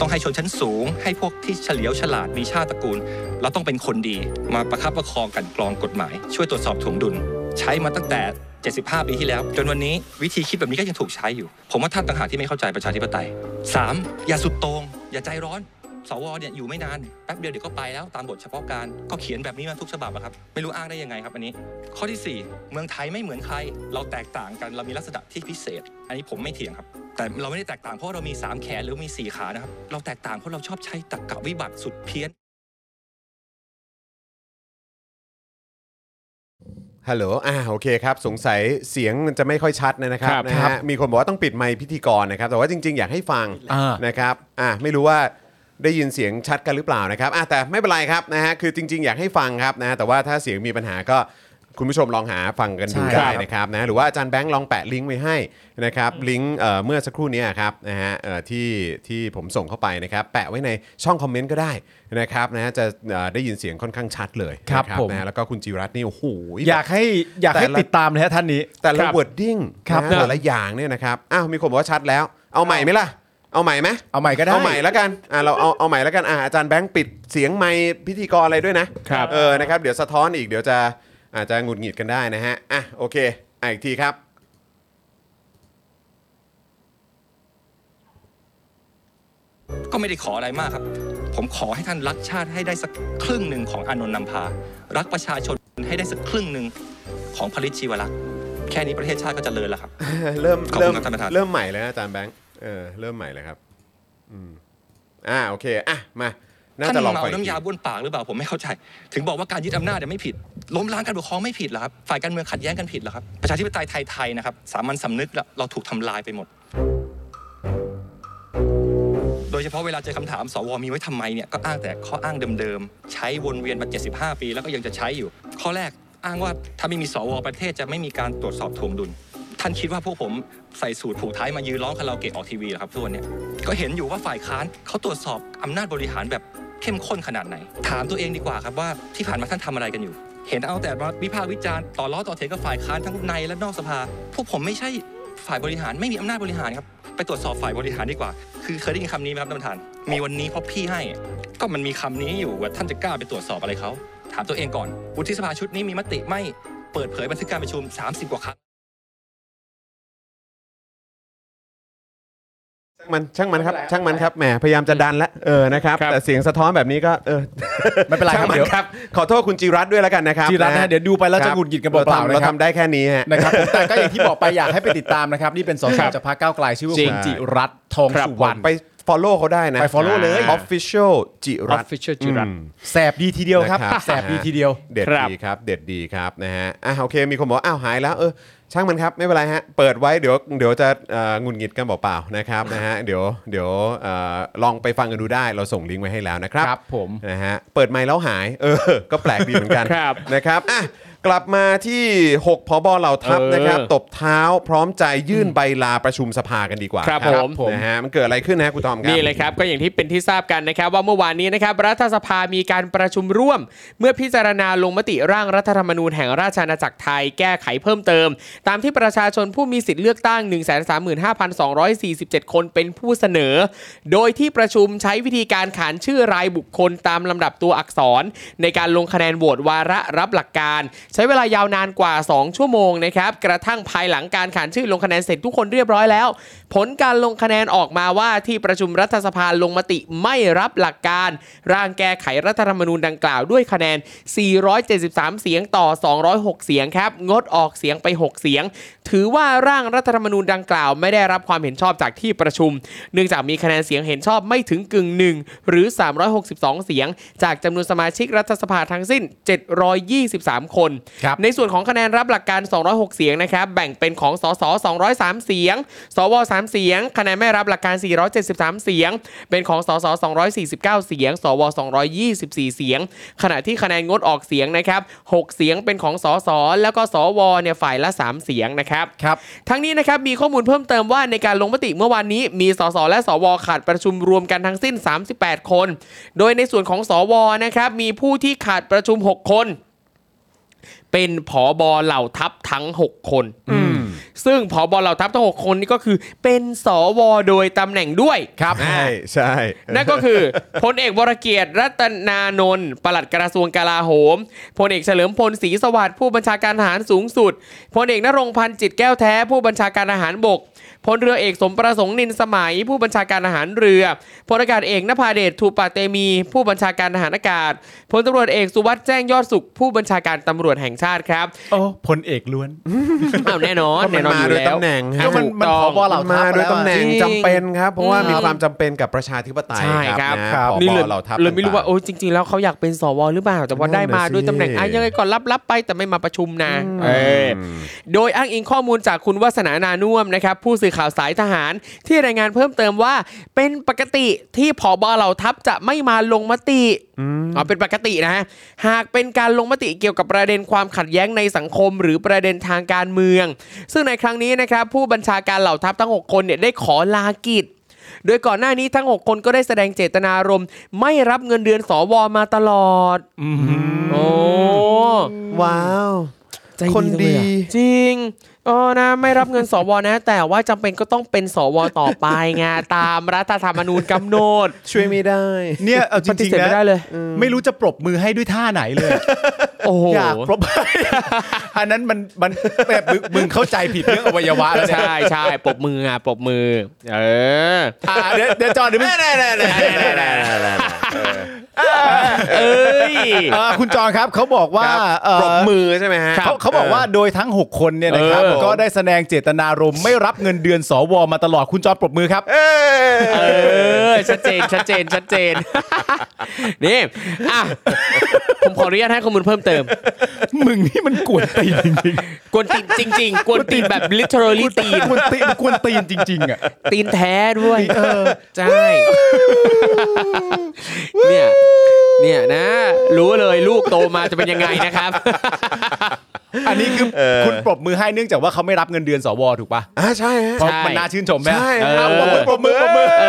S8: ต้องให้ชนชั้นสูง ให้พวกที่เฉลียวฉลาดมีชาติตระกูล เราต้องเป็นคนดีมาประคับประคองกลันกรองกฎหมาย ช่วยตรวจสอบถ่วงดุล ใช้มาตั้งแต่ 75 ปีที่แล้ว จนวันนี้วิธีคิดแบบนี้ก็ยังถูกใช้อยู่ ผมว่าท่านต่างหากที่ไม่เข้าใจประชาธิปไตย 3. อย่าสุดโตง่งอย่าใจร้อน สวเนี่ยอยู่ไม่นานแป๊บเดียวเดี๋ยวก็ไปแล้วตามบทเฉพาะการก็เขียนแบบนี้มาทุกฉบับอะครับไม่รู้อ้างได้ยังไงครับอันนี้ ข้อที่ 4 เมืองไทยไม่เหมือนใคร เราแตกต่างกันเรามีลักษณะที่พิเศษ อันนี้ผมไม่เถียงครับ แต่เราไม่ได้แตกต่างเพราะเรามี 3 แขนหรือมี 4 ขานะครับ เราแตกต่างเพราะเราชอบใช้ตรรกะวิบัติสุดเพี้ยน
S2: ฮัลโหล อ่า โอเคครับ สงสัยเสียงมันจะไม่ค่อยชัดนะครับ
S3: ครับ
S2: นะ
S3: ครั
S2: ฮะ
S3: บ
S2: มีคนบอกว่าต้องปิดไมค์พิธีกรนะครับ แต่ว่าจริง ๆ อยากให้ฟัง
S3: อ่าน
S2: นะครับ อ่า ไม่รู้ว่าได้ยินเสียงชัดกันหรือเปล่านะครับ อ่าแต่ไม่เป็นไรครับนะฮะ คือจริง ๆ อยากให้ฟังครับนะ แต่ว่าถ้าเสียงมีปัญหาก็คุณผู้ชมลองหาฟังกันดู
S3: ใช่
S2: ได้
S3: ครับ
S2: นะครับนะ หรือว่าอาจารย์แบงค์ลองแปะลิงก์ไว้ให้นะครับ ลิงก์เอ่อเมื่อสักครู่เนี้ครับนะฮะเอ่อที่ที่ผมส่งเข้าไปนะครับ แปะไว้ในช่องคอมเมนต์ก็ได้นะครับนะฮะจะเอ่อได้ยินเสียงค่อนข้างชัดเลยนะนะฮะแล้วก็คุณจิรัตน์นี่โอ้โห
S3: อยากให้อยากให้
S2: แต่ละ
S3: ติดตามเลยฮะท่านนี้
S2: แต่ละ
S3: ครับ
S2: w ว r d ดดิ้ง
S3: ครับ
S2: นะแต่ละอย่างเนี่ยนะครับ อ้าวมีคนบอกว่าชัดแล้ว เอาใหม่ไหมล่ะ เอาใหม่ไหม
S3: เอาใหม่ก็ได้
S2: เอาใหม่แล้วกัน อ่าเราเอาเอาใหม่แล้วกันอ่าอาจารย์แบงค์ปิดเสียงไมค์พิธีกรอะไรด้วยนะครับ เออนะครับเดี๋ยวสะท้อนอีกเดี๋ยวจะอาจจะหงุดหงิดกันได้นะฮะอ่ะโอเคอ่ะอีกทีครับ
S8: ก็ไม่ได้ขออะไรมากครับ ผมขอให้ท่านรักชาติให้ได้สักครึ่งหนึ่งของอานนท์นำพา รักประชาชนให้ได้สักครึ่งหนึ่งของพลิตชีวรักษ์แค่นี้ประเทศชาติก็เจริญแล้วครับ
S2: เริ่ม
S8: ขอบ
S2: เริ่ม
S8: คุณครับท่านประธาน
S2: เริ่มใหม่เลยนะอาจารย์แบงค์เออเริ่มใหม่เลยครับอืมอ่าโอเคอ่ะมาน่า
S8: ท่าน
S2: จะลอง
S8: เมา
S2: ไปอีก
S8: น้ำ
S2: ที
S8: ยาบ้วนปากหรือเปล่าผมไม่เข้าใจ ถึงบอกว่าการยึดอำนาจเนี่ยไม่ผิด ล้มล้างการปกครองไม่ผิดเหรอครับ ฝ่ายการเมืองขัดแย้งกันผิดเหรอครับ ประชาธิปไตยไทยๆนะครับ สามัญสำนึกเราเราถูกทำลายไปหมด โดยเฉพาะเวลาเจอคำถาม สวมีไว้ทำไมเนี่ย ก็อ้างแต่ข้ออ้างเดิมๆ ใช้วนเวียนมา 75 ปี แล้วก็ยังจะใช้อยู่ ข้อแรกอ้างว่าถ้าไม่มีสวประเทศจะไม่มีการตรวจสอบทวงดุล ท่านคิดว่าพวกผมใส่สูตรผูกท้ายมายืนร้องคาราโอเกะออกทีวีเหรอครับทุกวันเนี่ย ก็เห็นอยู่ว่าฝ่ายค้านเขาตรวจสอบอำนาจบริหารแบบเข้มข้นขนาดไหน ถามตัวเองดีกว่าครับว่าที่ผ่านมาท่านทำอะไรกันอยู่ เห็นเอาแต่มาวิพากษ์วิจารณ์ต่อล้อต่อเถียงกับฝ่ายค้านทั้งในและนอกสภา พวกผมไม่ใช่ฝ่ายบริหารไม่มีอำนาจบริหารครับ ไปตรวจสอบฝ่ายบริหารดีกว่า คือเคยได้ยินคำนี้ไหมครับท่านประธาน มีวันนี้เพราะพี่ให้ ก็มันมีคำนี้อยู่ว่าท่านจะกล้าไปตรวจสอบอะไรเขา ถามตัวเองก่อน วุฒิสภาชุดนี้มีมติไม่เปิดเผยบันทึกการประชุม 30 กว่าครั้ง
S2: ช่างมันช่างมันครับช่างมันครับแหมพยายามจะดันละเออนะครับ
S6: ครับ
S2: แต่เสียงสะท้อนแบบนี้ก็เออ
S3: ไม่เป็นไรครับ
S2: ช่าง
S3: เดี๋ยว
S2: ครับขอโทษคุณจิรัตน์ด้วยแล้วกันนะครับ
S3: จีรัตน์นะฮะเดี๋ยวดูไปแล้ว
S2: ค
S3: จะ
S2: บ
S3: หงุดหงิดกันเปล่า
S2: รทำ
S3: ๆนะ
S2: เรา
S3: ครับ
S2: ทำได้แค่นี้ฮะ
S3: นะครับผมแต่ก็อย่างที่บอกไปอยากให้ไปติดตามนะครับ นี่เป็นส
S6: ค
S3: ส
S6: รับ
S3: จากพรรคก้าวไกลชื่อว่า
S6: จริ
S3: คุ
S6: ง
S3: ณจิรัตน์ทอง
S6: ครับ
S3: สุวรรณ
S2: ไป follow เขาได้นะ
S3: ไป follow เลย
S2: official จิ
S6: ออ
S2: รั
S6: ฟ
S2: ตน์
S6: ฟิเชียลจุรัต
S3: แสบดีทีเดียวครับ
S2: นะ
S3: แสบดีทีเดียว
S2: เด็ด
S6: ครับ
S2: ดีครับ เด็ดดีครับนะฮะอ่ะโอเคมีคนบอกว่าอ้าวหายแล้วเออช่างมันครับไม่เป็นไรฮะ เปิดไว้เดี๋ยวเดี๋ยวจะเอ่อหงุนงิดกันเปล่าๆนะครับนะฮะเดี๋ยวเดี๋ยวเอ่อลองไปฟังกันดูได้เราส่งลิงก์ไว้ให้แล้วนะครับ
S3: ครับผม
S2: นะฮะเปิดไมค์แล้วหายเออ ก็แปลกดีเหมือนกัน
S6: ครับ
S2: นะครับอ่ะกลับมาที่ 6 พบเหล่าทัพนะครับ ตบเท้าพร้อมใจยื่นใบลาประชุมสภากันดีกว่า
S6: ครับผม
S2: นะฮะมันเกิดอะไรขึ้นนะฮะคุณทอมครับ
S6: นี่เลยครับก็อย่างที่เป็นที่ทราบกันนะครับ ว่าเมื่อวานนี้นะครับรัฐสภามีการประชุมร่วม เมื่อพิจารณาลงมติร่างรัฐธรรมนูญแห่งราชอาณาจักรไทยแก้ไขเพิ่มเติม ตามที่ประชาชนผู้มีสิทธิ์เลือกตั้ง 135,247 คนเป็นผู้เสนอ โดยที่ประชุมใช้วิธีการขานชื่อรายบุคคลตามลำดับตัวอักษร ในการลงคะแนนโหวตวาระรับหลักการ ใช้เวลายาวนานกว่า 2 ชั่วโมงนะครับกระทั่งภายหลังการขานชื่อลงคะแนนเสร็จทุกคนเรียบร้อยแล้ว ผลการลงคะแนนออกมาว่าที่ประชุมรัฐสภาลงมติไม่รับหลักการ ร่างแก้ไขรัฐธรรมนูญดังกล่าวด้วยคะแนน 473 เสียงต่อ 206 เสียงครับ งดออกเสียงไป 6 เสียง ถือว่าร่างรัฐธรรมนูญดังกล่าว ไม่ได้รับความเห็นชอบจากที่ประชุม เนื่องจากมีคะแนนเสียงเห็นชอบไม่ถึงกึ่งหนึ่งหรือ 362 เสียง จากจำนวนสมาชิกรัฐสภาทั้งสิ้น 723 คน
S3: ครับ
S6: ในส่วนของคะแนนรับหลักการ 206 เสียงนะครับ แบ่งเป็นของ สส 203 เสียง สว 3 เสียง คะแนนไม่รับหลักการ 473 เสียง เป็นของ สส 249 เสียง สว 224 เสียง ขณะที่คะแนนงดออกเสียงนะครับ 6 เสียงเป็นของ สส แล้วก็สว เนี่ยฝ่ายละ 3 เสียงนะครับ
S3: ครับ
S6: ทั้งนี้นะครับมีข้อมูลเพิ่มเติมว่าในการลงมติเมื่อวานนี้ มีสสและสวขาดประชุมรวมกันทั้งสิ้น 38 คน โดยในส่วนของสวนะครับมีผู้ที่ขาดประชุม 6 คน เป็นผอบอเหล่าทัพทั้ง 6 คน ซึ่งผอบอเหล่าทัพทั้ง 6 คนนี่ก็คือเป็นสวโดยตำแหน่งด้วย
S3: ครับ
S2: ใช่ใช่
S6: นั่นก็คือ พลเอกวรเกียรติรัตนานนท์ปลัดกระทรวงกลาโหมพลเอกเฉลิมพลศรีสวัสดิ์ผู้บัญชาการทหารสูงสุดพลเอกนรงค์พันธ์จิตแก้วแท้ ผู้บัญชาการทหารบกพลเรือเอกสมประสงค์นินสมัย ผู้บัญชาการทหารเรือพลอากาศเอกนภาเดชทูปะเตมี ผู้บัญชาการทหารอากาศพลตำรวจเอกสุวัสด์แจ้งยอดสุข ผู้บัญชาการตำรวจแห่งชาติ ครับ
S3: โอ้พลเอกล้วน
S6: อ้าวแน่นอน
S2: ก็มั
S6: แน่
S2: น
S6: นอน
S2: มา
S6: อยู่
S2: โดย
S6: แล้ว
S2: ตำแหน่งฮะ
S3: ก็มัน
S6: ถู
S3: มัน
S6: ต้
S3: ผ
S6: อง
S3: บเหล่าทัพ
S2: มาโดยตำแหน่ง
S6: จริง
S2: จำเป็นครับ เพราะว่า
S6: อืม
S2: มีความจำเป็นกับประชาธิปไตย
S6: ใช่
S2: ค
S6: ค
S2: รั
S6: รั
S2: บบ นะผ
S6: นี่
S2: อ
S6: เลย
S2: เหล่าทัพ
S6: เลยไม่รู้
S2: ต่งๆ
S6: ว่าโอ้ยจริง ๆ แล้วเขาอยากเป็นสวหรือเปล่า แต่ว่า
S2: นั่น
S6: ได้มา
S2: น่ะสิ
S6: ด้วยตำแหน่งอ่ะยังไงก่อนรับรับไปแต่ไม่มาประชุมนะเออโดยอ้างอิงข้อมูลจากคุณวัสนานานุ่วมนะครับ ผู้สื่อข่าวสายทหารที่รายงานเพิ่มเติมว่า เป็นปกติที่ผอบเหล่าทัพจะไม่มาลงมติอ๋อเป็นปกตินะ หากเป็นการลงมติเกี่ยวกับประเด็นความขัดแย้งในสังคม หรือประเด็นทางการเมือง ซึ่งในครั้งนี้นะครับผู้บัญชาการเหล่าทัพทั้งหกคนเนี่ยได้ขอลากิจ โดยก่อนหน้านี้ทั้ง 6 คนก็ได้แสดงเจตนารมณ์ ไม่รับเงินเดือนสวมาตลอดโอ้
S2: ว้าว
S6: ใจจังเลยอะ
S2: คนดี
S6: จริงอ๋อนะไม่รับเงิน สวนะ แต่ว่าจำเป็นก็ต้องเป็นสวต่อไปไง ตามรัฐธรรมนูญกำหนด
S2: ช่วยไม่ได้
S3: เนี่ยเอาจ
S6: ปฏิ
S3: ริง
S6: เสธ
S3: ๆนะ
S6: ไม่ได้เลย
S3: ไม่รู้จะปรบมือให้ด้วยท่าไหนเลย
S6: โอ้โห
S3: อยากปรบ อันนั้นมันมันแบบมึงมึงเข้าใจผิดเรื่องอวัยวะแล้วเนี่ย
S6: ใช่ใช่ปรบมืออ่ะปรบมือ เออ
S3: อ่ะเดี๋ยวเดี๋ยวจอห์นเดี๋ยวมึง
S6: เอ้ย
S3: เอ่อคุณจอห์นครับเขาบอกว่าเอ่อ
S2: ปรบมือใช่ไหมฮะ
S3: เขาเขาบอกว่าโดยทั้ง 6 คนเนี่ยนะครับ
S2: เออ
S3: ก็ได้แสดงเจตนารมณ์ไม่รับเงินเดือนสวมาตลอดคุณจอห์นปรบมือครับ
S2: เอ้ย
S6: เออ ชัดเจน ชัดเจน ชัดเจน นี่อ่ะ ผมขออนุญาตให้ข้อมูลเพิ่มเติม
S3: มึงนี่มันกวนตีนจริง
S6: กวนตีนจริง ๆ กวนตีนแบบ literally ตีน
S3: ๆกวนตีนกวนตีนจริง ๆอ่ะ
S6: ตีนแท้ด้วยใช่เนี่ยเนี่ยนะ รู้เลยลูกโตมาจะเป็นยังไงนะครับ
S3: อันนี้คือคุณปรบมือให้เนื่องจากว่าเขาไม่รับเงินเดือนสวถูกปะ
S2: อ่าใช่ฮะ
S3: เพราะมันน่าชื่นชมไหม
S2: ใช่
S3: เอ
S2: ครั
S3: อบ ปรบมือปรบมือปรบมือ
S6: เอ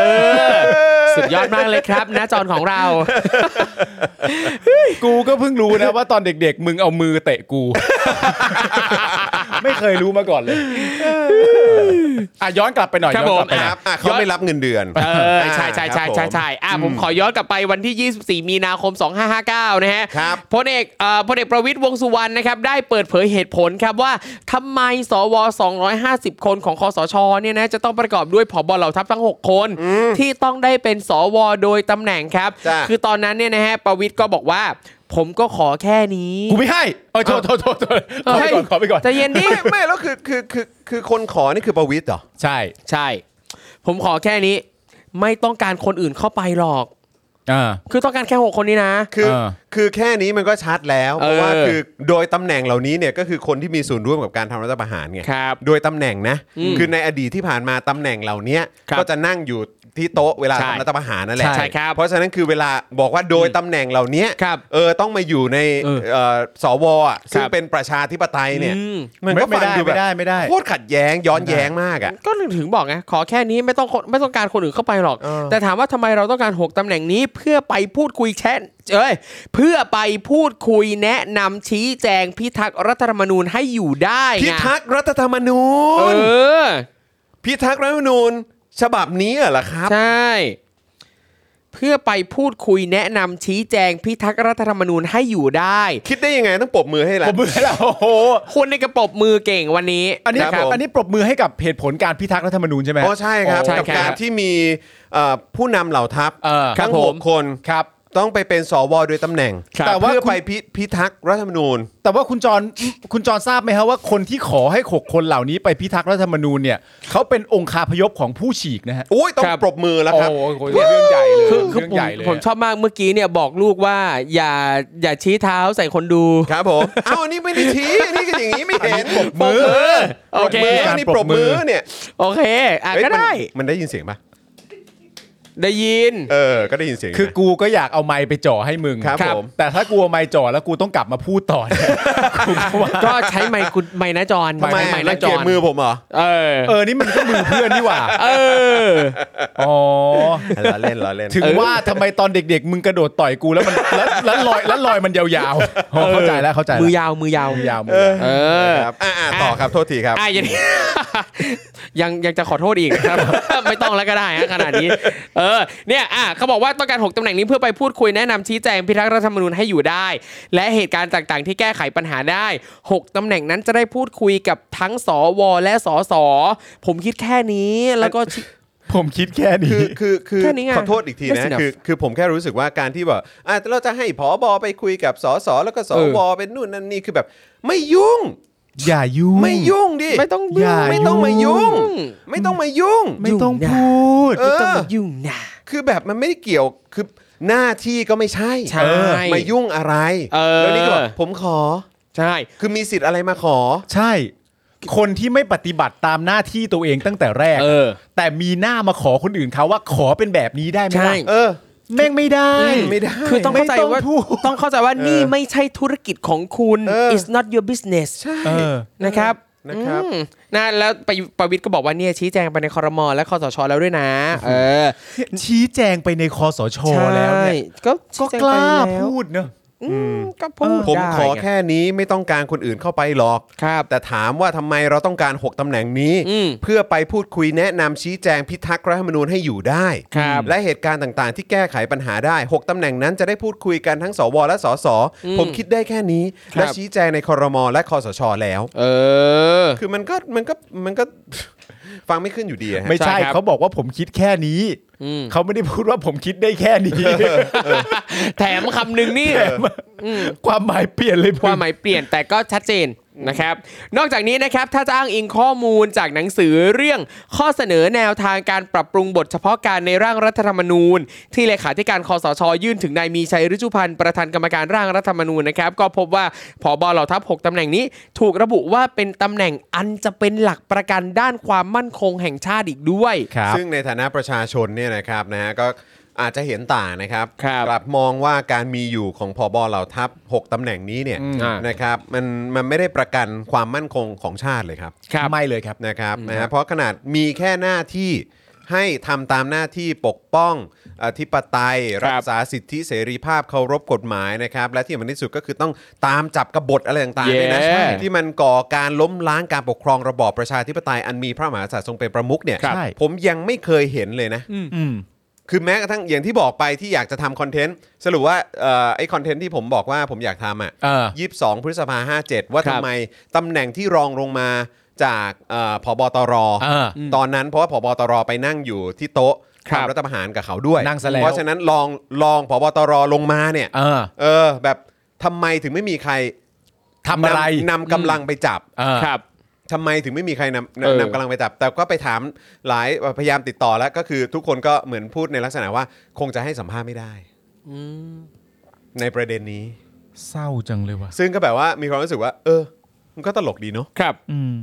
S6: อ สุดยอดมากเลยครับหน้าจอนของเรา
S3: กูก็เพิ่งรู้นะว่าตอนเด็กๆ มึงเอามือเตะกู ไม่เคยรู้มาก่อนเลยอ่ะย้อนกลับไปหน่อย
S6: ครับ
S3: ย้อนกลั
S6: ผม
S3: บ
S2: ครัอ่ะเขา
S3: ไปหน่อบ ย
S2: ไม่รับเงินเดือน
S6: เออใช่ใช่ใช่ใช่
S2: ครับผม
S6: ใช่อ่ะผมขอย้อนกลับไปวันที่ 24 มีนาคม 2559 นะฮะ
S2: ครับ
S6: พลเอกเอ่อพลเอกประวิตยวงษ์สุวรรณนะครับได้เปิดเผยเหตุผลครับว่าทำไมสว 250 คนของคอสชเนี่ยนะจะต้องประกอบด้วยผบเหล่าทัพทั้ง 6 คน ที่ต้องได้เป็นสวโดยตำแหน่งครับ
S2: จ้ะ
S6: คือตอนนั้นเนี่ยนะฮะประวิตยก็บอกว่า ผมก็ขอแค่นี้
S3: กูไม่ให้เออโทษโทษโทษโทษขอไปก่อนขอไปก่อน
S6: ใจเย็นดิ
S2: ไม่ไม่แล้วคือคือคือคือคนขอนี่คือประวิตยเหรอ
S3: ใช่
S6: ใช่ ผมขอแค่นี้ ไม่ต้องการคนอื่นเข้าไปหรอก
S3: อ่า
S6: คือต้องการแค่หกคนนี้นะ
S2: คือ
S3: เออ
S2: คือแค่นี้มันก็ชัดแล้วเพราะว่า
S6: เออ
S2: คือโดยตำแหน่งเหล่านี้เนี่ยก็คือคนที่มีส่วนร่วมกับการทำรัฐประหารไง
S6: ครับ
S2: โดยตำแหน่งนะ
S6: อืม
S2: คือในอดีตที่ผ่านมาตำแหน่งเหล่านี้
S6: ครับ
S2: ก็จะนั่งอยู่ที่โต๊ะเวลา
S6: ใช่
S2: ทำรัฐประหารนั่นแหละ
S6: ใช่ใช่ครับ
S2: เพราะฉะนั้นคือเวลาบอกว่าโดยตำแหน่งเหล่านี้
S6: ครับ
S2: เออต้องมาอยู่ใน
S6: เออ
S2: เอ่อสวอ่ะซึ่ง
S6: ครับ
S2: เป็นประชาธิปไตยเนี่ย
S6: อืม
S2: มันก็
S3: ไม่
S2: ฟัง
S3: ได้
S2: ดูแบ
S3: ไม่
S2: บ
S3: ได้ไม่ได้
S2: โคตรขัดแย้งย้อนแย้งมากอ่ะ
S6: ก็ถึงบอกไงขอแค่นี้ไม่ต้องคนไม่ต้องการคนอื่นเข้าไปหรอก
S2: เออ
S6: แต่ถามว่าทำไมเราต้องการ 6ตำแหน่งนี้เพื่อไปพูดคุยแชนเอ้ยเพื่อไปพูดคุยแนะนำชี้แจงพิทักษ์รัฐธรรมนูญให้อยู่ได้ไง
S2: พิทักษ์รัฐธรรมนู
S6: เอ
S2: ญ
S6: อ
S2: พิทักษ์รัฐธรรมนูญฉบับนี้เหรอครับ
S6: ใช่ เพื่อไปพูดคุยแนะนำชี้แจงพิทักษ์รัฐธรรมนูญให้อยู่ได้
S2: คิดได้ยังไงต้องปรบมือให้ละ
S3: ปรบมือให้เราโอ้โห
S6: คุณในกระปรบมือเก่งวันนี้
S3: อันนี้
S2: ครับผม
S3: อันนี้ปรบมือให้กับเหตุผลการพิทักษ์รัฐธรรมนูญใช่ไหม
S2: อ๋อใช่ครับ
S6: โอ้ใช่
S2: กับ
S6: ครับ
S2: การที่มีเอ่อผู้นำเหล่าทัพ
S6: เออ
S2: ทั้ง
S6: ค
S2: ห
S6: รับผ
S2: ก
S6: ม
S2: คน
S3: ครับ
S2: ต้องไปเป็นสวโดยตำแหน่ง
S3: ครับ
S2: แต่ว่าเพื่อไปพิพทักษ์รัฐธรรมนูญ
S3: แต่ว่าคุณจรคุณจรทราบไหมฮะว่าคนที่ขอให้หกคนเหล่านี้ไปพิทักษ์รัฐธรรมนูญเนี่ยเขาเป็นองค์คาพยพของผู้ฉีกนะฮะ
S2: อุ้ยต้อง
S6: ครับ
S2: ปรบมือแล้วครับ
S3: โอ้โหเรื่องใหญ่เลย
S6: คือคือผม
S3: เรื่องใหญ่เลย
S6: ผมชอบมากเมื่อกี้เนี่ยบอกลูกว่า อย่าอย่าชี้เท้าใส่คนดู
S2: ครับผม เอ้าอันนี่ไม่ได้ชี้อันนี่ก็อย่างนี้ไม่เห็นปรบ
S3: มือ
S6: โอเค
S2: มืออันนี่ปรบมือเนี่ย
S6: โอเคอ่ะ
S2: เอ้ย
S6: ก็
S2: มัน
S6: ได้
S2: มันได้ยินเสียงปะ
S6: ได้ยิ น
S2: เออ ก็ได้ยินเสียงยู่นะ
S3: คือกูก็อยากเอาไม้ไปจ่อให้มึง
S2: ครับครับผม
S3: แต่ถ้ากูเอาไม้จ่อแล้วกูต้องกลับมาพูดต่อ เนี่ยกูก็ว่า
S6: ก็ใช้ไมค์คุณไมค์นะจอน
S2: ทำไม
S6: ใช้ไมค์
S2: รั
S6: นะ
S2: ง
S6: จ
S2: เกี
S6: อย
S2: จ
S6: น
S2: มือผมเหรอ
S6: เออ
S3: เออ นี่มันก็มือเพื่อนนี่หว่า
S6: เออ
S3: อ๋อ
S2: ล้อเล่นล้อเล่น
S3: ถึงว่าทำไมตอนเด็กๆ มึงกระโดดต่อยกูแล้วมันแล้วแล้วลอยแล้วลอยมันยาวๆอ๋อเข้าใจแล้วเข้าใจแล้ว
S6: มือยาวมือยาว
S3: มือยาวมื
S2: เอย
S3: อาว
S2: อ
S6: เออ
S2: ครับอ่ะอ่ะต่อครับโทษทีครับ
S6: อ่ะยัง ยังยังจะขอโทษอีกครับ ไม่ต้องแล้วก็ได้ฮะขนาดนี้ เออเนี่ยอ่ะเขาบอกว่าต้องการ 6ตำแหน่งนี้เพื่อไปพูดคุยแนะนำชี้แจงพิทักษ์รัฐธรรมนูญให้อยู่ได้ และเหตุการณ์ต่างๆ ที่แก้ไขปัญหาได้ 6ตำแหน่งนั้นจะได้พูดคุยกับทั้งสวและสสผมคิดแค่นี้แล้วก็ชิ
S3: ผมคิดแค่
S2: คื
S3: นี้
S2: อคือคือ
S6: แค่นี้ไง
S2: ขอโทษอีกที
S6: That's
S2: นะ
S6: enough
S2: คือคือผมแค่รู้สึกว่าการที่แบบอ่ะเราจะให้ผอบอไปคุยกับสสแล้วก็ส
S6: เอ
S2: ว
S6: อ
S2: เป็นนู่นนั่นนี่คือแบบ ไม่ยุ่ง
S3: อย่ายุ่ง
S2: ไม่ยุ่งดิ
S6: ไม่ต้อง
S3: อย่า
S2: ไม่ต้องมายุ่ง ไม่ต้องมายุ่ง
S3: ไม่ต้องพูด
S2: เอ
S6: ไม่ต้อง
S2: อ
S6: มายุ่งนะ
S2: คือแบบมันไม่ได้เกี่ยวคือหน้าที่ก็ไม่ใช่
S6: ใช่
S2: เออมายุ่งอะไร
S6: เออ
S2: แล้วนี่ก็บอกผมขอ
S6: ใช่
S2: คือมีสิทธิ์อะไรมาขอ
S3: ใช่ คนที่ไม่ปฏิบัติตามหน้าที่ตัวเองตั้งแต่แรก
S6: เออ
S3: แต่มีหน้ามาขอคนอื่นเขาว่าขอเป็นแบบนี้ได้ไหม
S6: ใช่
S3: ล่ะ
S2: เออ
S3: แม่งไม่ได้
S2: ไม่ได้
S6: คือต้องเข้าใจว่า
S3: ไม่ต้องพูด
S6: ต้องเข้าใจว่านี่ไม่ใช่ธุรกิจของคุณ
S2: เออ
S6: it's not your business
S2: ใช่
S3: เออ
S6: นะครับ
S2: นะครับ
S6: อืมนะแล้วประยุประวิทย์ก็บอกว่าเนี่ยชี้แจงไปในคอรมอและคอสชแล้วด้วยนะ เออ
S3: ชี้แจงไปในคอสชแล้วเนี่ย
S6: ใช่ก็
S3: ก็
S6: ชี้แจง
S3: กล้า
S6: ไปแว
S3: พูดเนอะ
S6: อืมก็พูด
S2: ผม
S6: ได้
S2: ขอแค่นี้ไม่ต้องการคนอื่นเข้าไปหรอก
S6: ครับ
S2: แต่ถามว่าทำไมเราต้องการ 6ตำแหน่งนี้
S6: อืม
S2: เพื่อไปพูดคุยแนะนำชี้แจงพิทักษ์รัฐธรรมนูญให้อยู่ได้
S6: ครับ
S2: และเหตุการณ์ต่างๆ ที่แก้ไขปัญหาได้ 6ตำแหน่งนั้นจะได้พูดคุยกันทั้งสวและสส
S6: อืม
S2: ผมคิดได้แค่นี้
S6: ครับ
S2: และชี้แจงในครมและคอสชแล้ว
S6: เออ
S2: คือมันก็มันก็มันก็ ฟังไม่ขึ้นอยู่ดีอะฮะ
S3: ไม่
S6: ใช่
S3: ใช่
S6: ครับ
S3: เขาบอกว่าผมคิดแค่นี้
S6: อืม
S3: เขาไม่ได้พูดว่าผมคิดได้แค่นี้
S6: แถมคำหนึ่งนี่
S3: ความหมายเปลี่ยนเลย
S6: ความหมายเปลี่ยนแต่ก็ชัดเจนนะครับ นอกจากนี้นะครับ ถ้าจะอ้างอิงข้อมูลจากหนังสือเรื่องข้อเสนอแนวทางการปรับปรุงบทเฉพาะการในร่างรัฐธรรมนูญ ที่เลขาธิการคอสชยื่นถึงนายมีชัยฤชุพันธ์ประธานกรรมการร่างรัฐธรรมนูญนะครับ ก็พบว่าผบเหล่าทัพ 6ตำแหน่งนี้ ถูกระบุว่าเป็นตำแหน่งอันจะเป็นหลักประกันด้านความมั่นคงแห่งชาติอีกด้วย
S3: ครับ
S2: ซึ่งในฐานะประชาชนเนี่ยนะครับนะฮะก็อาจจะเห็นต่างนะครับ
S6: ครับ
S2: กลับมองว่าการมีอยู่ของพอบเหล่าทัพ 6ตำแหน่งนี้เนี่ย
S3: อืม
S2: นะครับมันมันไม่ได้ประกันความมั่นคงของชาติเลยครับ
S6: ครับ
S3: ไม่เลยครับ
S2: นะครับนะฮะเพราะขนาดมีแค่หน้าที่ให้ทำตามหน้าที่ปกป้องอธิปไตย
S6: ครับ
S2: รักษาสิทธิเสรีภาพเคารพกฎหมายนะครับ และที่สำคัญที่สุดก็คือต้องตามจับกบฏอะไรต่างๆเนี่ยนะ
S6: เย้
S2: ใช่ที่มันก่อการล้มล้างการปกครองระบอบประชาธิปไตยอันมีพระมหากษัตริย์ทรงเป็นประมุขเนี่ย
S3: ครับ
S2: ผมยังไม่เคยเห็นเลยนะ
S3: อืม
S2: คือแม้กระทั่งอย่างที่บอกไปที่อยากจะทำคอนเทนต์สรุปว่าเอ่อไอคอนเทนต์ที่ผมบอกว่าผมอยากทำอ่ะ
S3: เออ
S2: ยี่สิบสองพฤษภาห้าเจ็ดว่า
S6: ครับ
S2: ทำไมตำแหน่งที่รองลงมาจากเอ่อผบตร
S3: เออ
S2: ตอนนั้นเพราะว่าผบตรไปนั่งอยู่ที่โต๊ะ
S6: ครับ
S2: ทำรัฐประหารกับเขาด้วย
S3: นั่งซะแล้ว
S2: เพราะฉะนั้นลองลองผบตรลงมาเนี่ย
S3: เออ
S2: เออแบบทำไมถึงไม่มีใคร
S3: ทำอะไร
S2: นำนำกำลังไปจับ
S3: เออ
S6: ครับ
S2: ทำไมถึงไม่มีใครนำ
S6: เออน
S2: ำนำกำลังไปจับ แต่ก็ไปถามหลายพยายามติดต่อแล้วก็คือทุกคนก็เหมือนพูดในลักษณะว่าคงจะให้สัมภาษณ์ไม่ได้ในประเด็นนี้
S3: เศร้าจังเลยว่ะ
S2: ซึ่งก็แบบว่ามีความรู้สึกว่า เออ มันก็ตลกดีเนาะ
S6: ครับ
S3: อืม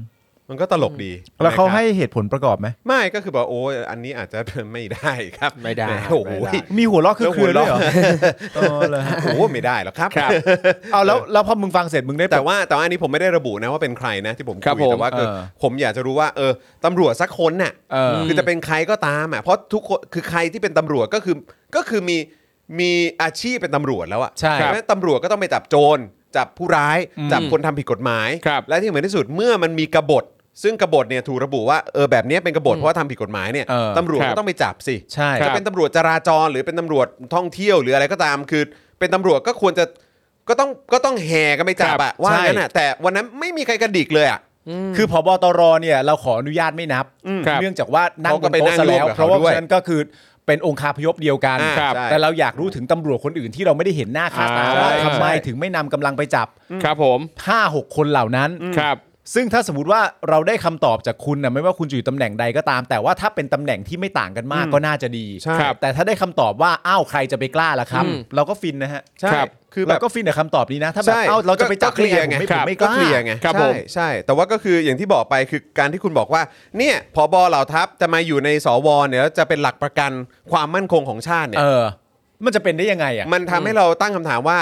S2: มันก็ตลกดี
S3: แล้วเขา
S2: นะครับ
S3: ให้เหตุผลประกอบไหม
S2: ไม่ก็คือบอกโอ้ยอันนี้อาจจะ ไม่ได้ครับ
S6: ไม่ได้
S2: แโอ้โห
S6: ไม่ได้
S3: มีหัวเราะคือ
S2: แล้วหัว
S3: คือด้ว
S2: เราะ
S3: ยเหรอเออเลย
S2: โอ้โหไม่ได้หรอกครับ
S6: ครับ
S3: เอาแล้วแล้วพอมึงฟังเสร็จมึงได้
S2: แต่
S3: แบบ
S2: ว่าแต่ว่าอันนี้ผมไม่ได้ระบุนะว่าเป็นใครนะที่ผม
S6: ครับ
S2: คุย
S6: ผม
S2: แต่ว่าคือ
S3: เออ
S2: ผมอยากจะรู้ว่าเออตำรวจสักคนน่ะ
S3: เออ
S2: คือจะเป็นใครก็ตามอ่ะเพราะทุกคนคือใครที่เป็นตำรวจก็คือก็คือมีมีอาชีพเป็นตำรวจแล้วอ่ะ
S3: ใช่
S2: ไหมตำรวจก็ต้องไปจับโจรจับผู้ร้าย
S3: อืม
S2: จับคนทำผิดกฎหมาย
S6: ครับ
S2: และที่เหมือนที่สุดเมื่อมันมีกบฏ ซึ่งกบฏเนี่ยถูกระบุว่าเออแบบเนี้ยเป็นกบฏเพราะว่าทำผิดกฎหมายเนี่ย
S3: เออ
S2: ตำรวจ
S6: ครั
S2: ก็
S6: บ
S2: ต้องไปจับสิ
S3: ใช่
S2: จะเป็นตำรวจจราจรหรือเป็นตำรวจท่องเที่ยวหรืออะไรก็ตามคือ เป็นตำรวจก็ควรจะก็ต้องก็ต้องแห่กันไปจับอะว่างั้นอะแต่วันนั้นไม่มีใครกระดิกเลยอะ
S3: คือพบตรเนี่ยเราขออนุญาตไม่นับ
S6: ครับ
S3: เนื่องจากว่านั่ง
S2: เขาก็
S3: บน
S2: ไปนั่ง
S3: โต๊ะซะแล้
S2: ร่
S3: ว
S2: วมกับ
S3: เพราะว่า
S2: เขาด้วย
S3: ฉะนั้นก็คือเป็นองคาพยพเดียวกัน
S2: อ่าครับ
S3: แต่เราอยากรู้ถึงตำรวจคนอื่นที่เราไม่ได้เห็นหน้าค่าตา
S6: อ่า
S3: ว่าทำไมถึงไม่นำกำลังไปจับ
S6: ครับผม
S3: ห้าหกคนเหล่านั้น
S6: ครับ
S3: ซึ่งถ้าสมมติว่าเราได้คำตอบจากคุณนะไม่ว่าคุณจะอยู่ตำแหน่งใดก็ตาม แต่ว่าถ้าเป็นตำแหน่งที่ไม่ต่างกันมากก็น่าจะดี
S2: ใช่
S6: ครับ
S3: แต่ถ้าได้คำตอบว่าอ้าวใครจะไปกล้าล่ะครับ
S6: อืม
S3: เราก็ฟินนะฮะ
S2: ใช่
S6: ครับ
S2: คือแบ
S3: เรา
S2: บ
S3: ก็ฟินกับคำตอบนี้นะ ถ้าแบบ
S2: ใช่
S3: อ้าวเราจะไปจับ
S2: ก็ก็เคลียร์ไง
S3: ด้ผมไม่
S6: ค
S3: ผ
S6: รับ
S3: ม
S2: ก็เค
S3: ไม่กล้า
S2: ลียร์ไง
S6: ครับผ
S2: ใช่
S6: ม
S2: ใช่ แต่ว่าก็คืออย่างที่บอกไปคือการที่คุณบอกว่า เนี่ยพบเหล่าทัพจะมาอยู่ในสวเนี่ยแล้วจะเป็นหลักประกันความมั่นคงของชาติเนี่ย
S3: เออ มันจะเป็นได้ยังไงอ่ะ
S2: มันทำให้เราตั้งคำถามว่า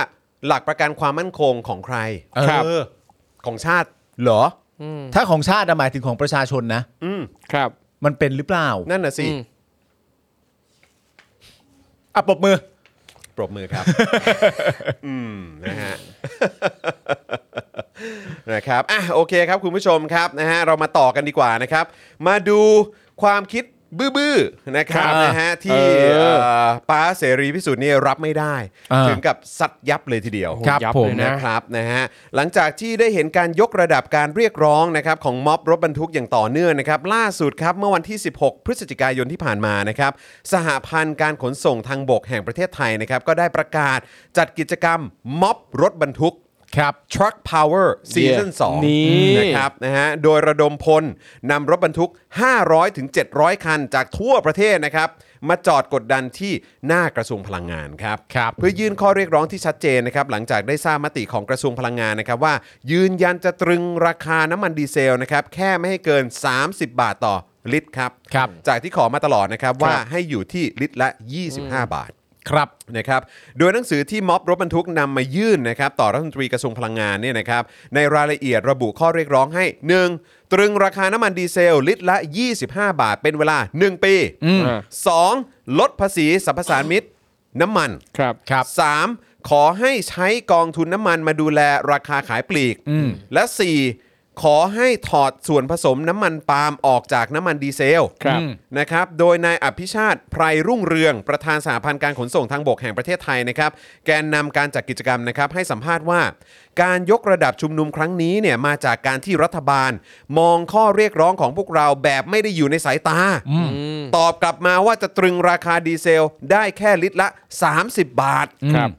S2: หลักประกันความมั่นคงของใคร
S6: ครับ
S3: เออ
S2: ของชาติเหรอ
S3: ถ้าของชาติอะหมายถึงของประชาชนนะ
S2: อืม
S6: ครับ
S3: มันเป็นหรือเปล่า
S2: นั่นน่ะสิ
S6: อืม
S3: อ่ะปรบมือ
S2: ปรบมือ ครับ อืมนะฮะ นะครับอ่ะโอเคครับคุณผู้ชมครับนะฮะเรามาต่อกันดีกว่านะครับ มาดูความคิดบื้อๆนะครับ
S3: ครับ
S2: นะฮะที่
S6: เออ
S2: เอ่อป้าเสรีพิสุทธิ์เนี่ยรับไม่ได้
S3: อ่า
S2: ถึงกับซัดยับเลยทีเดียว
S3: ครับ
S6: ยับ
S3: ผม
S6: เลย
S2: นะ
S6: นะ
S2: ครับนะฮะหลังจากที่ได้เห็นการยกระดับการเรียกร้องนะครับของม็อบรถบรรทุกอย่างต่อเนื่องนะครับล่าสุดครับเมื่อวันที่ 16 พฤศจิกายนที่ผ่านมานะครับสหพันธ์การขนส่งทางบกแห่งประเทศไทยนะครับก็ได้ประกาศจัดกิจกรรมม็อบรถบรรทุก
S3: ครับ
S2: Truck Power Season 2
S6: นี่
S2: นะครับนะฮะโดยระดมพลนำรถบรรทุก 500ถึง700 คันจากทั่วประเทศนะครับมาจอดกดดันที่หน้ากระทรวงพลังงานครับ
S3: ครับ
S2: เพื่อยื่นข้อเรียกร้องที่ชัดเจนนะครับหลังจากได้ทราบมติของกระทรวงพลังงานนะครับว่า ยืนยันจะตรึงราคาน้ำมันดีเซลนะครับแค่ไม่ให้เกิน 30 บาทต่อลิตรครับ
S3: ครับ
S2: จากที่ขอมาตลอดนะครับว่าให้อยู่ที่ลิตรละ 25 บาท
S3: ครับ
S2: นะครับโดยหนังสือที่ม็อบรถบรรทุกนำมายื่นนะครับต่อรัฐมนตรีกระทรวงพลังงานเนี่ยนะครับในรายละเอียดระบุข้อเรียกร้องให้ 1. ตรึงราคาน้ำมันดีเซล ลิตรละ 25 บาทเป็นเวลา 1 ปี 2. ลดภาษีสรรพสานมิตน้ำมัน
S6: ครับ
S3: ครับ
S2: 3. ขอให้ใช้กองทุนน้ำมันมาดูแลราคาขายปลีก และ 4. ขอให้ถอดส่วนผสมน้ำมันปาล์มออกจากน้ำมันดีเซล
S6: ครับ
S2: นะครับ โดยนายอภิชาติไพรรุ่งเรือง ประธานสหพันธ์การขนส่งทางบกแห่งประเทศไทยนะครับ แกนนำการจัดกิจกรรมนะครับให้สัมภาษณ์ว่า การยกระดับชุมนุมครั้งนี้เนี่ยมาจากการที่รัฐบาล มองข้อเรียกร้องของพวกเราแบบไม่ได้อยู่ในสายตา ตอบกลับมาว่าจะตรึงราคาดีเซลได้แค่ลิตรละ 30 บาท
S6: ครับ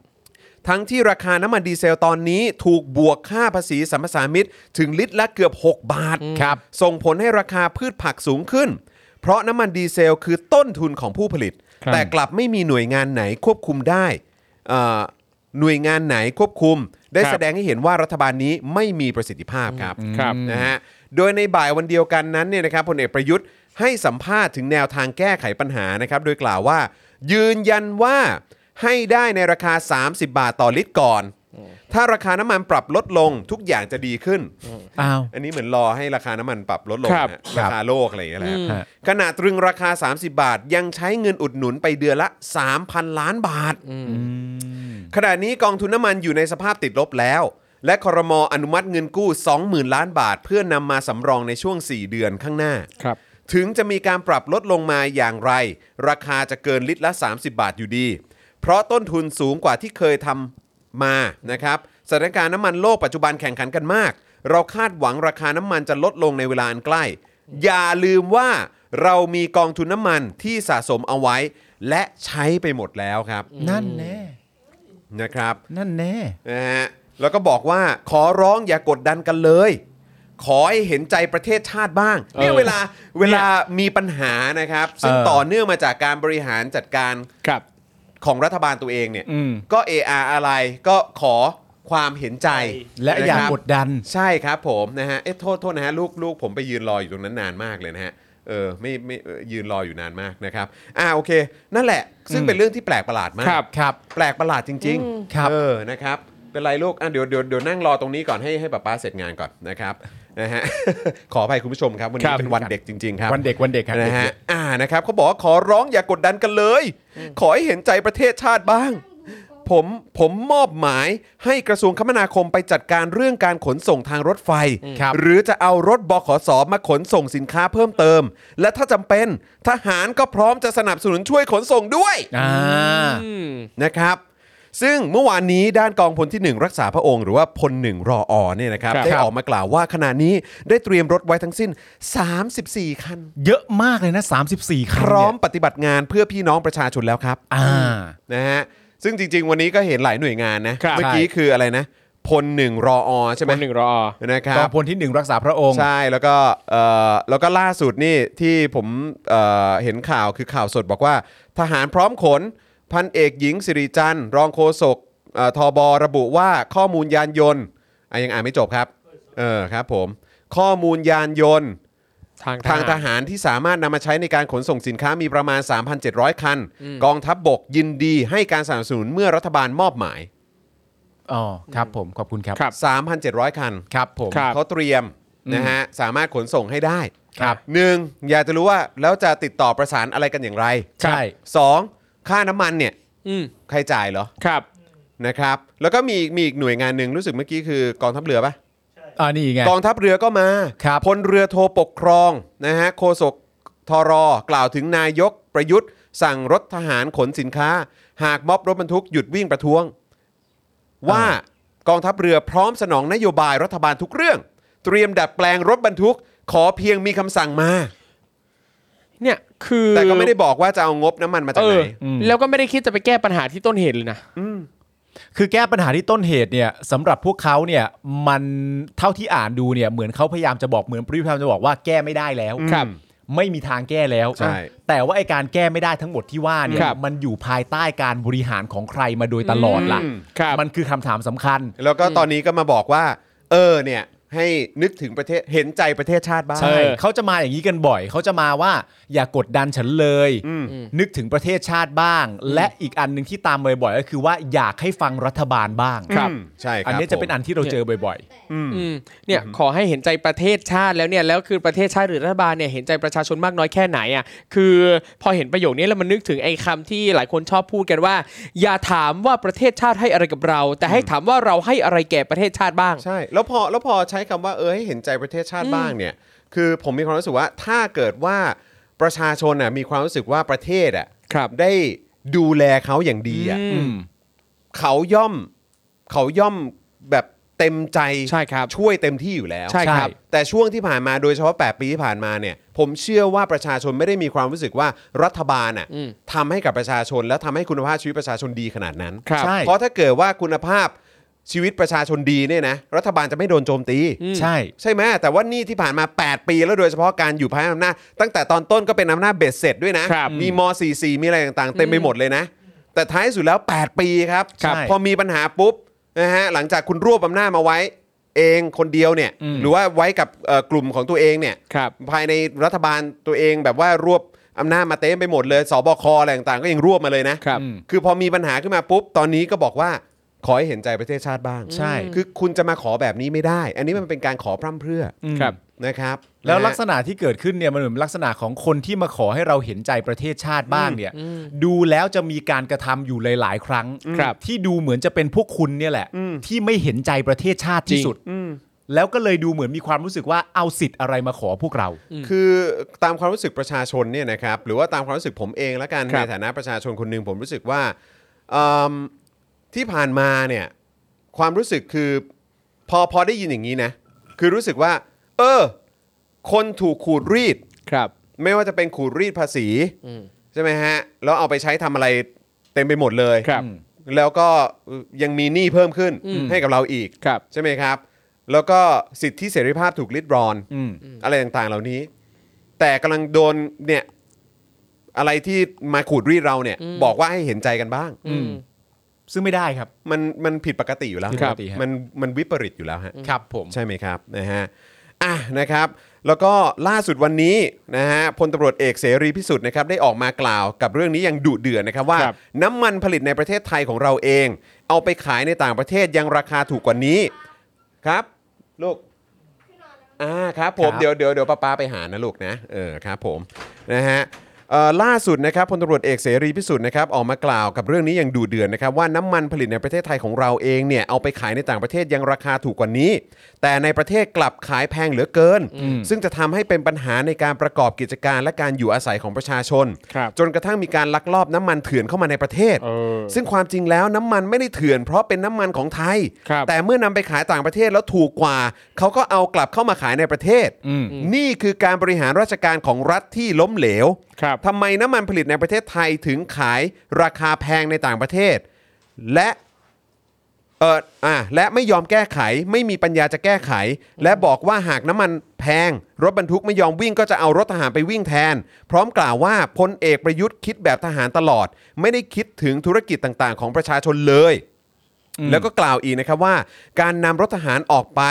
S2: ทั้งที่ราคาน้ำมันดีเซลตอนนี้ถูกบวกค่าภาษีสัมปสามิตถึงลิตรละเกือบ 6 บาท
S3: ครับ
S2: ส่งผลให้ราคาพืชผักสูงขึ้น เพราะน้ำมันดีเซลคือต้นทุนของผู้ผลิต
S6: ครับ
S2: แต่กลับไม่มีหน่วยงานไหนควบคุมได้เอ่อหน่วยงานไหนควบคุม ได้แสดงให้เห็นว่ารัฐบาลนี้ไม่มีประสิทธิภาพครับ
S6: ครับ
S2: นะฮะ โดยในบ่ายวันเดียวกันนั้นเนี่ยนะครับพลเอกประยุทธ์ให้สัมภาษณ์ถึงแนวทางแก้ไขปัญหานะครับ โดยกล่าวว่า ยืนยันว่าให้ได้ในราคา 30 บาทต่อลิตรก่อน ถ้าราคาน้ำมันปรับลดลงทุกอย่างจะดีขึ้น
S3: อ้าว
S2: อันนี้เหมือนรอให้ราคาน้ำมันปรับลดลง
S6: ครับ
S2: นะฮะราคาโลกอะไรอย่างเงี้ยแหละ
S3: อืมฮะ
S2: ขณะตรึงราคา 30 บาทยังใช้เงินอุดหนุนไปเดือนละ 3,000 ล้านบาท ขณะนี้กองทุนน้ำมันอยู่ในสภาพติดลบแล้ว และคอรมออนุมัติเงินกู้ 20,000 ล้านบาท เพื่อนำมาสำรองในช่วง 4 เดือนข้างหน้า
S6: ครับ
S2: ถึงจะมีการปรับลดลงมาอย่างไร ราคาจะเกินลิตรละ 30 บาทอยู่ดี เพราะต้นทุนสูงกว่าที่เคยทำมานะครับสถานการณ์น้ำมันโลกปัจจุบันแข่งขันกันมาก เราคาดหวังราคาน้ำมันจะลดลงในเวลาอันใกล้ อย่าลืมว่าเรามีกองทุนน้ำมันที่สะสมเอาไว้ และใช้ไปหมดแล้วครับ
S3: นั่นแน่
S2: นะครับ
S3: นั่นแน่
S2: นะฮะแล้วก็บอกว่าขอร้องอย่ากดดันกันเลย ขอให้เห็นใจประเทศชาติบ้างเนี่ยเวลาเวลามีปัญหานะครับ ซึ่ง
S3: เออ
S2: ต่อเนื่องมาจากการบริหารจัดการ
S6: ครับ
S2: ของรัฐบาลตัวเองเนี่ย
S3: อืม
S2: ก็ AR อะไรก็ขอความเห็นใจ
S3: และอย่า
S2: นะครับ
S3: กดดัน
S2: ใช่ครับผมนะฮะเอ๊ะโทษโทษนะฮะลูกลูกผมไปยืนรออยู่ตรงนั้นนานมากเลยนะฮะเออไม่ไม่เอ่อยืนรออยู่นานมากนะครับอ่าโอเค นั่นแหละ ซึ่งเป็นเรื่องที่แปลกประหลาดมาก
S6: ครับ
S3: ครับ
S2: แปลกประหลาดจริง
S3: ครับ
S2: เออนะครับเป็นไรลูกอ่ะเดี๋ยวเดี๋ยวเดี๋ยวนั่งรอตรงนี้ก่อนให้ให้ป้าป้าเสร็จงานก่อนนะครับ นะฮะ ขออภัยคุณผู้ชมครับวันนี้เป็นวันเด็กจริงๆครับ
S3: วันเด็กวันเด็กครับ
S2: นะฮะ อ่า นะครับเขาบอกว่าขอร้องอย่ากกดดันกันเลย ขอให้เห็นใจประเทศชาติบ้าง ผม ผมมอบหมายให้กระทรวงคมนาคมไปจัดการเรื่องการขนส่งทางรถไฟ
S3: ครับ
S2: หรือจะเอารถบขสมาขนส่งสินค้าเพิ่มเติม และถ้าจำเป็นทหารก็พร้อมจะสนับสนุนช่วยขนส่งด้วย
S3: อ่า
S6: อืม
S2: นะครับ ซึ่งเมื่อวานนี้ด้านกองพลที่ 1 รักษาพระองค์หรือว่าพลหนึ่งรออเนี่ยนะครับ
S6: ครับ
S2: ได้ออกมากล่าวว่าขณะนี้ได้เตรียมรถไว้ทั้งสิ้น 34 คัน
S3: เยอะมากเลยนะ 34 ค
S2: พ
S3: รั้ง
S2: ร้อม
S3: เนี่ย
S2: ปฏิบัติงานเพื่อพี่น้องประชาชนแล้วครับ
S3: อ่า
S2: นะฮะซึ่งจริง ๆ วันนี้ก็เห็นหลายหน่วยงานนะ
S6: ครับ
S2: เมื่อกี้คืออะไรนะ พลหนึ่งรออใช่ไหม
S6: คนหนึ่งรอ
S2: นะค
S3: ก
S2: รั
S3: อบ งพลที่หนึ่งรักษาพระองค์
S2: ใช่แล้วก็เอ่อแล้วก็ล่าสุดนี่ที่ผมเอ่อเห็นข่าวคือข่าวสดบอกว่า ทหารพร้อมขน พันเอกหญิงสิริจันทร์รองโฆษกเอ่อทบระบุว่าข้อมูลยานยนต์อ่ะยังอ่านไม่จบครับเออครับผมข้อมูลยานยนต์
S6: ทาง
S2: ทางทหารที่สามารถนำมาใช้ในการขนส่งสินค้ามีประมาณ 3,700 คัน กองทัพบบกยินดีให้การสนับสนุนเมื่อรัฐบาลมอบหมาย
S3: อ๋อ ครับผม ขอบคุณครับ
S6: ครับ
S2: 3,700 คัน
S3: ครับผม
S6: ครับ
S2: เขาเตรียมนะฮะสามารถขนส่งให้ได้
S3: ครับ
S2: หนึ่งอยากจะรู้ว่า แล้วจะติดต่อประสานอะไรกันอย่างไร
S3: ใช่
S2: สองค่าน้ำมันเนี่ย
S6: อืม
S2: ใครจ่ายเหรอ
S6: ครับ
S2: นะครับ แล้วก็มีมีอีกหน่วยงานหนึ่งรู้สึกเมื่อกี้คือกองทัพเรือปะ
S3: อ่านี่ไง
S2: กองทัพเรือก็มา
S3: ครับ
S2: พลเรือโทปกครองนะฮะโฆษกทรกล่าวถึงนายกประยุทธ์ สั่งรถทหารขนสินค้า หากม็อบรถบรรทุกหยุดวิ่งประท้วง ว่า
S3: อ่า
S2: กองทัพเรือพร้อมสนองนโยบายรัฐบาลทุกเรื่อง เตรียมดัดแปลงรถบรรทุก ขอเพียงมีคำสั่งมา
S6: เนี่ยคือ
S2: แต่ก็ไม่ได้บอกว่าจะเอางบน้ำมันมาจาก
S6: เอ
S2: ไห
S6: อน
S3: อืม
S6: แล้วก็ไม่ได้คิดจะไปแก้ปัญหาที่ต้นเหตุเลยนะ
S3: คือแก้ปัญหาที่ต้นเหตุเนี่ยสำหรับพวกเขาเนี่ยมันเท่าที่อ่านดูเนี่ยเหมือนเขาพยายามจะบอกเหมือนประยุทธ์พยายามจะบอกว่าแก้ไม่ได้แล้ว
S2: ครับ
S3: ไม่มีทางแก้แล้ว
S2: ใช่
S3: แต่ว่าไอการแก้ไม่ได้ทั้งหมดที่ว่าเนี่ย
S6: ครับ
S3: มันอยู่ภายใต้การบริหารของใครมาโดยตลอด
S6: อื
S3: ล่ะ
S6: มครับ
S3: มันคือคำถามสำคัญ
S2: แล้วก็ตอนนี้ก็มาบอกว่า เออเนี่ยให้นึกถึงประเทศเห็นใจประเทศชาติบ้าง
S3: ใช่เขาจะมาอย่างนี้กันบ่อย เขาจะมาว่าอย่ากดดันฉันเลย
S2: อืม
S3: นึกถึงประเทศชาติบ้าง และอีกอันหนึ่งที่ตามบ่อยๆก็คือว่าอยากให้ฟังรัฐบาลบ้าง
S2: อืมใช่ครับ
S3: อันนี้จะเป็น
S2: ผม
S3: อันที่เราเจอบ่อย
S2: อืม
S6: อืมเนี่ยขอให้เห็นใจประเทศชาติแล้วเนี่ยแล้วคือประเทศชาติหรือรัฐบาลเนี่ยเห็นใจประชาชนมากน้อยแค่ไหนอ่ะคือพอเห็นประโยคนี้แล้วมันนึกถึงไอ้คำที่หลายคนชอบพูดกันว่า อย่าถามว่าประเทศชาติให้อะไรกับเรา แต่ให้ถามว่าเราให้อะไรแก่ประเทศชาติบ้าง
S2: ใช่แล้วพอแล้วพอใช้คำว่าเออให้เห็นใจประเทศชาติบ้างเนี่ย คือผมมีความรู้สึกว่าถ้าเกิดว่าประชาชนน่ะมีความรู้สึกว่าประเทศอ่ะ
S6: ครับ
S2: ได้ดูแลเขาอย่างดีอ่ะ
S6: อื
S3: ๆ อื
S6: ม
S3: ม
S2: เขาย่อมเขาย่อมแบบเต็มใจ
S6: ใช่ครับ
S2: ช่วยเต็มที่อยู่แล้ว
S6: ใช่ครับ
S2: แต่ช่วงที่ผ่านมาโดยเฉพาะ 8 ปีที่ผ่านมาเนี่ย ผมเชื่อว่าประชาชนไม่ได้มีความรู้สึกว่ารัฐบาลอ่ะทำให้กับประชาชน และทำให้คุณภาพชีวิตประชาชนดีขนาดนั้น
S6: ครับ
S3: ใช่
S2: เพราะถ้าเกิดว่าคุณภาพชีวิตประชาชนดีเนี่ยนะรัฐบาลจะไม่โดนโจมตี
S3: ใช่
S2: ใช่ไหมแต่ว่านี่ที่ผ่านมา 8 ปี แล้วโดยเฉพาะการอยู่ภายใต้อำนาจตั้งแต่ตอนต้นก็เป็นอำนาจเบ็ดเสร็จด้วยนะ
S6: ครับ
S2: มีม .44 มีอะไรต่างๆ เต็มไปหมดเลยนะ แต่ท้ายสุดแล้ว 8 ปีครับ
S3: ครับ
S2: พอมีปัญหาปุ๊บนะฮะหลังจากคุณรวบอำนาจมาไว้เองคนเดียวเนี่ย
S3: อืม
S2: หรือว่าไว้กับเอ่อกลุ่มของตัวเองเนี่ย
S6: ครับ
S2: ภายในรัฐบาลตัวเองแบบว่ารวบอำนาจมาเต็มไปหมดเลยสบคอะไรต่างๆก็ยังรวบมาเลยนะ
S6: ครับ
S3: อืม
S2: คือพอมีปัญหาขึ้นมาปุ๊บ ตอนนี้ก็บอกว่าขอให้เห็นใจประเทศชาติบ้าง
S3: ใช่
S2: คือคุณจะมาขอแบบนี้ไม่ได้ อันนี้มันเป็นการขอพร่ำเพรื่ออ
S6: ครับ
S2: นะครับ
S3: แล้ว
S2: นะฮะ
S3: ลักษณะที่เกิดขึ้นเนี่ยมันเหมือนลักษณะของคนที่มาขอให้เราเห็นใจประเทศชาติบ้างเนี่ยดูแล้วจะมีการกระทำอยู่หลาย ๆ ครั้ง
S6: ครับ
S3: ที่ดูเหมือนจะเป็นพวกคุณเนี่ยแหละ
S2: อืม
S3: ที่ไม่เห็นใจประเทศชาติที่สุด
S2: อืม
S3: แล้วก็เลยดูเหมือนมีความรู้สึกว่าเอาสิทธิ์อะไรมาขอพวกเรา
S2: คือตามความรู้สึกประชาชนเนี่ยนะครับหรือว่าตามความรู้สึกผมเองละกัน
S6: ครั
S2: ใน
S6: บ
S2: ฐานะประชาชนคนหนึ่งผมรู้สึกว่าเอิ่มที่ผ่านมาเนี่ยความรู้สึกคือพอพอได้ยินอย่างนี้นะ คือรู้สึกว่า เออ คนถูกขูดรีด
S6: ครับ
S2: ไม่ว่าจะเป็นขูดรีดภาษี
S6: อืม
S2: ใช่ไหมฮะ แล้วเอาไปใช้ทำอะไรเต็มไปหมดเลย
S6: ครับ
S2: แล้วก็ยังมีหนี้เพิ่มขึ้น
S6: อืม
S2: ให้กับเราอีก
S6: ครับ
S2: ใช่ไหมครับ แล้วก็สิทธิเสรีภาพถูกลิดรอน
S3: อืม
S2: อะไรต่างๆเหล่านี้ แต่กำลังโดนเนี่ยอะไรที่มาขูดรีดเราเนี่ย บอกว่าให้เห็นใจกันบ้าง
S3: อืม ซึ่งไม่ได้ครับ
S2: มันมันผิดปกติอยู่แล้ว
S3: ผิดปกติฮะ
S2: มันมันวิปริตอยู่แล้วฮะ
S3: ครับผม
S2: ใช่ไหมครับนะฮะอ่ะนะครับ แล้วก็ล่าสุดวันนี้นะฮะพลตำรวจเอกเสรีพิสุทธิ์นะครับได้ออกมากล่าวกับเรื่องนี้อย่างดุเดือดนะครับว่า น้ำมันผลิตในประเทศไทยของเราเอง เอาไปขายในต่างประเทศยังราคาถูกกว่านี้ครับลูกอ่าครับผมเดี๋ยวเดี๋ยวเดี๋ยวป้าป้าไปหานะลูกนะเออครับผมนะฮะเอ่อล่าสุดนะครับพลตำรวจเอกเสรีพิสุทธิ์นะครับออกมากล่าวกับเรื่องนี้อย่างดุเดือดนะครับว่าน้ำมันผลิตในประเทศไทยของเราเองเนี่ยเอาไปขายในต่างประเทศยังราคาถูกกว่านี้ แต่ในประเทศกลับขายแพงเหลือเกิน ซึ่งจะทำให้เป็นปัญหาในการประกอบกิจการและการอยู่อาศัยของประชาชน
S6: ครับ
S2: จนกระทั่งมีการลักลอบน้ำมันเถื่อนเข้ามาในประเทศ
S6: เออ
S2: ซึ่งความจริงแล้วน้ำมันไม่ได้เถื่อนเพราะเป็นน้ำมันของไทย
S6: ครับ
S2: แต่เมื่อนำไปขายต่างประเทศแล้วถูกกว่า เขาก็เอากลับเข้ามาขายในประเทศ
S3: อืม
S2: นี่คือการบริหารราชการของรัฐที่ล้มเหลว
S6: ครับ
S2: ทำไมน้ำมันผลิตในประเทศไทยถึงขายราคาแพงในต่างประเทศ และเอออ่ะและไม่ยอมแก้ไข ไม่มีปัญญาจะแก้ไข และบอกว่าหากน้ำมันแพง รถบรรทุกไม่ยอมวิ่งก็จะเอารถทหารไปวิ่งแทน พร้อมกล่าวว่าพลเอกประยุทธ์คิดแบบทหารตลอด ไม่ได้คิดถึงธุรกิจต่างๆ ของประชาชนเลย แล้วก็กล่าวอีกนะครับว่า การนำรถทหารออกไป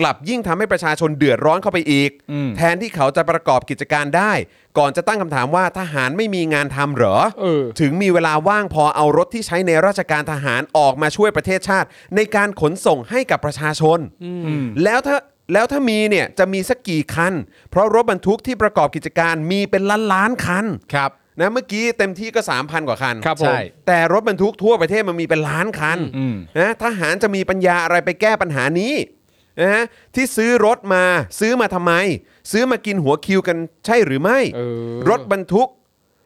S2: กลับยิ่งทำให้ประชาชนเดือดร้อนเข้าไปอีก
S3: อืม
S2: แทนที่เขาจะประกอบกิจการได้ ก่อนจะตั้งคำถามว่าทหารไม่มีงานทำเหรอ
S6: เออ
S2: ถึงมีเวลาว่างพอเอารถที่ใช้ในราชการทหารออกมาช่วยประเทศชาติ ในการขนส่งให้กับประชาชน แล้วถ้าแล้วถ้ามีเนี่ยจะมีสักกี่คัน เพราะรถบรรทุกที่ประกอบกิจการมีเป็นล้านล้านๆคัน
S3: ครับ
S2: นะเมื่อกี้เต็มที่ก็ 3,000 กว่าคัน
S6: ครับผม
S3: ใช่
S2: แต่รถบรรทุกทั่วประเทศมันมีเป็นล้านคัน
S3: อืม
S2: นะทหารจะมีปัญญาอะไรไปแก้ปัญหานี้นะฮะที่ซื้อรถมาซื้อมาทำไม ซื้อมากินหัวคิวกันใช่หรือไม่
S6: เออ
S2: รถบรรทุก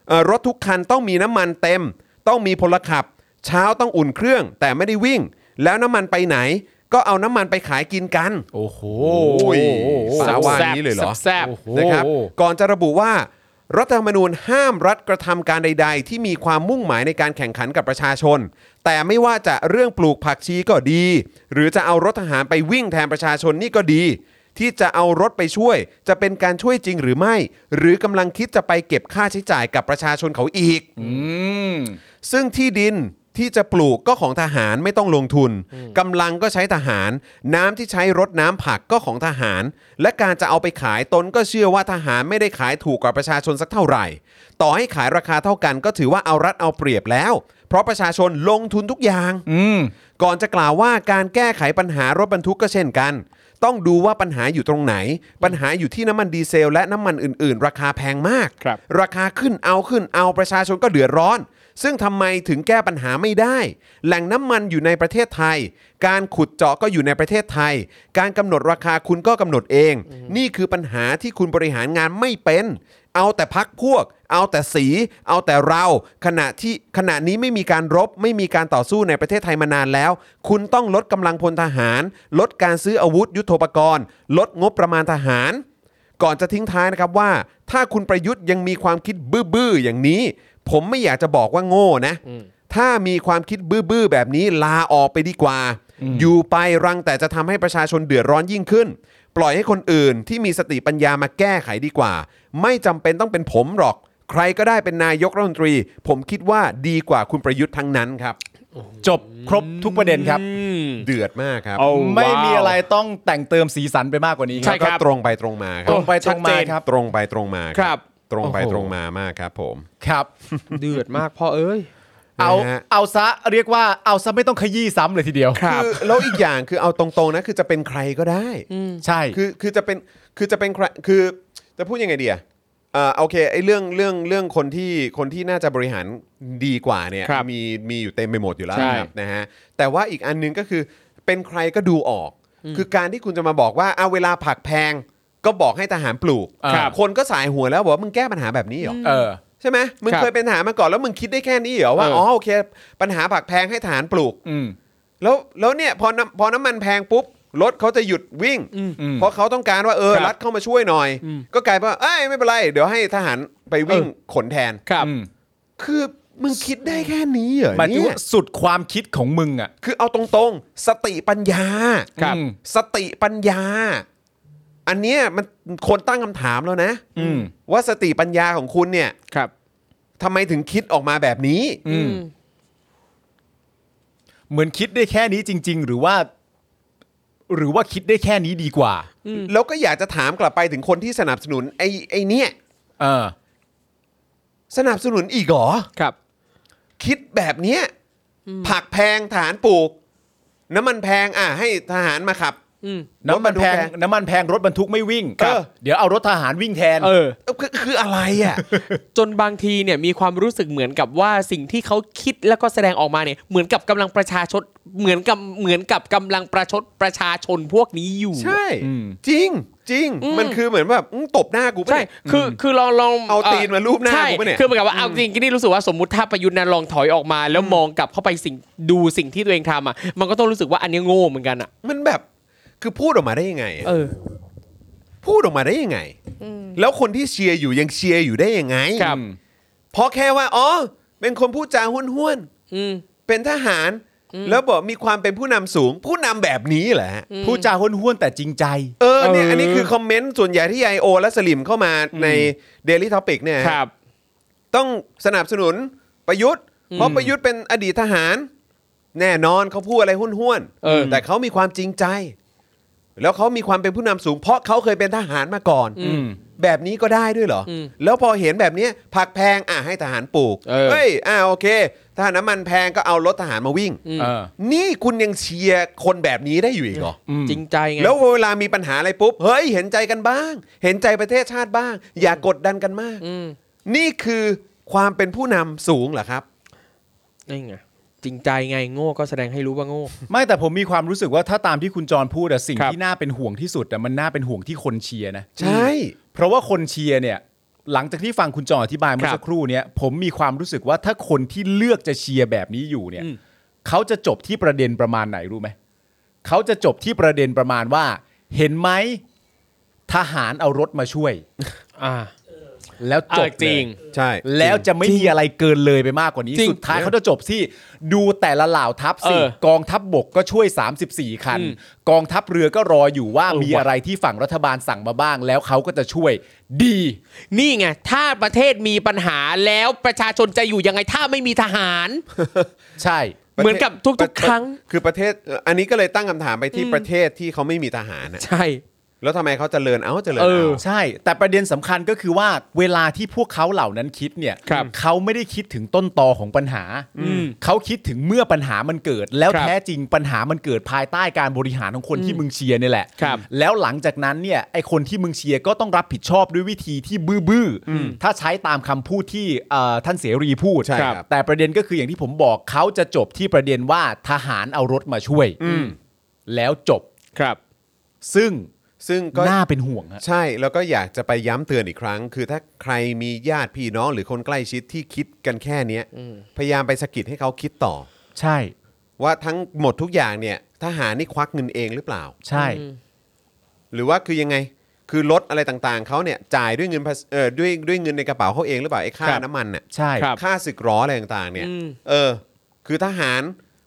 S2: เอ่อรถทุกคันต้องมีน้ำมันเต็ม ต้องมีพลขับ เช้าต้องอุ่นเครื่อง แต่ไม่ได้วิ่ง แล้วน้ำมันไปไหน ก็เอาน้ำมันไปขายกินกัน
S3: โอ้โห
S2: ยสาวานี้เลยเหรอ
S6: แซ่บๆ
S2: โอ้โหนะครับก่อนจะระบุว่า รัฐธรรมนูญห้ามรัฐกระทำการใด ๆ ที่มีความมุ่งหมายในการแข่งขันกับประชาชน แต่ไม่ว่าจะเรื่องปลูกผักชีก็ดี หรือจะเอารถทหารไปวิ่งแทนประชาชนนี่ก็ดี ที่จะเอารถไปช่วย จะเป็นการช่วยจริงหรือไม่ หรือกำลังคิดจะไปเก็บค่าใช้จ่ายกับประชาชนเขาอีก
S3: อืม
S2: ซึ่งที่ดินที่จะปลูกก็ของทหารไม่ต้องลงทุนกำลังก็ใช้ทหาร น้ำที่ใช้รดน้ำผักก็ของทหาร และการจะเอาไปขายตนก็เชื่อว่าทหารไม่ได้ขายถูกกว่าประชาชนสักเท่าไหร่ ต่อให้ขายราคาเท่ากันก็ถือว่าเอารัดเอาเปรียบแล้ว เพราะประชาชนลงทุนทุกอย่าง
S3: อืม
S2: ก่อนจะกล่าวว่าการแก้ไขปัญหารถบรรทุกก็เช่นกัน ต้องดูว่าปัญหาอยู่ตรงไหน ปัญหาอยู่ที่น้ำมันดีเซลและน้ำมันอื่น ๆ ราคาแพงมาก
S6: ครับ
S2: ราคาขึ้นเอาขึ้นเอาประชาชนก็เดือดร้อน ซึ่งทำไมถึงแก้ปัญหาไม่ได้ แหล่งน้ำมันอยู่ในประเทศไทย การขุดเจาะก็อยู่ในประเทศไทย การกำหนดราคาคุณก็กำหนดเอง นี่คือปัญหาที่คุณบริหารงานไม่เป็น เอาแต่พักพวก เอาแต่สี เอาแต่เรา ขณะที่ขณะนี้ไม่มีการรบ ไม่มีการต่อสู้ในประเทศไทยมานานแล้ว คุณต้องลดกำลังพลทหาร ลดการซื้ออาวุธยุโทโธปกรณ์ ลดงบประมาณทหาร ก่อนจะทิ้งท้ายนะครับว่า ถ้าคุณประยุทธ์ยังมีความคิดบื้อๆอย่างนี้ ผมไม่อยากจะบอกว่าโง่นะ ถ้ามีความคิดบื้อๆแบบนี้ลาออกไปดีกว่า อยู่ไปรังแต่จะทำให้ประชาชนเดือดร้อนยิ่งขึ้น ปล่อยให้คนอื่นที่มีสติปัญญามาแก้ไขดีกว่า ไม่จำเป็นต้องเป็นผมหรอก ใครก็ได้เป็นนายกรัฐมนตรี ผมคิดว่าดีกว่าคุณประยุทธ์ทั้งนั้นครับ
S3: จบครบทุกประเด็นครับ
S2: เดือดมากครับ
S6: เอา
S3: ไม่มีอะไร
S6: ว้าว
S3: ต้องแต่งเติมสีสันไปมากกว่านี้ค
S6: ใช่
S3: รับ
S2: แล้วก็
S6: ครับ
S2: ตรงไปตรงมาครั
S3: ตร
S2: บ
S3: งไปตรง
S6: ชัด
S3: มา
S6: เจน
S3: ครับ
S2: ตรงไปตรงมา
S6: ครับ
S2: ตรงไป
S3: โอ้โห
S2: ตรงมามากครับผม
S3: ครับ
S6: เดือดมากพ่อเอ้ย
S3: เอา
S2: นะฮะ
S3: เอาซะเรียกว่าเอาซะไม่ต้องขยี้ซ้ำเลยทีเดียว
S6: ครับ
S2: อแล้วอีกอย่างคือเอาตรงๆนะ คือจะเป็นใครก็ได้
S3: ใช่
S2: คือคือจะเป็นคือจะเป็นใครคือจะพูดยังไงดีอ่ะอ่าโอเคไอ้เรื่องเรื่องเรื่องคนที่คนที่น่าจะบริหารดีกว่าเนี่ย
S6: ครับ
S2: มีมีอยู่เต็มไปหมดอยู่แล้ว
S6: ใช่
S2: นะครับนะฮะแต่ว่าอีกอันหนึงก็คือเป็นใครก็ดูออก คือการที่คุณจะมาบอกว่าเอาเวลาผักแพงก็บอกให้ทหารปลูก
S3: ครับ
S2: คนก็สายหัวแล้วบอกว่ามึงแก้ปัญหาแบบนี้เหรอ
S3: เออ
S2: ใช่ไหมมึง
S6: ครับ
S2: เคยเป็นทหารมาก่อนแล้วมึงคิดได้แค่นี้เหรอว่า
S6: เอออ๋
S2: อ๋อโอเค ปัญหาผักแพงให้ทหารปลูก
S3: อืม
S2: แล้วแล้วเนี่ยพอน้ำพอน้ำมันแพงปุ๊บรถเขาจะหยุดวิ่ง
S3: อืม
S2: เพราะเขาต้องการว่าเออ
S6: ครับ
S2: รัฐเข้ามาช่วยหน่อย ก็กลายเป็นว่าเอ้ยไม่เป็นไร เดี๋ยวให้ทหารไปวิ่งขนแทน
S6: ครับ
S3: อืม
S2: คือ มึงคิดได้แค่นี้เหรอ
S3: หมายถึง
S2: เนี่ย
S3: ว่าสุดความคิดของมึงอ่ะ
S2: คือเอาตรงๆ สติปัญญา
S3: ครับ
S2: สติปัญญา อันเนี้ยมันคนตั้งคำถามแล้วนะ
S3: อืม
S2: ว่าสติปัญญาของคุณเนี่ย
S6: ครับ
S2: ทำไมถึงคิดออกมาแบบนี้
S3: อืม เหมือนคิดได้แค่นี้จริง ๆ หรือว่า หรือว่าคิดได้แค่นี้ดีกว่า
S2: แล้วก็อยากจะถามกลับไปถึงคนที่สนับสนุนไอ้ไอ้เนี่ย
S3: เออ
S2: สนับสนุนอีกเหรอ
S6: ครับ
S2: คิดแบบเนี้ยผักแพงฐานปลูก น้ำมันแพงอ่ะให้ทหารมาขับ
S6: อืม
S3: น้ำมันแพง
S2: รถบรรทุกแพง
S3: น้ำมันแพงรถบรรทุกไม่วิ่ง
S2: เออ
S3: เดี๋ยวเอารถทหารวิ่งแทน
S6: เออ
S2: เอ้าคือคืออะไรอ่ะ
S6: จนบางทีเนี่ยมีความรู้สึกเหมือนกับว่าสิ่งที่เขาคิดแล้วก็แสดงออกมาเนี่ยเหมือนกับกำลังประชาชนเหมือนกับเหมือนกับกำลังประชดประชาชนพวกนี้อยู่
S2: ใช่
S3: อืม
S2: จริงจริง
S6: อืม
S2: มันคือเหมือนแบบอื้อตบหน้ากูปะ
S6: ใช่
S2: เนี่ย
S6: คือคือลองลอง
S2: เอาตีนมารูปหน้า
S6: ใช่
S2: กูปะเนี่ย
S6: คือเหมือนกับว่าเอาจริงๆนี่รู้สึกว่าสมมติถ้าประยุทธ์นะลองถอยออกมา แล้วมองกลับเข้าไปสิ่งดูสิ่งที่ตัวเองทำอ่ะมันก็ต้องรู้สึกว่าอันเนี้ยโง่เหมือนกันอ่ะ
S2: มันแบบคือพูดออกมาได้ยังไงอะ
S6: เออ
S2: พูดออกมาได้ยังไง แล้วคนที่เชียร์อยู่ยังเชียร์อยู่ได้ยังไง
S6: ครับ
S2: เพราะแค่ว่าอ๋อเป็นคนพูดจาห้วนห้วน
S6: อืม
S2: ๆเป็นทหาร แล้วบอกมีความเป็นผู้นำสูง ผู้นำแบบนี้แหละ
S3: พูดจาห้วนๆแต่จริงใจ
S2: เออเนี่ย
S6: เอออั
S2: อันนี้คือคอมเมนต์ส่วนใหญ่ที่ไอโอและสลิมเข้ามาใน Daily Topic เนี่ย
S6: ครับ
S2: ต้องสนับสนุนประยุทธ์ เพราะประยุทธ์เป็นอดีตทหาร แน่นอนเขาพูดอะไรหุ้นห้วนๆ
S6: เออ
S2: แต่เขามีความจริงใจ แล้วเขามีความเป็นผู้นำสูง เพราะเขาเคยเป็นทหารมาก่อน
S3: อืม
S2: แบบนี้ก็ได้ด้วยเหรออแล้วพอเห็นแบบเนี้ยผักแพงอ่ะให้ทหารปลูก
S6: เออ
S2: ยอ่ะโอเคถ้าน้ำมันแพงก็เอารถทหารมาวิ่ง
S3: เออ
S2: นี่คุณยังเชียร์คนแบบนี้ได้อยู่อีกเหรอ
S3: อืม
S6: จริงใจไง
S2: แล้วเวลามีปัญหาอะไรปุ๊บ เฮ้ย เห็นใจกันบ้าง เห็นใจประเทศชาติบ้าง อย่ากดดันกันมาก
S6: อืม
S2: นี่คือความเป็นผู้นำสูงเหรอครับ
S6: นี่ไงจริงใจไงโง่ก็แสดงให้รู้ว่าโง่
S3: ไม่แต่ผมมีความรู้สึกว่าถ้าตามที่คุณจรพูดอะสิ่ง
S6: ครับ
S3: ที่น่าเป็นห่วงที่สุดอะมันน่าเป็นห่วงที่คนเชียร์นะ
S2: ใช่
S3: เพราะว่าคนเชียร์เนี่ย หลังจากที่ฟังคุณจออธิบายเมื่
S6: ครั
S3: อบ สักครู่เนี่ยผมมีความรู้สึกว่าถ้าคนที่เลือกจะเชียร์แบบนี้อยู่เนี่ย
S6: อืม
S3: เขาจะจบที่ประเด็นประมาณไหนรู้ไหมเขาจะจบที่ประเด็นประมาณว่า เห็นไหมทหารเอารถมาช่วย
S6: อ่า
S3: แล้วจ
S6: จ
S3: บบ เลย
S6: จริง
S2: ใช่
S3: แล้วจะไม่มีอะไรเกินเลยไปมากกว่านี้
S6: จริง
S3: สุดท้ายเขาจะจบที่ดูแต่ละเหล่าทัพสิ
S6: เออก
S3: องทัพบกก็ช่วย 34 คัน
S6: อืม
S3: กองทัพเรือก็รออยู่ว่า
S6: เออ
S3: มี
S6: ว่ะ
S3: อะไรที่ฝั่งรัฐบาลสั่งมาบ้าง แล้วเขาก็จะช่วยดี
S6: นี่ไงถ้าประเทศมีปัญหาแล้วประชาชนจะอยู่ยังไงถ้าไม่มีทหาร
S3: ใช่
S2: ประทศ
S6: เหมือนกับทุกๆ
S2: ประเทศ
S6: ครั้ง
S2: คือประเทศ อันนี้ก็เลยตั้งคำถามไปที่ประเทศที่เขาไม่มีทหารน่ะ
S6: ใช่
S2: แล้วทำไมเขาเจริญ เอ้าเจริญ
S6: เออ
S2: เอา
S3: ใช่ แต่ประเด็นสำคัญก็คือว่าเวลาที่พวกเขาเหล่านั้นคิดเนี่ย
S6: ครับ
S3: เขาไม่ได้คิดถึงต้นตอของปัญหา
S6: อืม
S3: เขาคิดถึงเมื่อปัญหามันเกิด แล้ว
S6: ครับ
S3: แท้จริงปัญหามันเกิดภายใต้การบริหารของคนที่มึงเชียร์เนี่ยแหละ
S6: ครับ
S3: แล้วหลังจากนั้นเนี่ยไอคนที่มึงเชียร์ก็ต้องรับผิดชอบด้วยวิธีที่บื้อๆถ้าใช้ตามคำพูดที่เอ่อท่านเสรีพูด
S2: ใช่ครับ
S3: แต่ประเด็นก็คืออย่างที่ผมบอกเขาจะจบที่ประเด็นว่าทหารเอารถมาช่วยแล้วจบ
S6: ครับ
S3: ซึ่ง
S2: ซึ่งก็
S3: น่าเป็นห่วงฮะ
S2: ใช่แล้วก็อยากจะไปย้ำเตือนอีกครั้ง คือถ้าใครมีญาติพี่น้องหรือคนใกล้ชิดที่คิดกันแค่เนี้ยพยายามไปสะกิดให้เขาคิดต่อ
S3: ใช่
S2: ว่าทั้งหมดทุกอย่างเนี่ยทหารนี่ควักเงินเองหรือเปล่า
S3: ใช่
S2: หรือว่าคือยังไงคือรถอะไรต่างๆเขาเนี่ยจ่ายด้วยเงินภาษเอ่อด้วยด้วยเงินในกระเป๋าเขาเองหรือเปล่าไอ้ค่า
S6: ครับ
S2: น้ำมันน่ะ
S3: ใช่
S6: ครับ
S2: ค่าศึกหร้ออะไรต่างๆเนี่ย
S6: อืม
S2: เออ คือทหาร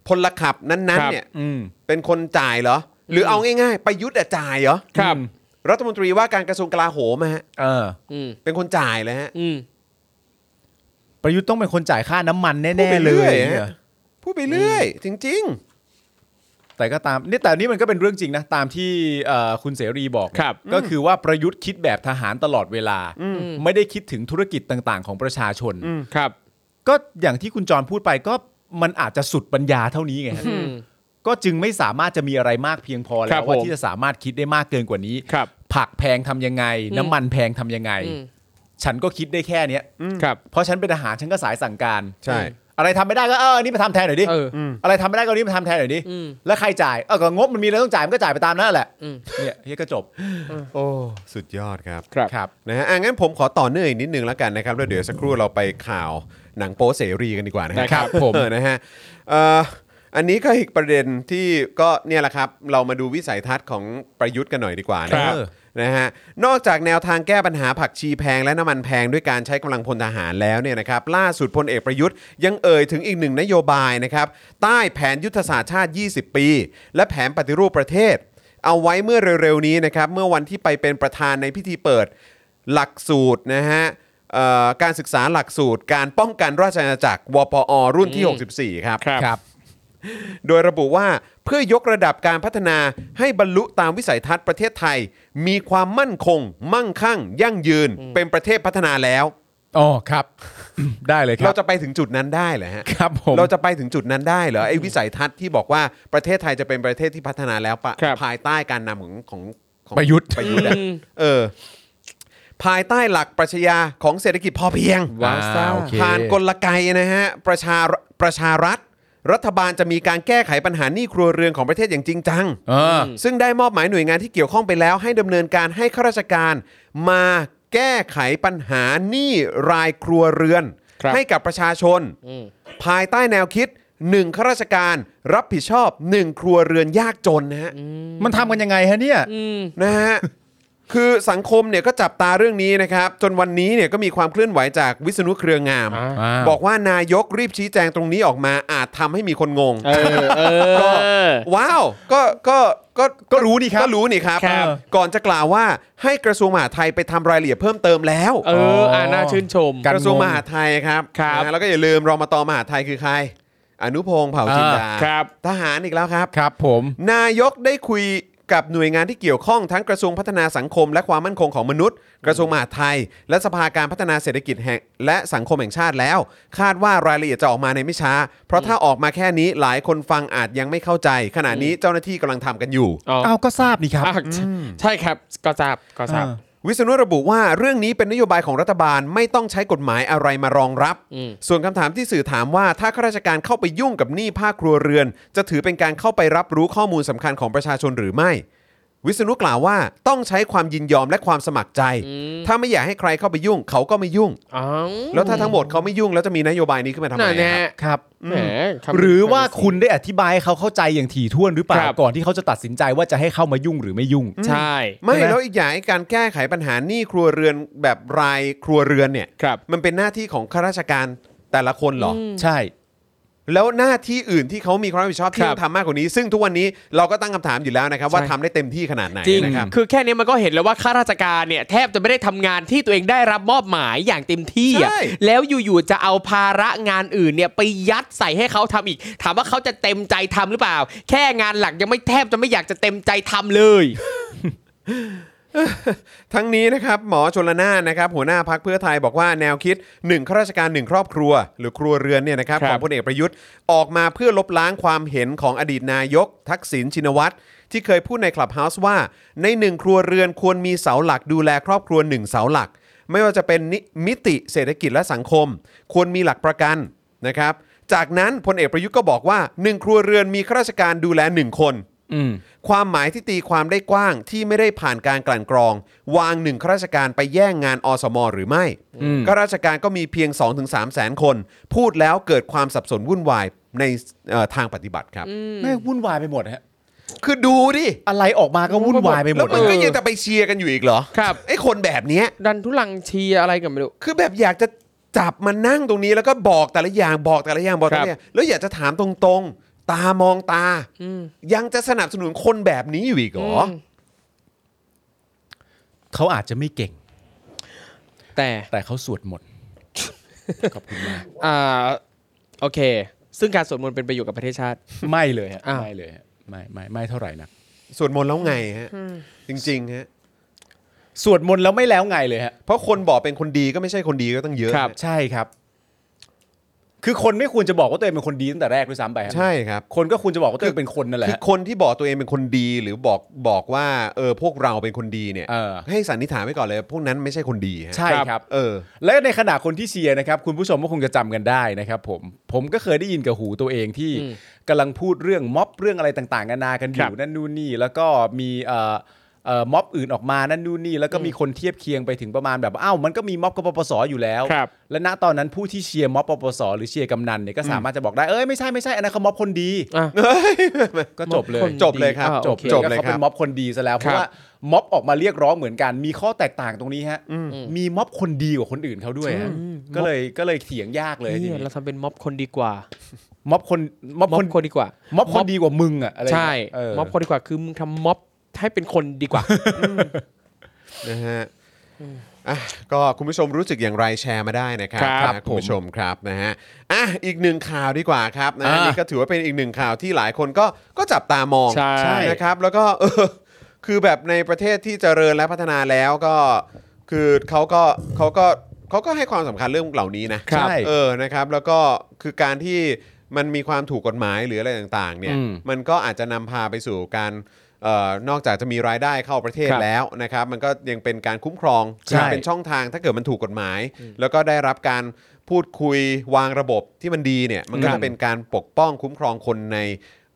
S2: พลขับนั้น
S6: ครั
S2: ๆ
S6: บ
S2: เนี่ย
S3: อืม
S2: เป็นคนจ่ายเหรอ หรือเอาง่ายๆประยุทธ์อะจ่ายเหรอ
S6: ครับ
S2: รัฐมนตรีว่าการกระทรวงกลาโหมอะฮะ
S3: เออ
S6: อืม
S2: เป็นคนจ่ายเลยฮะ
S6: อืม
S3: ประยุทธ์ต้องเป็นคนจ่ายค่าน้ำมัน
S2: พูด
S3: แน่
S2: ไป
S3: ๆ เล
S2: เรื่อย
S3: ย
S2: ฮะพูดไปเรื่อยจริง
S3: แต่ก็ตามนี่แต่นี่มันก็เป็นเรื่องจริงนะ ตามที่เอ่อคุณเสรีบอก
S6: ครับ
S3: ก็คือว่าประยุทธ์คิดแบบทหารตลอดเวลา ไม่ได้คิดถึงธุรกิจต่างๆ ของประชาชน
S6: ครับ
S3: ก็อย่างที่คุณจรพูดไปก็มันอาจจะสุดปัญญาเท่านี้ไงฮะก็จึงไม่สามารถจะมีอะไรมากเพียงพอ
S6: ครั
S3: แล้
S6: บ
S3: วว่า
S6: ผม
S3: ที่จะสามารถคิดได้มากเกินกว่านี้
S6: ครับ
S3: ผักแพงทำยังไง น้ำมันแพงทำยังไง
S6: อืม
S3: ฉันก็คิดได้แค่เนี้ย
S6: ครับ
S3: เพราะฉันเป็นทหารฉันก็สายสั่งการ
S2: ใช่
S3: อะไรทำไม่ได้ก็เออนี่มาทำแทนหน่อยดิ
S6: เอออื
S3: มอะไรทำไม่ได้ก็เอานี่มาทำแทนหน่อยดิ
S6: อืม
S3: แล้วใครจ่ายเออก็งบมันมีแล้วต้องจ่ายมันก็จ่ายไปตามนั่นแหละ
S6: อืม
S3: เนี่ยเฮียก็จบ
S2: ๆ โอ้สุดยอดครับ
S6: ครับ
S3: ครับ
S2: นะฮะอ่ะงั้นผมขอต่อเนื่องอีกนิดนึงแล้วกันนะครับแล้วเดี๋ยวสักครู่เราไปข่าวหนังโป๊เสรีกันดีกว่านะฮะ
S6: ได้ครับผม
S2: เออนะฮะเอ่อ อันนี้ก็อีกประเด็นที่ก็เนี่ยแหละครับ เรามาดูวิสัยทัศน์ของประยุทธ์กันหน่อยดีกว่านะครับ นะฮะนอกจากแนวทางแก้ปัญหาผักชีแพงและน้ำมันแพงด้วยการใช้กำลังพลทหารแล้วเนี่ยนะครับล่าสุดพลเอกประยุทธ์ยังเอ่ยถึงอีกหนึ่งนโยบายนะครับใต้แผนยุทธศาสตร์ชาติ 20 ปี และแผนปฏิรูปประเทศ เอาไว้เมื่อเร็วๆนี้นะครับเมื่อวันที่ไปเป็นประธานในพิธีเปิด หลักสูตรนะฮะเอ่อการศึกษาหลักสูตร การป้องกันราชอาณาจักรวปอ รุ่นที่ 64 ครับ
S6: ครับ
S3: ครับ
S2: โดยระบุว่าเพื่อยกระดับการพัฒนาให้บรรลุตามวิสัยทัศน์ประเทศไทย มีความมั่นคง มั่งคั่ง ยั่งยืน เป็นประเทศพัฒนาแล้ว
S3: อ๋อครับ ได้เลยค
S2: เรา
S3: รับ
S2: จะไปถึงจุดนั้นได้เหรอฮะ
S3: ครับผม
S2: เราจะไปถึงจุดนั้นได้เหรอไอ้วิสัยทัศน์ที่บอกว่าประเทศไทยจะเป็นประเทศที่พัฒนาแล้วปะ
S6: ครับ
S2: ภายใต้การนำของของของ
S3: ประยุทธ์
S2: ประยุทธ์อะเออ ภายใต้หลักปรัชญาของเศรษฐกิจพอเพียง
S6: ว้าวซ่า
S3: อ่าโอเค
S2: ผ่านกลไกนะฮะ ประชาประชารัฐ รัฐบาลจะมีการแก้ไขปัญหาหนี้ครัวเรือนของประเทศอย่างจริงจัง
S3: เออ
S2: ซึ่งได้มอบหมายหน่วยงานที่เกี่ยวข้องไปแล้ว ให้ดำเนินการให้ข้าราชการ มาแก้ไขปัญหาหนี้รายครัวเรือน
S6: ครับ
S2: ให้กับประชาชน
S6: อืม
S2: ภายใต้แนวคิด1ข้าราชการรับผิดชอบ 1 ครัวเรือนยากจนนะฮะ
S3: มันทำกันยังไงฮะเนี่ย
S2: นะฮะ คือสังคมเนี่ยก็จับตาเรื่องนี้นะครับ จนวันนี้เนี่ยก็มีความเคลื่อนไหวจากวิษณุเครืองาม
S3: อ่า
S2: บอกว่านายกรีบชี้แจงตรงนี้ออกมาอาจทำให้มีคนงง
S6: เออเออ
S2: ว้าว ก็ก็ก็
S3: ก็รู้นี่ครับ
S2: ก็รู้นี่ครับ
S6: ครับ
S2: ก่อนจะกล่าวว่าให้กระทรวงมหาดไทยไปทำรายละเอียดเพิ่มเติมแล้ว
S6: เอออ่าน่าชื่นชม
S3: กัน
S2: กระทรวงมหาดไทยครับ
S6: ครับ
S2: นะฮะแล้วก็อย่าลืมรองมาตอมหาดไทยคือใคร อนุพงษ์เผ่าจินดา
S6: อ่าครับ
S2: ทหารอีกแล้วครับ
S3: ครับผม
S2: นายกได้คุยกับหน่วยงานที่เกี่ยวข้องทั้งกระทรวงพัฒนาสังคม และความมั่นคงของมนุษย์ กระทรวงมหาดไทย และสภาการพัฒนาเศรษฐกิจแห่งและสังคมแห่งชาติแล้ว คาดว่ารายละเอียดจะออกมาในไม่ช้า เพราะถ้าออกมาแค่นี้หลายคนฟังอาจยังไม่เข้าใจ ขณะนี้เจ้าหน้าที่กำลังทำกันอยู่
S6: อ๋อ
S3: เอาก็ทราบนี่ครับ
S6: อ่ะใช่ครับก็ทราบก็ทราบ
S2: วิษณุระบุว่าเรื่องนี้เป็นนโยบายของรัฐบาลไม่ต้องใช้กฎหมายอะไรมารองรับ
S6: อืม
S2: ส่วนคำถามที่สื่อถามว่าถ้าข้าราชการเข้าไปยุ่งกับหนี้ภาคครัวเรือน จะถือเป็นการเข้าไปรับรู้ข้อมูลสำคัญของประชาชนหรือไม่ วิษณุกล่าวว่าต้องใช้ความยินยอมและความสมัครใจ ถ้าไม่อยากให้ใครเข้าไปยุ่ง เขาก็ไม่ยุ่ง
S6: อ๋อ
S2: แล้วถ้าทั้งหมดเขาไม่ยุ่งแล้วจะมีนโยบายนี้ขึ้นมาทำไม
S6: นั่นแน่
S2: ครับ
S3: ครับ
S6: แหมคำ
S3: หรือว่าคุณได้อธิบายให้เขาเข้าใจอย่างถี่ถ้วนหรือเปล่า
S6: ครับ
S3: ก่อนที่เขาจะตัดสินใจว่าจะให้เข้ามายุ่งหรือไม่ยุ่ง
S6: ใช่
S2: ไม่
S3: ใช่ไหม
S2: แล้วอีกอย่างไอ้การแก้ไขปัญหาหนี้ครัวเรือนแบบรายครัวเรือนเนี่ย
S6: ครับ
S2: มันเป็นหน้าที่ของข้าราชการแต่ละคนเหรออ
S3: ใช่
S2: แล้วหน้าที่อื่นที่เขามีความรับผิดชอบที่
S6: ครับ
S2: ต้องทำมากกว่านี้ ซึ่งทุกวันนี้เราก็ตั้งคำถามอยู่แล้วนะครับ ว่า
S6: ใช่
S2: ทำได้เต็มที่ขนาดไหน
S6: จริง
S2: นะครับ
S6: คือแค่นี้มันก็เห็นแล้วว่าข้าราชการเนี่ยแทบจะไม่ได้ทำงานที่ตัวเองได้รับมอบหมายอย่างเต็มที่อะแล้วอยู่ๆจะเอาภาระงานอื่นเนี่ยไปยัดใส่ให้เขาทำอีก ถามว่าเขาจะเต็มใจทำหรือเปล่า แค่งานหลักยังไม่แทบจะไม่อยากจะเต็มใจทำเลย
S2: ทั้งนี้นะครับหมอชนละนานนะครับหัวหน้าพักเพื่อไทยบอกว่าแนวคิด1ข้าราชการ 1 ครอบครัว หรือครัวเรือนเนี่ยนะครับ
S6: ครั
S2: ข
S6: บ
S2: องพลเอกประยุทธ์ออกมาเพื่อลบล้างความเห็นของอดีตนายก ทักษิณชินวัตรที่เคยพูดในคลับเฮาส์ว่า ในหนึ่งครัวเรือนควรมีเสาหลักดูแลครอบครัวหนึ่งเสาหลัก ไม่ว่าจะเป็นนิมิติเศรษฐกิจและสังคม ควรมีหลักประกันนะครับ จากนั้นพลเอกประยุทธ์ก็บอกว่าหนึ่งครัวเรือนมีข้าราชการดูแลหนึ่งคน
S3: อืม
S2: ความหมายที่ตีความได้กว้างที่ไม่ได้ผ่านการกลั่นกรอง วางหนึ่งข้าราชการไปแย่งงานอสมหรือไม่
S3: อืม
S2: ข้าราชการก็มีเพียง 2-3ถึงแสนคน พูดแล้วเกิดความสับสนวุ่นวายในเอ่อทางปฏิบัติครับ
S3: แม่งวุ่นวายไปหมดฮะ
S2: คือดูดิ
S3: อะไรออกมาก็วุ่นวายไปหม
S2: แล้
S3: ด
S2: วมัน
S3: เล
S2: ก็
S3: ย
S2: ยังจะไปเชียร์กันอยู่อีกเหรอ
S6: ครับ
S2: ไอ้คนแบบเนี้ย
S6: ดันทุลังเชียร์อะไรกันไม่รู้
S2: คือแบบอยากจะจับมานั่งตรงนี้แล้วก็บอกแต่ละอย่างบอกแต่ละอย่างบอกแต่ละอย่างแล้วอยากจะถามตรงๆ ตามองตา ยังจะสนับสนุนคนแบบนี้อยู่อีกเหรออ
S3: เขาอาจจะไม่เก่ง
S6: แต่
S3: แต่เขาสวดหมด ขอบคุณมาก
S6: อ่าโอเค ซึ่งการสวดมนต์เป็นประโยชน์กับประเทศชาติ
S3: ไม่เลยฮะ
S6: อ้าว
S3: ไม่เลยฮะ ไม่ไม่ไม่เท่าไหร่นะ
S2: สวดมนต์แล้วไงฮะ จริงๆฮะ
S3: สวดมนต์แล้วไม่แล้วไงเลยฮะ
S2: เพราะคนบอกเป็นคนดีก็ไม่ใช่คนดีก็ตั้งเยอะ
S3: ใช่ครับ คือคนไม่ควรจะบอกว่าตัวเองเป็นคนดีตั้งแต่แรกด้วยซ้ำไปฮะ
S2: ใช่ครับ
S3: คนก็ควรจะบอกว่าตัวเองเป็นคนนั่นแหละ
S2: คือ
S3: ฮะ
S2: คนที่บอกตัวเองเป็นคนดีหรือบอกบอกว่าเออพวกเราเป็นคนดีเนี่ย
S3: เออ
S2: ให้สันนิษฐานไว้ก่อนเลย พวกนั้นไม่ใช่คนดีฮะ
S3: ใช่ครับ
S2: เออ
S3: และในขณะคนที่เชียร์นะครับ คุณผู้ชมก็คงจะจำกันได้นะครับผมผมก็เคยได้ยินกับหูตัวเองที่กำลังพูดเรื่องม็อบเรื่องอะไรต่างๆนานากันอ
S6: ครั
S3: ยู่
S6: บ
S3: นั่นนู่นนี่ แล้วก็มีเอ่อ เอ่อม็อบอื่นออกมานั่นนู่นนี่แล้วก็มีคนเทียบเคียงไปถึงประมาณแบบอ้าวมันก็มีม็อบกปปสอยู่แล้ว
S6: ครับ
S3: และณตอนนั้นผู้ที่เชียร์ม็อบปปสหรือเชียร์กำนันเนี่ยก็สามารถจะบอกได้เอ้ยไม่ใช่ไม่ใช่อันนั้นเขาม็อบคนดี
S6: อ่ะ
S3: ก็จบเลย
S6: คนดี
S2: จบเลยครับ
S6: อ่า
S3: จ
S6: โอบ เค
S2: จ
S3: จ
S2: บบ เล
S3: เลย
S2: ค
S3: ย
S2: รับ
S3: เขาเป็นม็อบคนดีซะแล้ว เพ
S6: ครับ
S3: ราะว่าม็อบออกมาเรียกร้องเหมือนกัน มีข้อแตกต่างตรงนี้ฮะ มีม็อบคนดีกว่าคนอื่นเขาด้วยฮะก็เลยก็เลยเถียงยากเลยที
S6: เนี่ย
S3: นี้
S6: เราทำเป็นม็อบคนดีกว่า
S3: ม็อบคนม็อบ
S6: ม็อ
S3: คน
S6: บคนดีกว่า
S3: ม็อบคนดีกว่ามึงอะอะไร
S6: ใช่
S3: เ
S6: ม็อบคนดีกว่าคือมึงทำม็อบให้เป็นคนดีกว่า
S2: นะฮะอ่ะก็คุณผู้ชมรู้สึกอย่างไรแชร์มาได้นะครับ
S6: ครับ
S2: นะคุณผู้ชมครับนะฮะอ่ะอีกหนึ่งข่าวดีกว่าครับนะฮะ
S3: อ่า
S2: นี่ก็ถือว่าเป็นอีกหนึ่งข่าวที่หลายคนก็ก็จับตามอง
S6: ใช่
S2: นะครับ แล้วก็ เออคือแบบในประเทศที่เจริญและพัฒนาแล้วก็ คือเขาก็เขาก็เขาก็ให้ความสำคัญเรื่องเหล่านี้นะครับ
S3: ใช่
S2: เออนะครับ แล้วก็คือการที่มันมีความถูกกฎหมายหรืออะไรต่างๆเนี่ย
S3: อืม
S2: มันก็อาจจะนำพาไปสู่การเอ่อนอกจากจะมีรายได้เข้าประเทศ
S6: ครับ
S2: แล้ว แล้วนะครับมันก็ยังเป็นการคุ้มครอง
S3: ใช่
S2: คือเป็นช่องทางถ้าเกิดมันถูกกฎหมาย แล้วก็ได้รับการพูดคุยวางระบบที่มันดีเนี่ยมันก็จะเป็นการปกป้องคุ้มครองคนใน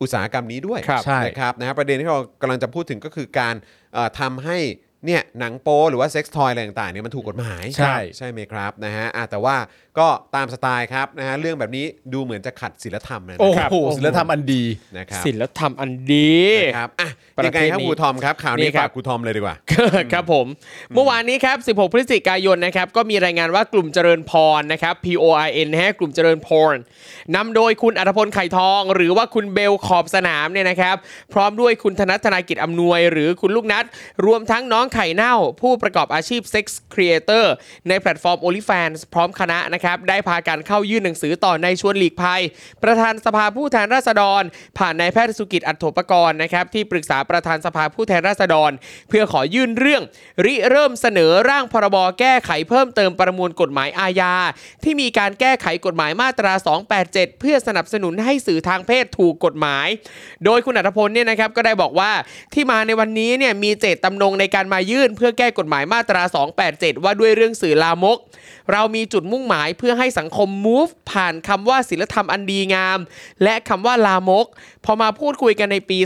S2: อุตสาหกรรมนี้ด้วย
S6: ครับ
S3: ใช่
S2: นะครับนะฮะประเด็นที่เรากำลังจะพูดถึงก็คือการเอ่อทำให้เนี่ยหนังโป๊หรือว่าเซ็กซ์ทอยอะไรต่างๆเนี่ยมันถูกกฎหมาย
S3: ใช่
S2: ใช่ไหมครับนะฮะอ่ะแต่ว่าก็ตามสไตล์ครับนะฮะเรื่องแบบนี้ดูเหมือนจะขัดศีลธรรมนะ
S3: โอ้
S2: ครับ
S3: โหศิลธรรมอันดี
S2: นะครับ
S6: ศิลธรรมอันดี
S2: นะครับอ่ะยังไงครับครูทอมครับข่าว
S6: นี่
S2: นี้
S6: ครับ
S2: ฝากครูทอมเลยดีกว่า
S6: ครับผม เมื่อวานนี้ครับ 16 พฤศจิกายนนะครับ ก็มีรายงานว่ากลุ่มเจริญพรนะครับ P O I N นะฮะกลุ่มเจริญพรนำโดยคุณอัธพลไข่ทอง หรือว่าคุณเบลขอบสนามเนี่ยนะครับ พร้อมด้วยคุณธนัทธนากิจอำนวย หรือคุณลูกนัด รวมทั้งน้องไข่เน่า ผู้ประกอบอาชีพเซ็กซ์ครีเอเตอร์ในแพลตฟอร์ม o n l y f a n s พร้อมคณะนะครับ ได้พากันเข้ายื่นหนังสือต่อในายชวนหลีกภัย ประธานสภาผู้แทนราษฎร ผ่านนายแพทย์สุกิจอัตโถปกรณ์นะครับ ที่ปรึกษาประธานสภาผู้แทนราษฎร เพื่อขอยื่นเรื่อง ริเริ่มเสนอร่างพรบแก้ไขเพิ่มเติมประมวลกฎหมายอาญา ที่มีการแก้ไขกฎหมายมาตรา 287 เพื่อสนับสนุนให้สื่อทางเพศถูกกฎหมาย โดยคุณอัธพลเนี่ยนะครับก็ได้บอกว่าที่มาในวันนี้เนี่ยมีเจตจำนงในการมายื่น เพื่อแก้กฎหมายมาตรา 287 ว่าด้วยเรื่องสื่อลามก เรามีจุดมุ่งหมายเพื่อให้สังคม move ผ่านคำว่าศิลธรรมอันดีงาม และคำว่าลามก พอมาพูดคุยกันในปี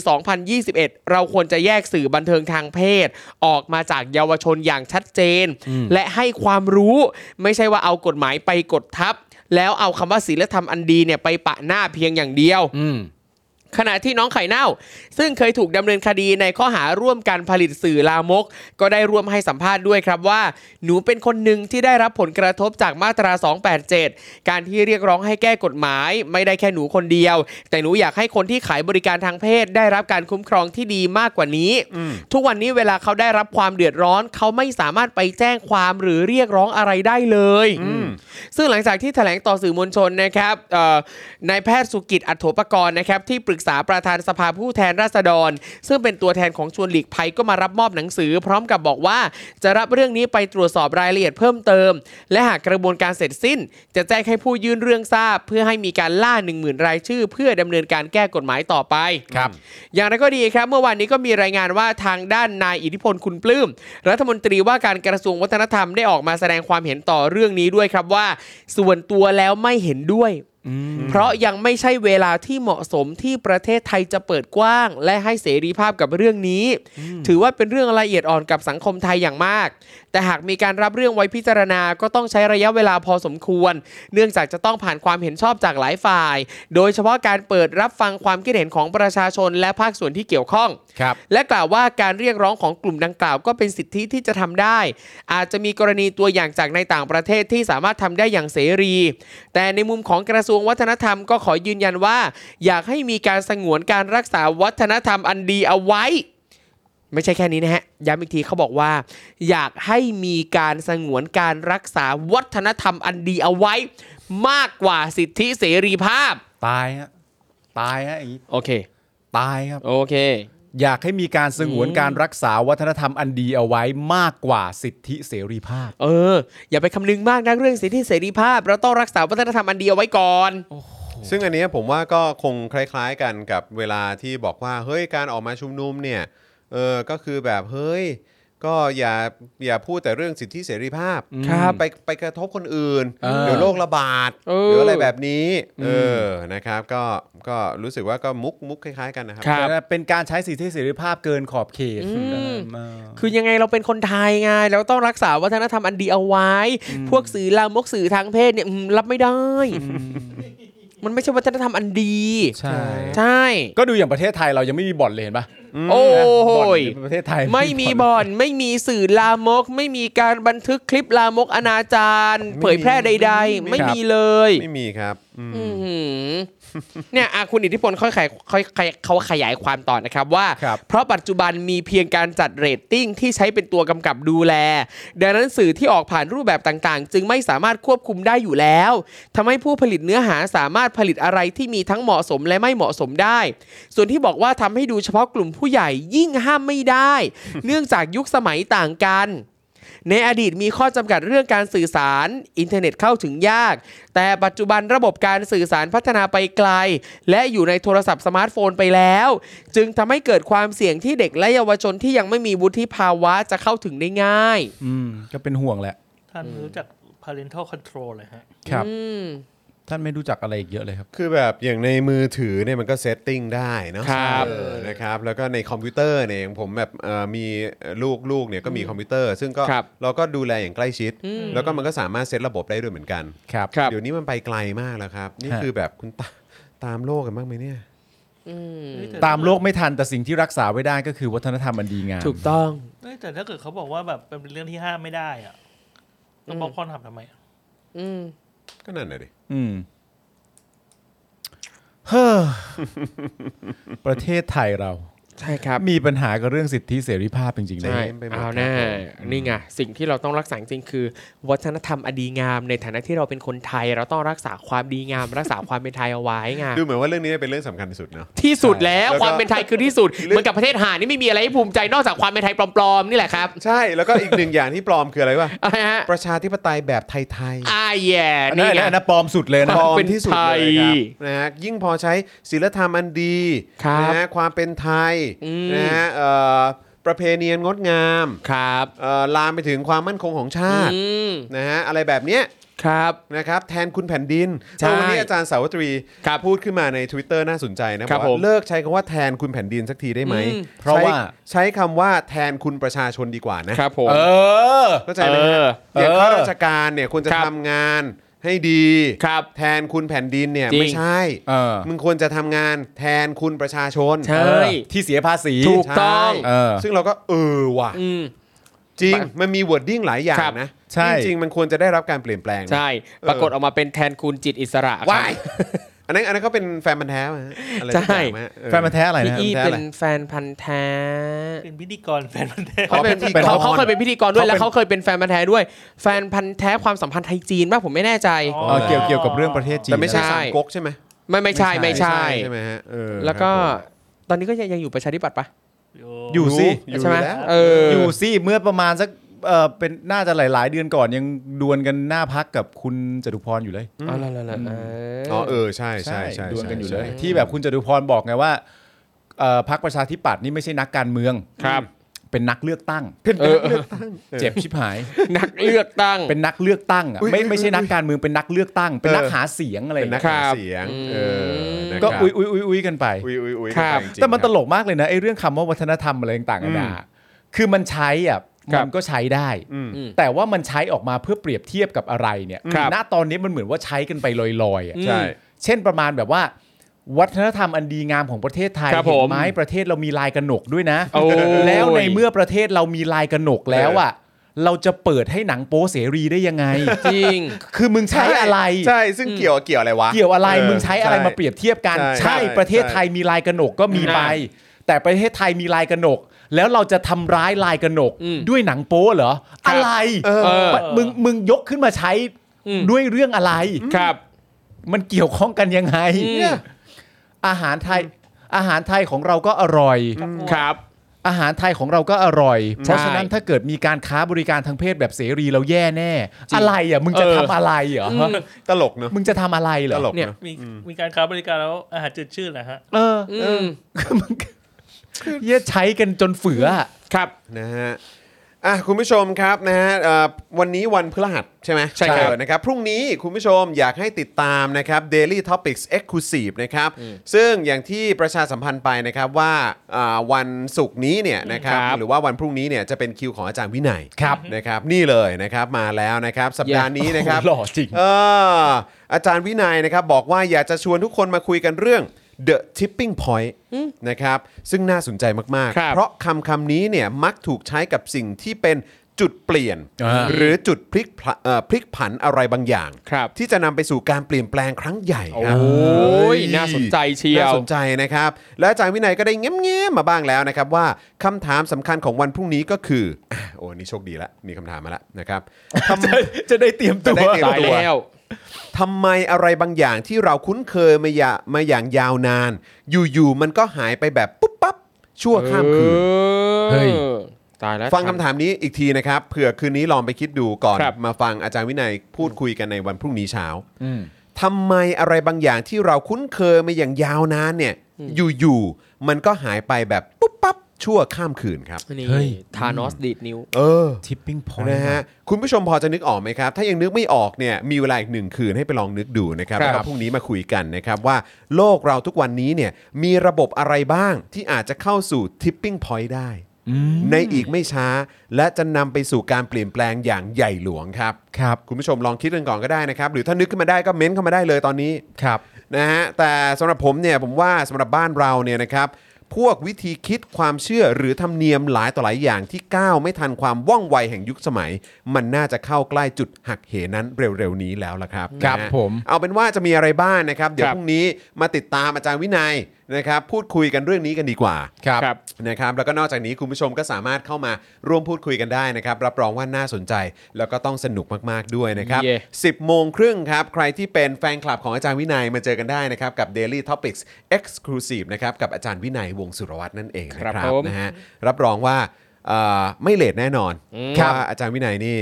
S6: 2021 เราควรจะแยกสื่อบันเทิงทางเพศ ออกมาจากเยาวชนอย่างชัดเจน และให้ความรู้ไม่ใช่ว่าเอากฎหมายไปกดทับ แล้วเอาคำว่าศิลธรรมอันดีเนี่ยไปปะหน้าเพียงอย่างเดียว
S3: อืม
S6: ขณะที่น้องไข่เน่า ซึ่งเคยถูกดำเนินคดีในข้อหาร่วมการผลิตสื่อลามก ก็ได้ร่วมให้สัมภาษณ์ด้วยครับว่า หนูเป็นคนหนึ่งที่ได้รับผลกระทบจากมาตรา 287 การที่เรียกร้องให้แก้กฎหมาย ไม่ได้แค่หนูคนเดียว แต่หนูอยากให้คนที่ขายบริการทางเพศ ได้รับการคุ้มครองที่ดีมากกว่านี้ ทุกวันนี้เวลาเขาได้รับความเดือดร้อน เขาไม่สามารถไปแจ้งความหรือเรียกร้องอะไรได้เลย ซึ่งหลังจากที่แถลงต่อสื่อมวลชนนะครับเอ่อนายแพทย์สุกิจอัตโถปกรณ์นะครับที่ปรึกษาประธานสภาผู้แทนราษฎร ซึ่งเป็นตัวแทนของชวนหลีกภัยก็มารับมอบหนังสือ พร้อมกับบอกว่าจะรับเรื่องนี้ไปตรวจสอบรายละเอียดเพิ่มเติม และหากกระบวนการเสร็จสิ้น จะแจ้งให้ผู้ยื่นเรื่องทราบ เพื่อให้มีการล่า 1 0,000 รายชื่อ เพื่อดำเนินการแก้กฎหมายต่อไป
S2: ครับ
S6: อย่างไรก็ดีครับ เมื่อวานนี้ก็มีรายงานว่าทางด้านนายอิทธิพลคุณปลื้มรัฐมนตรีว่าการกระทรวงวัฒนธรรมได้ออกมาแสดงความเห็นต่อเรื่องนี้ด้วยครับว่า ส่วนตัวแล้วไม่เห็นด้วย เพราะยังไม่ใช่เวลาที่เหมาะสมที่ประเทศไทยจะเปิดกว้าง และให้เสรีภาพกับเรื่องนี้ ถือว่าเป็นเรื่องละเอียดอ่อนกับสังคมไทยอย่างมาก แต่หากมีการรับเรื่องไว้พิจารณาก็ต้องใช้ระยะเวลาพอสมควร เนื่องจากจะต้องผ่านความเห็นชอบจากหลายฝ่าย โดยเฉพาะการเปิดรับฟังความคิดเห็นของประชาชนและภาคส่วนที่เกี่ยวข้อง
S2: ครับ
S6: และกล่าวว่าการเรียกร้องของกลุ่มดังกล่าวก็เป็นสิทธิที่จะทำได้ อาจจะมีกรณีตัวอย่างจากในต่างประเทศที่สามารถทำได้อย่างเสรี แต่ในมุมของกระทรวงวัฒนธรรมก็ขอยืนยันว่า อยากให้มีการสงวนการรักษาวัฒนธรรมอันดีเอาไว้ ไม่ใช่แค่นี้นะฮะย้ำอีกทีเขาบอกว่า อยากให้มีการสงวนการรักษาวัฒนธรรมอันดีเอาไว้ มากกว่าสิทธิเสรีภาพ
S3: ตายฮะตายฮะอย่างนี้
S6: โอเค
S3: ตายครับ
S6: โอเค
S3: อยากให้มีการสงวน
S6: อืม
S3: การรักษาวัฒนธรรมอันดีเอาไว้มากกว่าสิทธิเสรีภาพ
S6: เออ อย่าไปคำนึงมากนะเรื่องสิทธิเสรีภาพ เราต้องรักษาวัฒนธรรมอันเดียวไว้ก่อน
S2: ซึ่งอันเนี้ยผมว่าก็คงคล้ายๆกันกับเวลาที่บอกว่า เฮ้ยการออกมาชุมนุมเนี่ยเออก็คือแบบเฮ้ย ก็อย่าอย่าพูดแต่เรื่องสิทธิเสรีภาพ
S6: ครับ
S2: ไปไปกระทบคนอื่น
S3: เออ
S2: เดี๋ยวโรคระบาด
S6: เออ
S2: หรืออะไรแบบนี้เออนะครับก็ก็รู้สึกว่าก็มุกมุกคล้ายๆกันนะครั
S6: ครับ
S3: เป็นการใช้สิทธิเสรีภาพเกินขอบเขต
S6: อืม
S3: เออ
S6: คือยังไงเราเป็นคนไทยไงเราต้องรักษาวัฒนธรรมอันดีเอาไว้ พวกสื่อลามกสื่อทางเพศเนี่ยอืมรับไม่ได้ มันไม่ใช่วัฒนธรรมอันดี
S3: ใช่
S6: ใช่
S3: ก็ดูอย่างประเทศไทยเรายังไม่มีบ่อนเลยเห็นปะ
S6: โอ้โห
S3: บ่อน
S6: ย
S3: ในประเทศไทย
S6: ไม่มีบ่อนไม่มีสื่อลามก ไม่มีการบันทึกคลิปลามกอนาจาร
S2: ไม่มี
S6: เผยแพร่ใด ๆ
S2: ไม่
S6: ไม่
S2: มี
S6: มีเลย
S2: ไม่มีครับอืม
S6: อื้อหือเนี่ยอ่ะคุณอิทธิพลค่อยขยค่อยขยเขาขยายความต่อนะครับว่า
S2: ครับ
S6: เพราะปัจจุบันมีเพียงการจัดเรตติ้งที่ใช้เป็นตัวกำกับดูแล ดังนั้นสื่อที่ออกผ่านรูปแบบต่างๆ จึงไม่สามารถควบคุมได้อยู่แล้วทำให้ผู้ผลิตเนื้อหาสามารถผลิตอะไรที่มีทั้งเหมาะสมและไม่เหมาะสมได้ ส่วนที่บอกว่าทำให้ดูเฉพาะกลุ่มผู้ใหญ่ยิ่งห้ามไม่ได้ เนื่องจากยุคสมัยต่างกัน ในอดีตมีข้อจำกัดเรื่องการสื่อสาร อินเทอร์เน็ตเข้าถึงยาก แต่ปัจจุบันระบบการสื่อสารพัฒนาไปไกล และอยู่ในโทรศัพท์สมาร์ทโฟนไปแล้ว จึงทำให้เกิดความเสี่ยงที่เด็กและเยาวชนที่ยังไม่มีวุฒิภาวะจะเข้าถึงได้ง่าย
S3: อืมก็เป็นห่วงแหละ
S5: ท่านรู้จัก parental control เลยฮะ
S3: ครับ
S6: อืม
S3: ท่านไม่รู้จักอะไรอีกเยอะเลยครับ
S2: คือแบบอย่างในมือถือเนี่ยมันก็เซตติ้งได้เนอะ
S6: ครับ
S2: เออนะครับ แล้วก็ในคอมพิวเตอร์เนี่ยอย่างผมแบบเอ่อมีลูกลูกเนี่ยก็มีคอมพิวเตอร์ ซึ่งก็
S6: ครับ
S2: เราก็ดูแลอย่างใกล้ชิด
S6: อืม
S2: แล้วก็มันก็สามารถเซตระบบได้ด้วยเหมือนกัน
S3: ครับ
S6: ครับ
S2: เดี๋ยวนี้มันไปไกลมากแล้วครับ นี่
S3: ฮะ
S2: คือแบบคุณตาตามโลกกันบ้างไหมเนี่ย
S6: อืม
S3: ตามโลกไม่ทันแต่สิ่งที่รักษาไว้ได้ก็คือวัฒนธรรมอันดีงาม
S6: ถูกต้อง
S5: เอ้ยแต่ถ้าเกิดเขาบอกว่าแบบเป็นเรื่องที่ห้ามไม่ได้อะแล้วบล็อกคอนทำทำไมอะ
S6: อืม
S2: ก็นั่นน่ะดิ
S3: อืมเฮ้อประเทศไทยเรา
S6: ใช่ครับ
S3: มีปัญหากับเรื่องสิทธิเสรีภาพจริงๆเล
S6: ใช่
S3: ย
S6: เอาหน้านี่ไงสิ่งที่เราต้องรักษาจริงๆคือ วัฒนธรรมอดีงาม ในฐานะที่เราเป็นคนไทย เราต้องรักษาความดีงาม รักษาความเป็นไทยเอาไว้ไง
S2: ดูเหมือนว่าเรื่องนี้เป็นเรื่องสำคัญที่สุดเนาะ
S6: ที่สุดแล้ว
S2: แล้วก็
S6: ความเป็นไทยคือที่สุดเหมือนกับประเทศหานี่ไม่มีอะไรให้ภูมิใจนอกจากความเป็นไทยปลอมๆนี่แหละครับ
S2: ใช่แล้วก็อีกหนึ่งอย่างที่ปลอมคืออะไรวะ
S6: อะไรฮะ
S2: ประชาธิปไตยแบบไทยๆ
S6: อ่าแย่
S3: อันนั้
S6: นี่
S3: น
S6: ไง
S3: อันนั้นปลอมสุดเลยนะ
S2: ปลอม
S6: เป็น
S2: ที่สุดเลย
S6: ไท
S2: ครับ
S6: ย
S2: นะฮะยิ่งพอใช้ศิลธรรมอันดี
S6: ครับ
S2: นะฮะความเป็นไทย
S6: อืม
S2: นะฮะเอ่อประเพณีอันงดงาม
S6: ครับ
S2: เอ่อลามไปถึงความมั่นคงของชาติ
S6: อืม
S2: นะฮะอะไรแบบเนี้ย
S6: ครับ
S2: นะครับแทนคุณแผ่นดิน
S6: ใช่
S2: เออวันนี้อาจารย์สาวตรี
S6: ครับ
S2: พูดขึ้นมาใน Twitter น่าสนใจนะครับ ว่า
S6: ผม
S2: เลิกใช้คำว่าแทนคุณแผ่นดินสักทีได้ไหม
S6: อืม
S2: ใช้
S3: เพราะว่า
S2: ใช้คำว่าแทนคุณประชาชนดีกว่านะ
S6: ครับผม
S3: เออ
S2: เข้าใจไหม
S6: เอ
S2: ฮะ
S6: อ
S2: อย่าง
S3: เออ
S2: ข้าราชการเนี่ยควรจะ
S6: ครับ
S2: ทำงานให้ดี
S6: ครับ
S2: แทนคุณแผ่นดินเนี่ย
S6: จริง
S2: ไม่ใช่
S3: เออ
S2: มึงควรจะทำงานแทนคุณประชาชน
S6: ใช่
S3: เออที่เสียภาษี
S6: ถูก ต้อง
S2: ใช่
S3: เออ
S2: ซึ่งเราก็เออว่ะ
S6: อืม
S2: จริง มันมีวอร์ดดิ้งหลายอย่าง
S6: ครับ
S2: นะ
S3: ใช่
S2: จริงๆมันควรจะได้รับการเปลี่ยนแปลงนะ
S6: ใช่
S2: เออ
S6: ปรากฏออกมาเป็นแทนคุณจิตอิสระครับ
S2: ว้ายอันนั้นอันนั้นก็เป็นแฟนมันธุ์แท้มาฮะอะไรสักอย่างมาฮะเออ
S3: แฟนมันธุ์แท้อะไร
S6: พี่
S3: นะ
S6: อี้
S2: แฟนแท้
S6: เป็
S2: อะไร
S6: นแฟนพันธ์แท้
S5: เป็นพิธีกรแฟนพันธุ์แท้
S6: เขาเป็น
S2: เขาเป็น
S6: เขา
S2: พิธีกร
S6: เขาเคยเป็นพิธีกรด้วย
S3: เขาเป็น
S6: แล้วเขาเคยเป็นแฟนพันธ์แท้ด้วย แฟนพันธ์แท้ความสัมพันธ์ไทยจีนป่ะผมไม่แน่ใจ
S5: อ๋อ
S3: เออเกี่ยวเกี่ยวกับเรื่องประเทศจีน
S2: แต่ไม่ใช่
S6: ใช่
S2: สามก๊กใช่ไหม
S6: ไม่ไม่ใช่ไม่ใช่
S2: ใช่ไหมฮะเออ
S6: แล้วก็
S2: ครับ
S6: ตอนนี้ก็ยังยังอยู่ประชาธิปัตย์ปะ
S3: อยู่สิ
S2: ผมอยู่
S6: ใช่ไหม
S2: แล้ว
S6: เอออ
S3: อยู่สิเมื่อประมาณสักเออเป็นน่าจะหลาย ๆ เดือนก่อนยังดวลกันหน้าพักกับคุณจตุพรอยู่เลย
S6: อ๋อแล้วแล้วแล้วเอออ
S2: อ๋อเออใช่ใช่ใช่
S3: ดวลกันอยู่
S2: ใช่
S3: เลย
S2: ใช่
S3: ที่แบบคุณจตุพรบอกไงว่าเอ่อพักประชาธิปัตย์นี่ไม่ใช่นักการเมือง
S6: ครับ
S3: เป็นนักเลือกตั้ง
S6: เออเออ
S3: เจ็บชิบหาย
S6: นักเลือกตั้ง
S3: เป็นนักเลือกตั้งอ่ะ
S2: อุ๊ย
S3: ไม่
S2: อุ๊ย
S3: ไม่ใช่นักการเมืองเป็นนักเลือกตั้ง เป็นนัก
S2: เออ
S3: หาเสียงอะไรอ
S2: เป็น
S3: ย่าง
S2: นักหา
S6: ค
S3: เงี้ย
S6: รับ
S2: เสียง
S6: อืม
S2: เออนะ
S3: ก็
S2: ครับ
S3: อุยอุยอุยอุยกันไป
S2: อุยอุยอุย
S6: ครับ
S2: จริงๆ
S3: แต่มัน
S2: ค
S3: ต
S2: รับ
S3: ลกมากเลยนะไอ้เรื่องคำว่าวัฒนธรรมอะไรต่างๆกันา
S2: อืม
S3: คือมันใช้อ่ะ
S6: ครับ
S3: มันก็ใช้ได้
S2: อืม
S3: แต่ว่ามันใช้ออกมาเพื่อเปรียบเทียบกับอะไรเนี่ย
S6: ครับ
S3: ณตอนนี้มันเหมือนว่าใช้กันไปลอยๆอ่ะ
S6: อืม
S2: ใช่
S3: เช่นประมาณแบบว่า วัฒนธรรมอันดีงามของประเทศไทย
S6: ครับ
S3: เห็
S6: ผ
S3: น
S6: ม
S3: ไหมประเทศเรามีลายกระหนกด้วยนะ
S6: โอ้ย
S3: แล้วในเมื่อประเทศเรามีลายกระหนกแล้วอ่ะเราจะเปิดให้หนังโป๊เสรีได้ยังไง
S6: จริง
S3: คือมึงใช้อะไร
S2: ใช่ซึ่งเกี่ยวเกี่ยวอะไรวะ
S3: เกี่ยวอะไรมึงใช้อะไรมา
S2: ยบ
S3: เปรียบเทียบกัน
S2: ใช่
S3: ใช่
S2: ใช่
S3: ประเทศไทยมีลายกระหนกก็มีไป แต่ประเทศไทยมีลายกระหนก แล้วเราจะทำร้ายลายกระหนก
S6: อืม
S3: ด้วยหนังโป๊เหรอ
S6: ครับ
S3: อะไร
S2: เออ
S6: เออ
S3: มึงมึงยกขึ้นมาใช้
S6: อืม
S3: ด้วยเรื่องอะไร
S6: ครับ
S3: มันเกี่ยวข้องกันยังไง
S6: อืม
S3: เนี่ยอาหารไทยอาหารไทยของเราก็อร่อย
S6: ครับ
S3: อาหารไทยของเราก็อร่อย
S6: ใช่
S3: เพราะฉะนั้นถ้าเกิดมีการค้าบริการทางเพศแบบเสรีเราแย่แน่
S6: จริง
S3: อะไรอ่ะมึงจะ
S6: เออ
S3: ทำอะไรเหรอ
S2: ตลกเนอะ
S3: มึงจะทำอะไรเหร
S2: ต
S3: อ
S2: ลก
S6: เนี่
S2: เนี่ย ย
S5: มีมีการค้าบริการแล้วอาหารจืดชืดนะฮะ
S3: เออ
S6: อืม
S3: เหี้ยใช้กันจนเฟืออะ
S6: ครับ
S2: นะฮะ อ่ะคุณผู้ชมครับนะฮะเอ่อวันนี้วันพฤหัสใช่ไหม
S6: ใช่ครับ
S2: เออนะครับพรุ่งนี้คุณผู้ชมอยากให้ติดตามนะครับ Daily Topics Exclusive นะครับซึ่งอย่างที่ประชาสัมพันธ์ไปนะครับว่าอ่าวันศุกร์นี้เนี่ยนะครับ
S6: ครับ
S2: หรือว่าวันพรุ่งนี้เนี่ยจะเป็นคิวของอาจารย์วินัย
S6: ครับ
S2: นะครับนี่เลยนะครับมาแล้วนะครับสัปดาห์นี้นะครับ
S3: โอ้โหหล่อจริง
S2: เอออาจารย์วินัยนะครับบอกว่าอยากจะชวนทุกคนมาคุยกันเรื่อง The Tipping Point นะครับซึ่งน่าสนใจมาก
S6: ครั
S2: ๆ
S6: บ
S2: เพราะคำคำนี้เนี่ยมักถูกใช้กับสิ่งที่เป็นจุดเปลี่ยน
S3: อ่า
S2: หรือจุดพลิกผลเอ่อพลิกผันอะไรบางอย่าง
S6: ครับ
S2: ที่จะนำไปสู่การเปลี่ยนแปลงครั้งใหญ่ครับ
S6: โอ้ยน่าสนใจเชีย
S2: น่าว สนใจนะครับ และอาจารย์วินัยก็ได้เงี้ยๆมาบ้างแล้วนะครับว่าคำถามสำคัญของวันพรุ่งนี้ก็คือ อ่ะโอ้นี่โชคดีละมีคำถามมาแล้วนะครับทำ
S3: จะได้เตรียมตั
S2: จะ
S3: ว
S2: ได้เตรียม
S6: ตายแล้ว
S2: ทำไมอะไรบางอย่างที่เราคุ้นเคยมาอย่ามาอย่างยาวนาน อยู่ๆมันก็หายไปแบบปุ๊บปั๊บชั่วข้ามคืน
S3: เฮ้ย
S6: ตายแล้ว
S2: ฟังคำถามนี้อีกทีนะครับเผื่อคืนนี้ลองไปคิดดูก่อน
S6: ครับ
S2: มาฟังอาจารย์วินัยพูดคุยกันในวันพรุ่งนี้เช้าทำไมอะไรบางอย่างที่เราคุ้นเคยมาอย่างยาวนานเนี่ย อยู่ๆมันก็หายไปแบบปุ๊บปั๊บชั่วข้ามคืนครับ
S6: นี่
S3: เฮ้ย
S6: ทานอสดีดนิ้ว
S2: เออ
S3: ทิปปิ้งพอยต์
S2: นะฮะคุณผู้ชมพอจะนึกออกไหมครับ ถ้ายังนึกไม่ออกเนี่ยมีเวลาอีกหนึ่งคืนให้ไปลองนึกดูนะครับ
S6: ครับ
S2: แล้วก็พรุ่งนี้มาคุยกันนะครับว่าโลกเราทุกวันนี้เนี่ยมีระบบอะไรบ้างที่อาจจะเข้าสู่ทิปปิ้งพอยต์ได้ ในอีกไม่ช้า และจะนำไปสู่การเปลี่ยนแปลงอย่างใหญ่หลวงครับ
S3: ครับ
S2: คุณผู้ชมลองคิดกันก่อนก็ได้นะครับ หรือถ้านึกขึ้นมาได้ก็เม้นต์เข้ามาได้เลยตอนนี้
S3: ครับ
S2: นะฮะแต่สำหรับผมเนี่ยผมว่าสำหรับบ้านเราเนี่ยนะครับ พวกวิธีคิดความเชื่อหรือธรรมเนียมหลายต่อหลายอย่างที่ก้าวไม่ทันความว่องไวแห่งยุคสมัย มันน่าจะเข้าใกล้จุดหักเหนั้นเร็วๆนี้แล้วล่ะครับ
S3: ครับ
S2: นะฮะ
S3: ผม
S2: เอาเป็นว่าจะมีอะไรบ้างนะครับ เดี๋ย
S6: คว รับ
S2: พรุ่งนี้มาติดตามอาจารย์วินัยนะครับพูดคุยกันเรื่องนี้กันดีกว่า
S3: ครับ
S6: ครับ
S2: นะครับแล้วก็นอกจากนี้คุณผู้ชมก็สามารถเข้ามาร่วมพูดคุยกันได้นะครับ รับรองว่าน่าสนใจแล้วก็ต้องสนุกมาก ๆ ด้วยนะครับ
S6: เย่
S2: 10 โมงครึ่งครับ ใครที่เป็นแฟนคลับของอาจารย์วินัยมาเจอกันได้นะครับ กับ Daily Topics Exclusive นะครับ กับอาจารย์วินัยวงศ์สุรวัตรนั่นเองนะค
S6: ครั
S2: รับบ
S6: ผม
S2: นะฮะรับรองว่าเอ่อไม่เลทแน่นอนเพ
S6: ครั
S2: ราะ
S6: บ
S2: ว่าอาจารย์วินัยนี่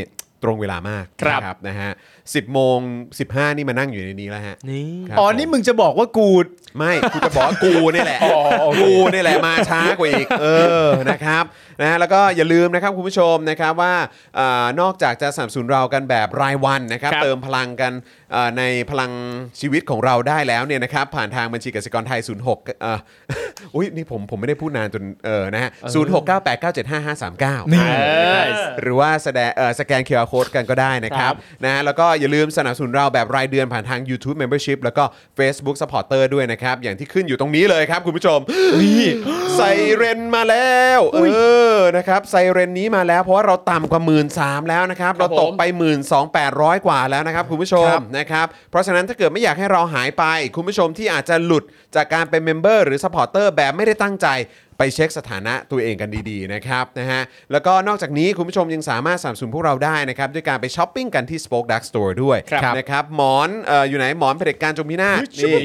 S2: ตรงเวลามาก
S6: ครับ
S2: นะนะฮะ10โมง15 นี่มานั่งอยู่ในนี้แล้วฮะ
S6: นี่
S2: ครับ
S3: อ๋อ
S2: ผม
S3: นี่มึงจะบอกว่ากูด
S2: ไม่กูจะบอกว่ากูนี่แหละ
S3: อ๋อโอเค
S2: กูนี่แหละมาช้ากว่าอีก เออนะครับนะแล้วก็อย่าลืมนะครับคุณผู้ชมนะครับว่าเอ่อนอกจากจะสนับสนุนเรากันแบบรายวันนะครับ
S6: ครับ
S2: เติมพลังกันเอ่อในพลังชีวิตของเราได้แล้วเนี่ยนะครับ ผ่านทางบัญชีกสิกรไทย 06เอ่อ อุ้ยนี่ผมผมไม่ได้พูดนานจนเออนะฮะศูนย์หกเก้าแปดเก้าเจ็ดห้าห้าสามเก้า
S3: นี่
S2: หรือว่าแสดงเอ่อสแกน QR Code กันก็ได้นะครับนะฮะแล้วก็อย่าลืมสนับสนุนเราแบบรายเดือนผ่านทาง YouTube Membership แล้วก็ Facebook Supporter ด้วยนะครับ อย่างที่ขึ้นอยู่ตรงนี้เลยครับคุณผู้ชม นี่ไซเรนมาแล้ว เออนะครับไซเรนนี้มาแล้วเพราะว่าเราต่ำกว่าหมื่นสามแล้วนะครับ เราตกไป 1 2 8 0 0 กว่าแล้วนะครับคุณผู้ชม
S3: ครับ
S2: นะครับเพราะฉะนั้นถ้าเกิดไม่อยากให้เราหายไป คุณผู้ชมที่อาจจะหลุดจากการเป็นเมมเบอร์หรือสปอร์เตอร์แบบไม่ได้ตั้งใจ ไปเช็คสถานะตัวเองกันดีๆนะครับนะฮะแล้วก็นอกจากนี้คุณผู้ชมยังสามารถสนับสนุนพวกเราได้นะครับ ด้วยการไปช้อปปิ้งกันที่ Spoke Dark Store ด้วย
S6: ครับ
S2: นะครับหมอนเอ่ออยู่ไหนหมอนเผด็จการจงพินาศนี่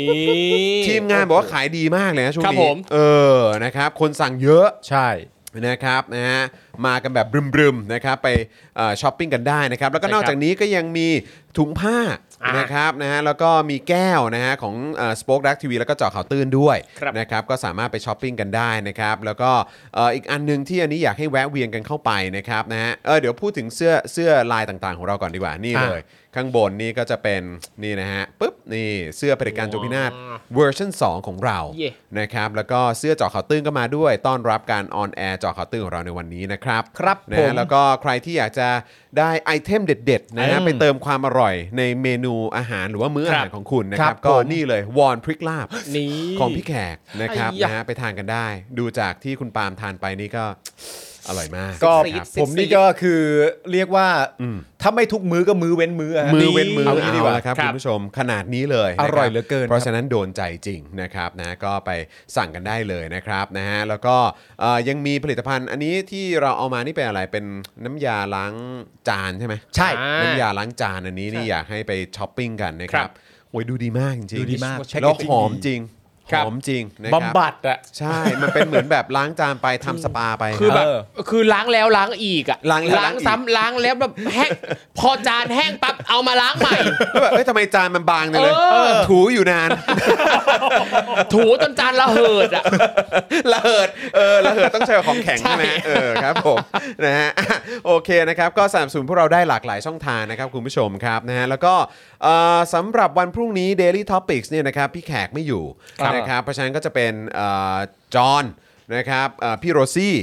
S2: ทีมงานบอกว่าขายดีมากเลยนะช่วง
S6: ครับผ
S2: นี้
S6: ม
S2: เออนะครับคนสั่งเยอะ
S3: ใช่
S2: นะครับนะฮะมากันแบบบรึมๆนะครับไปเอ่อช้อปปิ้งกันได้นะครับ แล้วก็นอกจากนี้ก็ยังมีถุงผ้า
S6: อ่าน
S2: นะครับนะฮะแล้วก็มีแก้วนะฮะของสป็อคดักทีวีแล้วก็เจาะข่าวตื้นด้วย
S6: ครับ
S2: นะครับก็สามารถไปช้อปปิ้งกันได้นะครับ แล้วก็เอ่ออีกอันหนึงที่อันนี้อยากให้แวะเวียนกันเข้าไปนะครับนะฮะเออเดี๋ยวพูดถึงเสื้อเสื้อลายต่างๆ ของเราก่อนดีกว่านี่
S3: อ่า
S2: เลย ข้างบนนี่ก็จะเป็นนี่นะฮะปุ๊บนี่เสื้อปฏิการจงพินาศเวอร์ชัน2 ของเรา
S6: เย่
S2: นะครับแล้วก็เสื้อเจาะข่าวตื้นก็มาด้วยต้อนรับการออนแอร์เจาะข่าวตื้นของเราในวันนี้นะครับ
S3: ครับ
S2: นะ
S3: ผม
S2: ฮะแล้วก็ใครที่อยากจะได้ไอเทมเด็ดๆนะฮะ
S3: อืม
S2: ไปเติมความอร่อยในเมนูอาหารหรือว่ามื้ออาหารของคุณนะค
S3: ค
S2: รั
S3: รับ บ
S2: ก็
S3: ผม
S2: นี่เลยวอนพริกลาบ
S6: นี่
S2: ของพี่แขกนะครับ
S6: ไอ้ยะ
S2: นะฮะไปทานกันได้ ดูจากที่คุณปาล์มทานไปนี่ก็ อร่อยมาก
S3: ก็
S2: ครับ
S3: ผมนี่ก็คือเรียกว่า ถ้าไม่ทุกมื้อก็มื้อเว้นมื้ออะฮะ
S2: มือเว้นมือ
S3: เอางี้ดีกว่า
S2: ละครับ
S6: ค
S2: คุ
S6: รับ
S2: ณผู้ชมขนาดนี้เลยนะคบ
S3: อร่อยเหลือเกินครับ
S2: เพราะฉะนั้นโดนใจจริงนะครับนะก็ไปสั่งกันได้เลยนะครับนะฮะแล้วก็เอ่อยังมีผลิตภัณฑ์ อันนี้ที่เราเอามานี่เป็นอะไรเป็นน้ำยาล้างจานใช่ไหม
S3: ใช่
S6: อ่า
S2: น้ำยาล้างจานอันนี้นี่อยากให้ไปช้อปปิ้งกันนะครั
S6: ครับ บ
S2: โอ้ยดูดีมากจริงๆ
S3: ดูดีมาก
S2: แล้ว
S3: แพ็คเกจจิ้งดี
S2: หอมจริง
S6: ครับ
S2: หอมจริงนะครับ
S3: บำบัดอะ
S2: ใช่ มันเป็นเหมือนแบบล้างจานไปทำสปาไป
S6: คือแบบ
S3: เออ
S6: คือล้างแล้วล้างอีกอะ
S2: ล้างแล้วล้างอีก
S6: ซ้ำล้างแล้วแบบแห้งพอจานแห้งปั๊บเอามาล้างใหม่
S2: แล้วแบบเอ้ยทำไมจานมันบางจังเลย
S6: เออ
S2: ถูอยู่นาน
S6: ถูจนจานระเหิดอ่ะ
S2: ระเหิดเออระเหิดต้องใช้ของแข็ง
S6: ใช่
S2: ใช่ไหมเออครับผมนะฮ ะอ่ะโอเคนะครับ ก็สามสูนพวกเราได้หลากหลายช่องทางนะครับคุณผู้ชมครับนะฮะแล้วก็เอ่อสำหรับวันพรุ่งนี้ Daily Topics เนี่ยนะครับพี่แขกไม่อยู่นะครับเพราะฉะนั้นก็จะเป็นเอ่อจอห์นนะครับเอ่อพี่โรซี่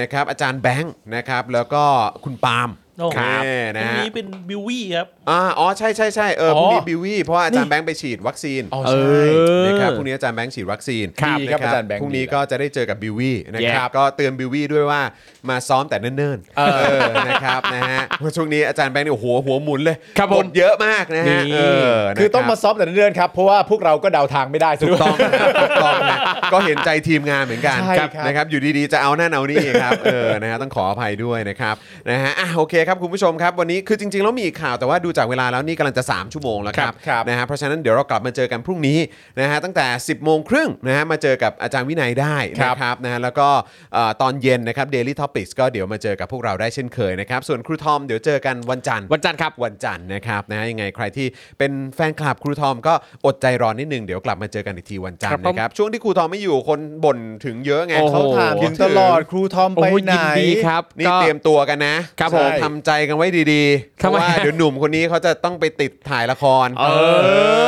S2: นะครับอาจารย์แบงค์นะครับแล้วก็คุณปาล์ม
S5: โอ้โห
S2: เออนะ
S5: อัน
S2: ฮะ
S5: นี้เป็นบิววี่ครับ
S2: อ่าอ๋อใช่ใช่ใช่เออพรุ่งนี้
S3: อ๋อ
S2: บิววี่เพราะว่าอาจาร
S3: นี่
S2: ย์แบงค์ไปฉีดวัคซีน
S3: อ๋อ
S6: เอ
S3: ใช่
S6: อ
S2: นะครับพรุ่งนี้อาจารย์แบงค์ฉีดวัคซีน
S3: ครับ
S2: นะครับ
S3: อาจารย์แบงค์
S2: พรุ่งนี้
S3: ดีแล้ว
S2: ก็จะได้เจอกับบิววี่นะครับก็เตือนบิววี่ด้วยว่ามาซ้อมแต่เนิ่นๆเออนะครับนะฮะเพราะช่วงนี้อาจารย์แบงค์เนี่ยโอ้โหัวหัวหมุนเลย
S6: ครับผม
S2: ทเยอะมากนะฮะ
S3: นี่
S2: เออนะรับ
S3: คือต้องมาซอฟต์แต่เนื่อนๆครับ เพราะว่าพวกเราก็เดาทางไม่ได้
S2: ถู
S3: ถู
S2: ก
S3: กต้
S2: ต้
S3: อ
S2: อง งนะถูกต้องนะก็เห็นใจทีมงานเหมือนกัน
S3: ใช่ครับ
S2: นะครับอยู่ดีๆจะเอานั่นเอานี่ครับเออนะฮะต้องขออภัยด้วยนะครับนะฮะอ่ะโอเคครับคุณผู้ชมครับวันนี้คือจริงๆแล้วมีอีกข่าวแต่ว่าดูจากเวลาแล้วนี่กำลังจะ 3 ชั่วโมงแล้วครับ
S3: ครับ
S2: นะฮะเพราะฉะนั้นเดี๋ยวเรากลับมาเจอกันพรุ่งนี้นะฮะตั้งแต่ 10บโมงครึ่งนะฮะมาเจอกับอาจารย์วินัยได้นะครับนะฮะแล้วก็เอ่อตอนเย็นนะครับ Daily Topics ก็เดี๋ยวมาเจอกับพวกเราได้เช่นเคยนะครับ ส่วนครูทอมเดี๋ยวเจอกันวันจันทร์
S6: วันจันทร์ครับ
S2: วันจันทร์นะครับนะฮะยังไงใครที่เป็นแฟนคลับครูทอมก็อดใจรอนิดนึงเดี๋ยวกลับมาเจอกันอีกทีวันจันท
S6: ครั
S2: ร์
S6: บผม
S2: นะครับช่วงที่ครูทอมไม่อยู่คนบ่นถึงเยอะไง
S6: โอ้โห
S2: เขา
S3: เขาถามถึงตลอดครูทอม
S6: โอ้
S3: ไป
S6: โห
S3: ไหน
S6: ยินดีครับ
S2: นี่
S6: ก็
S2: เตรียมตัวกันนะครับ
S6: ผม
S2: ทำใจกันไว้ดีๆเพ
S6: ทำ
S2: ราะ
S6: ไม
S2: ว่าเดี๋ยวหนุ่มคนนี้เขาจะต้องไปติดถ่ายละคร
S6: เอ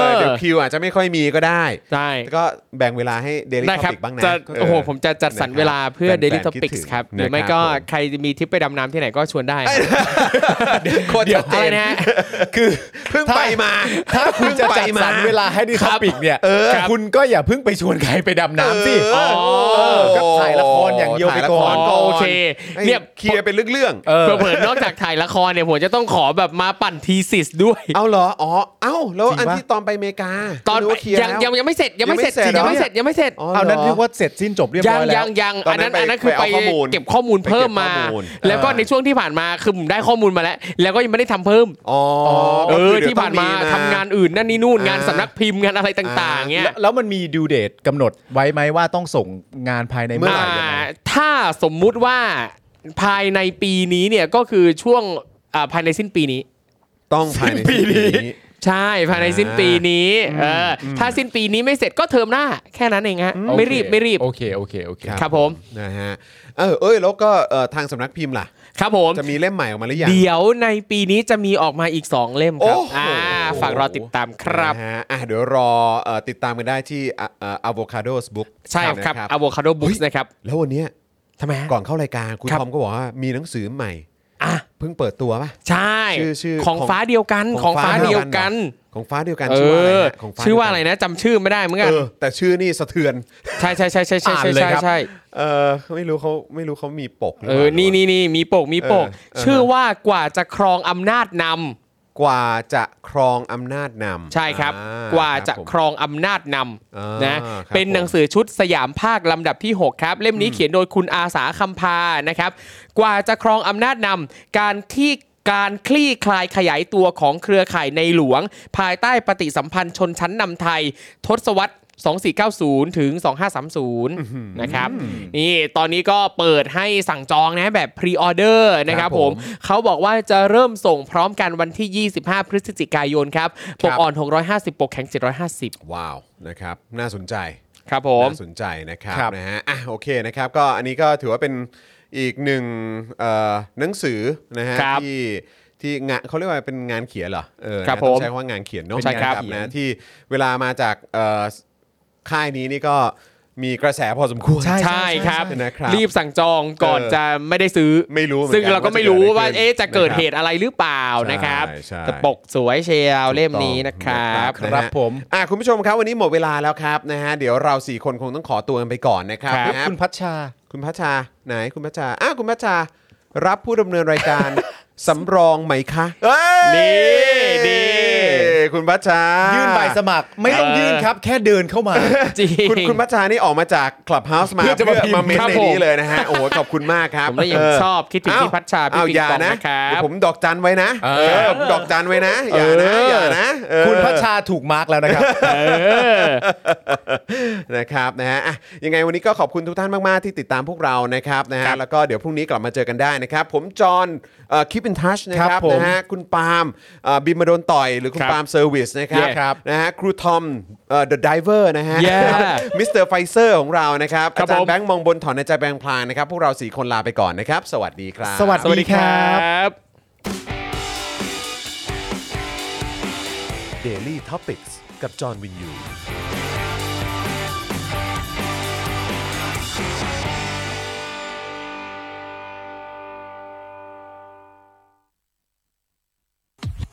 S6: อ
S2: เดี๋ยวคิวอาจจะไม่ค่อยมีก็ได้
S6: ได้
S2: ก็แบ่งเวลาให้ Daily
S6: ได้ครับ
S2: Topic บ้างนะ
S6: จะ
S2: เ
S6: โอ้โห ผมจะจัดสรร
S2: นะครับ
S6: เวลาเพื่อ
S2: แฟนๆ
S6: Daily
S2: คิดถึง
S6: Topics ครับ ห
S2: นะ
S6: รือไม่
S2: ครับ
S6: ก็
S2: ผม
S6: ใครจะมีทริปไปดำน้ำที่ไหนก็ชวนได้ นะ
S2: โคตรชัดเจ
S6: อะไร
S2: น
S6: นะฮะ
S2: คือเพิ่ง
S3: ถ้า
S2: ไปมา
S3: ถ้าคุณจะจัดสรรเวลาให้ดิทอปิกเนี่ยคุณก็อย่าเพิ่งไปชวนใครไปดำน้ำสิ
S2: เออ
S3: เออก็ถ่ายละครอย่างเดียวไปก่อ
S2: ถ่าน ยละคร
S6: โอเค
S2: ให้
S6: เนี่ย
S2: เคลียร์เป็นเรื่องๆ
S3: เออ
S6: เผื่อๆนอกจากถ่ายละครเนี่ย ผมจะต้องขอแบบมาปั่นทีสิสด้วย
S2: เอาเหรอ อ๋อ เอ้า แล้วอัน
S3: จริงปะ
S2: ที่ตอนไปอเมริกา
S6: ตอน
S2: ไม่รู้ว่าเคลีร์
S6: ยัง
S2: แล้ว
S6: ยังยังไม่เสร็จยังไม่เสร็จ
S2: ยั
S6: ยัง ง
S2: ไม่
S6: ไม่
S2: เสร็
S6: เสร็
S2: จเหรอ
S6: จยังไม่เสร็จ
S2: อ๋อ
S3: เอานั้น
S2: หร
S3: เรียกว่าเสร็จสิ้นจบเรียบ
S6: ยั
S3: ร้อง ยแล้ว
S6: ยังยัง
S2: ตอ
S6: อั
S2: น
S6: น
S2: นั้ไป
S6: นั้น นอันนั้นคือ
S2: ไป
S6: ไป
S2: เอาข้อมูล
S6: เก็บข้อมูลเพิ่มมา
S2: ไปเก็บข้อมูล
S6: แล้วก็ในช่วงที่ผ่านมาคือผมได้ข้อมูลมาแล้ว แล้วก็ยังไม่ได้ทำเพิ่ม
S2: อ๋อ
S6: เอ
S2: ก็
S6: อ
S2: คือเดี๋ยว
S6: ที่ผ่านมา
S2: ต้อง
S6: ทำงานอื่นนั่นนี่นู่นงาน
S2: อ่า
S6: สำนักพิมพ์งานอะไรต่างๆเนี่ย
S3: แล้วแล้วมันมีดิวเดตกำหนดไว้ไหมว่าต้องส่งงานภายในเมื่อไหร่ยังไง
S6: อ่าถ้าสมมุติว่าภายในปีนี้เนี่ยก็คือช่วงอ่าภายในสิ้นปีนี้
S2: ต้องภายในปีนี้
S6: ใช่ภายในสิ้นปีนี้เอออถ้าสิ้นปีนี้ไม่เสร็จก็เทอมหน้า แค่นั้นเองฮะไม่รีบไม่รีบ
S3: โอเค โอเค โอเค
S6: ครับผม
S2: นะฮะ เออ เอ้ย แล้วก็เอ่อทางสำนักพิมพ์ล่ะ
S6: ครับผม
S2: จะมีเล่มใหม่ออกมาหรือยัง
S6: เดี๋ยวในปีนี้จะมีออกมาอีก 2 เล่มครับ
S2: โอ้โห
S6: อ่าฝากรอติดตามครับ
S2: นะฮะอ่ะเดี๋ยวรอเอ่อติดตามกันได้ที่อ่ะเอ่อ Avocados Book
S6: ใช่ครับ
S2: นะ
S6: Avocado
S2: เฮ้
S6: Books
S2: ย
S6: นะครับ
S2: แล้ววันเนี้ย
S6: ทำไมฮะ
S2: ก่อนเข้ารายการคุณ
S6: ครับ
S2: ทอมก็บอกว่ามีหนังสือใหม่
S6: อ่ะ
S2: เพิ่งเปิดตัวป่ะ
S6: ใช่
S2: ชื่อชื่อ
S6: ของ
S2: ของ
S6: ฟ้าเดียวกันของฟ้าเดียวกัน
S2: ของฟ้าเดียวกัน
S6: เอ
S2: ชื่อว่าอะไร
S6: อ
S2: นะของฟ้าเดีย
S6: ชื่อว่าอะไรนะจำชื่อไม่ได้เหมือนกัน
S2: เออแต่ชื่อนี่สะเทือน
S6: ใช่ใช่ใช่ใช่ใช่
S3: อ่าน
S6: ใช่
S3: เลย
S6: ใช่
S3: ครับ
S6: ใช่
S2: เออไม่รู้เขาไม่รู้เขามีปกหรื
S6: เอ
S2: ป
S6: อ
S2: ล่า
S6: นี่นี่นี่มีปกมีปก
S2: เออเออ
S6: ชื่อว่ากว่าจะครองอำนาจนำ
S2: กว่าจะครองอำนาจนำ
S6: ใช่ครับ
S2: อ่
S6: กว่า
S2: รั
S6: จะ
S2: บผม
S6: ครองอำนาจนำ
S2: อ่าน
S6: นะครับ เป็นหนังสือชุดสยามภาคลำดับที่ 6 ครับ เล่มนี้เขียนโดยคุณอาสาคำพานะครับ กว่าจะครองอำนาจนำการที่การคลี่คลายขยายตัวของเครือข่ายในหลวง ภายใต้ปฏิสัมพันธ์ชนชั้นนำไทย ทศวรรษ 2490 ถึง 2530 นะครับ นี่ตอนนี้ก็เปิดให้สั่งจองนะแบบพรีออเดอร์นะ
S2: ค
S6: ครั
S2: รับ บผ
S6: ผม ม เขาบอกว่าจะเริ่มส่งพร้อมกันวันที่ 25 พฤศจิกายนครับ ป
S2: ค
S6: ก
S2: รับ
S6: อ่อน 650 ปกแข็ง 750
S2: ว้าวนะครับ น่าสนใจ
S6: ครับผม
S2: น่าสนใจนะครับ
S3: ครับ
S2: นะฮะอ่ะโอเคนะครับก็อันนี้ก็ถือว่าเป็นอีกหนึ่งเอ่อหนังสือนะฮะ
S6: ครับ
S2: ที่ที่งานเขาเรียกว่าเป็นงานเขียนเหรอเออนะครับ ต้อ
S6: ผม
S2: งใช้คำว่างานเขียนเนอะ
S6: ใช่ครับ
S2: นะนะที่เวลามาจากเอ่อค่ายนี้นี่ก็มีกระแสพอสมควร
S3: ใช่
S6: ใช่ครับ
S2: นะครับ
S6: รีบสั่งจองก่อน
S2: เออ
S6: จะไม่ได้ซื้อ
S2: ไม่รู้หอนน
S6: ซึ่งเราก็ไม่รู้ว่า
S2: จกิด
S6: เอ๊ะ
S2: ขึ้น
S6: จะเกิ
S2: น
S6: ด
S2: ครับ
S6: เหตุอะไรหรือเปล่านะครับ
S2: ใช่ใช่
S6: แต่ปกสวยเชียวเล่มนี้นะครับ
S2: ถูกต้อง
S3: ครับ
S2: นะฮะ
S3: ผม
S2: อ่ะคุณผู้ชมครับวันนี้หมดเวลาแล้วครับนะฮะเดี๋ยวเราสี่คนคงต้องขอตัวกันไปก่อนนะครับ
S6: ครับ
S2: นะฮะ
S3: คุณพัชชา
S2: คุณพัชชาไหนคุณพัชชาอ้าวคุณพัชชา รับผู้ดำเนินรายการ สำรองไหมคะเอ้ย
S6: นี่ดี
S2: คุณพัชชา
S3: ยื่
S2: ยื่
S3: นใบสมัครไม่ต้องยื่นครับ แค่เดินเข้ามา
S6: จริง
S2: คุณคุณพัชชานี่ออกมาจากคลับเฮาส์มา
S3: เพื่อจะมาพิมพ์
S2: เม้น
S6: ครับ
S2: ใน
S6: ผม
S2: นี้เลยนะฮะโอ้โหขอบคุณมากครับ
S6: ผมเลยยัง
S2: เ
S6: ชอบคิดถึง
S2: อ้ว
S6: พี่พัชชาพี่
S2: อ้ว
S6: ปิง
S2: ย่า
S6: ปอง
S2: นะ
S6: นะครับ
S2: เดี๋ยวผมดอกจันไว้นะเออผมดอกจันไว้นะอย่านะ
S6: เอออ
S2: อย่านะเออ
S3: คุณพัชชาถูกมาร์กแล้วนะครับ
S2: นะครับนะฮะอ่ะยังไงวันนี้ก็ขอบคุณทุกท่านมาก ๆ ที่ติดตามพวกเรานะครับนะฮะแล้วก็เดี๋ยวพรุ่งนี้กลับมาเจอกันได้นะครับ ผมจอห์นคิปอินทัชนะค
S3: ค
S2: รั
S3: รั
S2: บบ
S3: ผม
S2: นะฮะคุณปาล์มเอ่อบิมมาโดนต่อยหรือคุณ
S6: ครับ
S2: ปาล์มเซอร์ อร์วิสนะครับ
S6: Yeah ครับ
S2: นะฮะครูทอมเดอะดิเวอร์นะฮะ
S6: Yeah
S2: มิสเตอร์ไฟเซอร์ของเรานะครับ
S6: ครั
S2: อา
S6: บ
S2: จาร
S6: ผม
S2: ย์แบงค์มองบนถอนในใจแบงค์พลางนะครับ พวกเราสี่คนลาไปก่อนนะครับ สวัสดีครับ
S3: สวัส
S6: สวัส
S3: ดี
S6: ดี
S3: ค
S6: ค
S3: ร
S6: รัั
S3: บ
S6: บ
S2: Daily Topics กับจอห์นวินยู